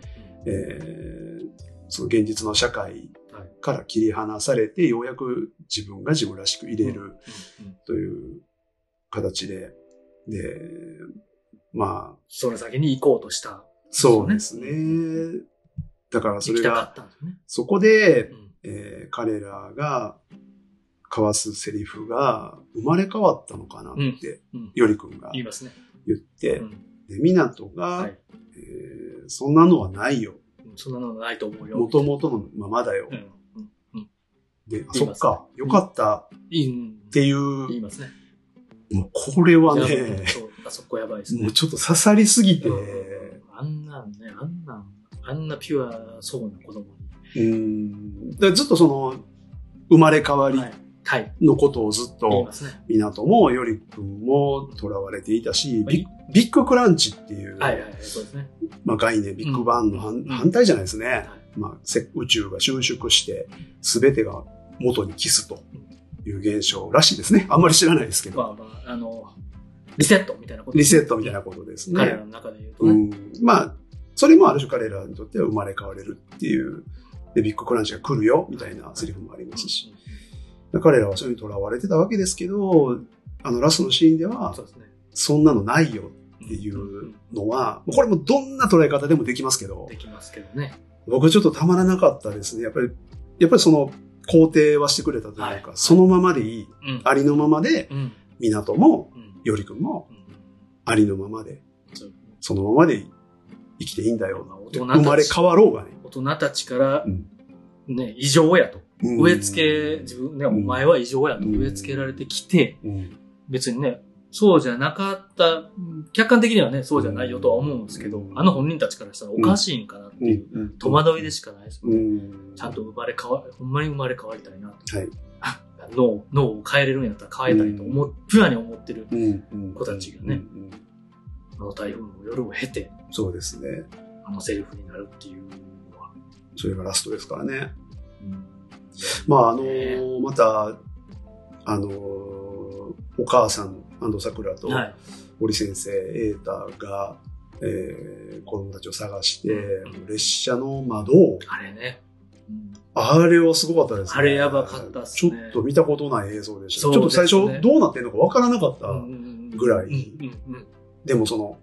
Speaker 1: う
Speaker 2: えーその現実の社会
Speaker 1: はい
Speaker 2: から切り離されて、ようやく自分が自分らしく入れる
Speaker 1: んうん
Speaker 2: という形で、で、まあ、
Speaker 1: その先に行こうとした。
Speaker 2: そうです
Speaker 1: そう
Speaker 2: ね。だからそ
Speaker 1: 行
Speaker 2: れ
Speaker 1: きたかっ
Speaker 2: が、
Speaker 1: たんですね。
Speaker 2: そこで
Speaker 1: う、ん
Speaker 2: えー彼らが交わすセリフが生まれ変わったのかなって、
Speaker 1: うん
Speaker 2: よりくんが
Speaker 1: 言いますね。
Speaker 2: 言って
Speaker 1: う、ん
Speaker 2: で、みなとが、
Speaker 1: はい
Speaker 2: えーそんなのはないよ。
Speaker 1: そんなのないと思うよ。
Speaker 2: もともとのままだよ
Speaker 1: う。んうん言
Speaker 2: で、あ
Speaker 1: い
Speaker 2: そ
Speaker 1: ま
Speaker 2: っ
Speaker 1: すね
Speaker 2: か、よかったっ
Speaker 1: いいうん
Speaker 2: ていう、
Speaker 1: 言いますね。
Speaker 2: もうこれは
Speaker 1: じゃ
Speaker 2: ね
Speaker 1: あ、そうあそこやばいですね。
Speaker 2: もうちょっと刺さりすぎて、
Speaker 1: うんあんなんね、あんなん、あんなピュアそうな子供に。
Speaker 2: うん、だからずっとその、生まれ変わり
Speaker 1: はい。はい。
Speaker 2: のことをずっ
Speaker 1: 言い
Speaker 2: と
Speaker 1: ま、すね。
Speaker 2: みなともよりくんも囚われていたし、
Speaker 1: まあ
Speaker 2: ビッビッグクランチっていう、
Speaker 1: はいはいはい、そうですね。
Speaker 2: まあ、概念、ビッグバンの反,、
Speaker 1: うん
Speaker 2: 反対じゃないです
Speaker 1: はい
Speaker 2: ね。まあ、せ宇宙が収縮して、すべてが元に帰すという現象らしいですね。あんまり知らないですけど。
Speaker 1: まあまあ、あの、リセットみたいなこと。
Speaker 2: リセットみたいなことです
Speaker 1: 彼ら
Speaker 2: ね。
Speaker 1: の中で言うとね。
Speaker 2: うん、まあ、それもある種彼らにとっては生まれ変われるっていう、で、ビッグクランチが来るよ、みたいなセリフもありますし。彼らはそれにとらわれてたわけですけど、あのラストのシーンで
Speaker 1: うん
Speaker 2: は
Speaker 1: そ、うですね。
Speaker 2: そんなのないよ
Speaker 1: っ
Speaker 2: っていうのは、これもどんな捉え方でもできますけど
Speaker 1: で、きますけどね。
Speaker 2: 僕ちょっとたまらなかったですね。やっぱり、やっぱりその、肯定はしてくれたというか、
Speaker 1: はい
Speaker 2: そのままでいい。
Speaker 1: うん。
Speaker 2: ありのままで、
Speaker 1: うん。
Speaker 2: 港も、
Speaker 1: うん。
Speaker 2: よりくんも、
Speaker 1: うん
Speaker 2: ありのままで、
Speaker 1: そう
Speaker 2: そのままでいい生きていいんだよ
Speaker 1: まあ。大人
Speaker 2: 生
Speaker 1: たち
Speaker 2: まれ変わろうがね。
Speaker 1: 大人たちから
Speaker 2: うん、
Speaker 1: ね、異常やと。
Speaker 2: うん
Speaker 1: 植え付け、自分ね、お
Speaker 2: ん
Speaker 1: 前は異常やと
Speaker 2: うん
Speaker 1: 植え付けられてきて、
Speaker 2: うん
Speaker 1: 別にね、そうじゃなかった、うん客観的にはね、そうじゃないよとは思うんですけど、
Speaker 2: うん
Speaker 1: あの本人たちからしたらおかしいんかなっていう、
Speaker 2: うん
Speaker 1: 戸惑いでしかないです、
Speaker 2: うん
Speaker 1: ちゃんと生まれ変わ、ほんまに生まれ変わりたいなと。
Speaker 2: はい。
Speaker 1: 脳、脳を変えれるんやったら変えたいと思う、プラに思ってる、
Speaker 2: うん
Speaker 1: 子たちがね
Speaker 2: うんうん
Speaker 1: あの台風の夜を経て、
Speaker 2: そうですね。
Speaker 1: あのセリフになるっていうのは、
Speaker 2: それがラストですからね。
Speaker 1: うん
Speaker 2: まあ、あの
Speaker 1: ね
Speaker 2: ーまた、あのーお母さん、安藤桜と、
Speaker 1: はい。
Speaker 2: 堀先生、瑛太が、えー子供たちを探して、
Speaker 1: う
Speaker 2: 列車の窓を、
Speaker 1: あれね。うん
Speaker 2: あれはすごかったですね。
Speaker 1: あれやばかったっすね
Speaker 2: ちょっと見たことない映像でした。
Speaker 1: そう
Speaker 2: ちょっと
Speaker 1: ですね
Speaker 2: 最初どうなってんのかわからなかった。
Speaker 1: うんうんうん
Speaker 2: ぐらい
Speaker 1: うんうんうん
Speaker 2: でもその、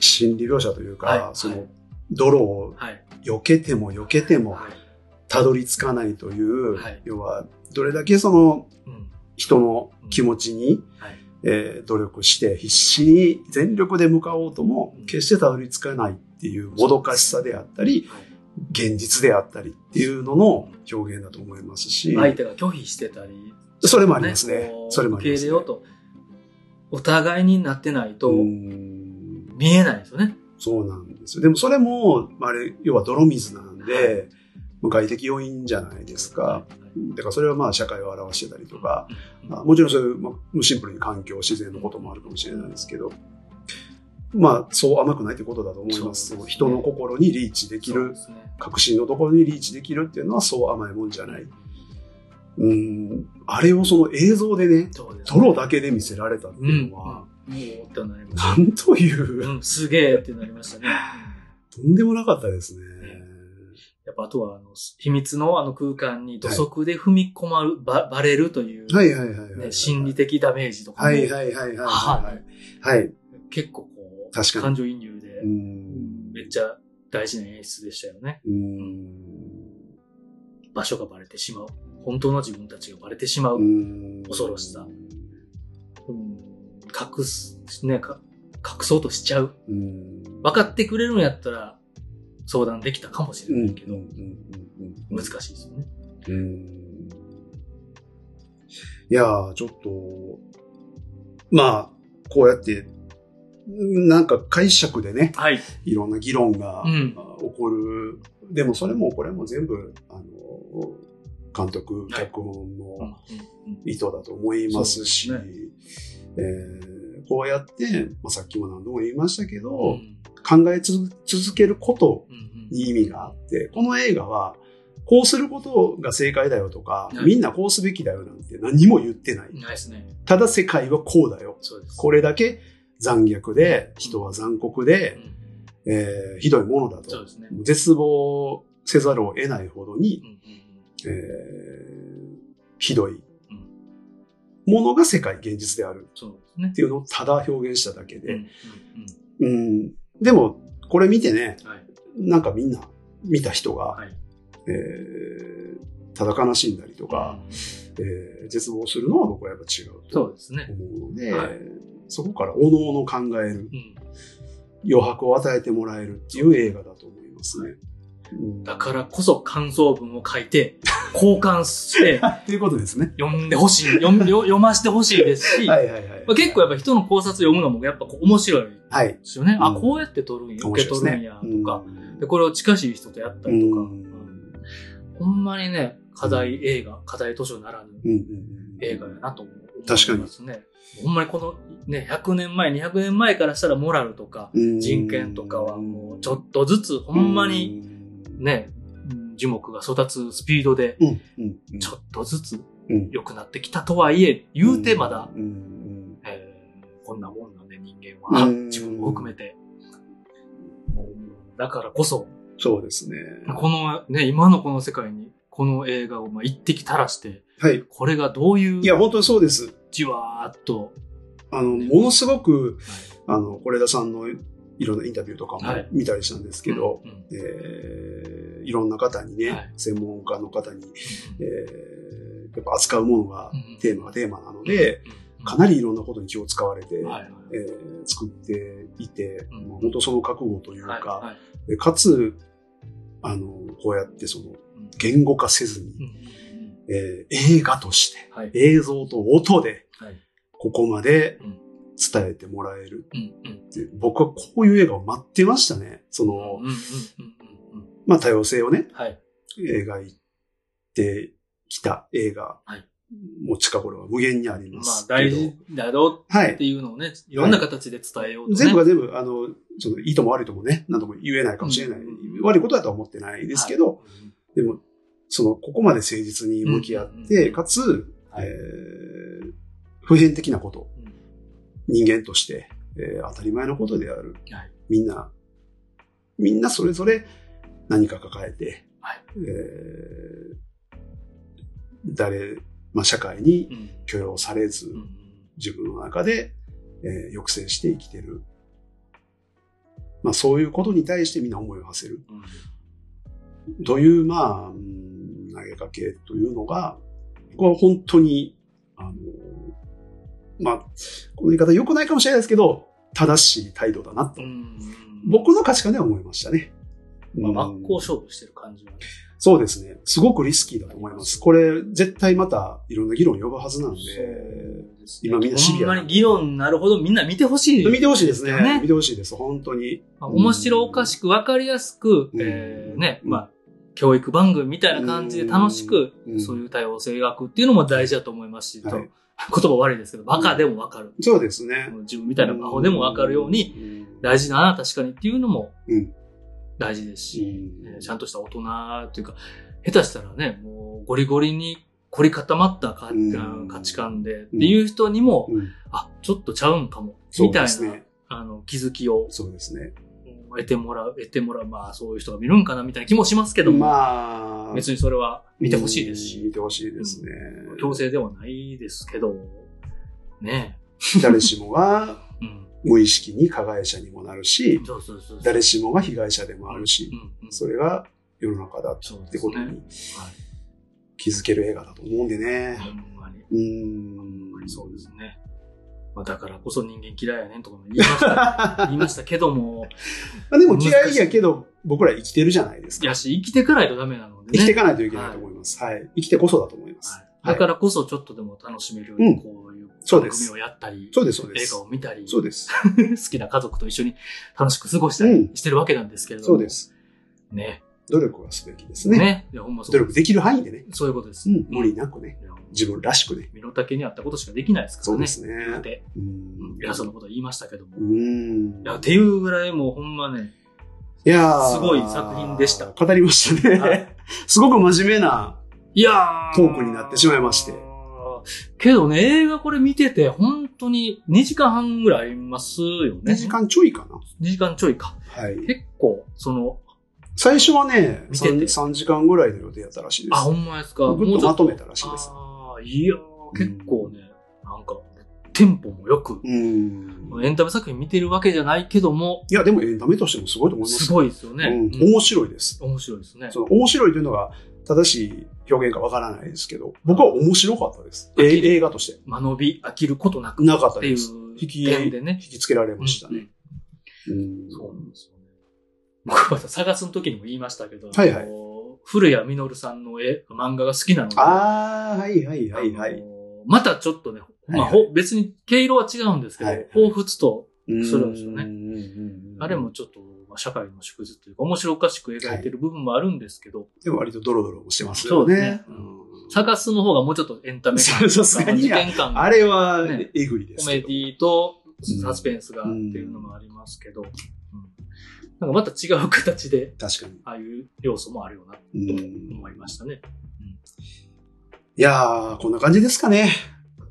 Speaker 2: 心理描写というか、
Speaker 1: はい
Speaker 2: そ
Speaker 1: は
Speaker 2: の
Speaker 1: い、
Speaker 2: 泥を
Speaker 1: はい。
Speaker 2: 避けても避けても、
Speaker 1: はい。
Speaker 2: たどり着かないという、
Speaker 1: はい
Speaker 2: 要は、どれだけその、
Speaker 1: うん
Speaker 2: 人の気持ちに、
Speaker 1: はい
Speaker 2: えー努力して必死に全力で向かおうとも
Speaker 1: うん
Speaker 2: 決してたどり着かないっていうもどかしさであったり
Speaker 1: はい
Speaker 2: 現実であったりっていうのの表現だと思いますし、
Speaker 1: 相手が拒否してたり、
Speaker 2: それもありますね
Speaker 1: こう
Speaker 2: それもありま
Speaker 1: 受け入
Speaker 2: すね
Speaker 1: れようと。お互いになってないと
Speaker 2: うーん
Speaker 1: 見えないですよね。
Speaker 2: そうなんですよでもそれも、まあ、あれ要は泥水なん
Speaker 1: は
Speaker 2: で、まあ外的要因じゃないです
Speaker 1: は
Speaker 2: かだからそれはまあ社会を表してたりとか
Speaker 1: い
Speaker 2: あもちろんそういう、まあ、シンプルに環境、自然のこともあるかもしれないですけど、まあ、そう甘くないということだと思います。
Speaker 1: そうですね
Speaker 2: 人の心にリーチでき
Speaker 1: そう
Speaker 2: る
Speaker 1: で、すね
Speaker 2: 確信のところにリーチできるっていうのはそう甘いもんじゃない。うん、あれをその映像でね、
Speaker 1: そうですね
Speaker 2: 泥だけで見せられたっていうのは、
Speaker 1: もうってなりました。
Speaker 2: なんという、
Speaker 1: うん、すげえってなりましたね。
Speaker 2: とんでもなかったですね。
Speaker 1: やっぱあとは、あの、秘密のあの空間に土足で踏み込まる、ば、ばれるという、
Speaker 2: はいはいはいはい。
Speaker 1: ね、心理的ダメージとかも、
Speaker 2: はいはいはいはいはい。はい。
Speaker 1: 結構こう、
Speaker 2: 確かに
Speaker 1: 感情移入で
Speaker 2: う、ん
Speaker 1: めっちゃ大事な演出でしたよね。
Speaker 2: うん
Speaker 1: 場所がバレてしまう。本当の自分たちがバレてしまう。
Speaker 2: うん
Speaker 1: 恐ろしさうん隠す、ね、か隠そうとしちゃう。
Speaker 2: うん。
Speaker 1: 分かってくれるんやったら、相談できたかもしれないけど、
Speaker 2: うんうんうんうん
Speaker 1: 難しいですよね。
Speaker 2: うんいやー、ちょっと、まあ、こうやって、なんか解釈でね、
Speaker 1: はい。
Speaker 2: いろんな議論が、
Speaker 1: うん
Speaker 2: あ起こる。でもそれもこれも全部、あの、監督、
Speaker 1: はい
Speaker 2: 脚本の、
Speaker 1: うんうん
Speaker 2: 意図だと思いますし、
Speaker 1: そうで
Speaker 2: えーこうやって、まあ、さっきも何度も言いましたけ
Speaker 1: う
Speaker 2: ど、
Speaker 1: ん
Speaker 2: 考えつ続けること
Speaker 1: うん
Speaker 2: に意味があって、この映画は、こうすることが正解だよとか、
Speaker 1: はい
Speaker 2: みんなこうすべきだよなんて何も言ってない。
Speaker 1: ないですね。
Speaker 2: ただ世界はこうだよ。
Speaker 1: そうです。
Speaker 2: これだけ残虐で、人は残酷で
Speaker 1: う、ん
Speaker 2: えーひどいものだ
Speaker 1: そう
Speaker 2: と。
Speaker 1: ですね。
Speaker 2: 絶望せざるを得ないほどに
Speaker 1: う、んうん
Speaker 2: えーひどい
Speaker 1: うん
Speaker 2: ものが世界現実である。
Speaker 1: そうですね
Speaker 2: っ。ていうのをただ表現しただけ
Speaker 1: うんう
Speaker 2: で。
Speaker 1: ん
Speaker 2: うん。でも、これ見てね、
Speaker 1: うんはい。
Speaker 2: なんかみんな、見た人が、
Speaker 1: はい。
Speaker 2: えーただ悲しんだりとか、
Speaker 1: うん
Speaker 2: えー絶望するのは僕はやっぱ違う
Speaker 1: そ
Speaker 2: と
Speaker 1: うですね。
Speaker 2: 思うので、
Speaker 1: はい
Speaker 2: そこからおのおの考える、
Speaker 1: うん
Speaker 2: 余白を与えてもらえるっていう映画だと思いますね。うん
Speaker 1: だからこそ感想文を書いて、交換 して、
Speaker 2: っていうことですね。
Speaker 1: 読んでほしい、読ん読読ましてほしいですし、
Speaker 2: はいはいはい。
Speaker 1: まあ、結構やっぱ人の考察読むのもやっぱこう面白いで
Speaker 2: はい。
Speaker 1: すよね。あ、
Speaker 2: うん
Speaker 1: こうやって取るんや、
Speaker 2: 面
Speaker 1: 受け
Speaker 2: 白い
Speaker 1: 取
Speaker 2: です
Speaker 1: るん
Speaker 2: ね
Speaker 1: や、。
Speaker 2: うん
Speaker 1: とか、で、これを近しい人とやった
Speaker 2: う
Speaker 1: りと
Speaker 2: ん
Speaker 1: か、
Speaker 2: うん
Speaker 1: ほんまにね、課題映画、課題図書ならぬ
Speaker 2: うんうん
Speaker 1: 映画やなと思う。
Speaker 2: 確かに
Speaker 1: に。ね。ほんまにこの、ね、100年前、200年前からしたらモラルとか
Speaker 2: うん
Speaker 1: 人権とかはもうちょっとずつ、ほんまにね、樹木が育つスピードで、
Speaker 2: うん、うん、うん
Speaker 1: ちょっとずつ
Speaker 2: うん
Speaker 1: 良くなってきたとはいえ、言うてまだ、
Speaker 2: うんうん
Speaker 1: えーこんなもんなんで人間は、
Speaker 2: うん
Speaker 1: 自分も含めて。もうだからこそ、
Speaker 2: そうですね。
Speaker 1: このね、今のこの世界に、この映画をまあ一滴垂らして、
Speaker 2: はい。
Speaker 1: これがどういう
Speaker 2: い、や、本当にそうです。
Speaker 1: じわーっと、
Speaker 2: あの、ものすごく、あの、是枝さんのいろんなインタビューとかも
Speaker 1: はい
Speaker 2: 見たりしたんですけど、
Speaker 1: うん、うん
Speaker 2: えーいろんな方にね、
Speaker 1: はい
Speaker 2: 専門家の方に、えーやっぱ扱うものが、
Speaker 1: うん
Speaker 2: テーマがテーマなので、、かなりいろんなことに気を使われて、
Speaker 1: りはいはい
Speaker 2: えー作っていて、
Speaker 1: うん
Speaker 2: もう本当その覚悟というか、
Speaker 1: はいはい
Speaker 2: でかつ、あの、こうやってその、
Speaker 1: うん
Speaker 2: 言語化せずに、
Speaker 1: うんうん
Speaker 2: えー映画として、
Speaker 1: うんはい
Speaker 2: 映像と音で
Speaker 1: はい
Speaker 2: ここまで
Speaker 1: うん
Speaker 2: 伝えてもらえる
Speaker 1: うんうん
Speaker 2: って、僕はこういう映画を待ってましたね。その、
Speaker 1: うんうんうんうん
Speaker 2: まあ多様性をね、
Speaker 1: はい
Speaker 2: 描いてきた映画、
Speaker 1: はい
Speaker 2: もう近頃は無限にあり
Speaker 1: ま
Speaker 2: ま
Speaker 1: あ
Speaker 2: すけど。
Speaker 1: 大事だろ
Speaker 2: は
Speaker 1: うって
Speaker 2: い。
Speaker 1: いうのをね、いろんな形で伝えようとね。
Speaker 2: 全部が全部、あの、その、いいとも悪いともね、何とも言えないかもしれない。
Speaker 1: うん
Speaker 2: 悪いことだとは思ってないですけど、
Speaker 1: はい、
Speaker 2: でも、その、ここまで誠実に向き合って、
Speaker 1: うん
Speaker 2: かつ、
Speaker 1: はい
Speaker 2: えー普遍的なこと、
Speaker 1: うん
Speaker 2: 人間として、えー当たり前のことである。
Speaker 1: はい
Speaker 2: みんな、みんなそれぞれ何か抱えて、
Speaker 1: はい
Speaker 2: えー誰、まあ、社会に
Speaker 1: うん
Speaker 2: 許容されず、
Speaker 1: うんうん
Speaker 2: 自分の中で、えー抑制して生きてる。まあ、そういうことに対してみんな思いを馳せる。
Speaker 1: うん
Speaker 2: という、まあ、うん投げかけというのが、これは本当に、あの、まあ、この言い方良くないかもしれないですけど、正しい態度だなと
Speaker 1: う。ん
Speaker 2: 僕の価値観では思いましたね。
Speaker 1: まあ、真
Speaker 2: うん
Speaker 1: っ向勝負してる感じはね。
Speaker 2: そうですね。すごくリスキーだと思います。これ、絶対またいろんな議論呼ぶはずなんで、今みんなシビア
Speaker 1: ほん
Speaker 2: な
Speaker 1: まに議論になるほどみんな見てほしい。
Speaker 2: 見てほしいですね。
Speaker 1: ですよね
Speaker 2: 見てほしいです。本当に。
Speaker 1: まあ面白おかしくわかりやすく、
Speaker 2: うん
Speaker 1: えーね、
Speaker 2: うん
Speaker 1: まあ、教育番組みたいな感じで楽しく、
Speaker 2: うん
Speaker 1: そういう多様性描くっていうのも大事だと思いますし、
Speaker 2: はい
Speaker 1: と言葉悪いですけど、バカでもわかる。
Speaker 2: そうですね。
Speaker 1: 自分みたいな魔法でもわかるように、
Speaker 2: に
Speaker 1: 大事だな、確かにっていうのも
Speaker 2: うん、
Speaker 1: 大事ですし、えーちゃん
Speaker 2: と。
Speaker 1: とした大人というか、下手したらね、もうゴリゴリに凝り固まった価
Speaker 2: うん
Speaker 1: 価値観で、っていう人にも、
Speaker 2: うん
Speaker 1: あ、ちょっとちゃうんかも、
Speaker 2: そ
Speaker 1: み
Speaker 2: う
Speaker 1: たい
Speaker 2: で
Speaker 1: な、
Speaker 2: すね。
Speaker 1: あの、気づきを
Speaker 2: そうですね。
Speaker 1: うん得てもらう、得てもらう、まあそういう人が見るんかな、みたいな気もしますけども、
Speaker 2: まあ、
Speaker 1: 別にそれは見てほしいです
Speaker 2: うん見
Speaker 1: し、
Speaker 2: てほしいですね。
Speaker 1: 強制ではないですけど、ね
Speaker 2: 誰しもが
Speaker 1: え。うん。
Speaker 2: 無意識に加害者にもなるし、
Speaker 1: そうそうそうそう。
Speaker 2: 誰しもが被害者でもあるし
Speaker 1: う、ん、うん。
Speaker 2: それが世の中だっ
Speaker 1: そう
Speaker 2: て
Speaker 1: です
Speaker 2: こと
Speaker 1: ね。
Speaker 2: に気づける映画だと思うんでね。
Speaker 1: ほんまに。
Speaker 2: う
Speaker 1: ほんま
Speaker 2: ん。
Speaker 1: にそうですね。まあだからこそ人間嫌いやねんとかも言いま した、言いましたけども、
Speaker 2: まあでも嫌いやけど、僕ら生きてるじゃないですか。
Speaker 1: やし、生きてからやとダメなのでね。
Speaker 2: 生きていかないといけないと思います。はい。生きてこそだと思います。
Speaker 1: はい、だからこそちょっとでも楽しめるように、
Speaker 2: うん
Speaker 1: こういう
Speaker 2: そう
Speaker 1: 番
Speaker 2: です
Speaker 1: 組をやったり、
Speaker 2: そうです、そうで
Speaker 1: 映画
Speaker 2: す。
Speaker 1: を見たり、
Speaker 2: そうです。
Speaker 1: 好きな家族と一緒に楽しく過ごしたりしてるわけなんですけれども、
Speaker 2: そうです。
Speaker 1: ね。
Speaker 2: 努力はすべきですね。
Speaker 1: ね。いや、ほんまそ
Speaker 2: 努
Speaker 1: う
Speaker 2: 力できる範囲でね。
Speaker 1: そういうことです。
Speaker 2: うん。無理なくね。
Speaker 1: いや
Speaker 2: 自分らしくね。
Speaker 1: 身の丈に合ったことしかできないですからね。
Speaker 2: そうですね。
Speaker 1: で、
Speaker 2: う
Speaker 1: うん
Speaker 2: ん。
Speaker 1: 偉そうなこと言いましたけども。
Speaker 2: う
Speaker 1: い
Speaker 2: ん。
Speaker 1: や、っていうぐらいもうほんまね、
Speaker 2: いやー
Speaker 1: すごい作品でした
Speaker 2: 語りましたね。
Speaker 1: はい
Speaker 2: すごく真面目な。
Speaker 1: いや
Speaker 2: トークになってしまいまして。
Speaker 1: けどね、映画これ見てて、本当に2時間半ぐらいありますよね。
Speaker 2: 2時間ちょいかな。
Speaker 1: 2時間ちょいか。
Speaker 2: はい。
Speaker 1: 結構、その、
Speaker 2: 最初はね、
Speaker 1: 見てて
Speaker 2: 3, 時間ぐらいの予定やったらしいで
Speaker 1: あ、
Speaker 2: す。
Speaker 1: ほんまですか。
Speaker 2: ぐっと
Speaker 1: ちょ
Speaker 2: ま
Speaker 1: っと
Speaker 2: とめたらしいです。
Speaker 1: ああ、いやー、結構ね、なんか、テンポもよく、
Speaker 2: うん。
Speaker 1: エンタメ作品見てるわけじゃないけども、
Speaker 2: いや、でもエンタメとしてもすごいと思います。
Speaker 1: すごいですよね。
Speaker 2: うん
Speaker 1: うん
Speaker 2: 面白いです。
Speaker 1: 面白いですね。
Speaker 2: その面白いというのが正しい表現かわからないですけど、僕は面白かったです。え
Speaker 1: 飽きる
Speaker 2: 映画として
Speaker 1: 間延び、飽きることなく、
Speaker 2: なかった
Speaker 1: ってい
Speaker 2: で
Speaker 1: う
Speaker 2: す引き
Speaker 1: 点でね。
Speaker 2: 引きつけられましたね。うん
Speaker 1: そうなんですよね。僕は探すの時にも言いましたけど、
Speaker 2: はいはい
Speaker 1: あの古谷実さんの絵漫画が好きなので、
Speaker 2: ああ、はいはいはいは
Speaker 1: あ
Speaker 2: い。
Speaker 1: のまたちょっとね、まあ
Speaker 2: はい
Speaker 1: ほ別に毛色は違うんですけど、
Speaker 2: はいはい
Speaker 1: 彷彿と、
Speaker 2: うん
Speaker 1: するんですよね
Speaker 2: うんうんうん
Speaker 1: あれもちょっと、まあ、社会の縮図というか、面白おかしく描いてる部分もあるんですけど、
Speaker 2: でも割とドロドロもしてますよ
Speaker 1: そ
Speaker 2: ね。
Speaker 1: うですね
Speaker 2: うん
Speaker 1: 探すの方がもうちょっとエンタメ感と
Speaker 2: さす
Speaker 1: か、
Speaker 2: がに
Speaker 1: 事件感
Speaker 2: あ
Speaker 1: が、
Speaker 2: れは
Speaker 1: ね
Speaker 2: えぐいで
Speaker 1: コ
Speaker 2: す
Speaker 1: メデ
Speaker 2: けど。
Speaker 1: ィと
Speaker 2: うん
Speaker 1: サスペンスがっていうのもありますけど、うんなんかまた違う形で、
Speaker 2: 確かに。
Speaker 1: ああいう要素もあるよなと
Speaker 2: うん
Speaker 1: 思いましたね。
Speaker 2: いやー、こんな感じですかね。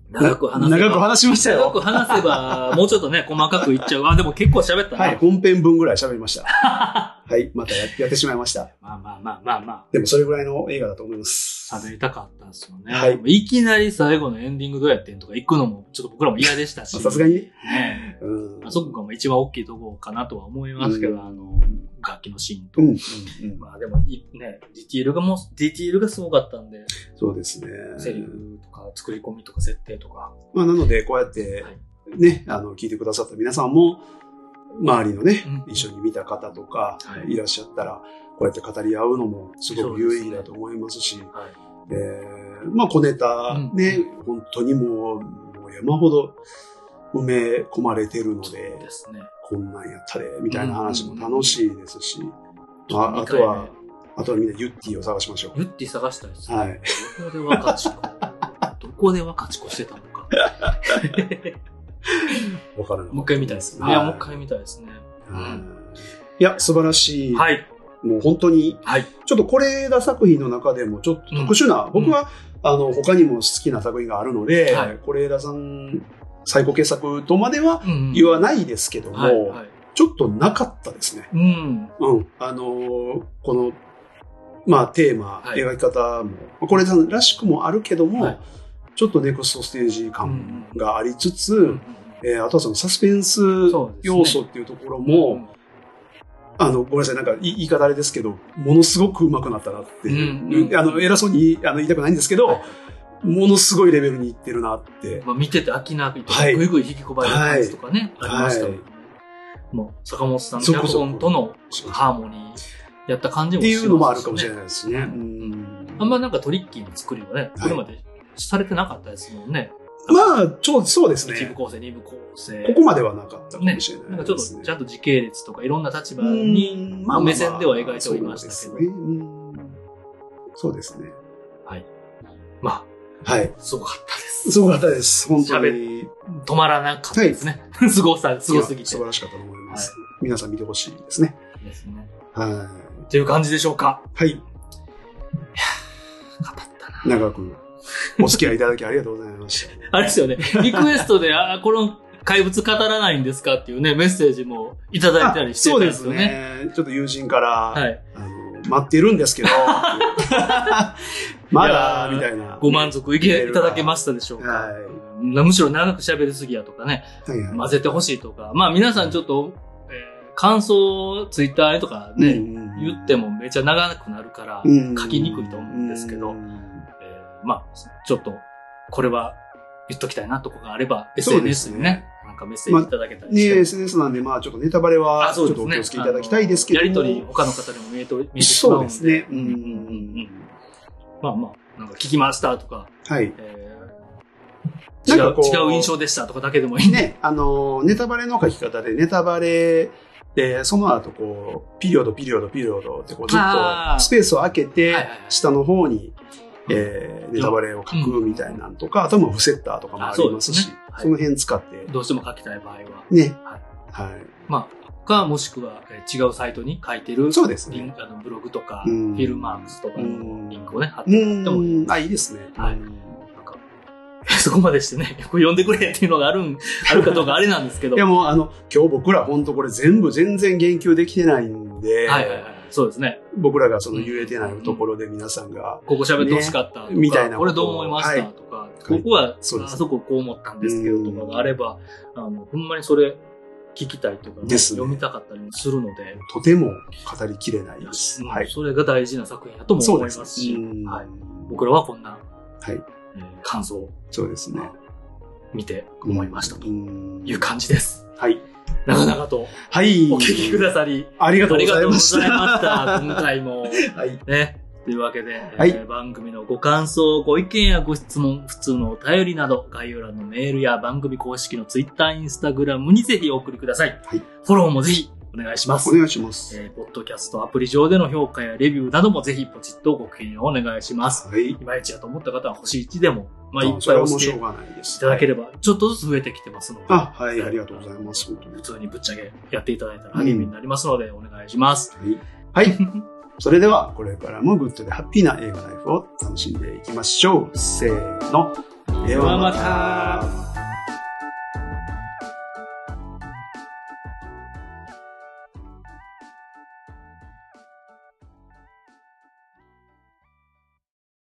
Speaker 1: 長く話せば
Speaker 2: 長く話しました
Speaker 1: 長く
Speaker 2: よ。
Speaker 1: 話せ ば、もうちょっとね、細かくいっちゃう。あ、でも結構喋ったな。
Speaker 2: はい、本編分ぐらい喋りました。はい、またややってしまいました。
Speaker 1: まあまあまあまあま
Speaker 2: でもそれぐらいの映画だと思います。
Speaker 1: あ、喋りたかったんですよね。
Speaker 2: は
Speaker 1: で
Speaker 2: い
Speaker 1: もいきなり最後のエンディングどうやってんとか行くのも、ちょっと僕らも嫌でしたし。
Speaker 2: まあさすがにね。
Speaker 1: ね。
Speaker 2: うん
Speaker 1: あそこがもう一番大きいとこかなとは思いますけど、
Speaker 2: うん
Speaker 1: あの、楽器のシーンと。
Speaker 2: うんうんうん
Speaker 1: まあでもい、ね、ディティールがもう、ディティールがすごかったんで、
Speaker 2: そうですね。
Speaker 1: セリフとか作り込みとか設定とか。
Speaker 2: まあ、なので、こうやって
Speaker 1: はい、
Speaker 2: ね、あの、聞いてくださった皆さんも、周りのね、
Speaker 1: うん
Speaker 2: 一緒に見た方とか
Speaker 1: は、い
Speaker 2: いらっしゃったら、こうやって語り合うのもすごく有意義だと思いますし、
Speaker 1: はい。
Speaker 2: えーまあ、小ネタ
Speaker 1: うん
Speaker 2: ね、本当にもう、もう山ほど埋め込まれてるの
Speaker 1: そう
Speaker 2: で
Speaker 1: で、すね。
Speaker 2: こんなんやったで、みたいな話も楽しいですし、まあ、あ
Speaker 1: 二
Speaker 2: と
Speaker 1: 回目
Speaker 2: は、、あとはみんなユッティを探しましょ
Speaker 1: ユッティ探したいです
Speaker 2: う。
Speaker 1: ね。
Speaker 2: はい。
Speaker 1: どこで若ち子 どこで若ち子してたのか。
Speaker 2: わからなかった
Speaker 1: もう一回見たいですね。い
Speaker 2: はい
Speaker 1: や、もう一回見たいですね。
Speaker 2: はいいや、素晴らしい。
Speaker 1: はい。
Speaker 2: もう本当に、
Speaker 1: はい
Speaker 2: ちょっと是枝作品の中でもちょっと特殊な、僕は、あの、他にも好きな作品があるので、
Speaker 1: はい
Speaker 2: 是枝さん最高傑作とまでは
Speaker 1: うん
Speaker 2: 言わないですけども、
Speaker 1: はい。はい。
Speaker 2: ちょっとなかったですね。
Speaker 1: うん。
Speaker 2: うん。あのーこの、まあ、テーマ、
Speaker 1: はい
Speaker 2: 描き方も、是枝さんらしくもあるけども、
Speaker 1: はい
Speaker 2: ちょっとネクストステージ感がありつつ、
Speaker 1: うん
Speaker 2: えーあとはそのサスペンス
Speaker 1: そうですね
Speaker 2: 要素っていうところも、あの、ごめんなさい、なんかい言い方あれですけど、ものすごく上手くなったなっていう、
Speaker 1: うんうんうん
Speaker 2: あの、偉そうにあの言いたくないんですけど、
Speaker 1: はい
Speaker 2: ものすごいレベルにいってるなって。
Speaker 1: まあ、見てて飽きなくて、
Speaker 2: はい
Speaker 1: ぐいぐい引き込まれる感じとかね、
Speaker 2: はい
Speaker 1: ありました、
Speaker 2: はい
Speaker 1: もう坂本さんの
Speaker 2: そ
Speaker 1: 脚
Speaker 2: こそこ
Speaker 1: 本とのハーモニーやった感じ
Speaker 2: っ
Speaker 1: も
Speaker 2: ていうのもあるかもしれ
Speaker 1: い。
Speaker 2: ないですね。
Speaker 1: う
Speaker 2: うん
Speaker 1: あんまなんかトリッキーな作りはね、これまでされてなかったですもんね。
Speaker 2: まあ、ちょうそうです
Speaker 1: 一部
Speaker 2: ね。
Speaker 1: 構成、二部構成。
Speaker 2: ここまではなかったかもしれ
Speaker 1: なんか
Speaker 2: ない
Speaker 1: ちょっと
Speaker 2: ですね。
Speaker 1: ちゃんと時系列とかいろんな立場に、
Speaker 2: うん
Speaker 1: の目線では描いておりましたけど
Speaker 2: そうですねうんそうですね。
Speaker 1: ま
Speaker 2: はい。
Speaker 1: あ、すごかったです。
Speaker 2: すごかったです。本当に。
Speaker 1: 止まらなかったですね。 すごさ、すごすぎ
Speaker 2: 素
Speaker 1: て
Speaker 2: 晴。らしかったと思います。皆さん見てほしいですね。
Speaker 1: ですね。
Speaker 2: は
Speaker 1: っていう感じでしょうか。
Speaker 2: い。はい。
Speaker 1: 語ったな。
Speaker 2: 長くお付き合いいただきありがとうございました。
Speaker 1: あれですよね。リクエストで、あ、この怪物語らないんですかっていうね、メッセージもいただいたりしてた
Speaker 2: そ
Speaker 1: ん
Speaker 2: うで
Speaker 1: ですすよね。
Speaker 2: ね。ちょっと友人から、
Speaker 1: はい。
Speaker 2: あの待ってる んですけど、まだ、みたいな。
Speaker 1: ご満足いけいただけましたでしょうか。
Speaker 2: は
Speaker 1: むしろ長く喋りすぎやとかね、
Speaker 2: い。はいはい
Speaker 1: 混ぜてほしいとか。まあ皆さんちょっと、えー感想、ツイッターとかね、言って
Speaker 2: も
Speaker 1: もめちゃ長くなるから、書きにくいと思うんですけどえーまあ、ちょっと、これは言っときたいなとこがあれば、
Speaker 2: そうで
Speaker 1: SNS
Speaker 2: すね
Speaker 1: にね、なんかメッセージいただけたり
Speaker 2: ね
Speaker 1: して。
Speaker 2: SNS なんで、まあ、ちょっとネタバレは、ちょっとお気をつけいただきたいですけど。
Speaker 1: あのやりとり、他の方にも見えて、見えてしまう
Speaker 2: そ
Speaker 1: ん
Speaker 2: う
Speaker 1: で。
Speaker 2: ですね。
Speaker 1: う
Speaker 2: うん
Speaker 1: うんう
Speaker 2: ん
Speaker 1: んうん。まあまあ、なんか聞きましたとか、
Speaker 2: はい。
Speaker 1: えー
Speaker 2: なん
Speaker 1: 違
Speaker 2: か
Speaker 1: う
Speaker 2: こう
Speaker 1: 違う印象でしたとかだけでもいいね。
Speaker 2: ね、あの、ネタバレの書き方で、ネタバレで、その後、こう、ピリオド、ピリオド、ピリオドって、こう、ずっ
Speaker 1: あー
Speaker 2: とスペースを空け
Speaker 1: はいはい
Speaker 2: て
Speaker 1: はい、
Speaker 2: 下の方に、えーネタバレを書くみたいなんとか、あとはまあ伏せたとかもあります
Speaker 1: あそう
Speaker 2: し、そ
Speaker 1: ですねはい
Speaker 2: の辺使って、
Speaker 1: どうしても書きたい場合は。
Speaker 2: ね
Speaker 1: はい。
Speaker 2: はい。
Speaker 1: まあ、か、もしくは、えー違うサイトに書いてる、
Speaker 2: そうです
Speaker 1: リン
Speaker 2: ね。
Speaker 1: クあのブログとか、
Speaker 2: う
Speaker 1: フ
Speaker 2: ん
Speaker 1: ィルマークスとかのリンクをね、貼って
Speaker 2: う
Speaker 1: もらってもいい
Speaker 2: ん、あ、いいですね。
Speaker 1: はいなんか、 そこまでしてね、これ読んでくれっていうのがあるん、あるかどうかあれなんですけど。
Speaker 2: いやもう、あの、今日僕ら本当これ全部全然言及できてないんで、
Speaker 1: はいはいはい。そうですね。
Speaker 2: 僕らがその言えてないところで皆さんが、
Speaker 1: ここ喋ってほしかったとか、
Speaker 2: ねみたいな
Speaker 1: こ
Speaker 2: こと
Speaker 1: れ
Speaker 2: を
Speaker 1: どう思いましたとか、ここは、あ
Speaker 2: そうです
Speaker 1: そここう思ったんですけどとかがあれば、あの、ほんまにそれ聞きたいとか、
Speaker 2: ですね
Speaker 1: 読みたかったりもするので、
Speaker 2: とても語りきれないです。
Speaker 1: うん
Speaker 2: はい。
Speaker 1: それが大事な作品だとも
Speaker 2: そう
Speaker 1: 思い
Speaker 2: で
Speaker 1: ますすし、
Speaker 2: うん
Speaker 1: はい、僕らはこんな、
Speaker 2: はい
Speaker 1: えー感想を
Speaker 2: そうですね。
Speaker 1: 見て思いましたと
Speaker 2: うん
Speaker 1: いう感じです。
Speaker 2: はい。
Speaker 1: 長々と
Speaker 2: はい。
Speaker 1: お聞きくださり、
Speaker 2: ありがと
Speaker 1: あ
Speaker 2: う
Speaker 1: り
Speaker 2: ご
Speaker 1: が
Speaker 2: ざい
Speaker 1: とうご
Speaker 2: ました。
Speaker 1: ざいました。今回も。
Speaker 2: はい。
Speaker 1: ね。というわけで、
Speaker 2: はい
Speaker 1: えー番組のご感想、ご意見やご質問、普通のお便りなど、概要欄のメールや番組公式のツイッター、インスタグラムにぜひお送りください。
Speaker 2: はい
Speaker 1: フォローもぜひお願いします
Speaker 2: お。願いします。
Speaker 1: えーポッドキャストアプリ上での評価やレビューなどもぜひポチッとご記入をお願いします。
Speaker 2: はい
Speaker 1: い。まいちやと思った方は星1でも、まあ、いっ
Speaker 2: そ
Speaker 1: ぱい
Speaker 2: れは
Speaker 1: 押
Speaker 2: もう
Speaker 1: し
Speaker 2: してょ
Speaker 1: いう
Speaker 2: がないです。
Speaker 1: ただければ、ちょっとずつ増えてきてますので、
Speaker 2: あ、はい。ありがとうございます。本当に
Speaker 1: 普通にぶっちゃけやっていただいたら励みになりますので、お願いします。
Speaker 2: はい。はい。それでは、これからもグッドでハッピーな映画ライフを楽しんでいきましょう。せーの。
Speaker 1: ではまた。